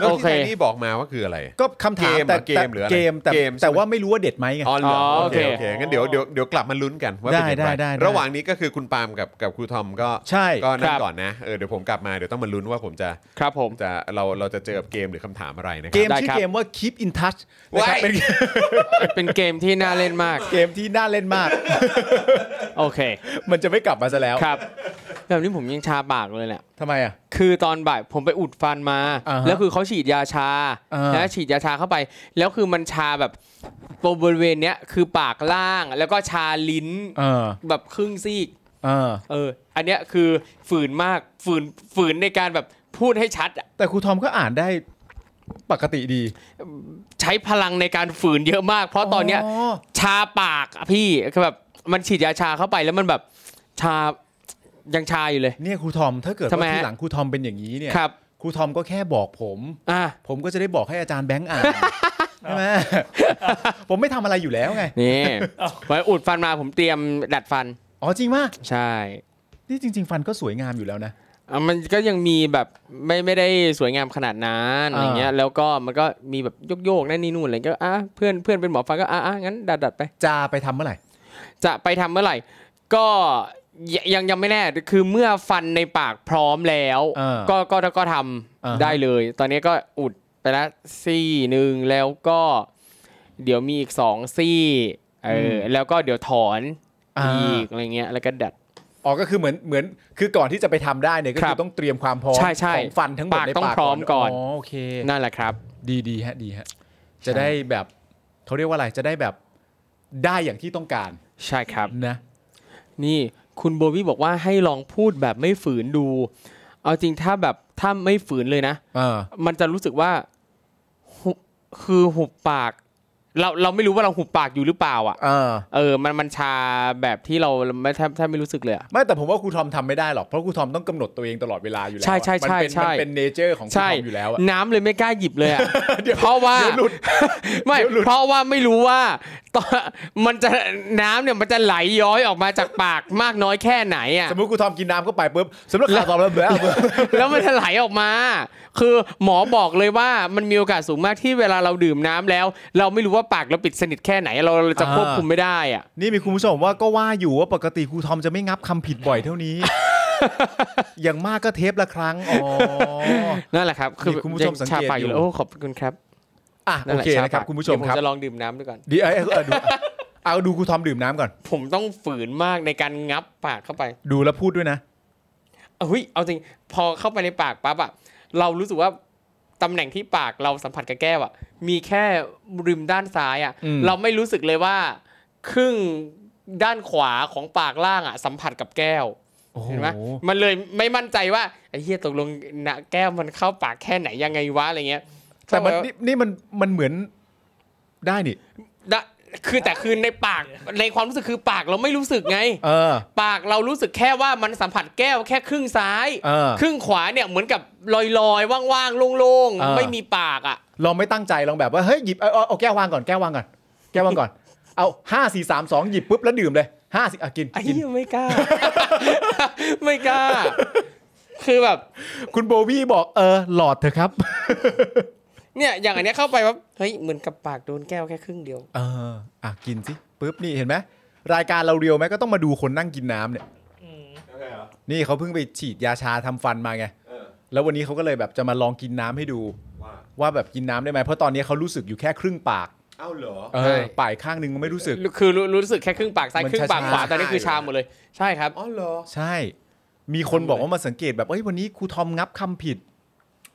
แล้วที่
โอเค
ไทนี่บอกมาว่าคืออะไร
ก็คำ
เก
ถาม
ม
แต่
เหรอเกมหรืออะไร
เกมแต่
เกมใช่ไหม
แต่ว่าไม่รู้ว่าเด็ดไหมไง
อ๋อเหรอ
อ๋อ
โอ
โอ
เค
เค
โอเคงั้นเดี๋ยวเดี๋ยวเดี๋ยวกลับมาลุ้นกันว่า
ได้
เป็นอย่างไร
ได้ได้ได้
ระหว่างนี้ก็คือคุณปาล์มกับกับครูทอมก็
ใช่
ก็นั่
ครั
น
บ
ก่อนนะเออเดี๋ยวผมกลับมาเดี๋ยวต้องมาลุ้นว่าผมจะ
ครับผม
จะเราเราจะเจอกับเกมหรือคำถามอะไรนะค
เก
รับ
ม
ได้
ชื่อ
ครับ
เกมว่า Keep in Touch นะครับ
ไว้
เป็น
เป็นเกมที่น่าเล่นมาก
เกมที่น่าเล่นมาก
โอเค
มันจะไม่กลับมาซะแล้ว
ครับ แบบนี้ผมยังชาปากเลยเนี่ย
ทำไมอ่ะ
คือตอนบ่ายผมไปอุดฟันมา
อ่าฮะ
แล้วคือเขาฉีดยาชา
อ่าน
นะฉีดยาชาเข้าไป แล้วคือมันชาแบบตรงบริเวณเนี้ยคือปากล่างแล้วก็ชาลิ้น
อ่า
แบบครึ่งซีก
เออ
เออ อันเนี้ยคือฝืนมากฝืนฝืนในการแบบพูดให้ชัดอะ
แต่ครูทอมก็อ่านได้ปกติดี
ใช้พลังในการฝืนเยอะมาก เพราะตอนเนี้ยชาปากอะพี่คือแบบมันฉีดยาชาเข้าไปแล้วมันแบบชายังชาอยู่เลย
เนี่ยครูทอมถ้าเกิด
ทำไม
ว่า
ฮะ
ที่หลังครูทอมเป็นอย่างนี้เนี่ย
ครับ
ครูทอมก็แค่บอกผม
อ่ะ
ผมก็จะได้บอกให้อาจารย์แบงค์อ่าน ใช่ไหมผมไม่ทำอะไรอยู่แล้วไง
นี่ไว้อุดฟันมาผมเตรียมดัดฟัน
อ๋อจริงป่ะ
ใช่
นี่จริง ๆ ฟันก็สวยงามอยู่แล้วนะ
อ่ะมันก็ยังมีแบบไม่ไม่ได้สวยงามขนาดนั้น
อ่า
อะไรเงี้ย แล้วก็มันก็มีแบบโยกๆนั่นนี่นู่นอะไรก็อ่ะเพื่อนเพื่อนเป็นหมอฟันก็อ่ะอ่ะงั้นดัดดัดไป
จะไปทำเมื่อไหร่
จะไปทำเมื่อไหร่ ก็ยยังยังไม่แน่คือเมื่อฟันในปากพร้อมแล้ว
เออ
ก็ก็ก็ท
อ่าฮะ
ำได้เลย ตอนนี้ก็อุดไปละซี่หนึ่งแล้วก็ เดี๋ยวมีอีกสองซี่เอออแล้วก็เดี๋ยวถอนอีกอะไรเงี้ยแล้วก็ดัด
อ๋อก็คือเหมือนเหมือนคือก่อนที่จะไปทำได้เนี่ยก็
ครั
คื
บ
อต้องเตรียมความพร้อม
ใช่ใช่
ของฟันทั้งหมด
ปาก
ใน
ต้อง
ปาก
พร้อมก่อน
อ๋อโอเค
นั่นแหละครับ
ดีดีฮะดีฮะจะได้แบบเขาเรียกว่าอะไรจะได้แบบได้อย่างที่ต้องการ
ใช่ครับ
นะ
นี่คุณโบวี่บอกว่าให้ลองพูดแบบไม่ฝืนดู เอาจริงถ้าแบบถ้าไม่ฝืนเลยนะ
เออ
มันจะรู้สึกว่าหุคือหุบปาก เราเราไม่รู้ว่าเราหุบปากอยู่หรือเปล่าอ่ะ
เออ
เออ มันมันชาแบบที่เราไม่แทบแทบไม่รู้สึกเลยอะ
ไม่แต่ผมว่าครูทอมทำไม่ได้หรอกเพราะครูทอมต้องกำหนดตัวเองตลอดเวลาอยู่แล้วอะ
ใช่ใช่ใช่
มันเป็น
ใช่
มันเป็นเนเจอร์ของครูท
ใช่
อมอยู่แล้วอะ
น้ำเลยไม่กล้าหยิบเลยอะเพราะว่าไม่เพราะว่าไม่รู้ว่าตอนมันจะน้ำเนี่ยมันจะไหลย้อยออกมาจากปากมากน้อยแค่ไหนอ่ะ
สมมติครูทอมกินน้ำเข้าไปปุ๊บสำหรับข่าวตอบแล้วแบบ
แล้วมันจะไหลออกมา คือหมอบอกเลยว่ามันมีโอกาสสูงมากที่เวลาเราดื่มน้ำแล้ว เราไม่รู้ว่าปากเราปิดสนิทแค่ไหน เราเราจะควบคุมไม่ได้อ่ะ
นี่มีคุณผู้ชมว่าก็ว่าอยู่ว่าปกติครูทอมจะไม่งับคำผิดบ่อยเท่า
[LAUGHS]
นี้ อย่างมากก็เทปละครั้ง อ๋อ
นั่นแหละครับ คือ
มีคุณผู้ชมสังเกต
ชาปากอยู่
อยู่
แล้วโอ้ขอบคุณครับ
อ่ะ
นั่
โอน
แหละ
เคนะ
ชา
ครั
ปา
บ
ก
คุณผู้ชมค
เดี๋ยวผม
รับ
จะลองดื่มน้ำด้วยก่อน
ดีเอยเอยเอยดูเอาดูครูทอมดื่มน้ำก่อน
ผมต้องฝืนมากในการงับปากเข้าไป
ดูแล้วพูดด้วยนะ
เฮ้ยเอาจริง พอเข้าไปในปากปั๊บอะเรารู้สึกว่าตำแหน่งที่ปากเราสัมผัสกับแก้วอะมีแค่ริมด้านซ้ายอะ
อืม
เราไม่รู้สึกเลยว่า ครึ่งด้านขวาของปากล่างอะสัมผัสกับแก้ว
โอ้โห
เห็นไหมมันเลยไม่มั่นใจว่าไอ้เหี้ยตกลงนะแก้วมันเข้าปากแค่ไหนยังไงวะอะไรเงี้ย
แต่มัน
เข้าไป
นี่นี่มันมันเหมือนได้นี่
ได้คือแต่คือในปากในความรู้สึกคือปากเราไม่รู้สึกไง
เออ
ปากเรารู้สึกแค่ว่ามันสัมผัสแก้วแค่ครึ่งซ้าย
เออ
ครึ่งขวาเนี่ยเหมือนกับลอยๆ ว่างๆ โล่ง
เออ
ๆ ไม่มีปากอ่ะ
ลองไม่ตั้งใจลองแบบว่าเฮ้ยหยิบเอาเอาเอาแก้ววางก่อนแก้ววางก่อนแก้ววางก่อนเอาห้าสี่สามสองหยิบปุ๊บแล้วดื่มเลยห้าสิอ่ะกิน
ไอ้
กิน
เหี้ยไม่กล้า ไม่กล้า คือแบบ
คุณโบวี่บอกเออหลอดเถอะครับ
เนี่ยอย่างอันเนี้ยเข้าไปว่าเฮ้ยเหมือนกับปากโดนแก้วแค่ครึ่งเดียว
เอออ่ะกินสิปุ๊บนี่เห็นไหมรายการเราเรียวไหมก็ต้องมาดูคนนั่งกินน้ำเนี่ยนี่เขาเพิ่งไปฉีดยาชาทำฟันมาไงแล้ววันนี้เขาก็เลยแบบจะมาลองกินน้ำให้ดู
ว่า
ว่าแบบกินน้ำได้ไหมเพราะตอนนี้เขารู้สึกอยู่แค่ครึ่งปาก
เอ้าเหรอ
เอ
ใช่
อป่ายข้างหนึงก็ไม่รู้สึก
คือรู้รู้สึกแค่ครึ่งปากซ้าย
มัน
ครึ่งปากขวา
ชาๆ
ตอนนี้คือชาหมดเลย ใช่ครับ
อ๋อเหรอ
ใช่ มีคนบอกว่ามาสังเกตแบบเอ้ยวันนี้ครูทอมงับคำผิด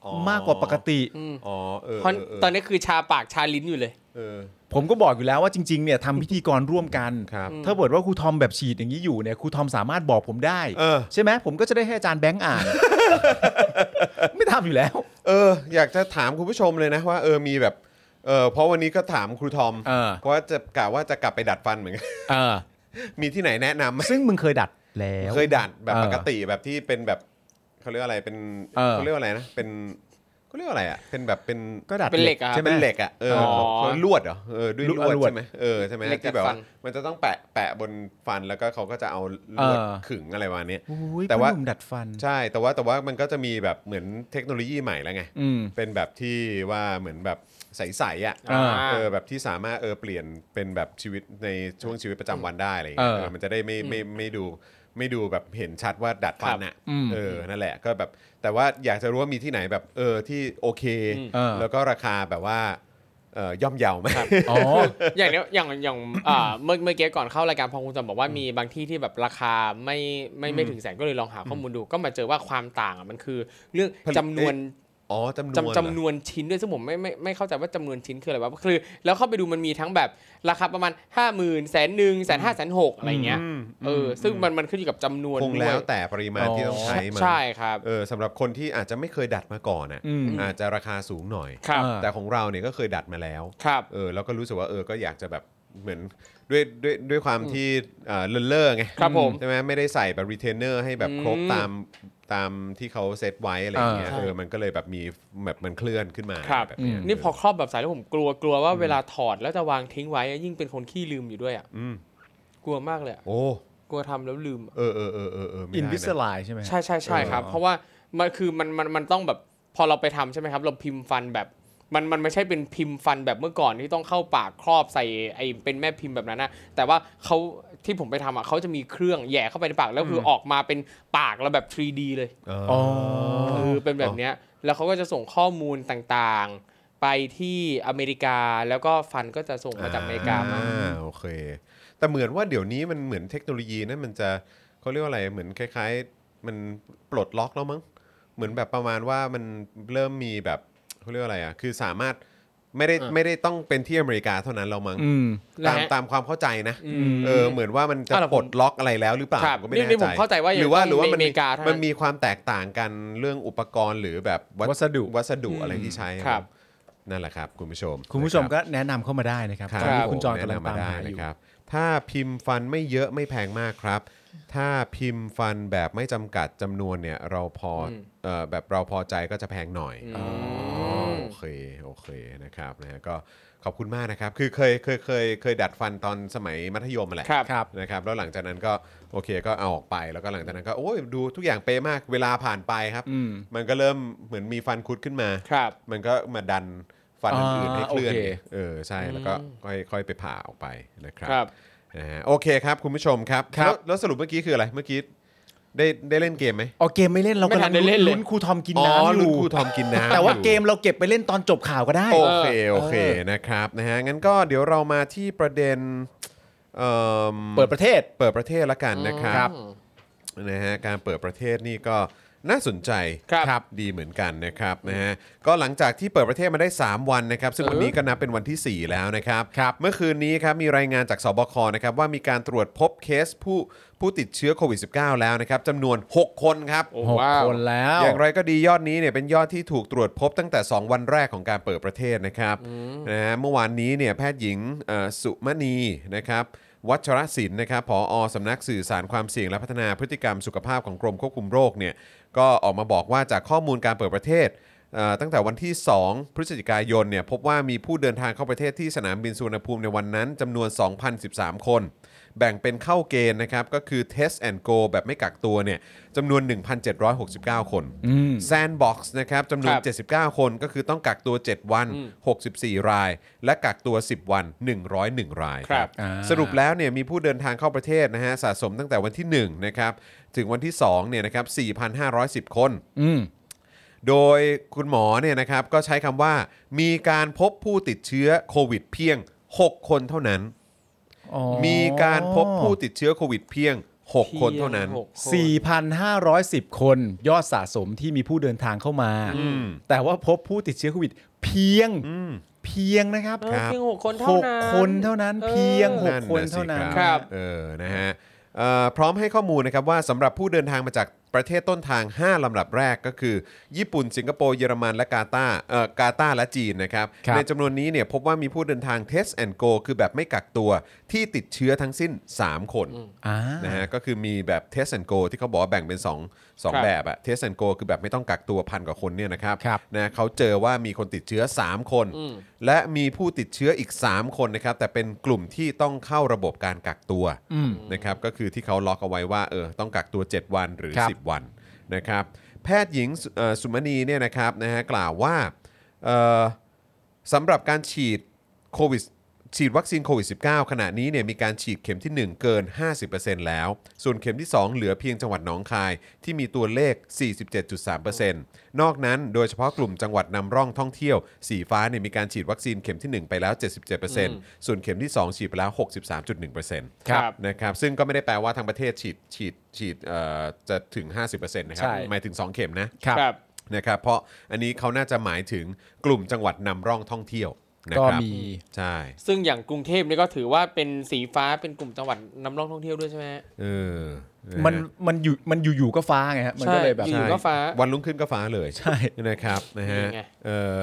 อ๋อ
มากกว่าปกติ
อ๋อเออ
เพราะ
เ
ตอนนี้คือชาปากชาลิ้นอยู่เลย
เออ
ผมก็บอกอยู่แล้วว่าจริงๆเนี่ยทำพิธีกรร่วมกัน
ครับ
ถ้าเกิดว่าครูทอมแบบฉีดอย่างนี้อยู่เนี่ยครูทอมสามารถบอกผมได้
เออ
ใช่ไหมผมก็จะได้ให้อาจารย์แบงค์อ่าน ไม่ทำอยู่แล้ว
เอออยากจะถามคุณผู้ชมเลยนะว่าเออมีแบบเออเพราะวันนี้ก็ถามครูทอม
เออ
เพราะว่าจะกะว่าจะกลับไปดัดฟันเหมือนกัน [LAUGHS]
เออ
มีที่ไหนแนะนำไหม
ซึ่งมึงเคยดัดแล้ว
เคยดัดแบบ
เออ
ปกติแบบที่เป็นแบบเขาเรียกอะไรเป็น
เออ
เขาเรียกว่าอะไรนะเป็นเขาเรียกว่าอะไรอ่ะเป็นแบบเป็น
ก็ดัด
เป็นเหล็กอะ
ใช่ไหม
เป็นเหล็กอ่ะเออ
อ๋อ
เขาลวดเหรอเออด้วย
ลวด
ลวด
ลวด
ใช่ไหมเออใช่ไหม
เหล็กดัด
ที่แบบ
ฟั
ว่าน มันจะต้องแปะแปะบนฟันแล้วก็เขาก็จะเอาลวด
เออ
ขึงอะไรประมาณเนี้ย
อุ๊ย
แต่ว่า
พ่อหนุ่มดัดฟัน
ใช่แต่ว่าแต่ว่ามันก็จะมีแบบเหมือนเทคโนโลยีใหม่แล้วไง
อืม
เป็นแบบที่ว่าเหมือนแบบใสๆอ่ะ
อ่า
เออแบบที่สามารถเออเปลี่ยนเป็นแบบชีวิตในช่วงชีวิตประจำวันได้อะไรอย่างเงี้ย
เออ
เออมันจะได้ไม่ไม่ไม่ดูไม่ดูแบบเห็นชัดว่าดัดฟันอ่ะ
อืม
เออนั่นแหละก็แบบแต่ว่าอยากจะรู้ว่ามีที่ไหนแบบเออที่โอเค
อืม
เออ
แล้วก็ราคาแบบว่าเออย่อมเยาไหม
อ๋อ
อย่างเนี้ยอย่างอย่างอ่าเมื่อเมื่อกี้ก่อนเข้ารายการพอคุณจำบอกว่ามีบางที่ที่แบบราคาไม่ไม่ไม่ถึงแสนก็เลยลองหาข้อมูลดู ก็มาเจอว่าความต่างอ่ะมันคือ เรื่อง
ผลิต
จำนวน
อ๋อจำนวน
จำ
เหรอ
จำนวนชิ้นด้วยซึ่งผมไม่ไม่ไม่เข้าใจว่าจำนวนชิ้นคืออะไรวะคือ แล้วเข้าไปดูมันมีทั้งแบบราคาประมาณ 5 0 0 0 0 0แสนหนึ่งแสนห้าแสนหกอะไรเงี้ย
อืม
เออซึ่งมันมันขึ้นอยู่กับจำนวน
คงแล้ว
ด้วย
แต่ปริมาณที่ต้องใช้มัน
ใช่ครับ
เออสำหรับคนที่อาจจะไม่เคยดัดมาก่อนอ่ะ
อืม
อาจจะราคาสูงหน่อย
ครับ
เออ
แต่ของเราเนี่ยก็เคยดัดมาแล้ว
ครับ
เออแล้วก็รู้สึกว่าเออก็อยากจะแบบเหมือนด้วยด้วยด้วยความที่เอ่อเลินเล่อไง
ครับผม
ใช่ไหมไม่ได้ใส่แบบรีเทนเนอร์ให้แบบครบ
อืม
ตามตามที่เขาเซตไว้อะไรอย่างเงี้ย
อ่า
เออมันก็เลยแบบมีแบบมันเคลื่อนขึ้นมา
ครับ
แบบเนี้ย
นี่พอครอบแบบสายแล้วผมกลัวกลัวว่าเวลาถอดแล้วจะวางทิ้งไว้อะยิ่งเป็นคนขี้ลืมอยู่ด้วยอ่ะ
อืม
กลัวมากเลยอะ
โอ้
กลัวทำแล้วลืมอะ
เออเออเออเออเออไม่
อิน
ได้
วิส
นะ
ไลใช่ไหม
ใช่ใช่ใช่ครับ
เออ
เพราะว่ามันคือมันมันมันต้องแบบพอเราไปทำใช่ไหมครับ เราพิมพ์ฟันแบบมันมันไม่ใช่เป็นพิมพ์ฟันแบบเมื่อก่อนที่ต้องเข้าปากครอบใส่ไอ้เป็นแม่พิมพ์แบบนั้นนะแต่ว่าเขาที่ผมไปทำอ่ะเขาจะมีเครื่องแหย่เข้าไปในปากแล้วคือออกมาเป็นปากเราแบบ 3D เลย
เออ
อ๋อ
คือเป็นแบบเนี้ยแล้วเขาก็จะส่งข้อมูลต่างๆ ไปที่อเมริกาแล้วก็ฟันก็จะส่งมาจากอเมริกามา
อ่โอเค แต่เหมือนว่าเดี๋ยวนี้มันเหมือนเทคโนโลยีนะมันจะเขาเรียกว่าอะไรเหมือนคล้าย ๆ มันปลดล็อกแล้วมั้งเหมือนแบบประมาณว่ามันเริ่มมีแบบเขาเรียกว่าอะไรอ่ะคือสามารถไม่ได้
อ่ะ
ไม่ได้ต้องเป็นที่อเมริกาเท่านั้นเรามั้ง
อืม
ตามตามความเข้าใจนะ
อืม
เออเหมือนว่ามันจะ
อ่ะเหรอผม
ปลดล็อกอะไรแล้วหรือเปล่า
ครับ
ผมก็ไม่
นี่
แน่
นี่
ใจ
ผมเข้าใจว่ายัง
หรือว่า
ต้อง
หรือว่า
ใน
มัน
อเมริกาเท่านั้น
มันมีความแตกต่างกันเรื่องอุปกรณ์หรือแบบ
วัสดุ
วัสดุอะไร
อืม
ที่ใช้
ครับ
นั่นแหละครับคุณผู้ชม
คุณผู้ชมก็แนะนำเข้ามาได้นะครับ
ครับ
ตอนนี้
ผม
คุณจอน
แนะ
กำลัง
นำมา
ตาม
ได้
หาอ
นะ
ยู่
ครับ ถ้าพิมพ์ฟันไม่เยอะไม่แพงมากครับ ถ้าพิมพ์ฟันแบบไม่จำกัดจำนวนเนี่ยเราพออ
ม
เอ่อแบบเราพอใจก็จะแพงหน่อย
อืม
โอเค โอเคนะครับนะฮะก็ขอบคุณมากนะครับ คือเคยเคยเคยเคยดัดฟันตอนสมัยมัธยมมาแหละ
ครับ
ครับ
นะครับ แล้วหลังจากนั้นก็โอเคก็เอาออกไปแล้วก็หลังจากนั้นก็โอ้ยดูทุกอย่างเป๊ะมากเวลาผ่านไปครับ
อืม
มันก็เริ่มเหมือนมีฟันคุดขึ้นมา
ครับ
มันก็มาดันฟันอันอื่น
อ่า
ให้เคลื่อน
โอเค
ไงเออใช่แล้วก็ค่อยค่อยไปผ่าออกไปนะครับ
ครับ
นะฮะโอเคครับคุณผู้ชมครับ
ครับ
แล้วแล้วสรุปเมื่อกี้คืออะไรเมื่อกี้ได้ได้เล่นเกมไหม
อ๋อเกมไม่เล่นเรา
ไม่
กำ
ทั
ลั
น
ง
ได้เล่นเลย
ลุ้นครูทอมกิน
อ๋อ
น้ำอ
ลุ้น
ยู่
ครูทอมกินน้ำ
แต่ว่า
อยู่
เกมเราเก็บไปเล่นตอนจบข่าวก็ได้
โอเคโอเค
เออ
นะครับนะฮะงั้นก็เดี๋ยวเรามาที่ประเด็นเอิ่ม
เปิดประเทศ
เปิดประเทศละกันนะครับ
อืม
นะฮะการเปิดประเทศนี่ก็น่าสนใจ
ครับ
ดีเหมือนกันนะครับนะฮะก็หลังจากที่เปิดประเทศมาได้ 3 วันนะครับ ซึ่งวันนี้ก็นับเป็นวันที่ 4 แล้วนะครับ เมื่อคืนนี้ครับมีรายงานจากสบคนะครับว่ามีการตรวจพบเคสผู้ผู้ติดเชื้อโควิด -19 แล้วนะครับจำนวน 6 คนครับ
โอ้
หก
ว้าว
คนแล้ว
อย่างไรก็ดียอดนี้เนี่ยเป็นยอดที่ถูกตรวจพบตั้งแต่ 2 วันแรกของการเปิดประเทศนะครับนะฮะเมื่อวานนี้เนี่ยแพทย์หญิงเอ่อสุมณีนะครับวัชรศิลป์นะครับผออสำนักสื่อสารความเสี่ยงและพัฒนาพฤติกรรมสุขภาพของกรมควบคุมโรคเนี่ยก็ออกมาบอกว่าจากข้อมูลการเปิดประเทศเอ่อตั้งแต่วันที่ 2 พฤศจิกายนเนี่ยพบว่ามีผู้เดินทางเข้าประเทศที่สนามบินสุวรรณภูมิในวันนั้นจำนวน 2,013 คน แบ่งเป็นเข้าเกณฑ์นะครับ ก็คือ Test and Go แบบไม่กักตัวเนี่ยจำนวน 1,769 คน
อืม
Sandbox นะครับจำนวน
ครับ
79 คนก็คือต้องกักตัว 7 วัน
อืม
64 ราย และกักตัว 10 วัน 101 ราย
ครับ
อ่า
สรุปแล้วเนี่ยมีผู้เดินทางเข้าประเทศนะฮะสะสมตั้งแต่วันที่ 1 นะครับ ถึงวันที่ 2 เนี่ยนะครับ 4,510 คน
อืม
โดยคุณหมอเนี่ยนะครับก็ใช้คำว่ามีการพบผู้ติดเชื้อโควิดเพียง 6 คนเท่านั้น
อ๋อ
มีการพบผู้ติดเชื้อโควิดเพียง 6 คนเท่านั้น
พียงหกคน
4,510 คนยอดสะสมที่มีผู้เดินทางเข้ามา
อืม
แต่ว่าพบผู้ติดเชื้อโควิดเพียง
อืม
เพียงนะครับ
เออ
ครับ
เพียงหกคน
ห
เท่าก นั้น
คนเท่านั้น
เออ
เพียงหก
ะ
คนเท่านั้น
สิ
ครับ
เออ นะฮะเอ่อพร้อมให้ข้อมูลนะครับว่าสำหรับผู้เดินทางมาจากประเทศต้นทาง 5 ลำดับแรกก็คือ ญี่ปุ่น สิงคโปร์ เยอรมัน และกาตาร์เอ่อกาตาร์และจีนนะครับ
ครับ
ในจำนวนนี้เนี่ยพบว่ามีผู้เดินทาง Test and Go คือแบบไม่กักตัวที่ติดเชื้อทั้งสิ้น 3 คน
อ่า
นะฮะก็คือมีแบบ Test and Go ที่เขาบอกว่าแบ่งเป็น 2
ค
2
รับ
แบบอะ Test and Go คือแบบไม่ต้องกักตัวพันกว่าคนเนี่ยนะครับ
ครับ
นะเขาเจอว่ามีคนติดเชื้อ 3 คน
อืม
และมีผู้ติดเชื้ออีก 3 คนนะครับ แต่เป็นกลุ่มที่ต้องเข้าระบบการกักตัว
อืม
นะครับก็คือที่เขาล็อกเอาไว้ว่าเออต้องกักตัว 7 วันหรือ
ครับ
10 วันนะครับแพทย์หญิงสุเอ่อสุมณีเนี่ยนะครับนะฮะกล่าวว่าเอ่อ สำหรับการฉีดโควิดฉีดวัคซีนโควิด -19 ขณะนี้เนี่ยมีการฉีดเข็มที่ 1 เกิน 50%แล้ว ส่วนเข็มที่ 2 เหลือเพียงจังหวัดหนองคาย ที่มีตัวเลข 47.3%นอกนั้นโดยเฉพาะกลุ่มจังหวัดนำร่องท่องเที่ยว สีฟ้าเนี่ยมีการฉีดวัคซีนเข็มที่ 1 ไปแล้ว 77%ส่วนเข็มที่ 2 ฉีดไปแล้ว 63.1%
ครับ
นะครับซึ่งก็ไม่ได้แปลว่าทางประเทศฉีดฉีดฉีดเอ่อจะถึง 50%นะครับ
ใช่
หมายถึง 2 เข็มนะ
ครับ
ครับ
นะครับเพราะอันนี้เขาน่าจะหมายถึงกลุ่มจังหวัดนำร่องท่องเที่ยวนะ
ก็
ครับ
มี
ใช่
ซึ่งอย่างกรุงเทพนี่ก็ถือว่าเป็นสีฟ้าเป็นกลุ่มจังหวัดนำร่องท่องเที่ยวด้วยใช่ไหมฮะ
เออ
มันมันอยู่มันอยู่ๆก็ฟ้าไงฮะมันก็เลยแบบ
ใช่
ะฮะ
อยู่ๆก็ฟ้า
ใช่วันรุ่งขึ้นก็ฟ้าเลย
ใช่
นะครับนะฮะ
นี่ไง
เออ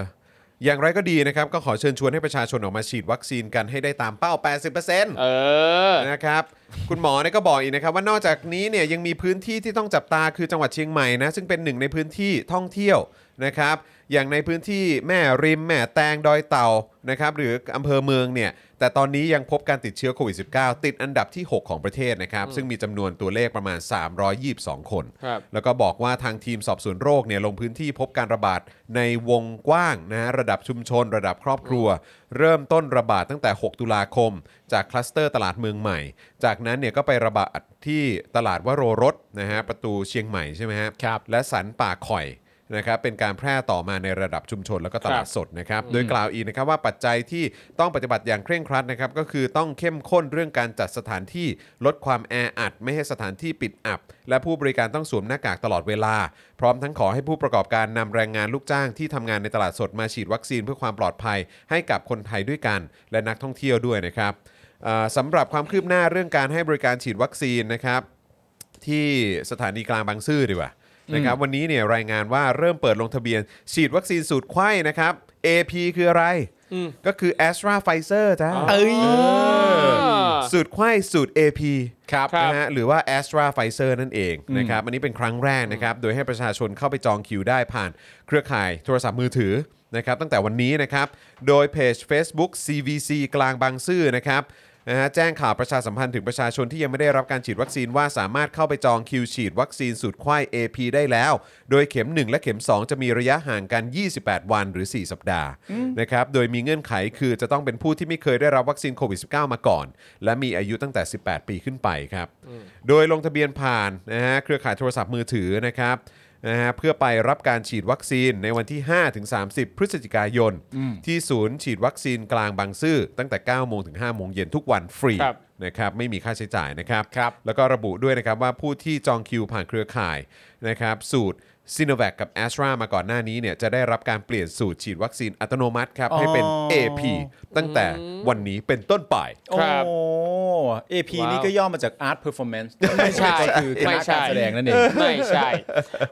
อย่างไรก็ดีนะครับ ก็ขอเชิญชวนให้ประชาชนออกมาฉีดวัคซีนกันให้ได้ตามเป้า 80%
เออ
นะครับคุณหมอเนี่ยก็บอกอีกนะครับ ว่านอกจากนี้เนี่ยยังมีพื้นที่ที่ต้องจับตาคือจังหวัดเชียงใหม่นะซึ่งเป็นหนึ่งในพื้นที่ท่องเที่ยวนะครับ อย่างในพื้นที่แม่ริมแม่แตงดอยเต่านะครับหรืออำเภอเมืองเนี่ยแต่ตอนนี้ยังพบการติดเชื้อโควิด -19 ติดอันดับที่ 6 ของประเทศนะครับ ซึ่งมีจำนวนตัวเลขประมาณ 322 คน
ครับ
แล้วก็บอกว่าทางทีมสอบสวนโรคเนี่ยลงพื้นที่พบการระบาดในวงกว้างนะฮะระดับชุมชน ระดับครอบครัว เริ่มต้นระบาดตั้งแต่ 6 ตุลาคม จากคลัสเตอร์ตลาดเมืองใหม่ จากนั้นเนี่ยก็ไประบาดที่ตลาดวโรรสนะฮะประตูเชียงใหม่ใช่ไหมฮะ
ครับ
และสันป่าข่อยนะครับเป็นการแพร่ต่อมาในระดับชุมชนแล้วก็ตลาดสดนะครับโดยกล่าวอีกนะครับว่าปัจจัยที่ต้องปฏิบัติอย่างเคร่งครัดนะครับก็คือต้องเข้มข้นเรื่องการจัดสถานที่ลดความแออัด ไม่ให้สถานที่ปิดอับ และผู้บริการต้องสวมหน้ากากตลอดเวลา พร้อมทั้งขอให้ผู้ประกอบการนำแรงงานลูกจ้างที่ทำงานในตลาดสดมาฉีดวัคซีนเพื่อความปลอดภัย ให้กับคนไทยด้วยกัน และนักท่องเที่ยวด้วยนะครับเอ่อสำหรับความคืบหน้าเรื่องการให้บริการฉีดวัคซีนนะครับ ที่สถานีกลางบางซื่อดีกว่า นะครับวันนี้เนี่ยรายงานว่าเริ่มเปิดลงทะเบียน ฉีดวัคซีนสูตรไข้นะครับ AP คืออะไร
อืม
ก็คือ a s t r a p f i z e r จ้า
เอ้ย
สูตรไข้สูตร AP
ครับ
ครับ
นะฮะหรือว่า a s t r a p f i z e r นั่นเองนะครับอันนี้เป็นครั้งแรกนะครับ โดยให้ประชาชนเข้าไปจองคิวได้ผ่านเครือข่ายโทรศัพท์มือถือนะครับตั้งแต่วันนี้นะครับ โดยเพจ Facebook CVC กลางบางซื่อนะครับนะฮะแจ้งข่าวประชาสัมพันธ์ถึงประชาชนที่ยังไม่ได้รับการฉีดวัคซีนว่าสามารถเข้าไปจองคิวฉีดวัคซีนสูตรไข้ AP ได้แล้ว โดยเข็ม 1 และเข็ม 2 จะมีระยะห่างกัน 28 วันหรือ 4 สัปดาห์นะครับโดยมีเงื่อนไขคือจะต้องเป็นผู้ที่ไม่เคยได้รับวัคซีนโควิด -19 มาก่อน และมีอายุตั้งแต่ 18 ปีขึ้นไปครับ โดยลงทะเบียนผ่านนะฮะเครือข่ายโทรศัพท์มือถือนะครับนะฮะเพื่อไปรับการฉีดวัคซีนในวันที่ 5-30 พฤศจิกายน ที่ศูนย์ฉีดวัคซีนกลางบางซื่อตั้งแต่ 9 โมงถึง 5 โมงเย็นทุกวันฟรี
ครับ
นะครับไม่มีค่าใช้จ่ายนะครับ
ครับ
แล้วก็ระบุด้วยนะครับว่าผู้ที่จองคิวผ่านเครือข่ายนะครับสูตรซิโนแวคกับ a s t r a มาก่อนหน้านี้เนี่ยจะได้รับการเปลี่ยนสูตรฉีดวัคซีนอัตโนมัติครับ ให้เป็น
อ๋อ
AP ตั้งแต่วันนี้เป็นต้นไป
โอ้
ครับ
AP
ว้าว
นี่ก็ย่อมาจาก Art Performance
ไม่ใช่
ก็คือค
ไม่
ณะ
ใช่
การแสดงนั่นเอง
ไม่ใช่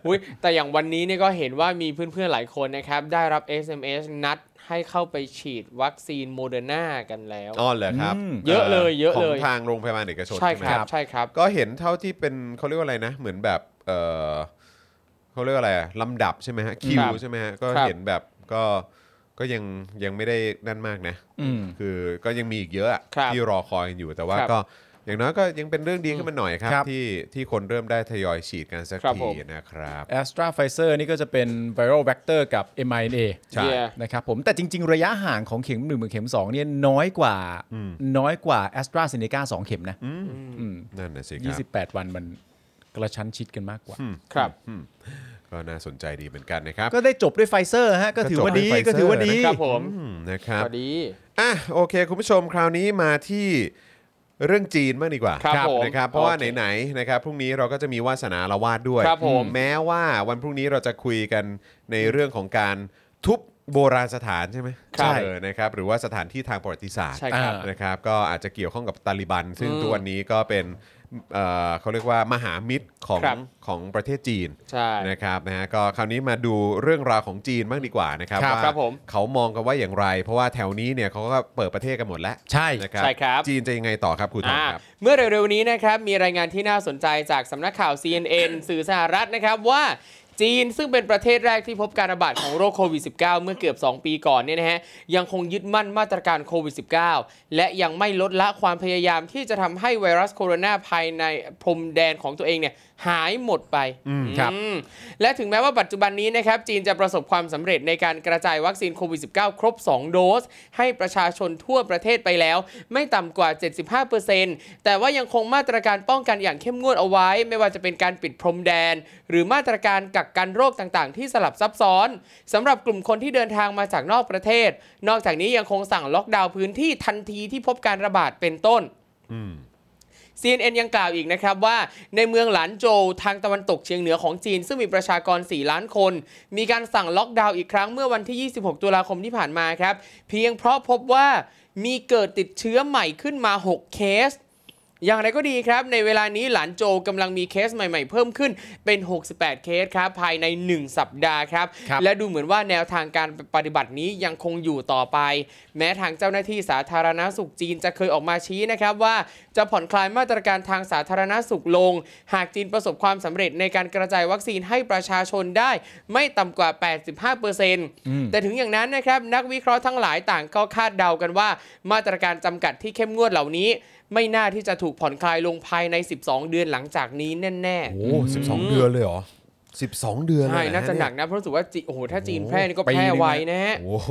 อุ๊ยแต่อย่างวันนี้เนี่ยก็เห็นว่ามีเพื่อนๆหลายคนนะครับ ได้รับ SMS นัดให้เข้าไปฉีดวัคซีนโมเดอร์นากันแล้ว
อ๋อเหรอครับ
อืม
เยอะเลยเยอะเลย
ของทางโรงพยาบาลเอกชน
ใช่
ไห
ค
ม
รับใช่ครับ
ก็เห็นเท่าที่เป็นเขาเรียกว่าอะไรนะ เหมือนแบบเออเขาเรียกว่าอะไรอะลำดับใช่ไหมฮะคิ
ครั
ว
บ
ใช่ไหมฮะก็
ครับ
เห็นแบบก็ก็ยังยังไม่ได้นั่นมากนะ
อืม
คือก็ยังมีอีกเยอะอะ
ครับ
ที่รอคอยกันอยู่แต่ว่า
ครับ
ก็อย่างน้อยก็ยังเป็นเรื่องดีขึ้นมาหน่อยครับ
ครับ
ที่ที่คนเริ่มได้ทยอยฉีดกันสัก
ครับ
ที
ผม
นะครับ
แอสตราไฟเซอร์นี่ก็จะเป็น viral vector กับ mRNA
ใช่
เยี่ย
นะครับผมแต่จริง ๆ ระยะห่างของเข็ม1เหมือนเข็ม 2 เนี่ยน้อยกว่าน้อยกว่า a s t r a z e ซ e c a 2 เข็มนะ
นั่นนะสิครับ
28 วันมันกระชั้นชิดกันมากกว่า
ครับ
ก็น่าสนใจดีเหมือนกันนะครับ
ก็ได้จบด้วยไฟเซอร์ฮะ ก็ถือว่าดี
ก็จบด้วย Pfizer
ก็ถือว่าดี
ครับผม
อืมนะค
ส
รับ
วัสดี
อ่ะโอเค คุณผู้ชมคราวนี้มาที่เรื่องจีนบ้างดีกว่า
ครับผม
นะครับเพราะว่า
โอเค
ไหนๆนะครับพรุ่งนี้เราก็จะมีวาสนาละวาดด้วย
ครับผม
แม้ว่าวันพรุ่งนี้เราจะคุยกันในเรื่องของการทุบโบราณสถานใช่ไหม
ครับ
เออนะครับหรือว่าสถานที่ทางประวัติศาสตร์
ใช่ครับ
อ่า
นะครับก็อาจจะเกี่ยวข้องกับตาลิบัน ซึ่ง
อืม
ตัวนนี้ก็เป็นเอ่อเขาเรียกว่ามหามิตรของ
ครับ
ของประเทศจีน
ใช่
นะครับนะฮะก็คราวนี้มาดูเรื่องราวของจีนบ้างดีกว่านะครับ
ครับ
ว่า
ครับผม
เขามองกันว่าอย่างไร เพราะว่าแถวนี้เนี่ยเขาก็เปิดประเทศกันหมดแล้ว
ใช่
นะครับ
ใช่ครับ
จีนจะยังไงต่อครับครูทอม
อ่า
ครับ
เมื่อเร็วๆนี้นะครับมีรายงานที่น่าสนใจจากสำนักข่าว CNN สื่อสหรัฐนะครับว่าจีนซึ่งเป็นประเทศแรกที่พบการระบาดของโรคโควิด -19 เมื่อเกือบ 2 ปีก่อนเนี่ยนะฮะยังคงยึดมั่นมาตรการโควิด -19 และยังไม่ลดละความพยายามที่จะทำให้ไวรัสโคโรนาภายในพรมแดนของตัวเองเนี่ยหายหมดไป
ครับ
อืมและถึงแม้ว่าปัจจุบันนี้นะครับจีนจะประสบความสำเร็จในการกระจายวัคซีนโควิด -19 ครบ 2 โดส ให้ประชาชนทั่วประเทศไปแล้ว ไม่ต่ำกว่า 75%แต่ว่ายังคงมาตรการป้องกันอย่างเข้มงวดเอาไว้ ไม่ว่าจะเป็นการปิดพรมแดน หรือมาตรการกักกันโรคต่างๆ ที่สลับซับซ้อนสำหรับกลุ่มคนที่เดินทางมาจากนอกประเทศ นอกจากนี้ยังคงสั่งล็อกดาวน์พื้นที่ทันทีที่พบการระบาดเป็นต้น CNN ยังกล่าวอีกนะครับว่าในเมืองหลานโจวทางตะวันตกเฉียงเหนือของจีน ซึ่งมีประชากร 4 ล้านคน มีการสั่งล็อกดาวน์อีกครั้งเมื่อวันที่ 26 ตุลาคมที่ผ่านมาครับ เพียงเพราะพบว่ามีเกิดติดเชื้อใหม่ขึ้นมา 6 เคส อย่างไรก็ดีครับ ในเวลานี้หลานโจกำลังมีเคสใหม่ๆ เพิ่มขึ้นเป็น 68 เคสครับ ภายใน 1 สัปดาห์ครับ
ครับ
และดูเหมือนว่าแนวทางการปฏิบัตินี้ยังคงอยู่ต่อไป แม้ทางเจ้าหน้าที่สาธารณาสุขจีนจะเคยออกมาชี้นะครับว่าจะผ่อนคลายมาตรการทางสาธารณสุขลง หากจีนประสบความสำเร็จในการกระจายวัคซีนให้ประชาชนได้ ไม่ต่ำกว่า 85%แต่ถึงอย่างนั้นนะครับนักวิเคราะห์ทั้งหลายต่างก็คาดเดากันว่า มาตรการจำกัดที่เข้มงวดเหล่านี้ ไม่น่าที่จะถูกผ่อนคลายลงภายใน 12 เดือนหลังจากนี้แน่
โอ้สิบสองเดือนเลยเหรอสิบสองเดือน
ๆ
เลย
ใช่
เรอ
น่าจะหนัก
เย
นะเพราะรู้สึกว่าจีโอ้โหถ้าจีนแพร่นี่ก็แพร่ไวนะฮะ
โอ้โห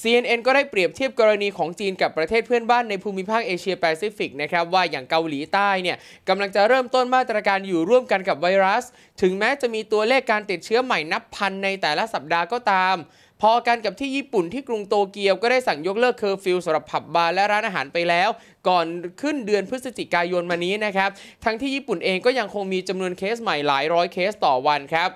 CNN ก็ได้เปรียบเทียบกรณีของจีนกับประเทศเพื่อนบ้านในภูมิภาคเอเชียแปซิฟิกนะครับว่าอย่างเกาหลีใต้เนี่ยกำลังจะเริ่มต้นมาตรการอยู่ร่วมกันกับไวรัส ถึงแม้จะมีตัวเลขการติดเชื้อใหม่นับพันในแต่ละสัปดาห์ก็ตาม พอกันกับที่ญี่ปุ่นที่กรุงโตเกียวก็ได้สั่งยกเลิกเคอร์ฟิวสำหรับผับบาร์และร้านอาหารไปแล้ว ก่อนขึ้นเดือนพฤศจิกายนมานี้นะครับ ทั้งที่ญี่ปุ่นเองก็ยังคงมีจำนวนเคสใหม่หลายร้อยเคสต่อวันครับ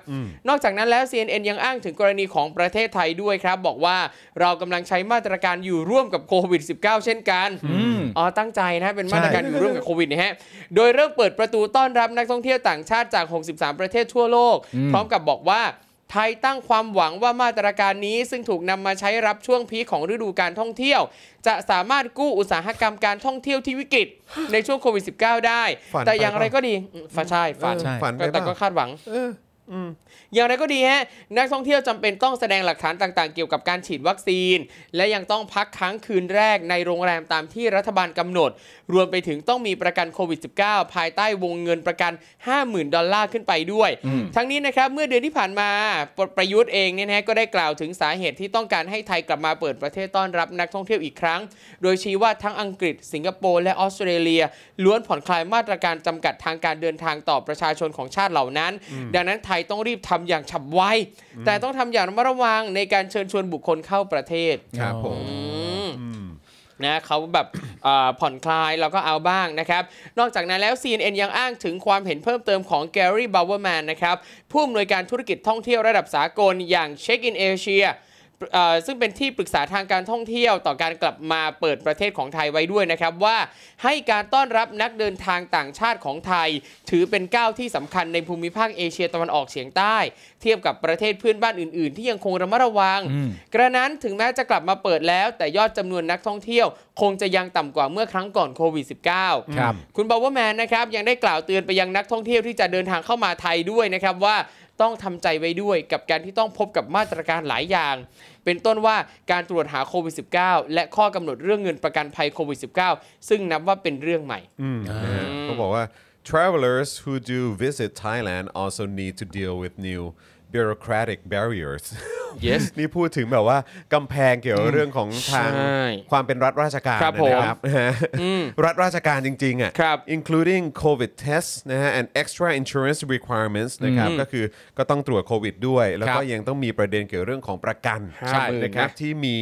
นอกจากนั้นแล้ว CNN ยังอ้างถึงกรณีของประเทศไทยด้วยครับ บอกว่าเรากำลังใช้มาตรการอยู่ร่วมกับโควิด -19 เช่นกัน
ม
อ๋อตั้งใจนะเป็นมาตรการอยู่ร่วมกับโควิดนะฮะ โดยเริ่มเปิดประตูต้อนรับนักท่องเที่ยวต่างชาติจาก 63 ประเทศทั่วโลก พร้อมกับบอกว่า ไทยตั้งความหวังว่ามาตรการนี้ซึ่งถูกนำมาใช้รับช่วงพีคของฤดูการท่องเที่ยว จะสามารถกู้อุตสาหกรรมการท่องเที่ยวที่วิกฤต ในช่วงโควิด -19 ได้
ฝันไป
แต่อย่างไร
เปล่า
ก็ดีอืมฝันใช่ฝัน
ใช่
ฝันไป
แต่
บ้าง
ก็คาดหวังอย่างไรก็ดีฮะ นักท่องเที่ยวจำเป็นต้องแสดงหลักฐานต่างๆ เกี่ยวกับการฉีดวัคซีน และยังต้องพักค้างคืนแรกในโรงแรมตามที่รัฐบาลกำหนด รวมไปถึงต้องมีประกันโควิด -19 ภายใต้วงเงินประกัน 50,000 ดอลลาร์ขึ้นไปด้วย ทั้งนี้นะครับ เมื่อเดือนที่ผ่านมาปประยุทธ์เองเนี่ยนะฮะก็ได้กล่าวถึงสาเหตุที่ต้องการให้ไทยกลับมาเปิดประเทศต้อนรับนักท่องเที่ยวอีกครั้ง โดยชี้ว่าทั้งอังกฤษ สิงคโปร์และออสเตรเลีย ล้วนผ่อนคลายมาตรการจำกัดทางการเดินทางต่อประชาชนของชาติเหล่านั้น ดังนั้นไทยต้องรีบทำอย่างฉับไวแต่ต้องทำอย่างระมัดระวังในการเชิญชวนบุคคลเข้าประเทศ
ครับผม
อืม
อืม
นะเขาแบบ เอ่อผ่อนคลายแล้วก็เอาบ้างนะครับ นอกจากนั้นแล้ว CNN ยังอ้างถึงความเห็นเพิ่มเติมของ Gary Bowerman นะครับ ผู้อำนวยการธุรกิจท่องเที่ยวระดับสากลอย่าง Check in Asia เอ่อซึ่งเป็นที่ปรึกษาทางการท่องเที่ยวต่อการกลับมาเปิดประเทศของไทยไว้ด้วยนะครับ ว่าให้การต้อนรับนักเดินทางต่างชาติของไทย ถือเป็นก้าวที่สำคัญในภูมิภาคเอเชียตะวันออกเฉียงใต้ เทียบกับประเทศเพื่อนบ้านอื่น ๆ ที่ยังคงระมัดระวัง กระนั้นถึงแม้จะกลับมาเปิดแล้ว แต่ยอดจำนวนนักท่องเที่ยว คงจะยังต่ำกว่าเมื่อครั้งก่อนโควิด -19
ครับ
คุณบาวเวอร์แมนนะครับยังได้กล่าวเตือนไปยังนักท่องเที่ยวที่จะเดินทางเข้ามาไทยด้วยนะครับว่าต้องทำใจไว้ด้วยกับการที่ต้องพบกับมาตรการหลายอย่าง เป็นต้นว่าการตรวจหาโควิด -19 และข้อกำหนดเรื่องเงินประกันภัยโควิด -19 ซึ่งนับว่าเป็นเรื่องใหม่
อืมนะฮะเขาบอกว่า travelers who do visit Thailand also need to deal with new bureaucratic barriers
yes
นี่พูดถึงแบบว่ากำแพงเกี่ยวกับเรื่องของทาง
ใช่
ความเป็นรัฐราชการ
ครับผม
นะครับ [LAUGHS] นะฮะรัฐราชการจริงๆอ่ะ
ครับ
including covid tests นะฮะ and extra insurance requirements นะครับก็คือก็ต้องตรวจโควิดด้วย แล้วก็
ครับ
ยังต้องมีประเด็นเกี่ยวเรื่องของประกัน
ใช่
นะครับ
นะ
ที่มี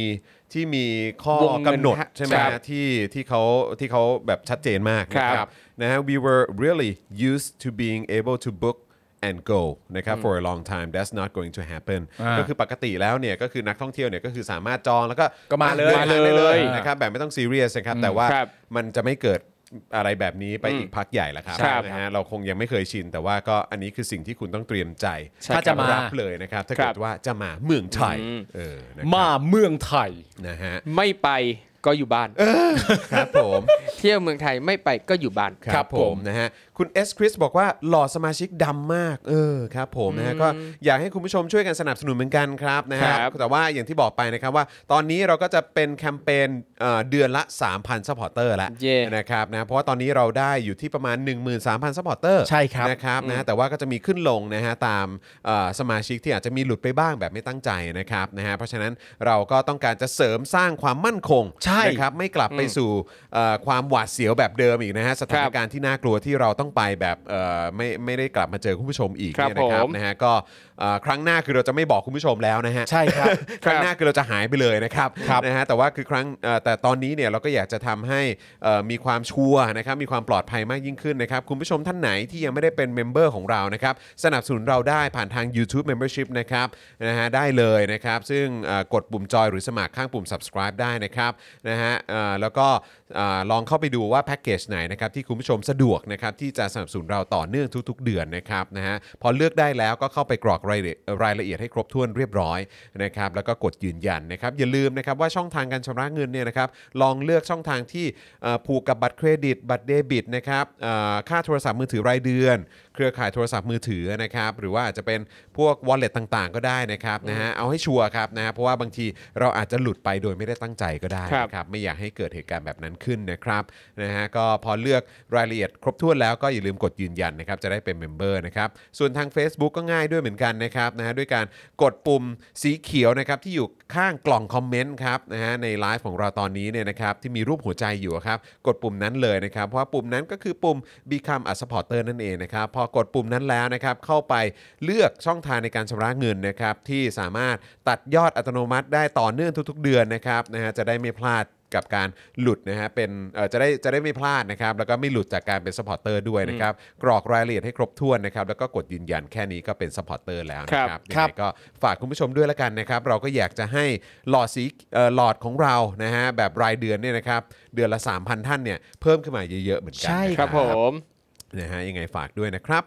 ที่มีข้อ
วงเงิน
กำหนดใช่ไหม
ครับ
ฮะ ที่ที่เขาที่เขาแบบชัดเจนมาก
ครับ
นะครับนะฮะ we were really used to being able to book and go นะครับ for a long time that's not going to happen
อ่า
ก็คือปกติแล้วเนี่ยก็คือนักท่องเที่ยวเนี่ยก็คือสามารถจองแล้วก็
ก็มาเลย
ดินทงได้เลย
มาเลย
นะครับแบบไม่ต้องซีเรียสนะครับ แต่ว่า
ครับ
มันจะไม่เกิดอะไรแบบนี้ไปอีกพักใหญ่ละครับ
ครับ
นะฮะเราคงยังไม่เคยชิน แต่ว่าก็อันนี้คือสิ่งที่คุณต้องเตรียมใจ
ใช่
ถ้าจะมา
ค
รั
รับ
บเลยนะครับ ถ้า
ค
เกิ
รั
ด
บ
ว่าจะมาเมืองไทย
อืม
เออนะครับ
มาเมืองไทย
นะฮะ
[LAUGHS] ไม่ไปก็อยู่ [LAUGHS] บ้าน
ครับผม
เที่ยวเมืองไทยไม่ไปก็อยู่บ้าน
ครับผมนะฮะคุณเอสคริสบอกว่าหล่อสมาชิกดำมาก เออครับผมนะฮะก็อยากให้คุณผู้ชมช่วยกันสนับสนุนเหมือนกันครับนะฮะ
ครับ
แต่ว่าอย่างที่บอกไปนะครับว่า ตอนนี้เราก็จะเป็นแคมเปญเอ่อเดือนละ 3,000ซัพพอร์เตอร์แล้ว
เย่
นะครับนะเพราะว่าตอนนี้เราได้อยู่ที่ประมาณ 13,000ซัพพอร์เตอร์
ใช่ครับ
นะครับนะแต่ว่าก็จะมีขึ้นลงนะฮะตามเอ่อสมาชิกที่อาจจะมีหลุดไปบ้างแบบไม่ตั้งใจนะครับนะฮะเพราะฉะนั้นเราก็ต้องการจะเสริมสร้างความมั่นคง
ใช่
นะครับไม่กลับไปสู่เอ่อความหวาดเสียวแบบเดิมอีกนะฮะสถานการณ์ การที่น่ากลัวที่เราต้องไปแบบเอ่อไม่ไม่ได้กลับมาเจอคุณผู้ชมอีก
ครับ
เนี่ยนะครั
ผม
นะฮะก็เอ่อครั้งหน้าคือเราจะไม่บอกคุณผู้ชมแล้วนะฮะ
ใช่ครับ
ครั้งหน้าคือเราจะหายไปเลยนะครับ
ครับ
นะฮะแต่ว่าคือครั้งเอ่อแต่ตอนนี้เนี่ยเราก็อยากจะทำให้เอ่อมีความชัวร์นะครับมีความปลอดภัยมากยิ่งขึ้นนะครับคุณผู้ชมท่านไหนที่ยังไม่ได้เป็นเมมเบอร์ของเรานะครับสนับสนุนเราได้ผ่านทาง YouTube Membership นะครับนะฮะได้เลยนะครับซึ่งเอ่อกดปุ่มจอยหรือสมัครข้างปุ่ม subscribe ได้นะครับนะฮะเอ่อแล้วก็เอ่อลองเข้าไปดูว่าแพ็กเกจไหนนะครับที่คุณผู้ชมสะดวกนะครับที่จะสนับสนุนเราต่อเนื่องทุก ๆ เดือนนะครับนะฮะพอเลือกได้แล้วก็เข้าไปกรอกรายละรายละเอียดให้ครบถ้วนเรียบร้อยนะครับแล้วก็กดยืนยันนะครับอย่าลืมนะครับว่าช่องทางการชำระเงินเนี่ยนะครับลองเลือกช่องทางที่เอ่อผูกกับบัตรเครดิต บัตรเดบิตนะครับเอ่อค่าโทรศัพท์มือถือรายเดือน เครือข่ายโทรศัพท์มือถือนะครับหรือว่าอาจจะเป็นพวก wallet ต่างๆ ก็ได้นะครับนะฮะเอาให้ชัวร์ครับนะฮะเพราะว่าบางทีเราอาจจะหลุดไปโดยไม่ได้ตั้งใจก็ได้
ครับ
นะ นะครับไม่อยากให้เกิดเหตุการณ์แบบนั้นขึ้นนะครับนะฮะก็พอเลือกรายละเอียดครบถ้วนแล้วก็อย่าลืมกดยืนยันนะครับจะได้เป็นเมมเบอร์นะครับส่วนทาง Facebook ก็ง่ายด้วยเหมือนกันนะครับนะฮะด้วยการกดปุ่มสีเขียวนะครับที่อยู่ ข้างกล่องคอมเมนต์ครับนะฮะในไลฟ์ของเราตอนนี้เนี่ยนะครับที่มีรูปหัวใจอยู่อะครับกดปุ่มนั้นเลยนะครับเพราะว่าปุ่มนั้นก็คือปุ่ม Become a supporter นั่นเองนะครับพอกดปุ่มนั้นแล้วนะครับเข้าไปเลือกช่องทางในการชำระเงินนะครับที่สามารถตัดยอดอัตโนมัติได้ต่อเนื่องทุก ๆ เดือนนะครับนะฮะจะได้ไม่พลาด กับการหลุดนะฮะเป็นเอ่อจะได้จะได้ไม่พลาดนะครับ แล้วก็ไม่หลุดจากการเป็นสปอร์เตอร์ด้วยนะครับ กรอกรายละเอียดให้ครบถ้วนนะครับ แล้วก็กดยืนยันแค่นี้ก็เป็นสปอร์เตอร์แล้วนะค
ค
รั
รั
บบ ยังไงก็ฝากคุณผู้ชมด้วยละกันนะครับ เราก็อยากจะให้หลอดสีเอ่อหลอดของเรานะฮะแบบรายเดือนเนี่ยนะครับ เดือนละ 3,000 ท่านเนี่ยเพิ่มขึ้นมาเยอะๆเหมือนกั
ใช่
นะ
ครับผม
นะฮะยังไงฝากด้วยนะครับ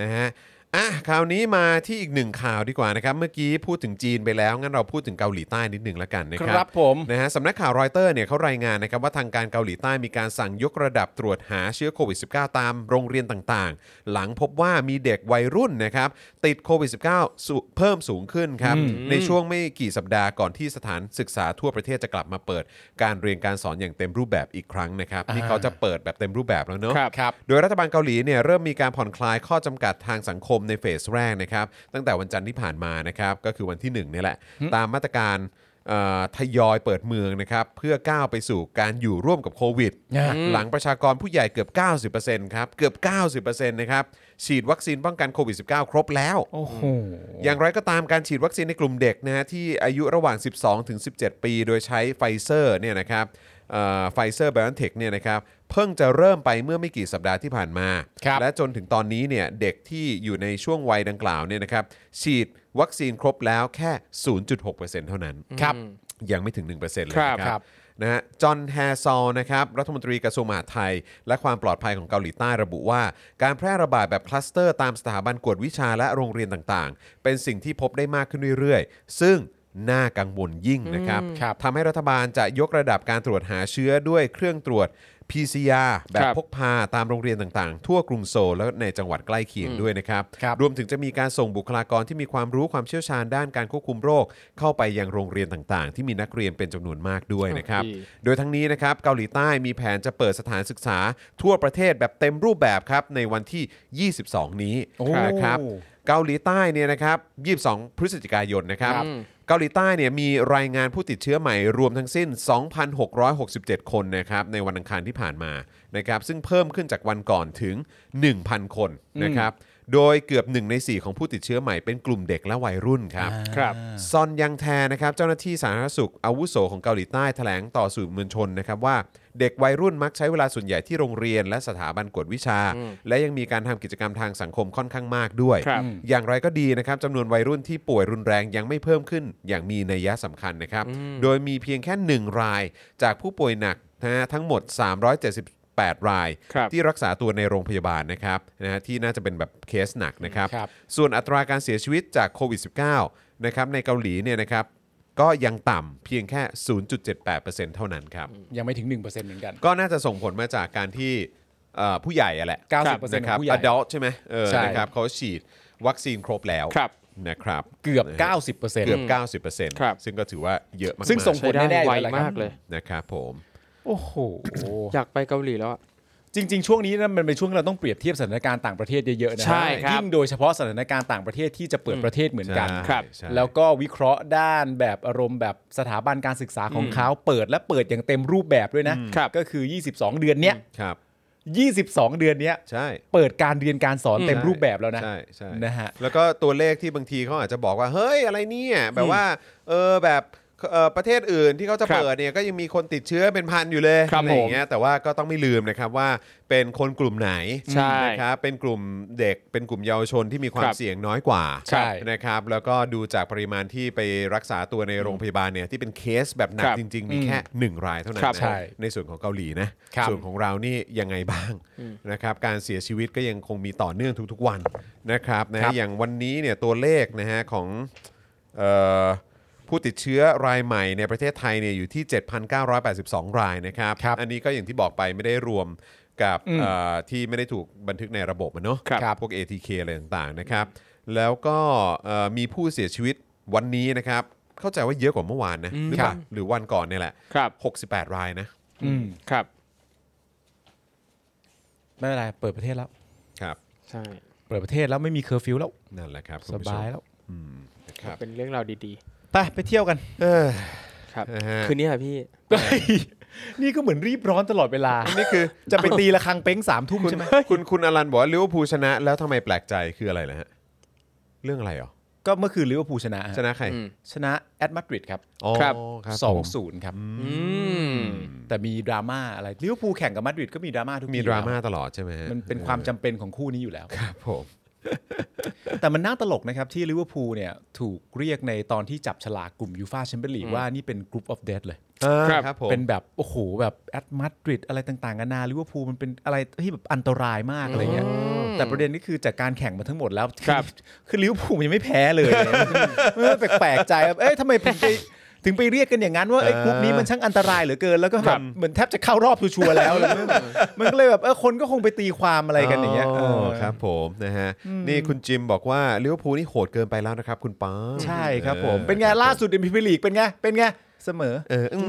นะฮะอ่ะคราวนี้มาที่อีกหนึ่งข่าวดีกว่านะครับ เมื่อกี้พูดถึงจีนไปแล้ว งั้นเราพูดถึงเกาหลีใต้นิดหนึ่งละกันนะครั
ครับผม
นะฮะสำนักข่าวรอยเตอร์เนี่ยเขารายงานนะครับว่าทางการเกาหลีใต้มีการสั่งยกระดับตรวจหาเชื้อโควิด -19 ตามโรงเรียนต่างๆ หลังพบว่ามีเด็กวัยรุ่นนะครับติดโควิด -19 สูเพิ่มสูงขึ้นครับในช่วงไม่กี่สัปดาห์ก่อนที่สถานศึกษาทั่วประเทศจะกลับมาเปิดการเรียนการสอนอย่างเต็มรูปแบบอีกครั้งนะครับนี่เขาจะเปิดแบบเต็มรูปแบบแล้วเนอะ
ครับ
ครับ
โดยรัฐบาลเกาหลีเนี่ยเริ่มมีการผ่อนคลายข้อจำกัดทางสังคมในเฟสแรกนะครับตั้งแต่วันจันทร์ที่ผ่านมานะครับก็คือวันที่1เนี่ยแหละ ตามมาตรการเอ่อทยอยเปิดเมืองนะครับเพื่อก้าวไปสู่การอยู่ร่วมกับโควิด
อ่า
หลังประชากรผู้ใหญ่เกือบ 90%ครับเกือบ 90%นะครับฉีดวัคซีนป้องกันโควิด -19 ครบแล้ว
โอ้โห
อย่างไรก็ตามการฉีดวัคซีนในกลุ่มเด็กนะฮะที่อายุระหว่าง 12 ถึง 17 ปี โดยใช้ไฟเซอร์เนี่ยนะครับไฟเซอร์ไบออนเทคเนี่ยนะครับเพิ่งจะเริ่มไปเมื่อไม่กี่สัปดาห์ที่ผ่านมา
ครับ
และจนถึงตอนนี้เนี่ยเด็กที่อยู่ในช่วงวัยดังกล่าวเนี่ยนะครับฉีดวัคซีนครบแล้วแค่ 0.6%เท่านั้น
ครับ
ยังไม่ถึง 1%เลย
ครับ
นะค
ครั
รับ
บ
นะฮะจอห์นแฮซอลนะครับรัฐมนตรีกระทรวงมหาดไทย และความปลอดภัยของเกาหลีใต้ระบุว่า การแพร่ระบาดแบบคลัสเตอร์ตามสถาบันกวดวิชาและโรงเรียนต่างๆ เป็นสิ่งที่พบได้มากขึ้นเรื่อยๆ ซึ่งน่ากังวลยิ่งนะครับ
ครับ
ทำให้รัฐบาลจะยกระดับการตรวจหาเชื้อด้วยเครื่องตรวจ PCR แบบ
ครับ
พกพาตามโรงเรียนต่างๆ ทั่วกรุงโซลและในจังหวัดใกล้เคียงด้วยนะครับ
ครับ
รวมถึงจะมีการส่งบุคลากรที่มีความรู้ความเชี่ยวชาญด้านการควบคุมโรค เข้าไปยังโรงเรียนต่างๆ ที่มีนักเรียนเป็นจำนวนมากด้วยนะครับ
โอเค
โดยทั้งนี้นะครับเกาหลีใต้มีแผนจะเปิดสถานศึกษาทั่วประเทศแบบเต็มรูปแบบครับในวันที่ 22 นี้
โอ้
นะครับเกาหลีใต้เนี่ยนะครับ22 พฤศจิกายนนะครับ
ครับ
เกาหลีใต้เนี่ยมีรายงานผู้ติดเชื้อใหม่รวมทั้งสิ้น 2,667 คนนะครับในวันอังคารที่ผ่านมานะครับซึ่งเพิ่มขึ้นจากวันก่อนถึง 1,000 คนนะครับโดยเกือบ1ใน 4 ของผู้ติดเชื้อใหม่เป็นกลุ่มเด็กและวัยรุ่นครับ
ครับ
ซอนยังแทนะครับเจ้าหน้าที่สาธารณสุขอาวุโสของเกาหลีใต้แถลงต่อสื่อมวลชนนะครับว่า เด็กวัยรุ่นมักใช้เวลาส่วนใหญ่ที่โรงเรียนและสถาบันกวดวิชา และยังมีการทำกิจกรรมทางสังคมค่อนข้างมากด้วย
ครับ
อย่างไรก็ดีนะครับจำนวนวัยรุ่นที่ป่วยรุนแรงยังไม่เพิ่มขึ้น อย่างมีนัยยะสำคัญนะครับ โดยมีเพียงแค่ 1 รายจากผู้ป่วยหนักนะฮะทั้งหมด 378 ราย
ครับ
ที่รักษาตัวในโรงพยาบาลนะครับนะฮะที่น่าจะเป็นแบบเคสหนักนะครับ
ครับ
ส่วนอัตราการเสียชีวิตจากโควิด -19 นะครับในเกาหลีเนี่ยนะครับก็ยังต่ำเพียงแค่ 0.78%เท่านั้นครับ
ยังไม่ถึง 1%เหมือนกัน
ก็น่าจะส่งผลมาจากการที่เอ่อผู้ใหญ่อะแหละ
90%
นะครั
ของผู้ใหญ่
adult ใช่ไหมเออ
ใช่
นะครับเขาฉีดวัคซีนครบแล้ว
ครับ
นะครับ
เกือบ
นะฮะ
90%
เกือบ 90%
ครับ
ซึ่งก็ถือว่าเยอะมากๆ
ซึ่งส่งผล
ใช้ได้
แน่ๆ
ไว
อยู่แว
มากเลย
นะครับผม
โอ้โห
อยากไปเกาหลีแล้วอะ
จริง ๆ ช่วงนี้นะมันเป็นช่วงที่เราต้องเปรียบเทียบสถานการณ์ต่างประเทศเยอะๆนะฮะ
ใช่ครับ
ยิ่งโดยเฉพาะสถานการณ์ต่างประเทศที่จะเปิดประเทศเหมือนกัน
ใช่
ครับ
ใช่
แล้วก็วิเคราะห์ด้านแบบอารมณ์แบบสถาบันการศึกษาของเขาเปิดและเปิดอย่างเต็มรูปแบบด้วยนะ
ครับ
ก็คือ 22 เดือนเนี้ย
ครับ
22 เดือนเนี้ย
ใช่
เปิดการเรียนการสอนเต็มรูปแบบแล้วนะ
ใช่ใช่
นะฮะ
แล้วก็ตัวเลขที่บางทีเขาอาจจะบอกว่า เฮ้ย อะไรเนี่ยแบบว่าเออแบบเอ่อประเทศอื่นที่เขาจะ
ครับ
เปิดเนี่ยก็ยังมีคนติดเชื้อเป็นพันอยู่เลย
ครับ
อะไรอย่างเงี้ยแต่ว่าก็ต้องไม่ลืมนะครับว่าเป็นคนกลุ่มไหน
ใช่
นะครับเป็นกลุ่มเด็กเป็นกลุ่มเยาวชนที่มีความ
ครับ
เสี่ยงน้อยกว่า
ใช่
นะครับแล้วก็ดูจากปริมาณที่ไปรักษาตัวในโรงพยาบาลเนี่ยที่เป็นเคสแบบหนัก
ครับ
จริง ๆ มีแค่หนึ่งรายเท่านั้น
ครับ
นะ
ใช่
ในส่วนของเกาหลีนะครับ ส่วน ของเรานี่ยังไงบ้างนะครับการเสียชีวิตก็ยังคงมีต่อเนื่องทุกๆวันนะครับนะ
ครั
ฮะ
บ
อย่างวันนี้เนี่ยตัวเลขนะฮะของเอ่อผู้ติดเชื้อรายใหม่ในประเทศไทยเนี่ยอยู่ที่ 7,982 รายนะครับ อันนี้ก็อย่างที่บอกไปไม่ได้รวมกับเอ่อที่ไม่ได้ถูกบันทึกในระบบอะเนาะ
ครับ
พวก ATK อะไรต่างๆนะครับแล้วก็เอ่อมีผู้เสียชีวิตวันนี้นะครับเข้าใจว่าเยอะกว่าเมื่อวานนะหรือเปล่าหรือวันก่อนเนี่ยแหละ
ครับ
68 รายนะ
อืม
ครับ
ไม่เป็นไรเปิดประเทศแล้ว
ครับ
ใช่
เปิดประเทศแล้วไม่มีเคอร์ฟิวแล้ว
นั่นแหละครับคุณ
ส
ผู้ชม
บายแล้ว
ครับ
เป็นเรื่องราวดี
ไปไปเที่ยวกัน
เออ
ครับ
นะฮะ
คืนนี้ค่ะพี่
นี่ก็เหมือนรีบร้อนตลอดเวลา นี่คือจะไปตีระฆังเป้งสามทุ่ม
คุณ
ใช่ไหม
คุณคุณอลันบอกว่าลิเวอร์พูลชนะ แล้วทำไมแปลกใจคืออะไรนะฮะ เรื่องอะไรอ๋อ
ก็เมื่อคืนลิเวอร์พูลชนะฮะ
ชนะใคร
อืม
ชนะแอตมาดริดครับ
อ๋อ
ครับ
ครับ
สอง
ผม
ศูนย์ครับ
อืม
แต่มีดราม่าอะไรลิเวอร์พูลแข่งกับมาดริดก็มีดราม่าทุก
มี
ปี
ดราม่าตลอดใช่ไหมฮะ
มันเป็นความจำเป็นของคู่นี้อยู่แล้ว
ครับผม
แต่มันน่าตลกนะครับ ที่ลิเวอร์พูลเนี่ยถูกเรียกในตอนที่จับฉลากกลุ่มยูฟาแชมเปี้ยนลีกว่านี่เป็นก r ุ u p ออฟเด h เลย
อ่า
ครับ
ครับผม
เป็นแบบ โอ้โห แบบแอตมาดริดอะไรต่างๆกันานาลิเวอร์พูลมันเป็นอะไรที่แบบอันตรายมากอะไรเงี้ยแต่ประเด็นก็คือจากการแข่งมาทั้งหมดแล้ว
ครับ
คือลิเวอร์พูลมันยังไม่แพ้เลย [LAUGHS] เออแปลกๆใจครับเอ๊ะทำไมถึงไปถึงไปเรียกกันอย่างนั้นว่าไอ้ย
เออก
ลุ่มนี้มันช่างอันตรายเหลือเกินแล้วก็แบบเหมือนแทบจะเข้ารอบชัว [LAUGHS] ร์ๆแล้วแล้วมันมันก็เลยแบบเออคนก็คงไปตีความอะไรกันอย่างเงี้ยเออ
ครับผมนะฮะ นี่คุณจิมบอกว่าลิเวอร์พูลนี่โหดเกินไปแล้วนะครับ คุณป้า
ใช่ครับผม เป็นไงล่าสุดในพิมพ์ลีกเป็นไง เป็นไง เสมอ
เอออืม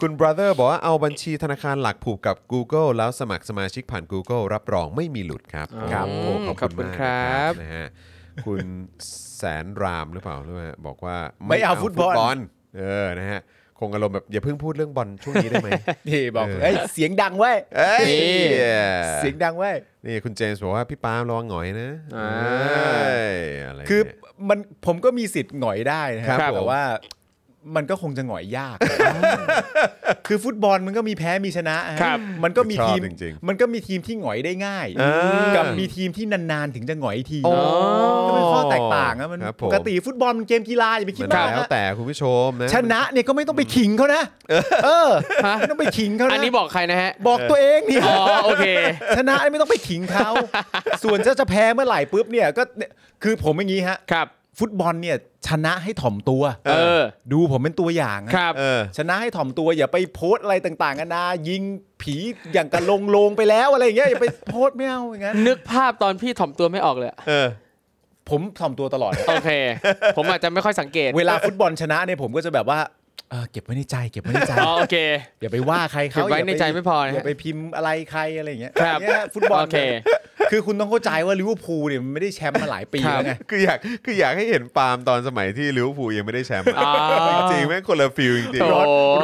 คุณ brother บอกว่าเอาบัญชีธนาคารหลักผูกกับ Google แล้วสมัครสมาชิกผ่าน Google รับรองไม่มีหลุดครับ
ครับ
โอ้โหขอบ
ขอบคุ
คุณ
ณ
มาก
ครับ
นะฮะคุณแสนรามหรือเปล่าหรือว่าบอกว่า
ไม่เอาฟุตบอล
เออนะฮะคงอารมณ์แบบอย่าเพิ่งพูดเรื่องบอลช่วงนี้ได้ไหม
นี่บอก
เออ
เอ้ยเสียงดังเว้ย
เอ้ย
เสียงดังเว้ย
นี่คุณเจมส์บอกว่าพี่ปาล์มระวังหน่อยนะ
อ่า
เอ้ยอะไร
คือ
เนี่ย
มันผมก็มีสิทธิ์หงอยได้นะค
ครั
รับบ
ผ
แต่
ม
ว่ามันก็คงจะหงอยยาก คือฟุตบอลมันก็มีแพ้มีชนะฮะ
ครับ
มันก็มีทีม
ชอบจริงๆ
มันก็มีทีมที่หงอยได้ง่าย
อ่ากั
กับมีทีมที่นานๆถึงจะหงอยที
อ๋อ
ก็เป็นข้อแตกต่างอะมัน
ครับผม
ปกติฟุตบอลมันเกมกีฬาอย่าไปคิด
มัน
มาก
แล้ว
นะ
แต่คุณผู้ชมนะ
ชนะเนี่ยก็ไม่ต้องไปขิงเขานะเออไม่ต้องไปขิงเขานะ
อันนี้บอกใครนะฮะ
บอกตัวเองเนี่ย
อ๋อโอเค
ชนะไม่ต้องไปขิงเขา ส่วนจะจะแพ้เมื่อไหร่ปุ๊บเนี่ยก็เนี่ยคือผมอย่างนี้ฮะ
ครับ
ฟุตบอลเนี่ยชนะให้ถ่อมตัว
เออ
ดูผมเป็นตัวอย่างนะครับ
เออ
ชนะให้ถ่อมตัวอย่าไปโพสต์อะไรต่างๆกันานายิงผีอย่างกะลงโลงไปแล้วอะไรอย่างเงี้ยอย่าไปโพสต์ไม่เอาอย่างนั้น
นึกภาพตอนพี่ถ่อมตัวไม่ออกเลย
เออ
ผมถ่อมตัวตลอด
โอ [LAUGHS] เค ผมอาจจะไม่ค่อยสังเกต
เวลาฟุตบอลชนะเนี่ยผมก็จะแบบว่าเออเก็บไว้ในใจเก็บไว้ในใจ
อ๋อโอเค
อย่าไปว่าใครเขา
เก็บไว้
อย่าป
ในใจไม่พอนะฮะ
ย่าไปพิมพ์อะไรใครอะไรอย่างเงี้ย
ครับ
เนี่ยฟุตบอล
โอเค
เนี่ยคือคุณต้องเข้าใจว่าลิเวอร์พูลเนี่ยมันไม่ได้แชมป์มาหลายปีแล้วไง
คืออยากคืออยากให้เห็นปาล์มตอนสมัยที่ลิเวอร์พูลยังไม่ได้แชมป์
อ๋อ
จริงๆแม่งคนละฟิลจริง
โอ้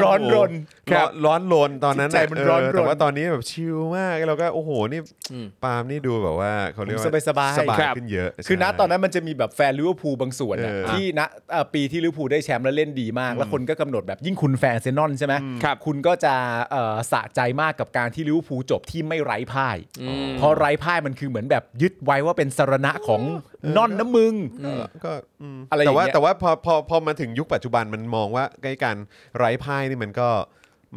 ร้อนร้อนรน
ๆร้อนร้อนรนตอนนั้นะ
จิตใจมันร้อนรน
เแต่ว่าตอนนี้แบบชิลมากเราก็โอ้โหนี่
อืม
ปาล์มนี่ดูแบบว่าเขาเรียกว่า
สบายสบายๆ
สบาย
ครับ
ขึ้นเยอะ
คือณ
ใช่
ตอนนั้นมันจะมีแบบแฟนลิเวอร์พูลบางส่วนน่ะ
เออ
ที่ณเอ่อปีที่ลิเวอร์พูลได้แชมป์แล้วเล่นดีมาก แล้วคนก็กำหนดแบบยิ่งคุณแฟนเซนนอนใช่ไหม
ครับ
คุณก็จะเอ่อสะใจมากกับการที่ลิเวอร์พูลจบที่ไม่ไร้พ่าย
อืม
เพราะไร้พ่ายมันคือเหมือนแบบยึดไว้ว่าเป็นสรณะของนอนน้ำมึง
เออก็อืม
อะไรอย่า
แต่
ง
ว่า
เงี้ย
แต่ว่าพอพอพอมาถึงยุคปัจจุบันมันมองว่าใกล้การไร้พ่ายนี่มันก็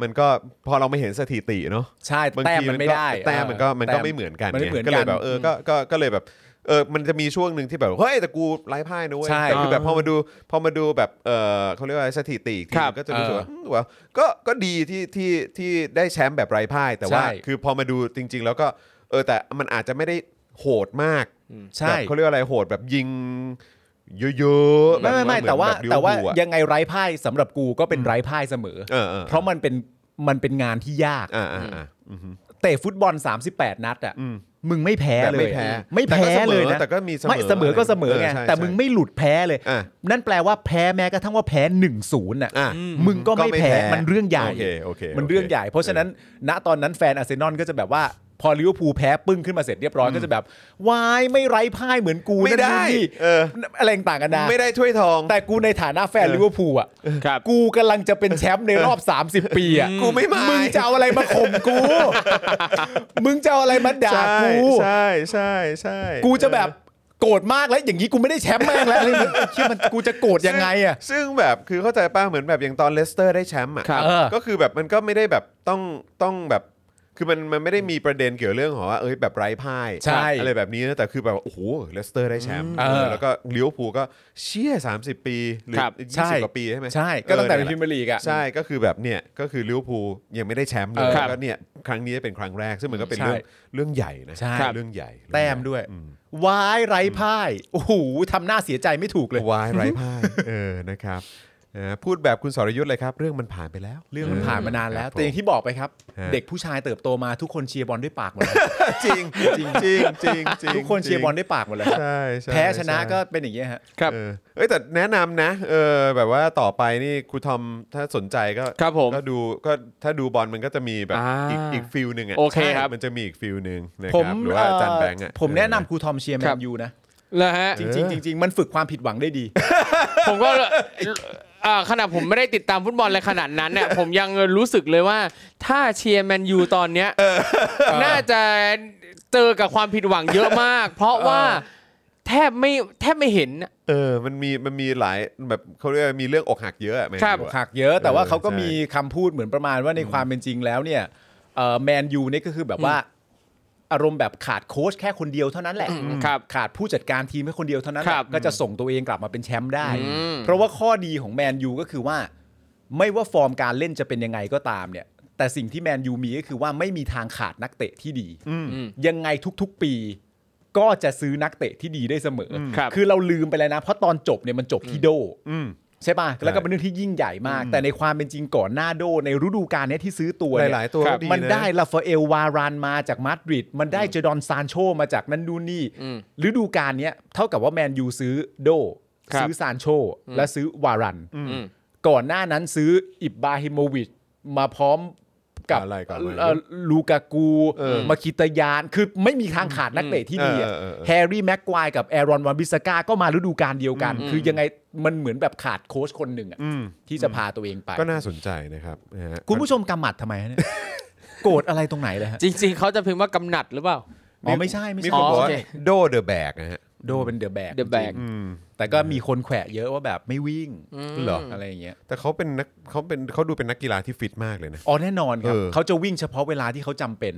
มันก็พอเราไม่เห็นสถิติเนาะ
ใช่
บาง
แต้ม
ที
มั
มัน น
ไม่
ก็
ได้
แต้มมันก็มันก็
แต้
ไม่เหมือนกัน
มันไม่เหมือน
ก็เลย
กัน
แบบเออก็ก็ก็เลยแบบเออมันจะมีช่วงหนึ่งที่แบบเฮ้ยแต่กูไร้พ่ายนะเว้ย
ใช่
แต่คือแบบพอมาดูพอมาดูแบบเออเขาเรียกว่าสถิติอีกที
ครับ
มันก็จะรู้สึกว่า
เออ
อืมว่าก็ก็ดีที่ที่ที่ได้แชมป์แบบไร้พ่ายแต่ว่า
ใช่
คือพอมาดูจริง ๆ แล้วก็เออแต่มันอาจจะไม่ได้โหดมาก
ใช่
แบบเขาเรียกว่าอะไรโหดแบบยิงเยอะๆ
ไม่ไม่ไม่
เหอน
แต่ว่า
บบลิเอ
แต่
ร์
ว่า
พูลอะ
ยังไงไร้พ่ายสำหรับกูก็เป็นไร้พ่ายเสมอ
เออเออ
เพราะมันเป็นมันเป็นงานที่ยาก
อ่าอ่าอ่าอืม
เตะฟุตบอล 38 นัดอ่ะ
อืม
มึงไม่แพ้
แต่
เลย
ไม่แพ้
ไม่แพ้เลยนะ
แต่ก็สอ
ไม่เสมอก็เสมอไง
ใช่
แต่มึง
ใช่
ไม่หลุดแพ้เลย
อ่ะ
นั่นแปลว่าแพ้แม้กระทั่งว่าแพ้1นึ่งศูนย์อ่ะ
อ่ะ
มึงก็ไม่แพ้
ก็ไม่แพ้
มันเรื่องใหญ่
โอเคโอเค
มันเรื่องใหญ่ เพราะฉะนั้นณตอนนั้นแฟนอาร์เซนอลก็จะแบบว่าพอลิเวอร์พูลแพ้ปึ้งขึ้นมาเสร็จเรียบร้อยก็จะแบบวายไม่ไร้พ่ายเหมือนกู
ไม่ได้
นั่นนี่
เออ
อะไรต่างกันนะ
ไม่ได้ถ้วยทอง
[LAUGHS] แต่กูในฐานะแฟนลิเวอร์พูลอ่ะ
ครับ
กูกำลังจะเป็นแชมป์ในรอบ 30 ปีอ่ะ
กูไม่มาง
จะเอาอะไรมาข่ม
[LAUGHS]
กู มึงจะเอาอะไรมาด่ากู
ใช่ใช่ใช่
กูจะแบบโกรธมากแล้วอย่างนี้กูไม่ได้แชมป์แม่งแล้วอะไรอย่างเงี้ยเชื่อมันกูจะโกรธยังไงอ่ะ
ซึ่งแบบคือเข้าใจป้าเหมือนแบบอย่างตอนเลสเตอร์ได้แชมป์อ่ะ
ครับ
เออ
ก็คือแบบมันก็ไม่ได้แบบต้องต้องแบบคือมันมันไม่ได้มีประเด็นเกี่ยวเรื่องของว่าเอ้ยแบบไร้พ่าย
ใช่
อะไรแบบนี้นะแต่คือแบบว่าโอ้โหเลสเตอร์ได้แชมป์
เออ
เออแล้วก็ลิเวอร์พูลก็เชี่ย30 ปีหรือ
ครับ
ยี่สิบกว่าปีใช่ไหม
ใช่ก็ตั้งแต่
เอ
เป็
อน นั่นแห
พิ
ละ
มยร์ลีกอ่ะ
ใช่ก็คือแบบเนี่ยก็คือลิเวอร์พูลยังไม่ได้แชมป์เล
เอยอ
แล้วก็เนี่ยครั้งนี้เป็นครั้งแรก ซึ่งมันก็เป็นเรื่อง
ใช่
เรื่องใหญ่นะ
ใช่
เรื่องใหญ่
แต้มด้วยวายไร้พ่ายโอ้โหทำหน้าเสียใจไม่ถูกเลย
[LAUGHS] วายไร้พ่ายเออนะครับ นะฮะพูดแบบคุณสรยุทธ์เลยครับ เรื่องมันผ่านไปแล้ว
เรื่องมันผ่านมานานแล้
ค
ว
รับผม
แต่อย่างที่บอกไปครับ
ฮะ
เด็กผู้ชายเติบโตมาทุกคนเชียร์บอลด้วยปากหมดเลย
จริงจริงจริงจริงจริง
ทุกคนเชียร์บอลด้วยปากหมดเลยครับ
ใช่ใช่
แพ้ชนะ
ใช่
ก็เป็นอย่างเงี้ยฮะ
ครับ
เออเอ้ยแต่แนะนำนะเออแบบว่าต่อไปนี่ครูทอมถ้าสนใจก็
ครับผม
ก็ดูก็ถ้าดูบอลมันก็จะมีแบบ
อ่า
อีกอีกฟิลหนึ่งอ่ะ
โอเค
ใช่
ครับ
มันจะมีอีกฟิลหนึ่งนะค
ผม
รับหรือว่าอาจารย์
เอ่อ
แบงค์อ่ะ
ผมแนะนำ
เออ
ครูทอมเชียร์แม
ครับ
นยูนะ
แล้วฮะ
จริง
เออ
ๆจริงๆมันฝึกความผิดหวังได้ดี
ผมก็เอ่อขนาดผมไม่ได้ติดตามฟุตบอลอะไรขนาดนั้นเนี่ย ผมยังรู้สึกเลยว่า ถ้าเชียร์แมนยูตอนเนี้ยน่าจะเจอกับความผิดหวังเยอะมาก เพราะว่าแทบไม่แทบไม่เห็น
เออมันมีมันมีหลายแบบเขาเรียกว่ามีเรื่องอกหักเยอะอะแมนยู
ครับ
อะ
หักเยอะแต่ว่า
เออ
เขาก็
ใช่
มีคำพูดเหมือนประมาณว่าในความเป็นจริงแล้วเนี่ยแมนยูเนี่ยก็คือแบบว่า อารมณ์แบบขาดโค้ชแค่คนเดียวเท่านั้นแหละ
ครับ
ขาดผู้จัดการทีมแค่คนเดียวเท่านั้นแห
ครั
ละ
บ
ก็จะส่งตัวเองกลับมาเป็นแชมป์ได้
อืม
เพราะว่าข้อดีของแมนยูก็คือว่า ไม่ว่าฟอร์มการเล่นจะเป็นยังไงก็ตามเนี่ย แต่สิ่งที่แมนยูมีก็คือว่าไม่มีทางขาดนักเตะที่ดี
อืม
ยังไงทุกๆ ปีก็จะซื้อนักเตะที่ดีได้เสมออ
มครับ
คือเราลืมไปแล้วนะ เพราะตอนจบเนี่ยมันจบที่โด
อืม
ใช่ป่ะ แล้วก็เป็นเรื่องที่ยิ่งใหญ่มาก แต่ในความเป็นจริงก่อนหน้าโด ในฤดูกาลเนี้ยที่ซื้อตัวเนี่
หลายๆตัวก็ดีนะ
มันได้ลาฟาเอลวารานมาจากมาดริด มันได้เจดอนซานโชมาจากนันดูนนี่
อืม
ฤดูกาลเนี้ยเท่ากับว่าแมนยูซื้อโด
ครับ
ซื้อซานโช และซื้อวารัน
อืม
ก่อนหน้านั้นซื้ออิบบราฮิโมวิชมาพร้อมกับ
อะไรก่อนวะ
เอ่อลูกากู
เออ
มาคิตายาน คือไม่มีทางขาดนักเตะที่ดีอะ
เออเออเออ
แฮร์รี่แม็กควายกับแอรอนวันบิสกาก็มาฤดูกาลเดียวกัน คือยังไงมันเหมือนแบบขาดโค้ชคนหนึ่งอะ
อืม
ที่จะพาตัวเองไป
ก็น่าสนใจนะครับนะฮะ
คุณผู้ชมกำหมัดทำไมฮะเนี่ย โกรธอะไรตรงไหนเลยฮะ
จริง ๆ เขาจะพิมพ์ว่ากำหนัดหรือเปล่า
อ๋อไม่ใช่ไม่
มี
ใช่
คนบอก
อ๋อ
ว่า
โอเค
โดเดอะแบกนะฮะ
โดเป็นเดอะแบก
The Bag
อืม
แต่ก็มีคนแขวะเยอะว่าแบบไม่วิ่ง
เหรอ
อะไรอย่างเงี้ย
แต่เขาเป็นนักเขาเป็นเขาดูเป็นนักกีฬาที่ฟิตมากเลยนะ [LAUGHS]
อ๋อแน่นอนครับ
เออ
เขาจะวิ่งเฉพาะเวลาที่เขาจำเป็น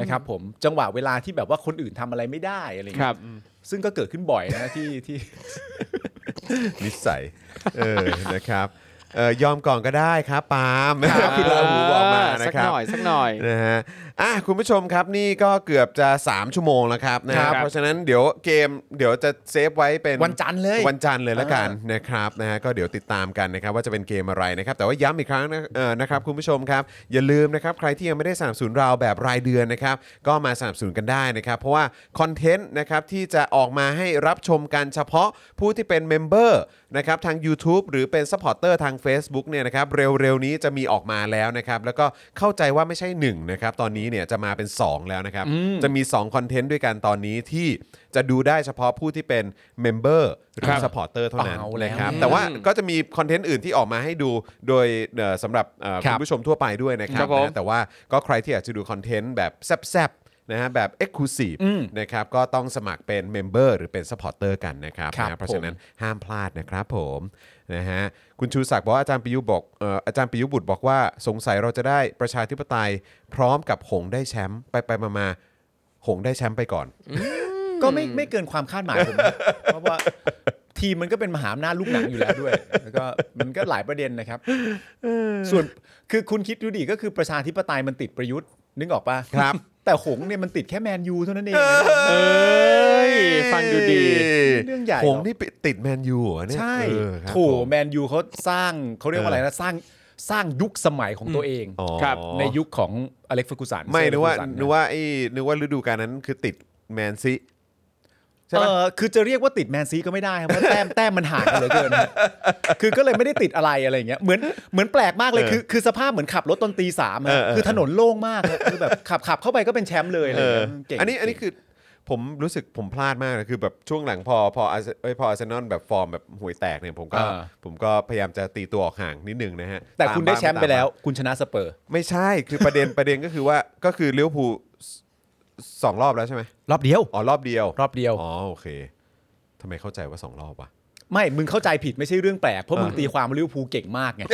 นะครับผมจังหวะเวลาที่แบบว่าคนอื่นทำอะไรไม่ได้อะไรอย่าง
ค
เงี้ย
รับ
ซึ่งก็เกิดขึ้นบ่อยนะที่ที่
นิสัย เออ นะครับเออยอมก่อนก็ได้ครับปาล์ม
ครับ
คุณลาหูบอกมานะ
สัก
ครั
ห
บ
น่อยสักหน่อย
นะฮะอ่ะคุณผู้ชมครับนี่ก็เกือบจะ 3 ชั่วโมงแล้วครับนะค
ครั
รับบ เพราะฉะนั้นเดี๋ยวเกมเดี๋ยวจะเซฟไว้เป็น
วันจันทร์เลย
วันจันทร์เลยละกัน
อ่าน
นะครับนะฮะก็เดี๋ยวติดตามกันนะครับว่าจะเป็นเกมอะไรนะครับแต่ว่าย้ำอีกครั้งนะเอ่อนะครับคุณผู้ชมครับ อย่าลืมนะครับใครที่ยังไม่ได้สนับสนุนเราแบบรายเดือนนะครับก็มาสนับสนุนกันได้นะครับเพราะว่าคอนเทนต์นะครับที่จะออกมาให้รับชมกันเฉพาะผู้ที่เป็นเมมเบอร์นะครับทาง YouTube หรือเป็นซัพพอร์เตอร์ทาง Facebook เนี่ยนะครับเร็วๆนี้จะมีออกมาแล้วนะครับแล้วก็เข้าใจว่าไม่ใช่1นะครับตอนนี้เนี่ยจะมาเป็น 2 แล้วนะครับจะมี2คอนเทนต์ด้วยกันตอนนี้ที่จะดูได้เฉพาะผู้ที่เป็นเมมเบอร์หรื
ค
อ
รับ
พอร์เตอร์เท่านั้น
เอาแล้ว
นะครับ
อืม
แต่ว่าก็จะมีคอนเทนต์อื่นที่ออกมาให้ดูโดยเอ่อสำหรับเอ่อคุ
ครั
ณ
บ
ผู้ชมทั่วไปด้วยนะครั
ครับบผม
นะแต่ว่าก็ใครที่อยากจะดูคอนเทนต์แบบแซ่บๆนะฮะแบบ e x c l u s i v e
อืม
นะครับก็ต้องสมัครเป็นเมมเบอร์หรือเป็น s u p p อร์เตอร์กันนะครับ
ครับ
นะเพราะฉะนั้นห้ามพลาดนะครับผมนะฮะคุณชูศักดิ์บอกว่าอาจารย์ปิยุบอกเอ่ออาจารย์ปิยุบุตรบอกว่าสงสัยเราจะได้ประชาธิปไตย พร้อมกับหงส์ได้แชมป์ไปไปมามาๆหงส์ได้แชมป์ไปก่อน
ก็ไม่ไม่เกินความคาดหมายผม
[LAUGHS]
นะเพราะว่าทีมมันก็เป็นมหาอำนาจลูกหนังอยู่แล้วด้วย แล้วก็มันก็หลายประเด็นนะครับส่วนคือคุณคิดดูดิก็คือประชาธิปไตยมันติดประยุทธ์ นึกออกป่ะ
ครับ
[LAUGHS] แต่หงส์เนี่ยมันติดแค่แมนยูเท่านั้นเองนะ
เอ้ย ฟังดูดี
เรื่องใหญ่
ผม
เนอะ
นี่ติดแมนยูเหรอเนี่ย
ใช่
เออครับ
โถู
ผม
แมนยูเขาสร้างเขาเรียกว่าอะไรนะสร้างสร้างยุคสมัยของตัวเอง
อ๋อ
ครับ
ในยุคของอเล็กซ์เฟอร์กูสัน
ไม่นึกว่า
เซอร์เล็ซ์
นึก
เฟอร์กูสัะ
ว่าไอ้นึกว่าฤดูกาลนั้นคือติดแมนซีใช่
เอ
ปะ
อคือจะเรียกว่าติดแมนซีก็ไม่ได้ครับเพราะแต้มแต้มมันห่างกันเหลือ
[LAUGHS]
เกินฮะคือก็เลยไม่ได้ติดอะไรอะไรอย่างเงี้ยเหมือนเหมือนแปลกมากเลยคือคือสภาพเหมือนขับรถตอนตีสามฮะคือถนนโล่งมากฮะคือแบบขับขับเข้าไปก็เป็นแชมป์เลยอะไร
เอ
อย่าง
อ
เงี้ยเก่ง
อันนี้อันนี้คือผมรู้สึกผมพลาดมากนะคือแบบช่วงหลังพอพออาร์เซเอ้ยพออาร์เซนอลแบบฟอร์มแบบห่วยแตกเนี่ยผมก็
า
ผมก็พยายามจะตีตัวออกห่างนิดนึงนะฮะ
แต่
าม
คุณได้
บ้าง
แชมป์ไป
ตา
แล้ว
บ้าง
คุณชนะสเปอร์
ไม่ใช่คือประเด็นประเด็นก็คือว่าก็คือลิเวอร์พูลสองรอบแล้วใช่ไหม
รอบเดียว
อ๋อรอบเดียว
รอบเดียว
อ๋อโอเคทำไมเข้าใจว่าสองรอบวะ
ไม่มึงเข้าใจผิดไม่ใช่เรื่องแปลกเพราะมึงตีความว่าลิเวอร์พูลเก่งมากไง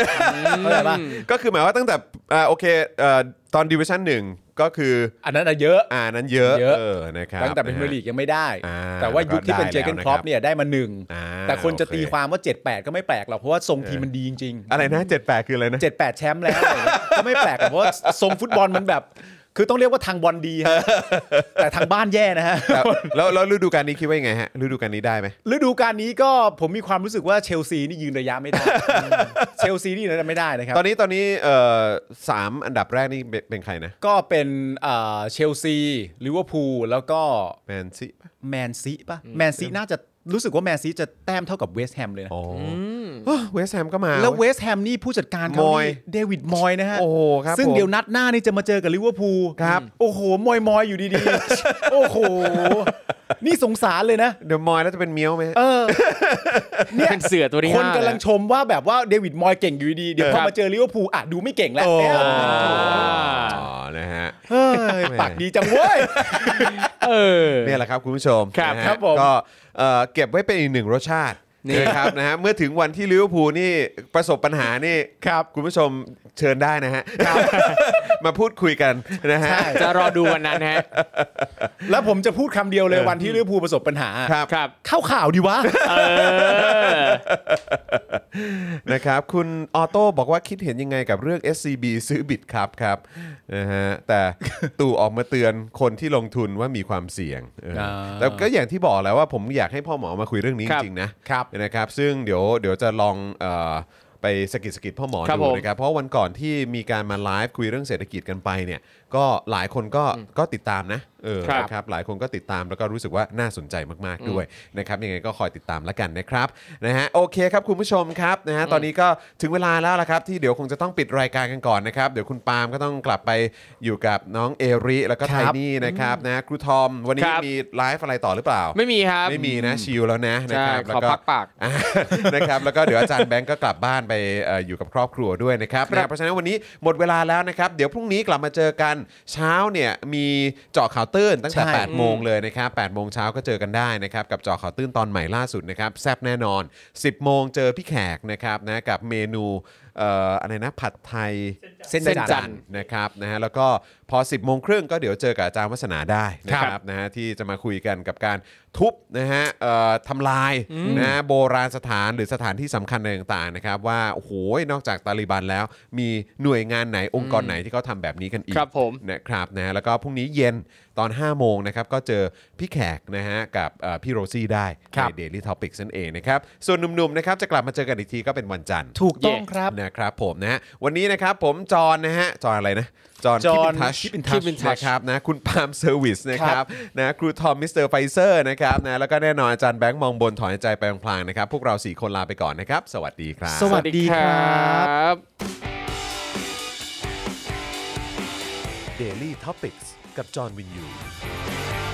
เข้าใจปะ
ก็คือหมายว่าตั้งแต่อ่าโอเคเอ่อตอนดิวิชั่นหนึ่งก็คือ
อันนั้นอะเยอะ
อ่านั้นเยอะ
เยอะ
นะครับ
ตั้งแต่เป็นเม
ะฮะ
ลีกยังไม่ได้
อ่า
แต่ว่ายุคที่
แล้วก็
เป็นเจอร์เกน
ได้แล้ว
ครอป
นะครับ
เนี่ยได้มาหนึ่ง
อ่า
แต่คนจะตี
โอเค
ความว่า 78 ก็ไม่แปลกหรอกเพราะว่าทรงทีมมันดีจริงๆ
อะไรนะ 78 คืออะไรนะ
78 แชมป์แล้วอะไรเงี้ยก็ไม่แปลกหรอกเพราะว่าทรงฟุตบอลมันแบบ คือต้องเรียกว่าทางบอลดีฮะแต่ทางบ้านแย่นะฮะ
แต่ [LAUGHS] แล้วแล้วฤดูกาลนี้คิดว่ายังไงฮะฤดูกาลนี้ได้ไหม
ฤดูกาลนี้ก็ผมมีความรู้สึกว่าเชลซีนี่ยืนระยะไม่
[LAUGHS]
ได้ เชลซีนี่ยืนระยะไม่ได้นะครับ
ตอนนี้ตอนนี้เอ่อสามอันดับแรกนี่เป็นเป็นใครนะ
ก็เป็นเอ่อเชลซีลิเวอร์พูลแล้วก็
แมนซี
แมนซีป่ะแมนซีน่าจะรู้สึกว่าแมนซีจะแต้มเท่ากับเวสต์แฮมเลยนะ
อ๋อเวสแฮมก็มา
แล้วเวสต์แฮมนี่ผู้จัดการเขา
มอย
นี่เดวิดมอยนะฮะ
โอ้โหครับ
ซึ่งเดี๋ยว
ผม
นัดหน้านี่จะมาเจอกับลิเวอร์พูล
ครับ
โอ้โห มอยมอยอยู่ดีๆ โอ้โห นี่สงสารเลยนะ
เดี๋ยวมอยแล้วจะเป็นเมียวไหมฮะ
เออ เนี่ย
เป็นเสือตัวที่
คน
ห้าก
ำลังชมว่าแบบว่าเดวิดมอยเก่งอยู่ดีๆเดี๋ยวพอมาเจอลิเวอร์พูลอ่ะดูไม่เก่งแล้ว
โอ้
เอ้ย
อ๋อนะฮะ
เฮ้ยปากดีจังเว้ย
เออ
เนี่ยแหละครับคุณผู้ชม
ครับ
นะฮะ
ครับผม
ก็เอ่อเก็บไว้เป็นอีกหนึ่งรสชาติ
นี่
นะครับนะฮะเมื่อถึงวันที่ลิเวอร์พูลนี่ประสบปัญหานี่
ครับ
คุณผู้ชมเชิญได้นะฮะ มาพูดคุยกันนะฮะ
ใช่
จะรอดูวันนั้นฮะ
แล้วผมจะพูดคำเดียวเลย
เออ
วันที่ลิเวอร์พูลประสบปัญหา
ครับ
ครับ
เข้าข่าวดีวะ
เออ
[LAUGHS] นะครับ คุณออโต้บอกว่าคิดเห็นยังไงกับเรื่อง SCB ซื้อบิตครับครับนะฮะ
[LAUGHS]
แต่ตู่ออกมาเตือนคนที่ลงทุนว่ามีความเสี่ยงเออ
อ่า
แต่ก็อย่างที่บอกแล้วว่าผมอยากให้พ่อหมอมาคุยเรื่องนี้
ครับ
จริงๆนะ
ครับ
นะครับซึ่งเดี๋ยวเดี๋ยวจะลองเออไปสะกิดสะกิดพ่อหมอ
ครับ
ดู
ผม
นะครับเพราะวันก่อนที่มีการมาไลฟ์คุยเรื่องเศรษฐกิจกันไปเนี่ยก็หลายคนก็ก็ติดตามนะเออ
ครับ
นะครับหลายคนก็ติดตามแล้วก็รู้สึกว่าน่าสนใจมาก ๆ ด้วยนะครับยังไงก็คอยติดตามแล้วกันนะครับนะฮะโอเคครับคุณผู้ชมครับนะฮะตอนนี้ก็ถึงเวลาแล้วละครับ ที่เดี๋ยวคงจะต้องปิดรายการกันก่อนนะครับเดี๋ยวคุณปาล์มก็ต้องกลับไปอยู่กับน้องเอริแล้วก็ไท
ครับ
นี่นะครับนะครูทอมวันนี้
ครับ
มีไลฟ์อะไรต่อหรือเปล่า
ไม่มีครับ
ไม่มีนะชิลแล้วนะนะค
ใช่
รับแล้ว
ขอพักปาก
อ่ [LAUGHS] นะครับแล้วก็เดี๋ยวอาจารย์แบงก์ก็กลับบ้านไปเอ่ออยู่กับครอบครัวด้วยนะครับ
ครับ
นะเพราะฉะนั้นวันนี้หมดเวลาแล้วนะครับ เดี๋ยวพรุ่งนี้กลับมาเจอกันเช้าเนี่ยมีเจาะข่าวตื้นตั้งแต่
ใช่
8 โมงเลยนะครับ8โมงเช้าก็เจอกันได้นะครับกับเจาะข่าวตื้นตอนใหม่ล่าสุดนะครับแซบแน่นอน 10 โมงเจอพี่แขกนะครับนะกับเมนูเอ่ออะไรนะผัดไทย
เส้น
เส้น
จั
จั
น
นท
ทร์
ร์นะครับนะฮะแล้วก็พอ 10บโมงครึ่งก็เดี๋ยวเจอกับอาจารย์วัฒนาได้นะครับนะฮะที่จะมาคุยกันกับการทุบนะฮะเอ่อทำลายนะฮะโบราณสถานหรือสถานที่สำคัญอะไรต่างๆนะครับว่าโอ้โหนอกจากตาลิบันแล้ว มีหน่วยงานไหนองค์กรไหนที่เขาทำแบบนี้กันอีก
ครับผม
นะครับนะฮะแล้วก็พรุ่งนี้เย็นตอน 5 โมงนะครับก็เจอพี่แขกนะฮะกับเอ่อพี่โรซี่ได้
ครั
ใน
บ
Daily Topics นั่นเองนะครับส่วนหนุ่มๆนะครับจะกลับมาเจอกันอีกทีก็เป็นวันจันทร์
ถูกต้องครับ
นะครับผมนะฮะวันนี้นะครับผมจอห์นนะฮะจอห์นอะไรนะจอห์น
จอห์น
คิปอิน
Keep in
ทัช
touch
นะครับนะคุณปาล์มเซอร์วิสนะครับนะครูทอมมิสเตอร์ไฟเซอร์นะครับนะแล้วก็แน่นอนอาจารย์แบงค์มองบนถอนใจไปพลางๆนะครับ พวกเราสี่คนลาไปก่อนนะครับ สวัสดีครับ
สวัสดีครับ
บ
Daily Topics กับจอห์นวินยู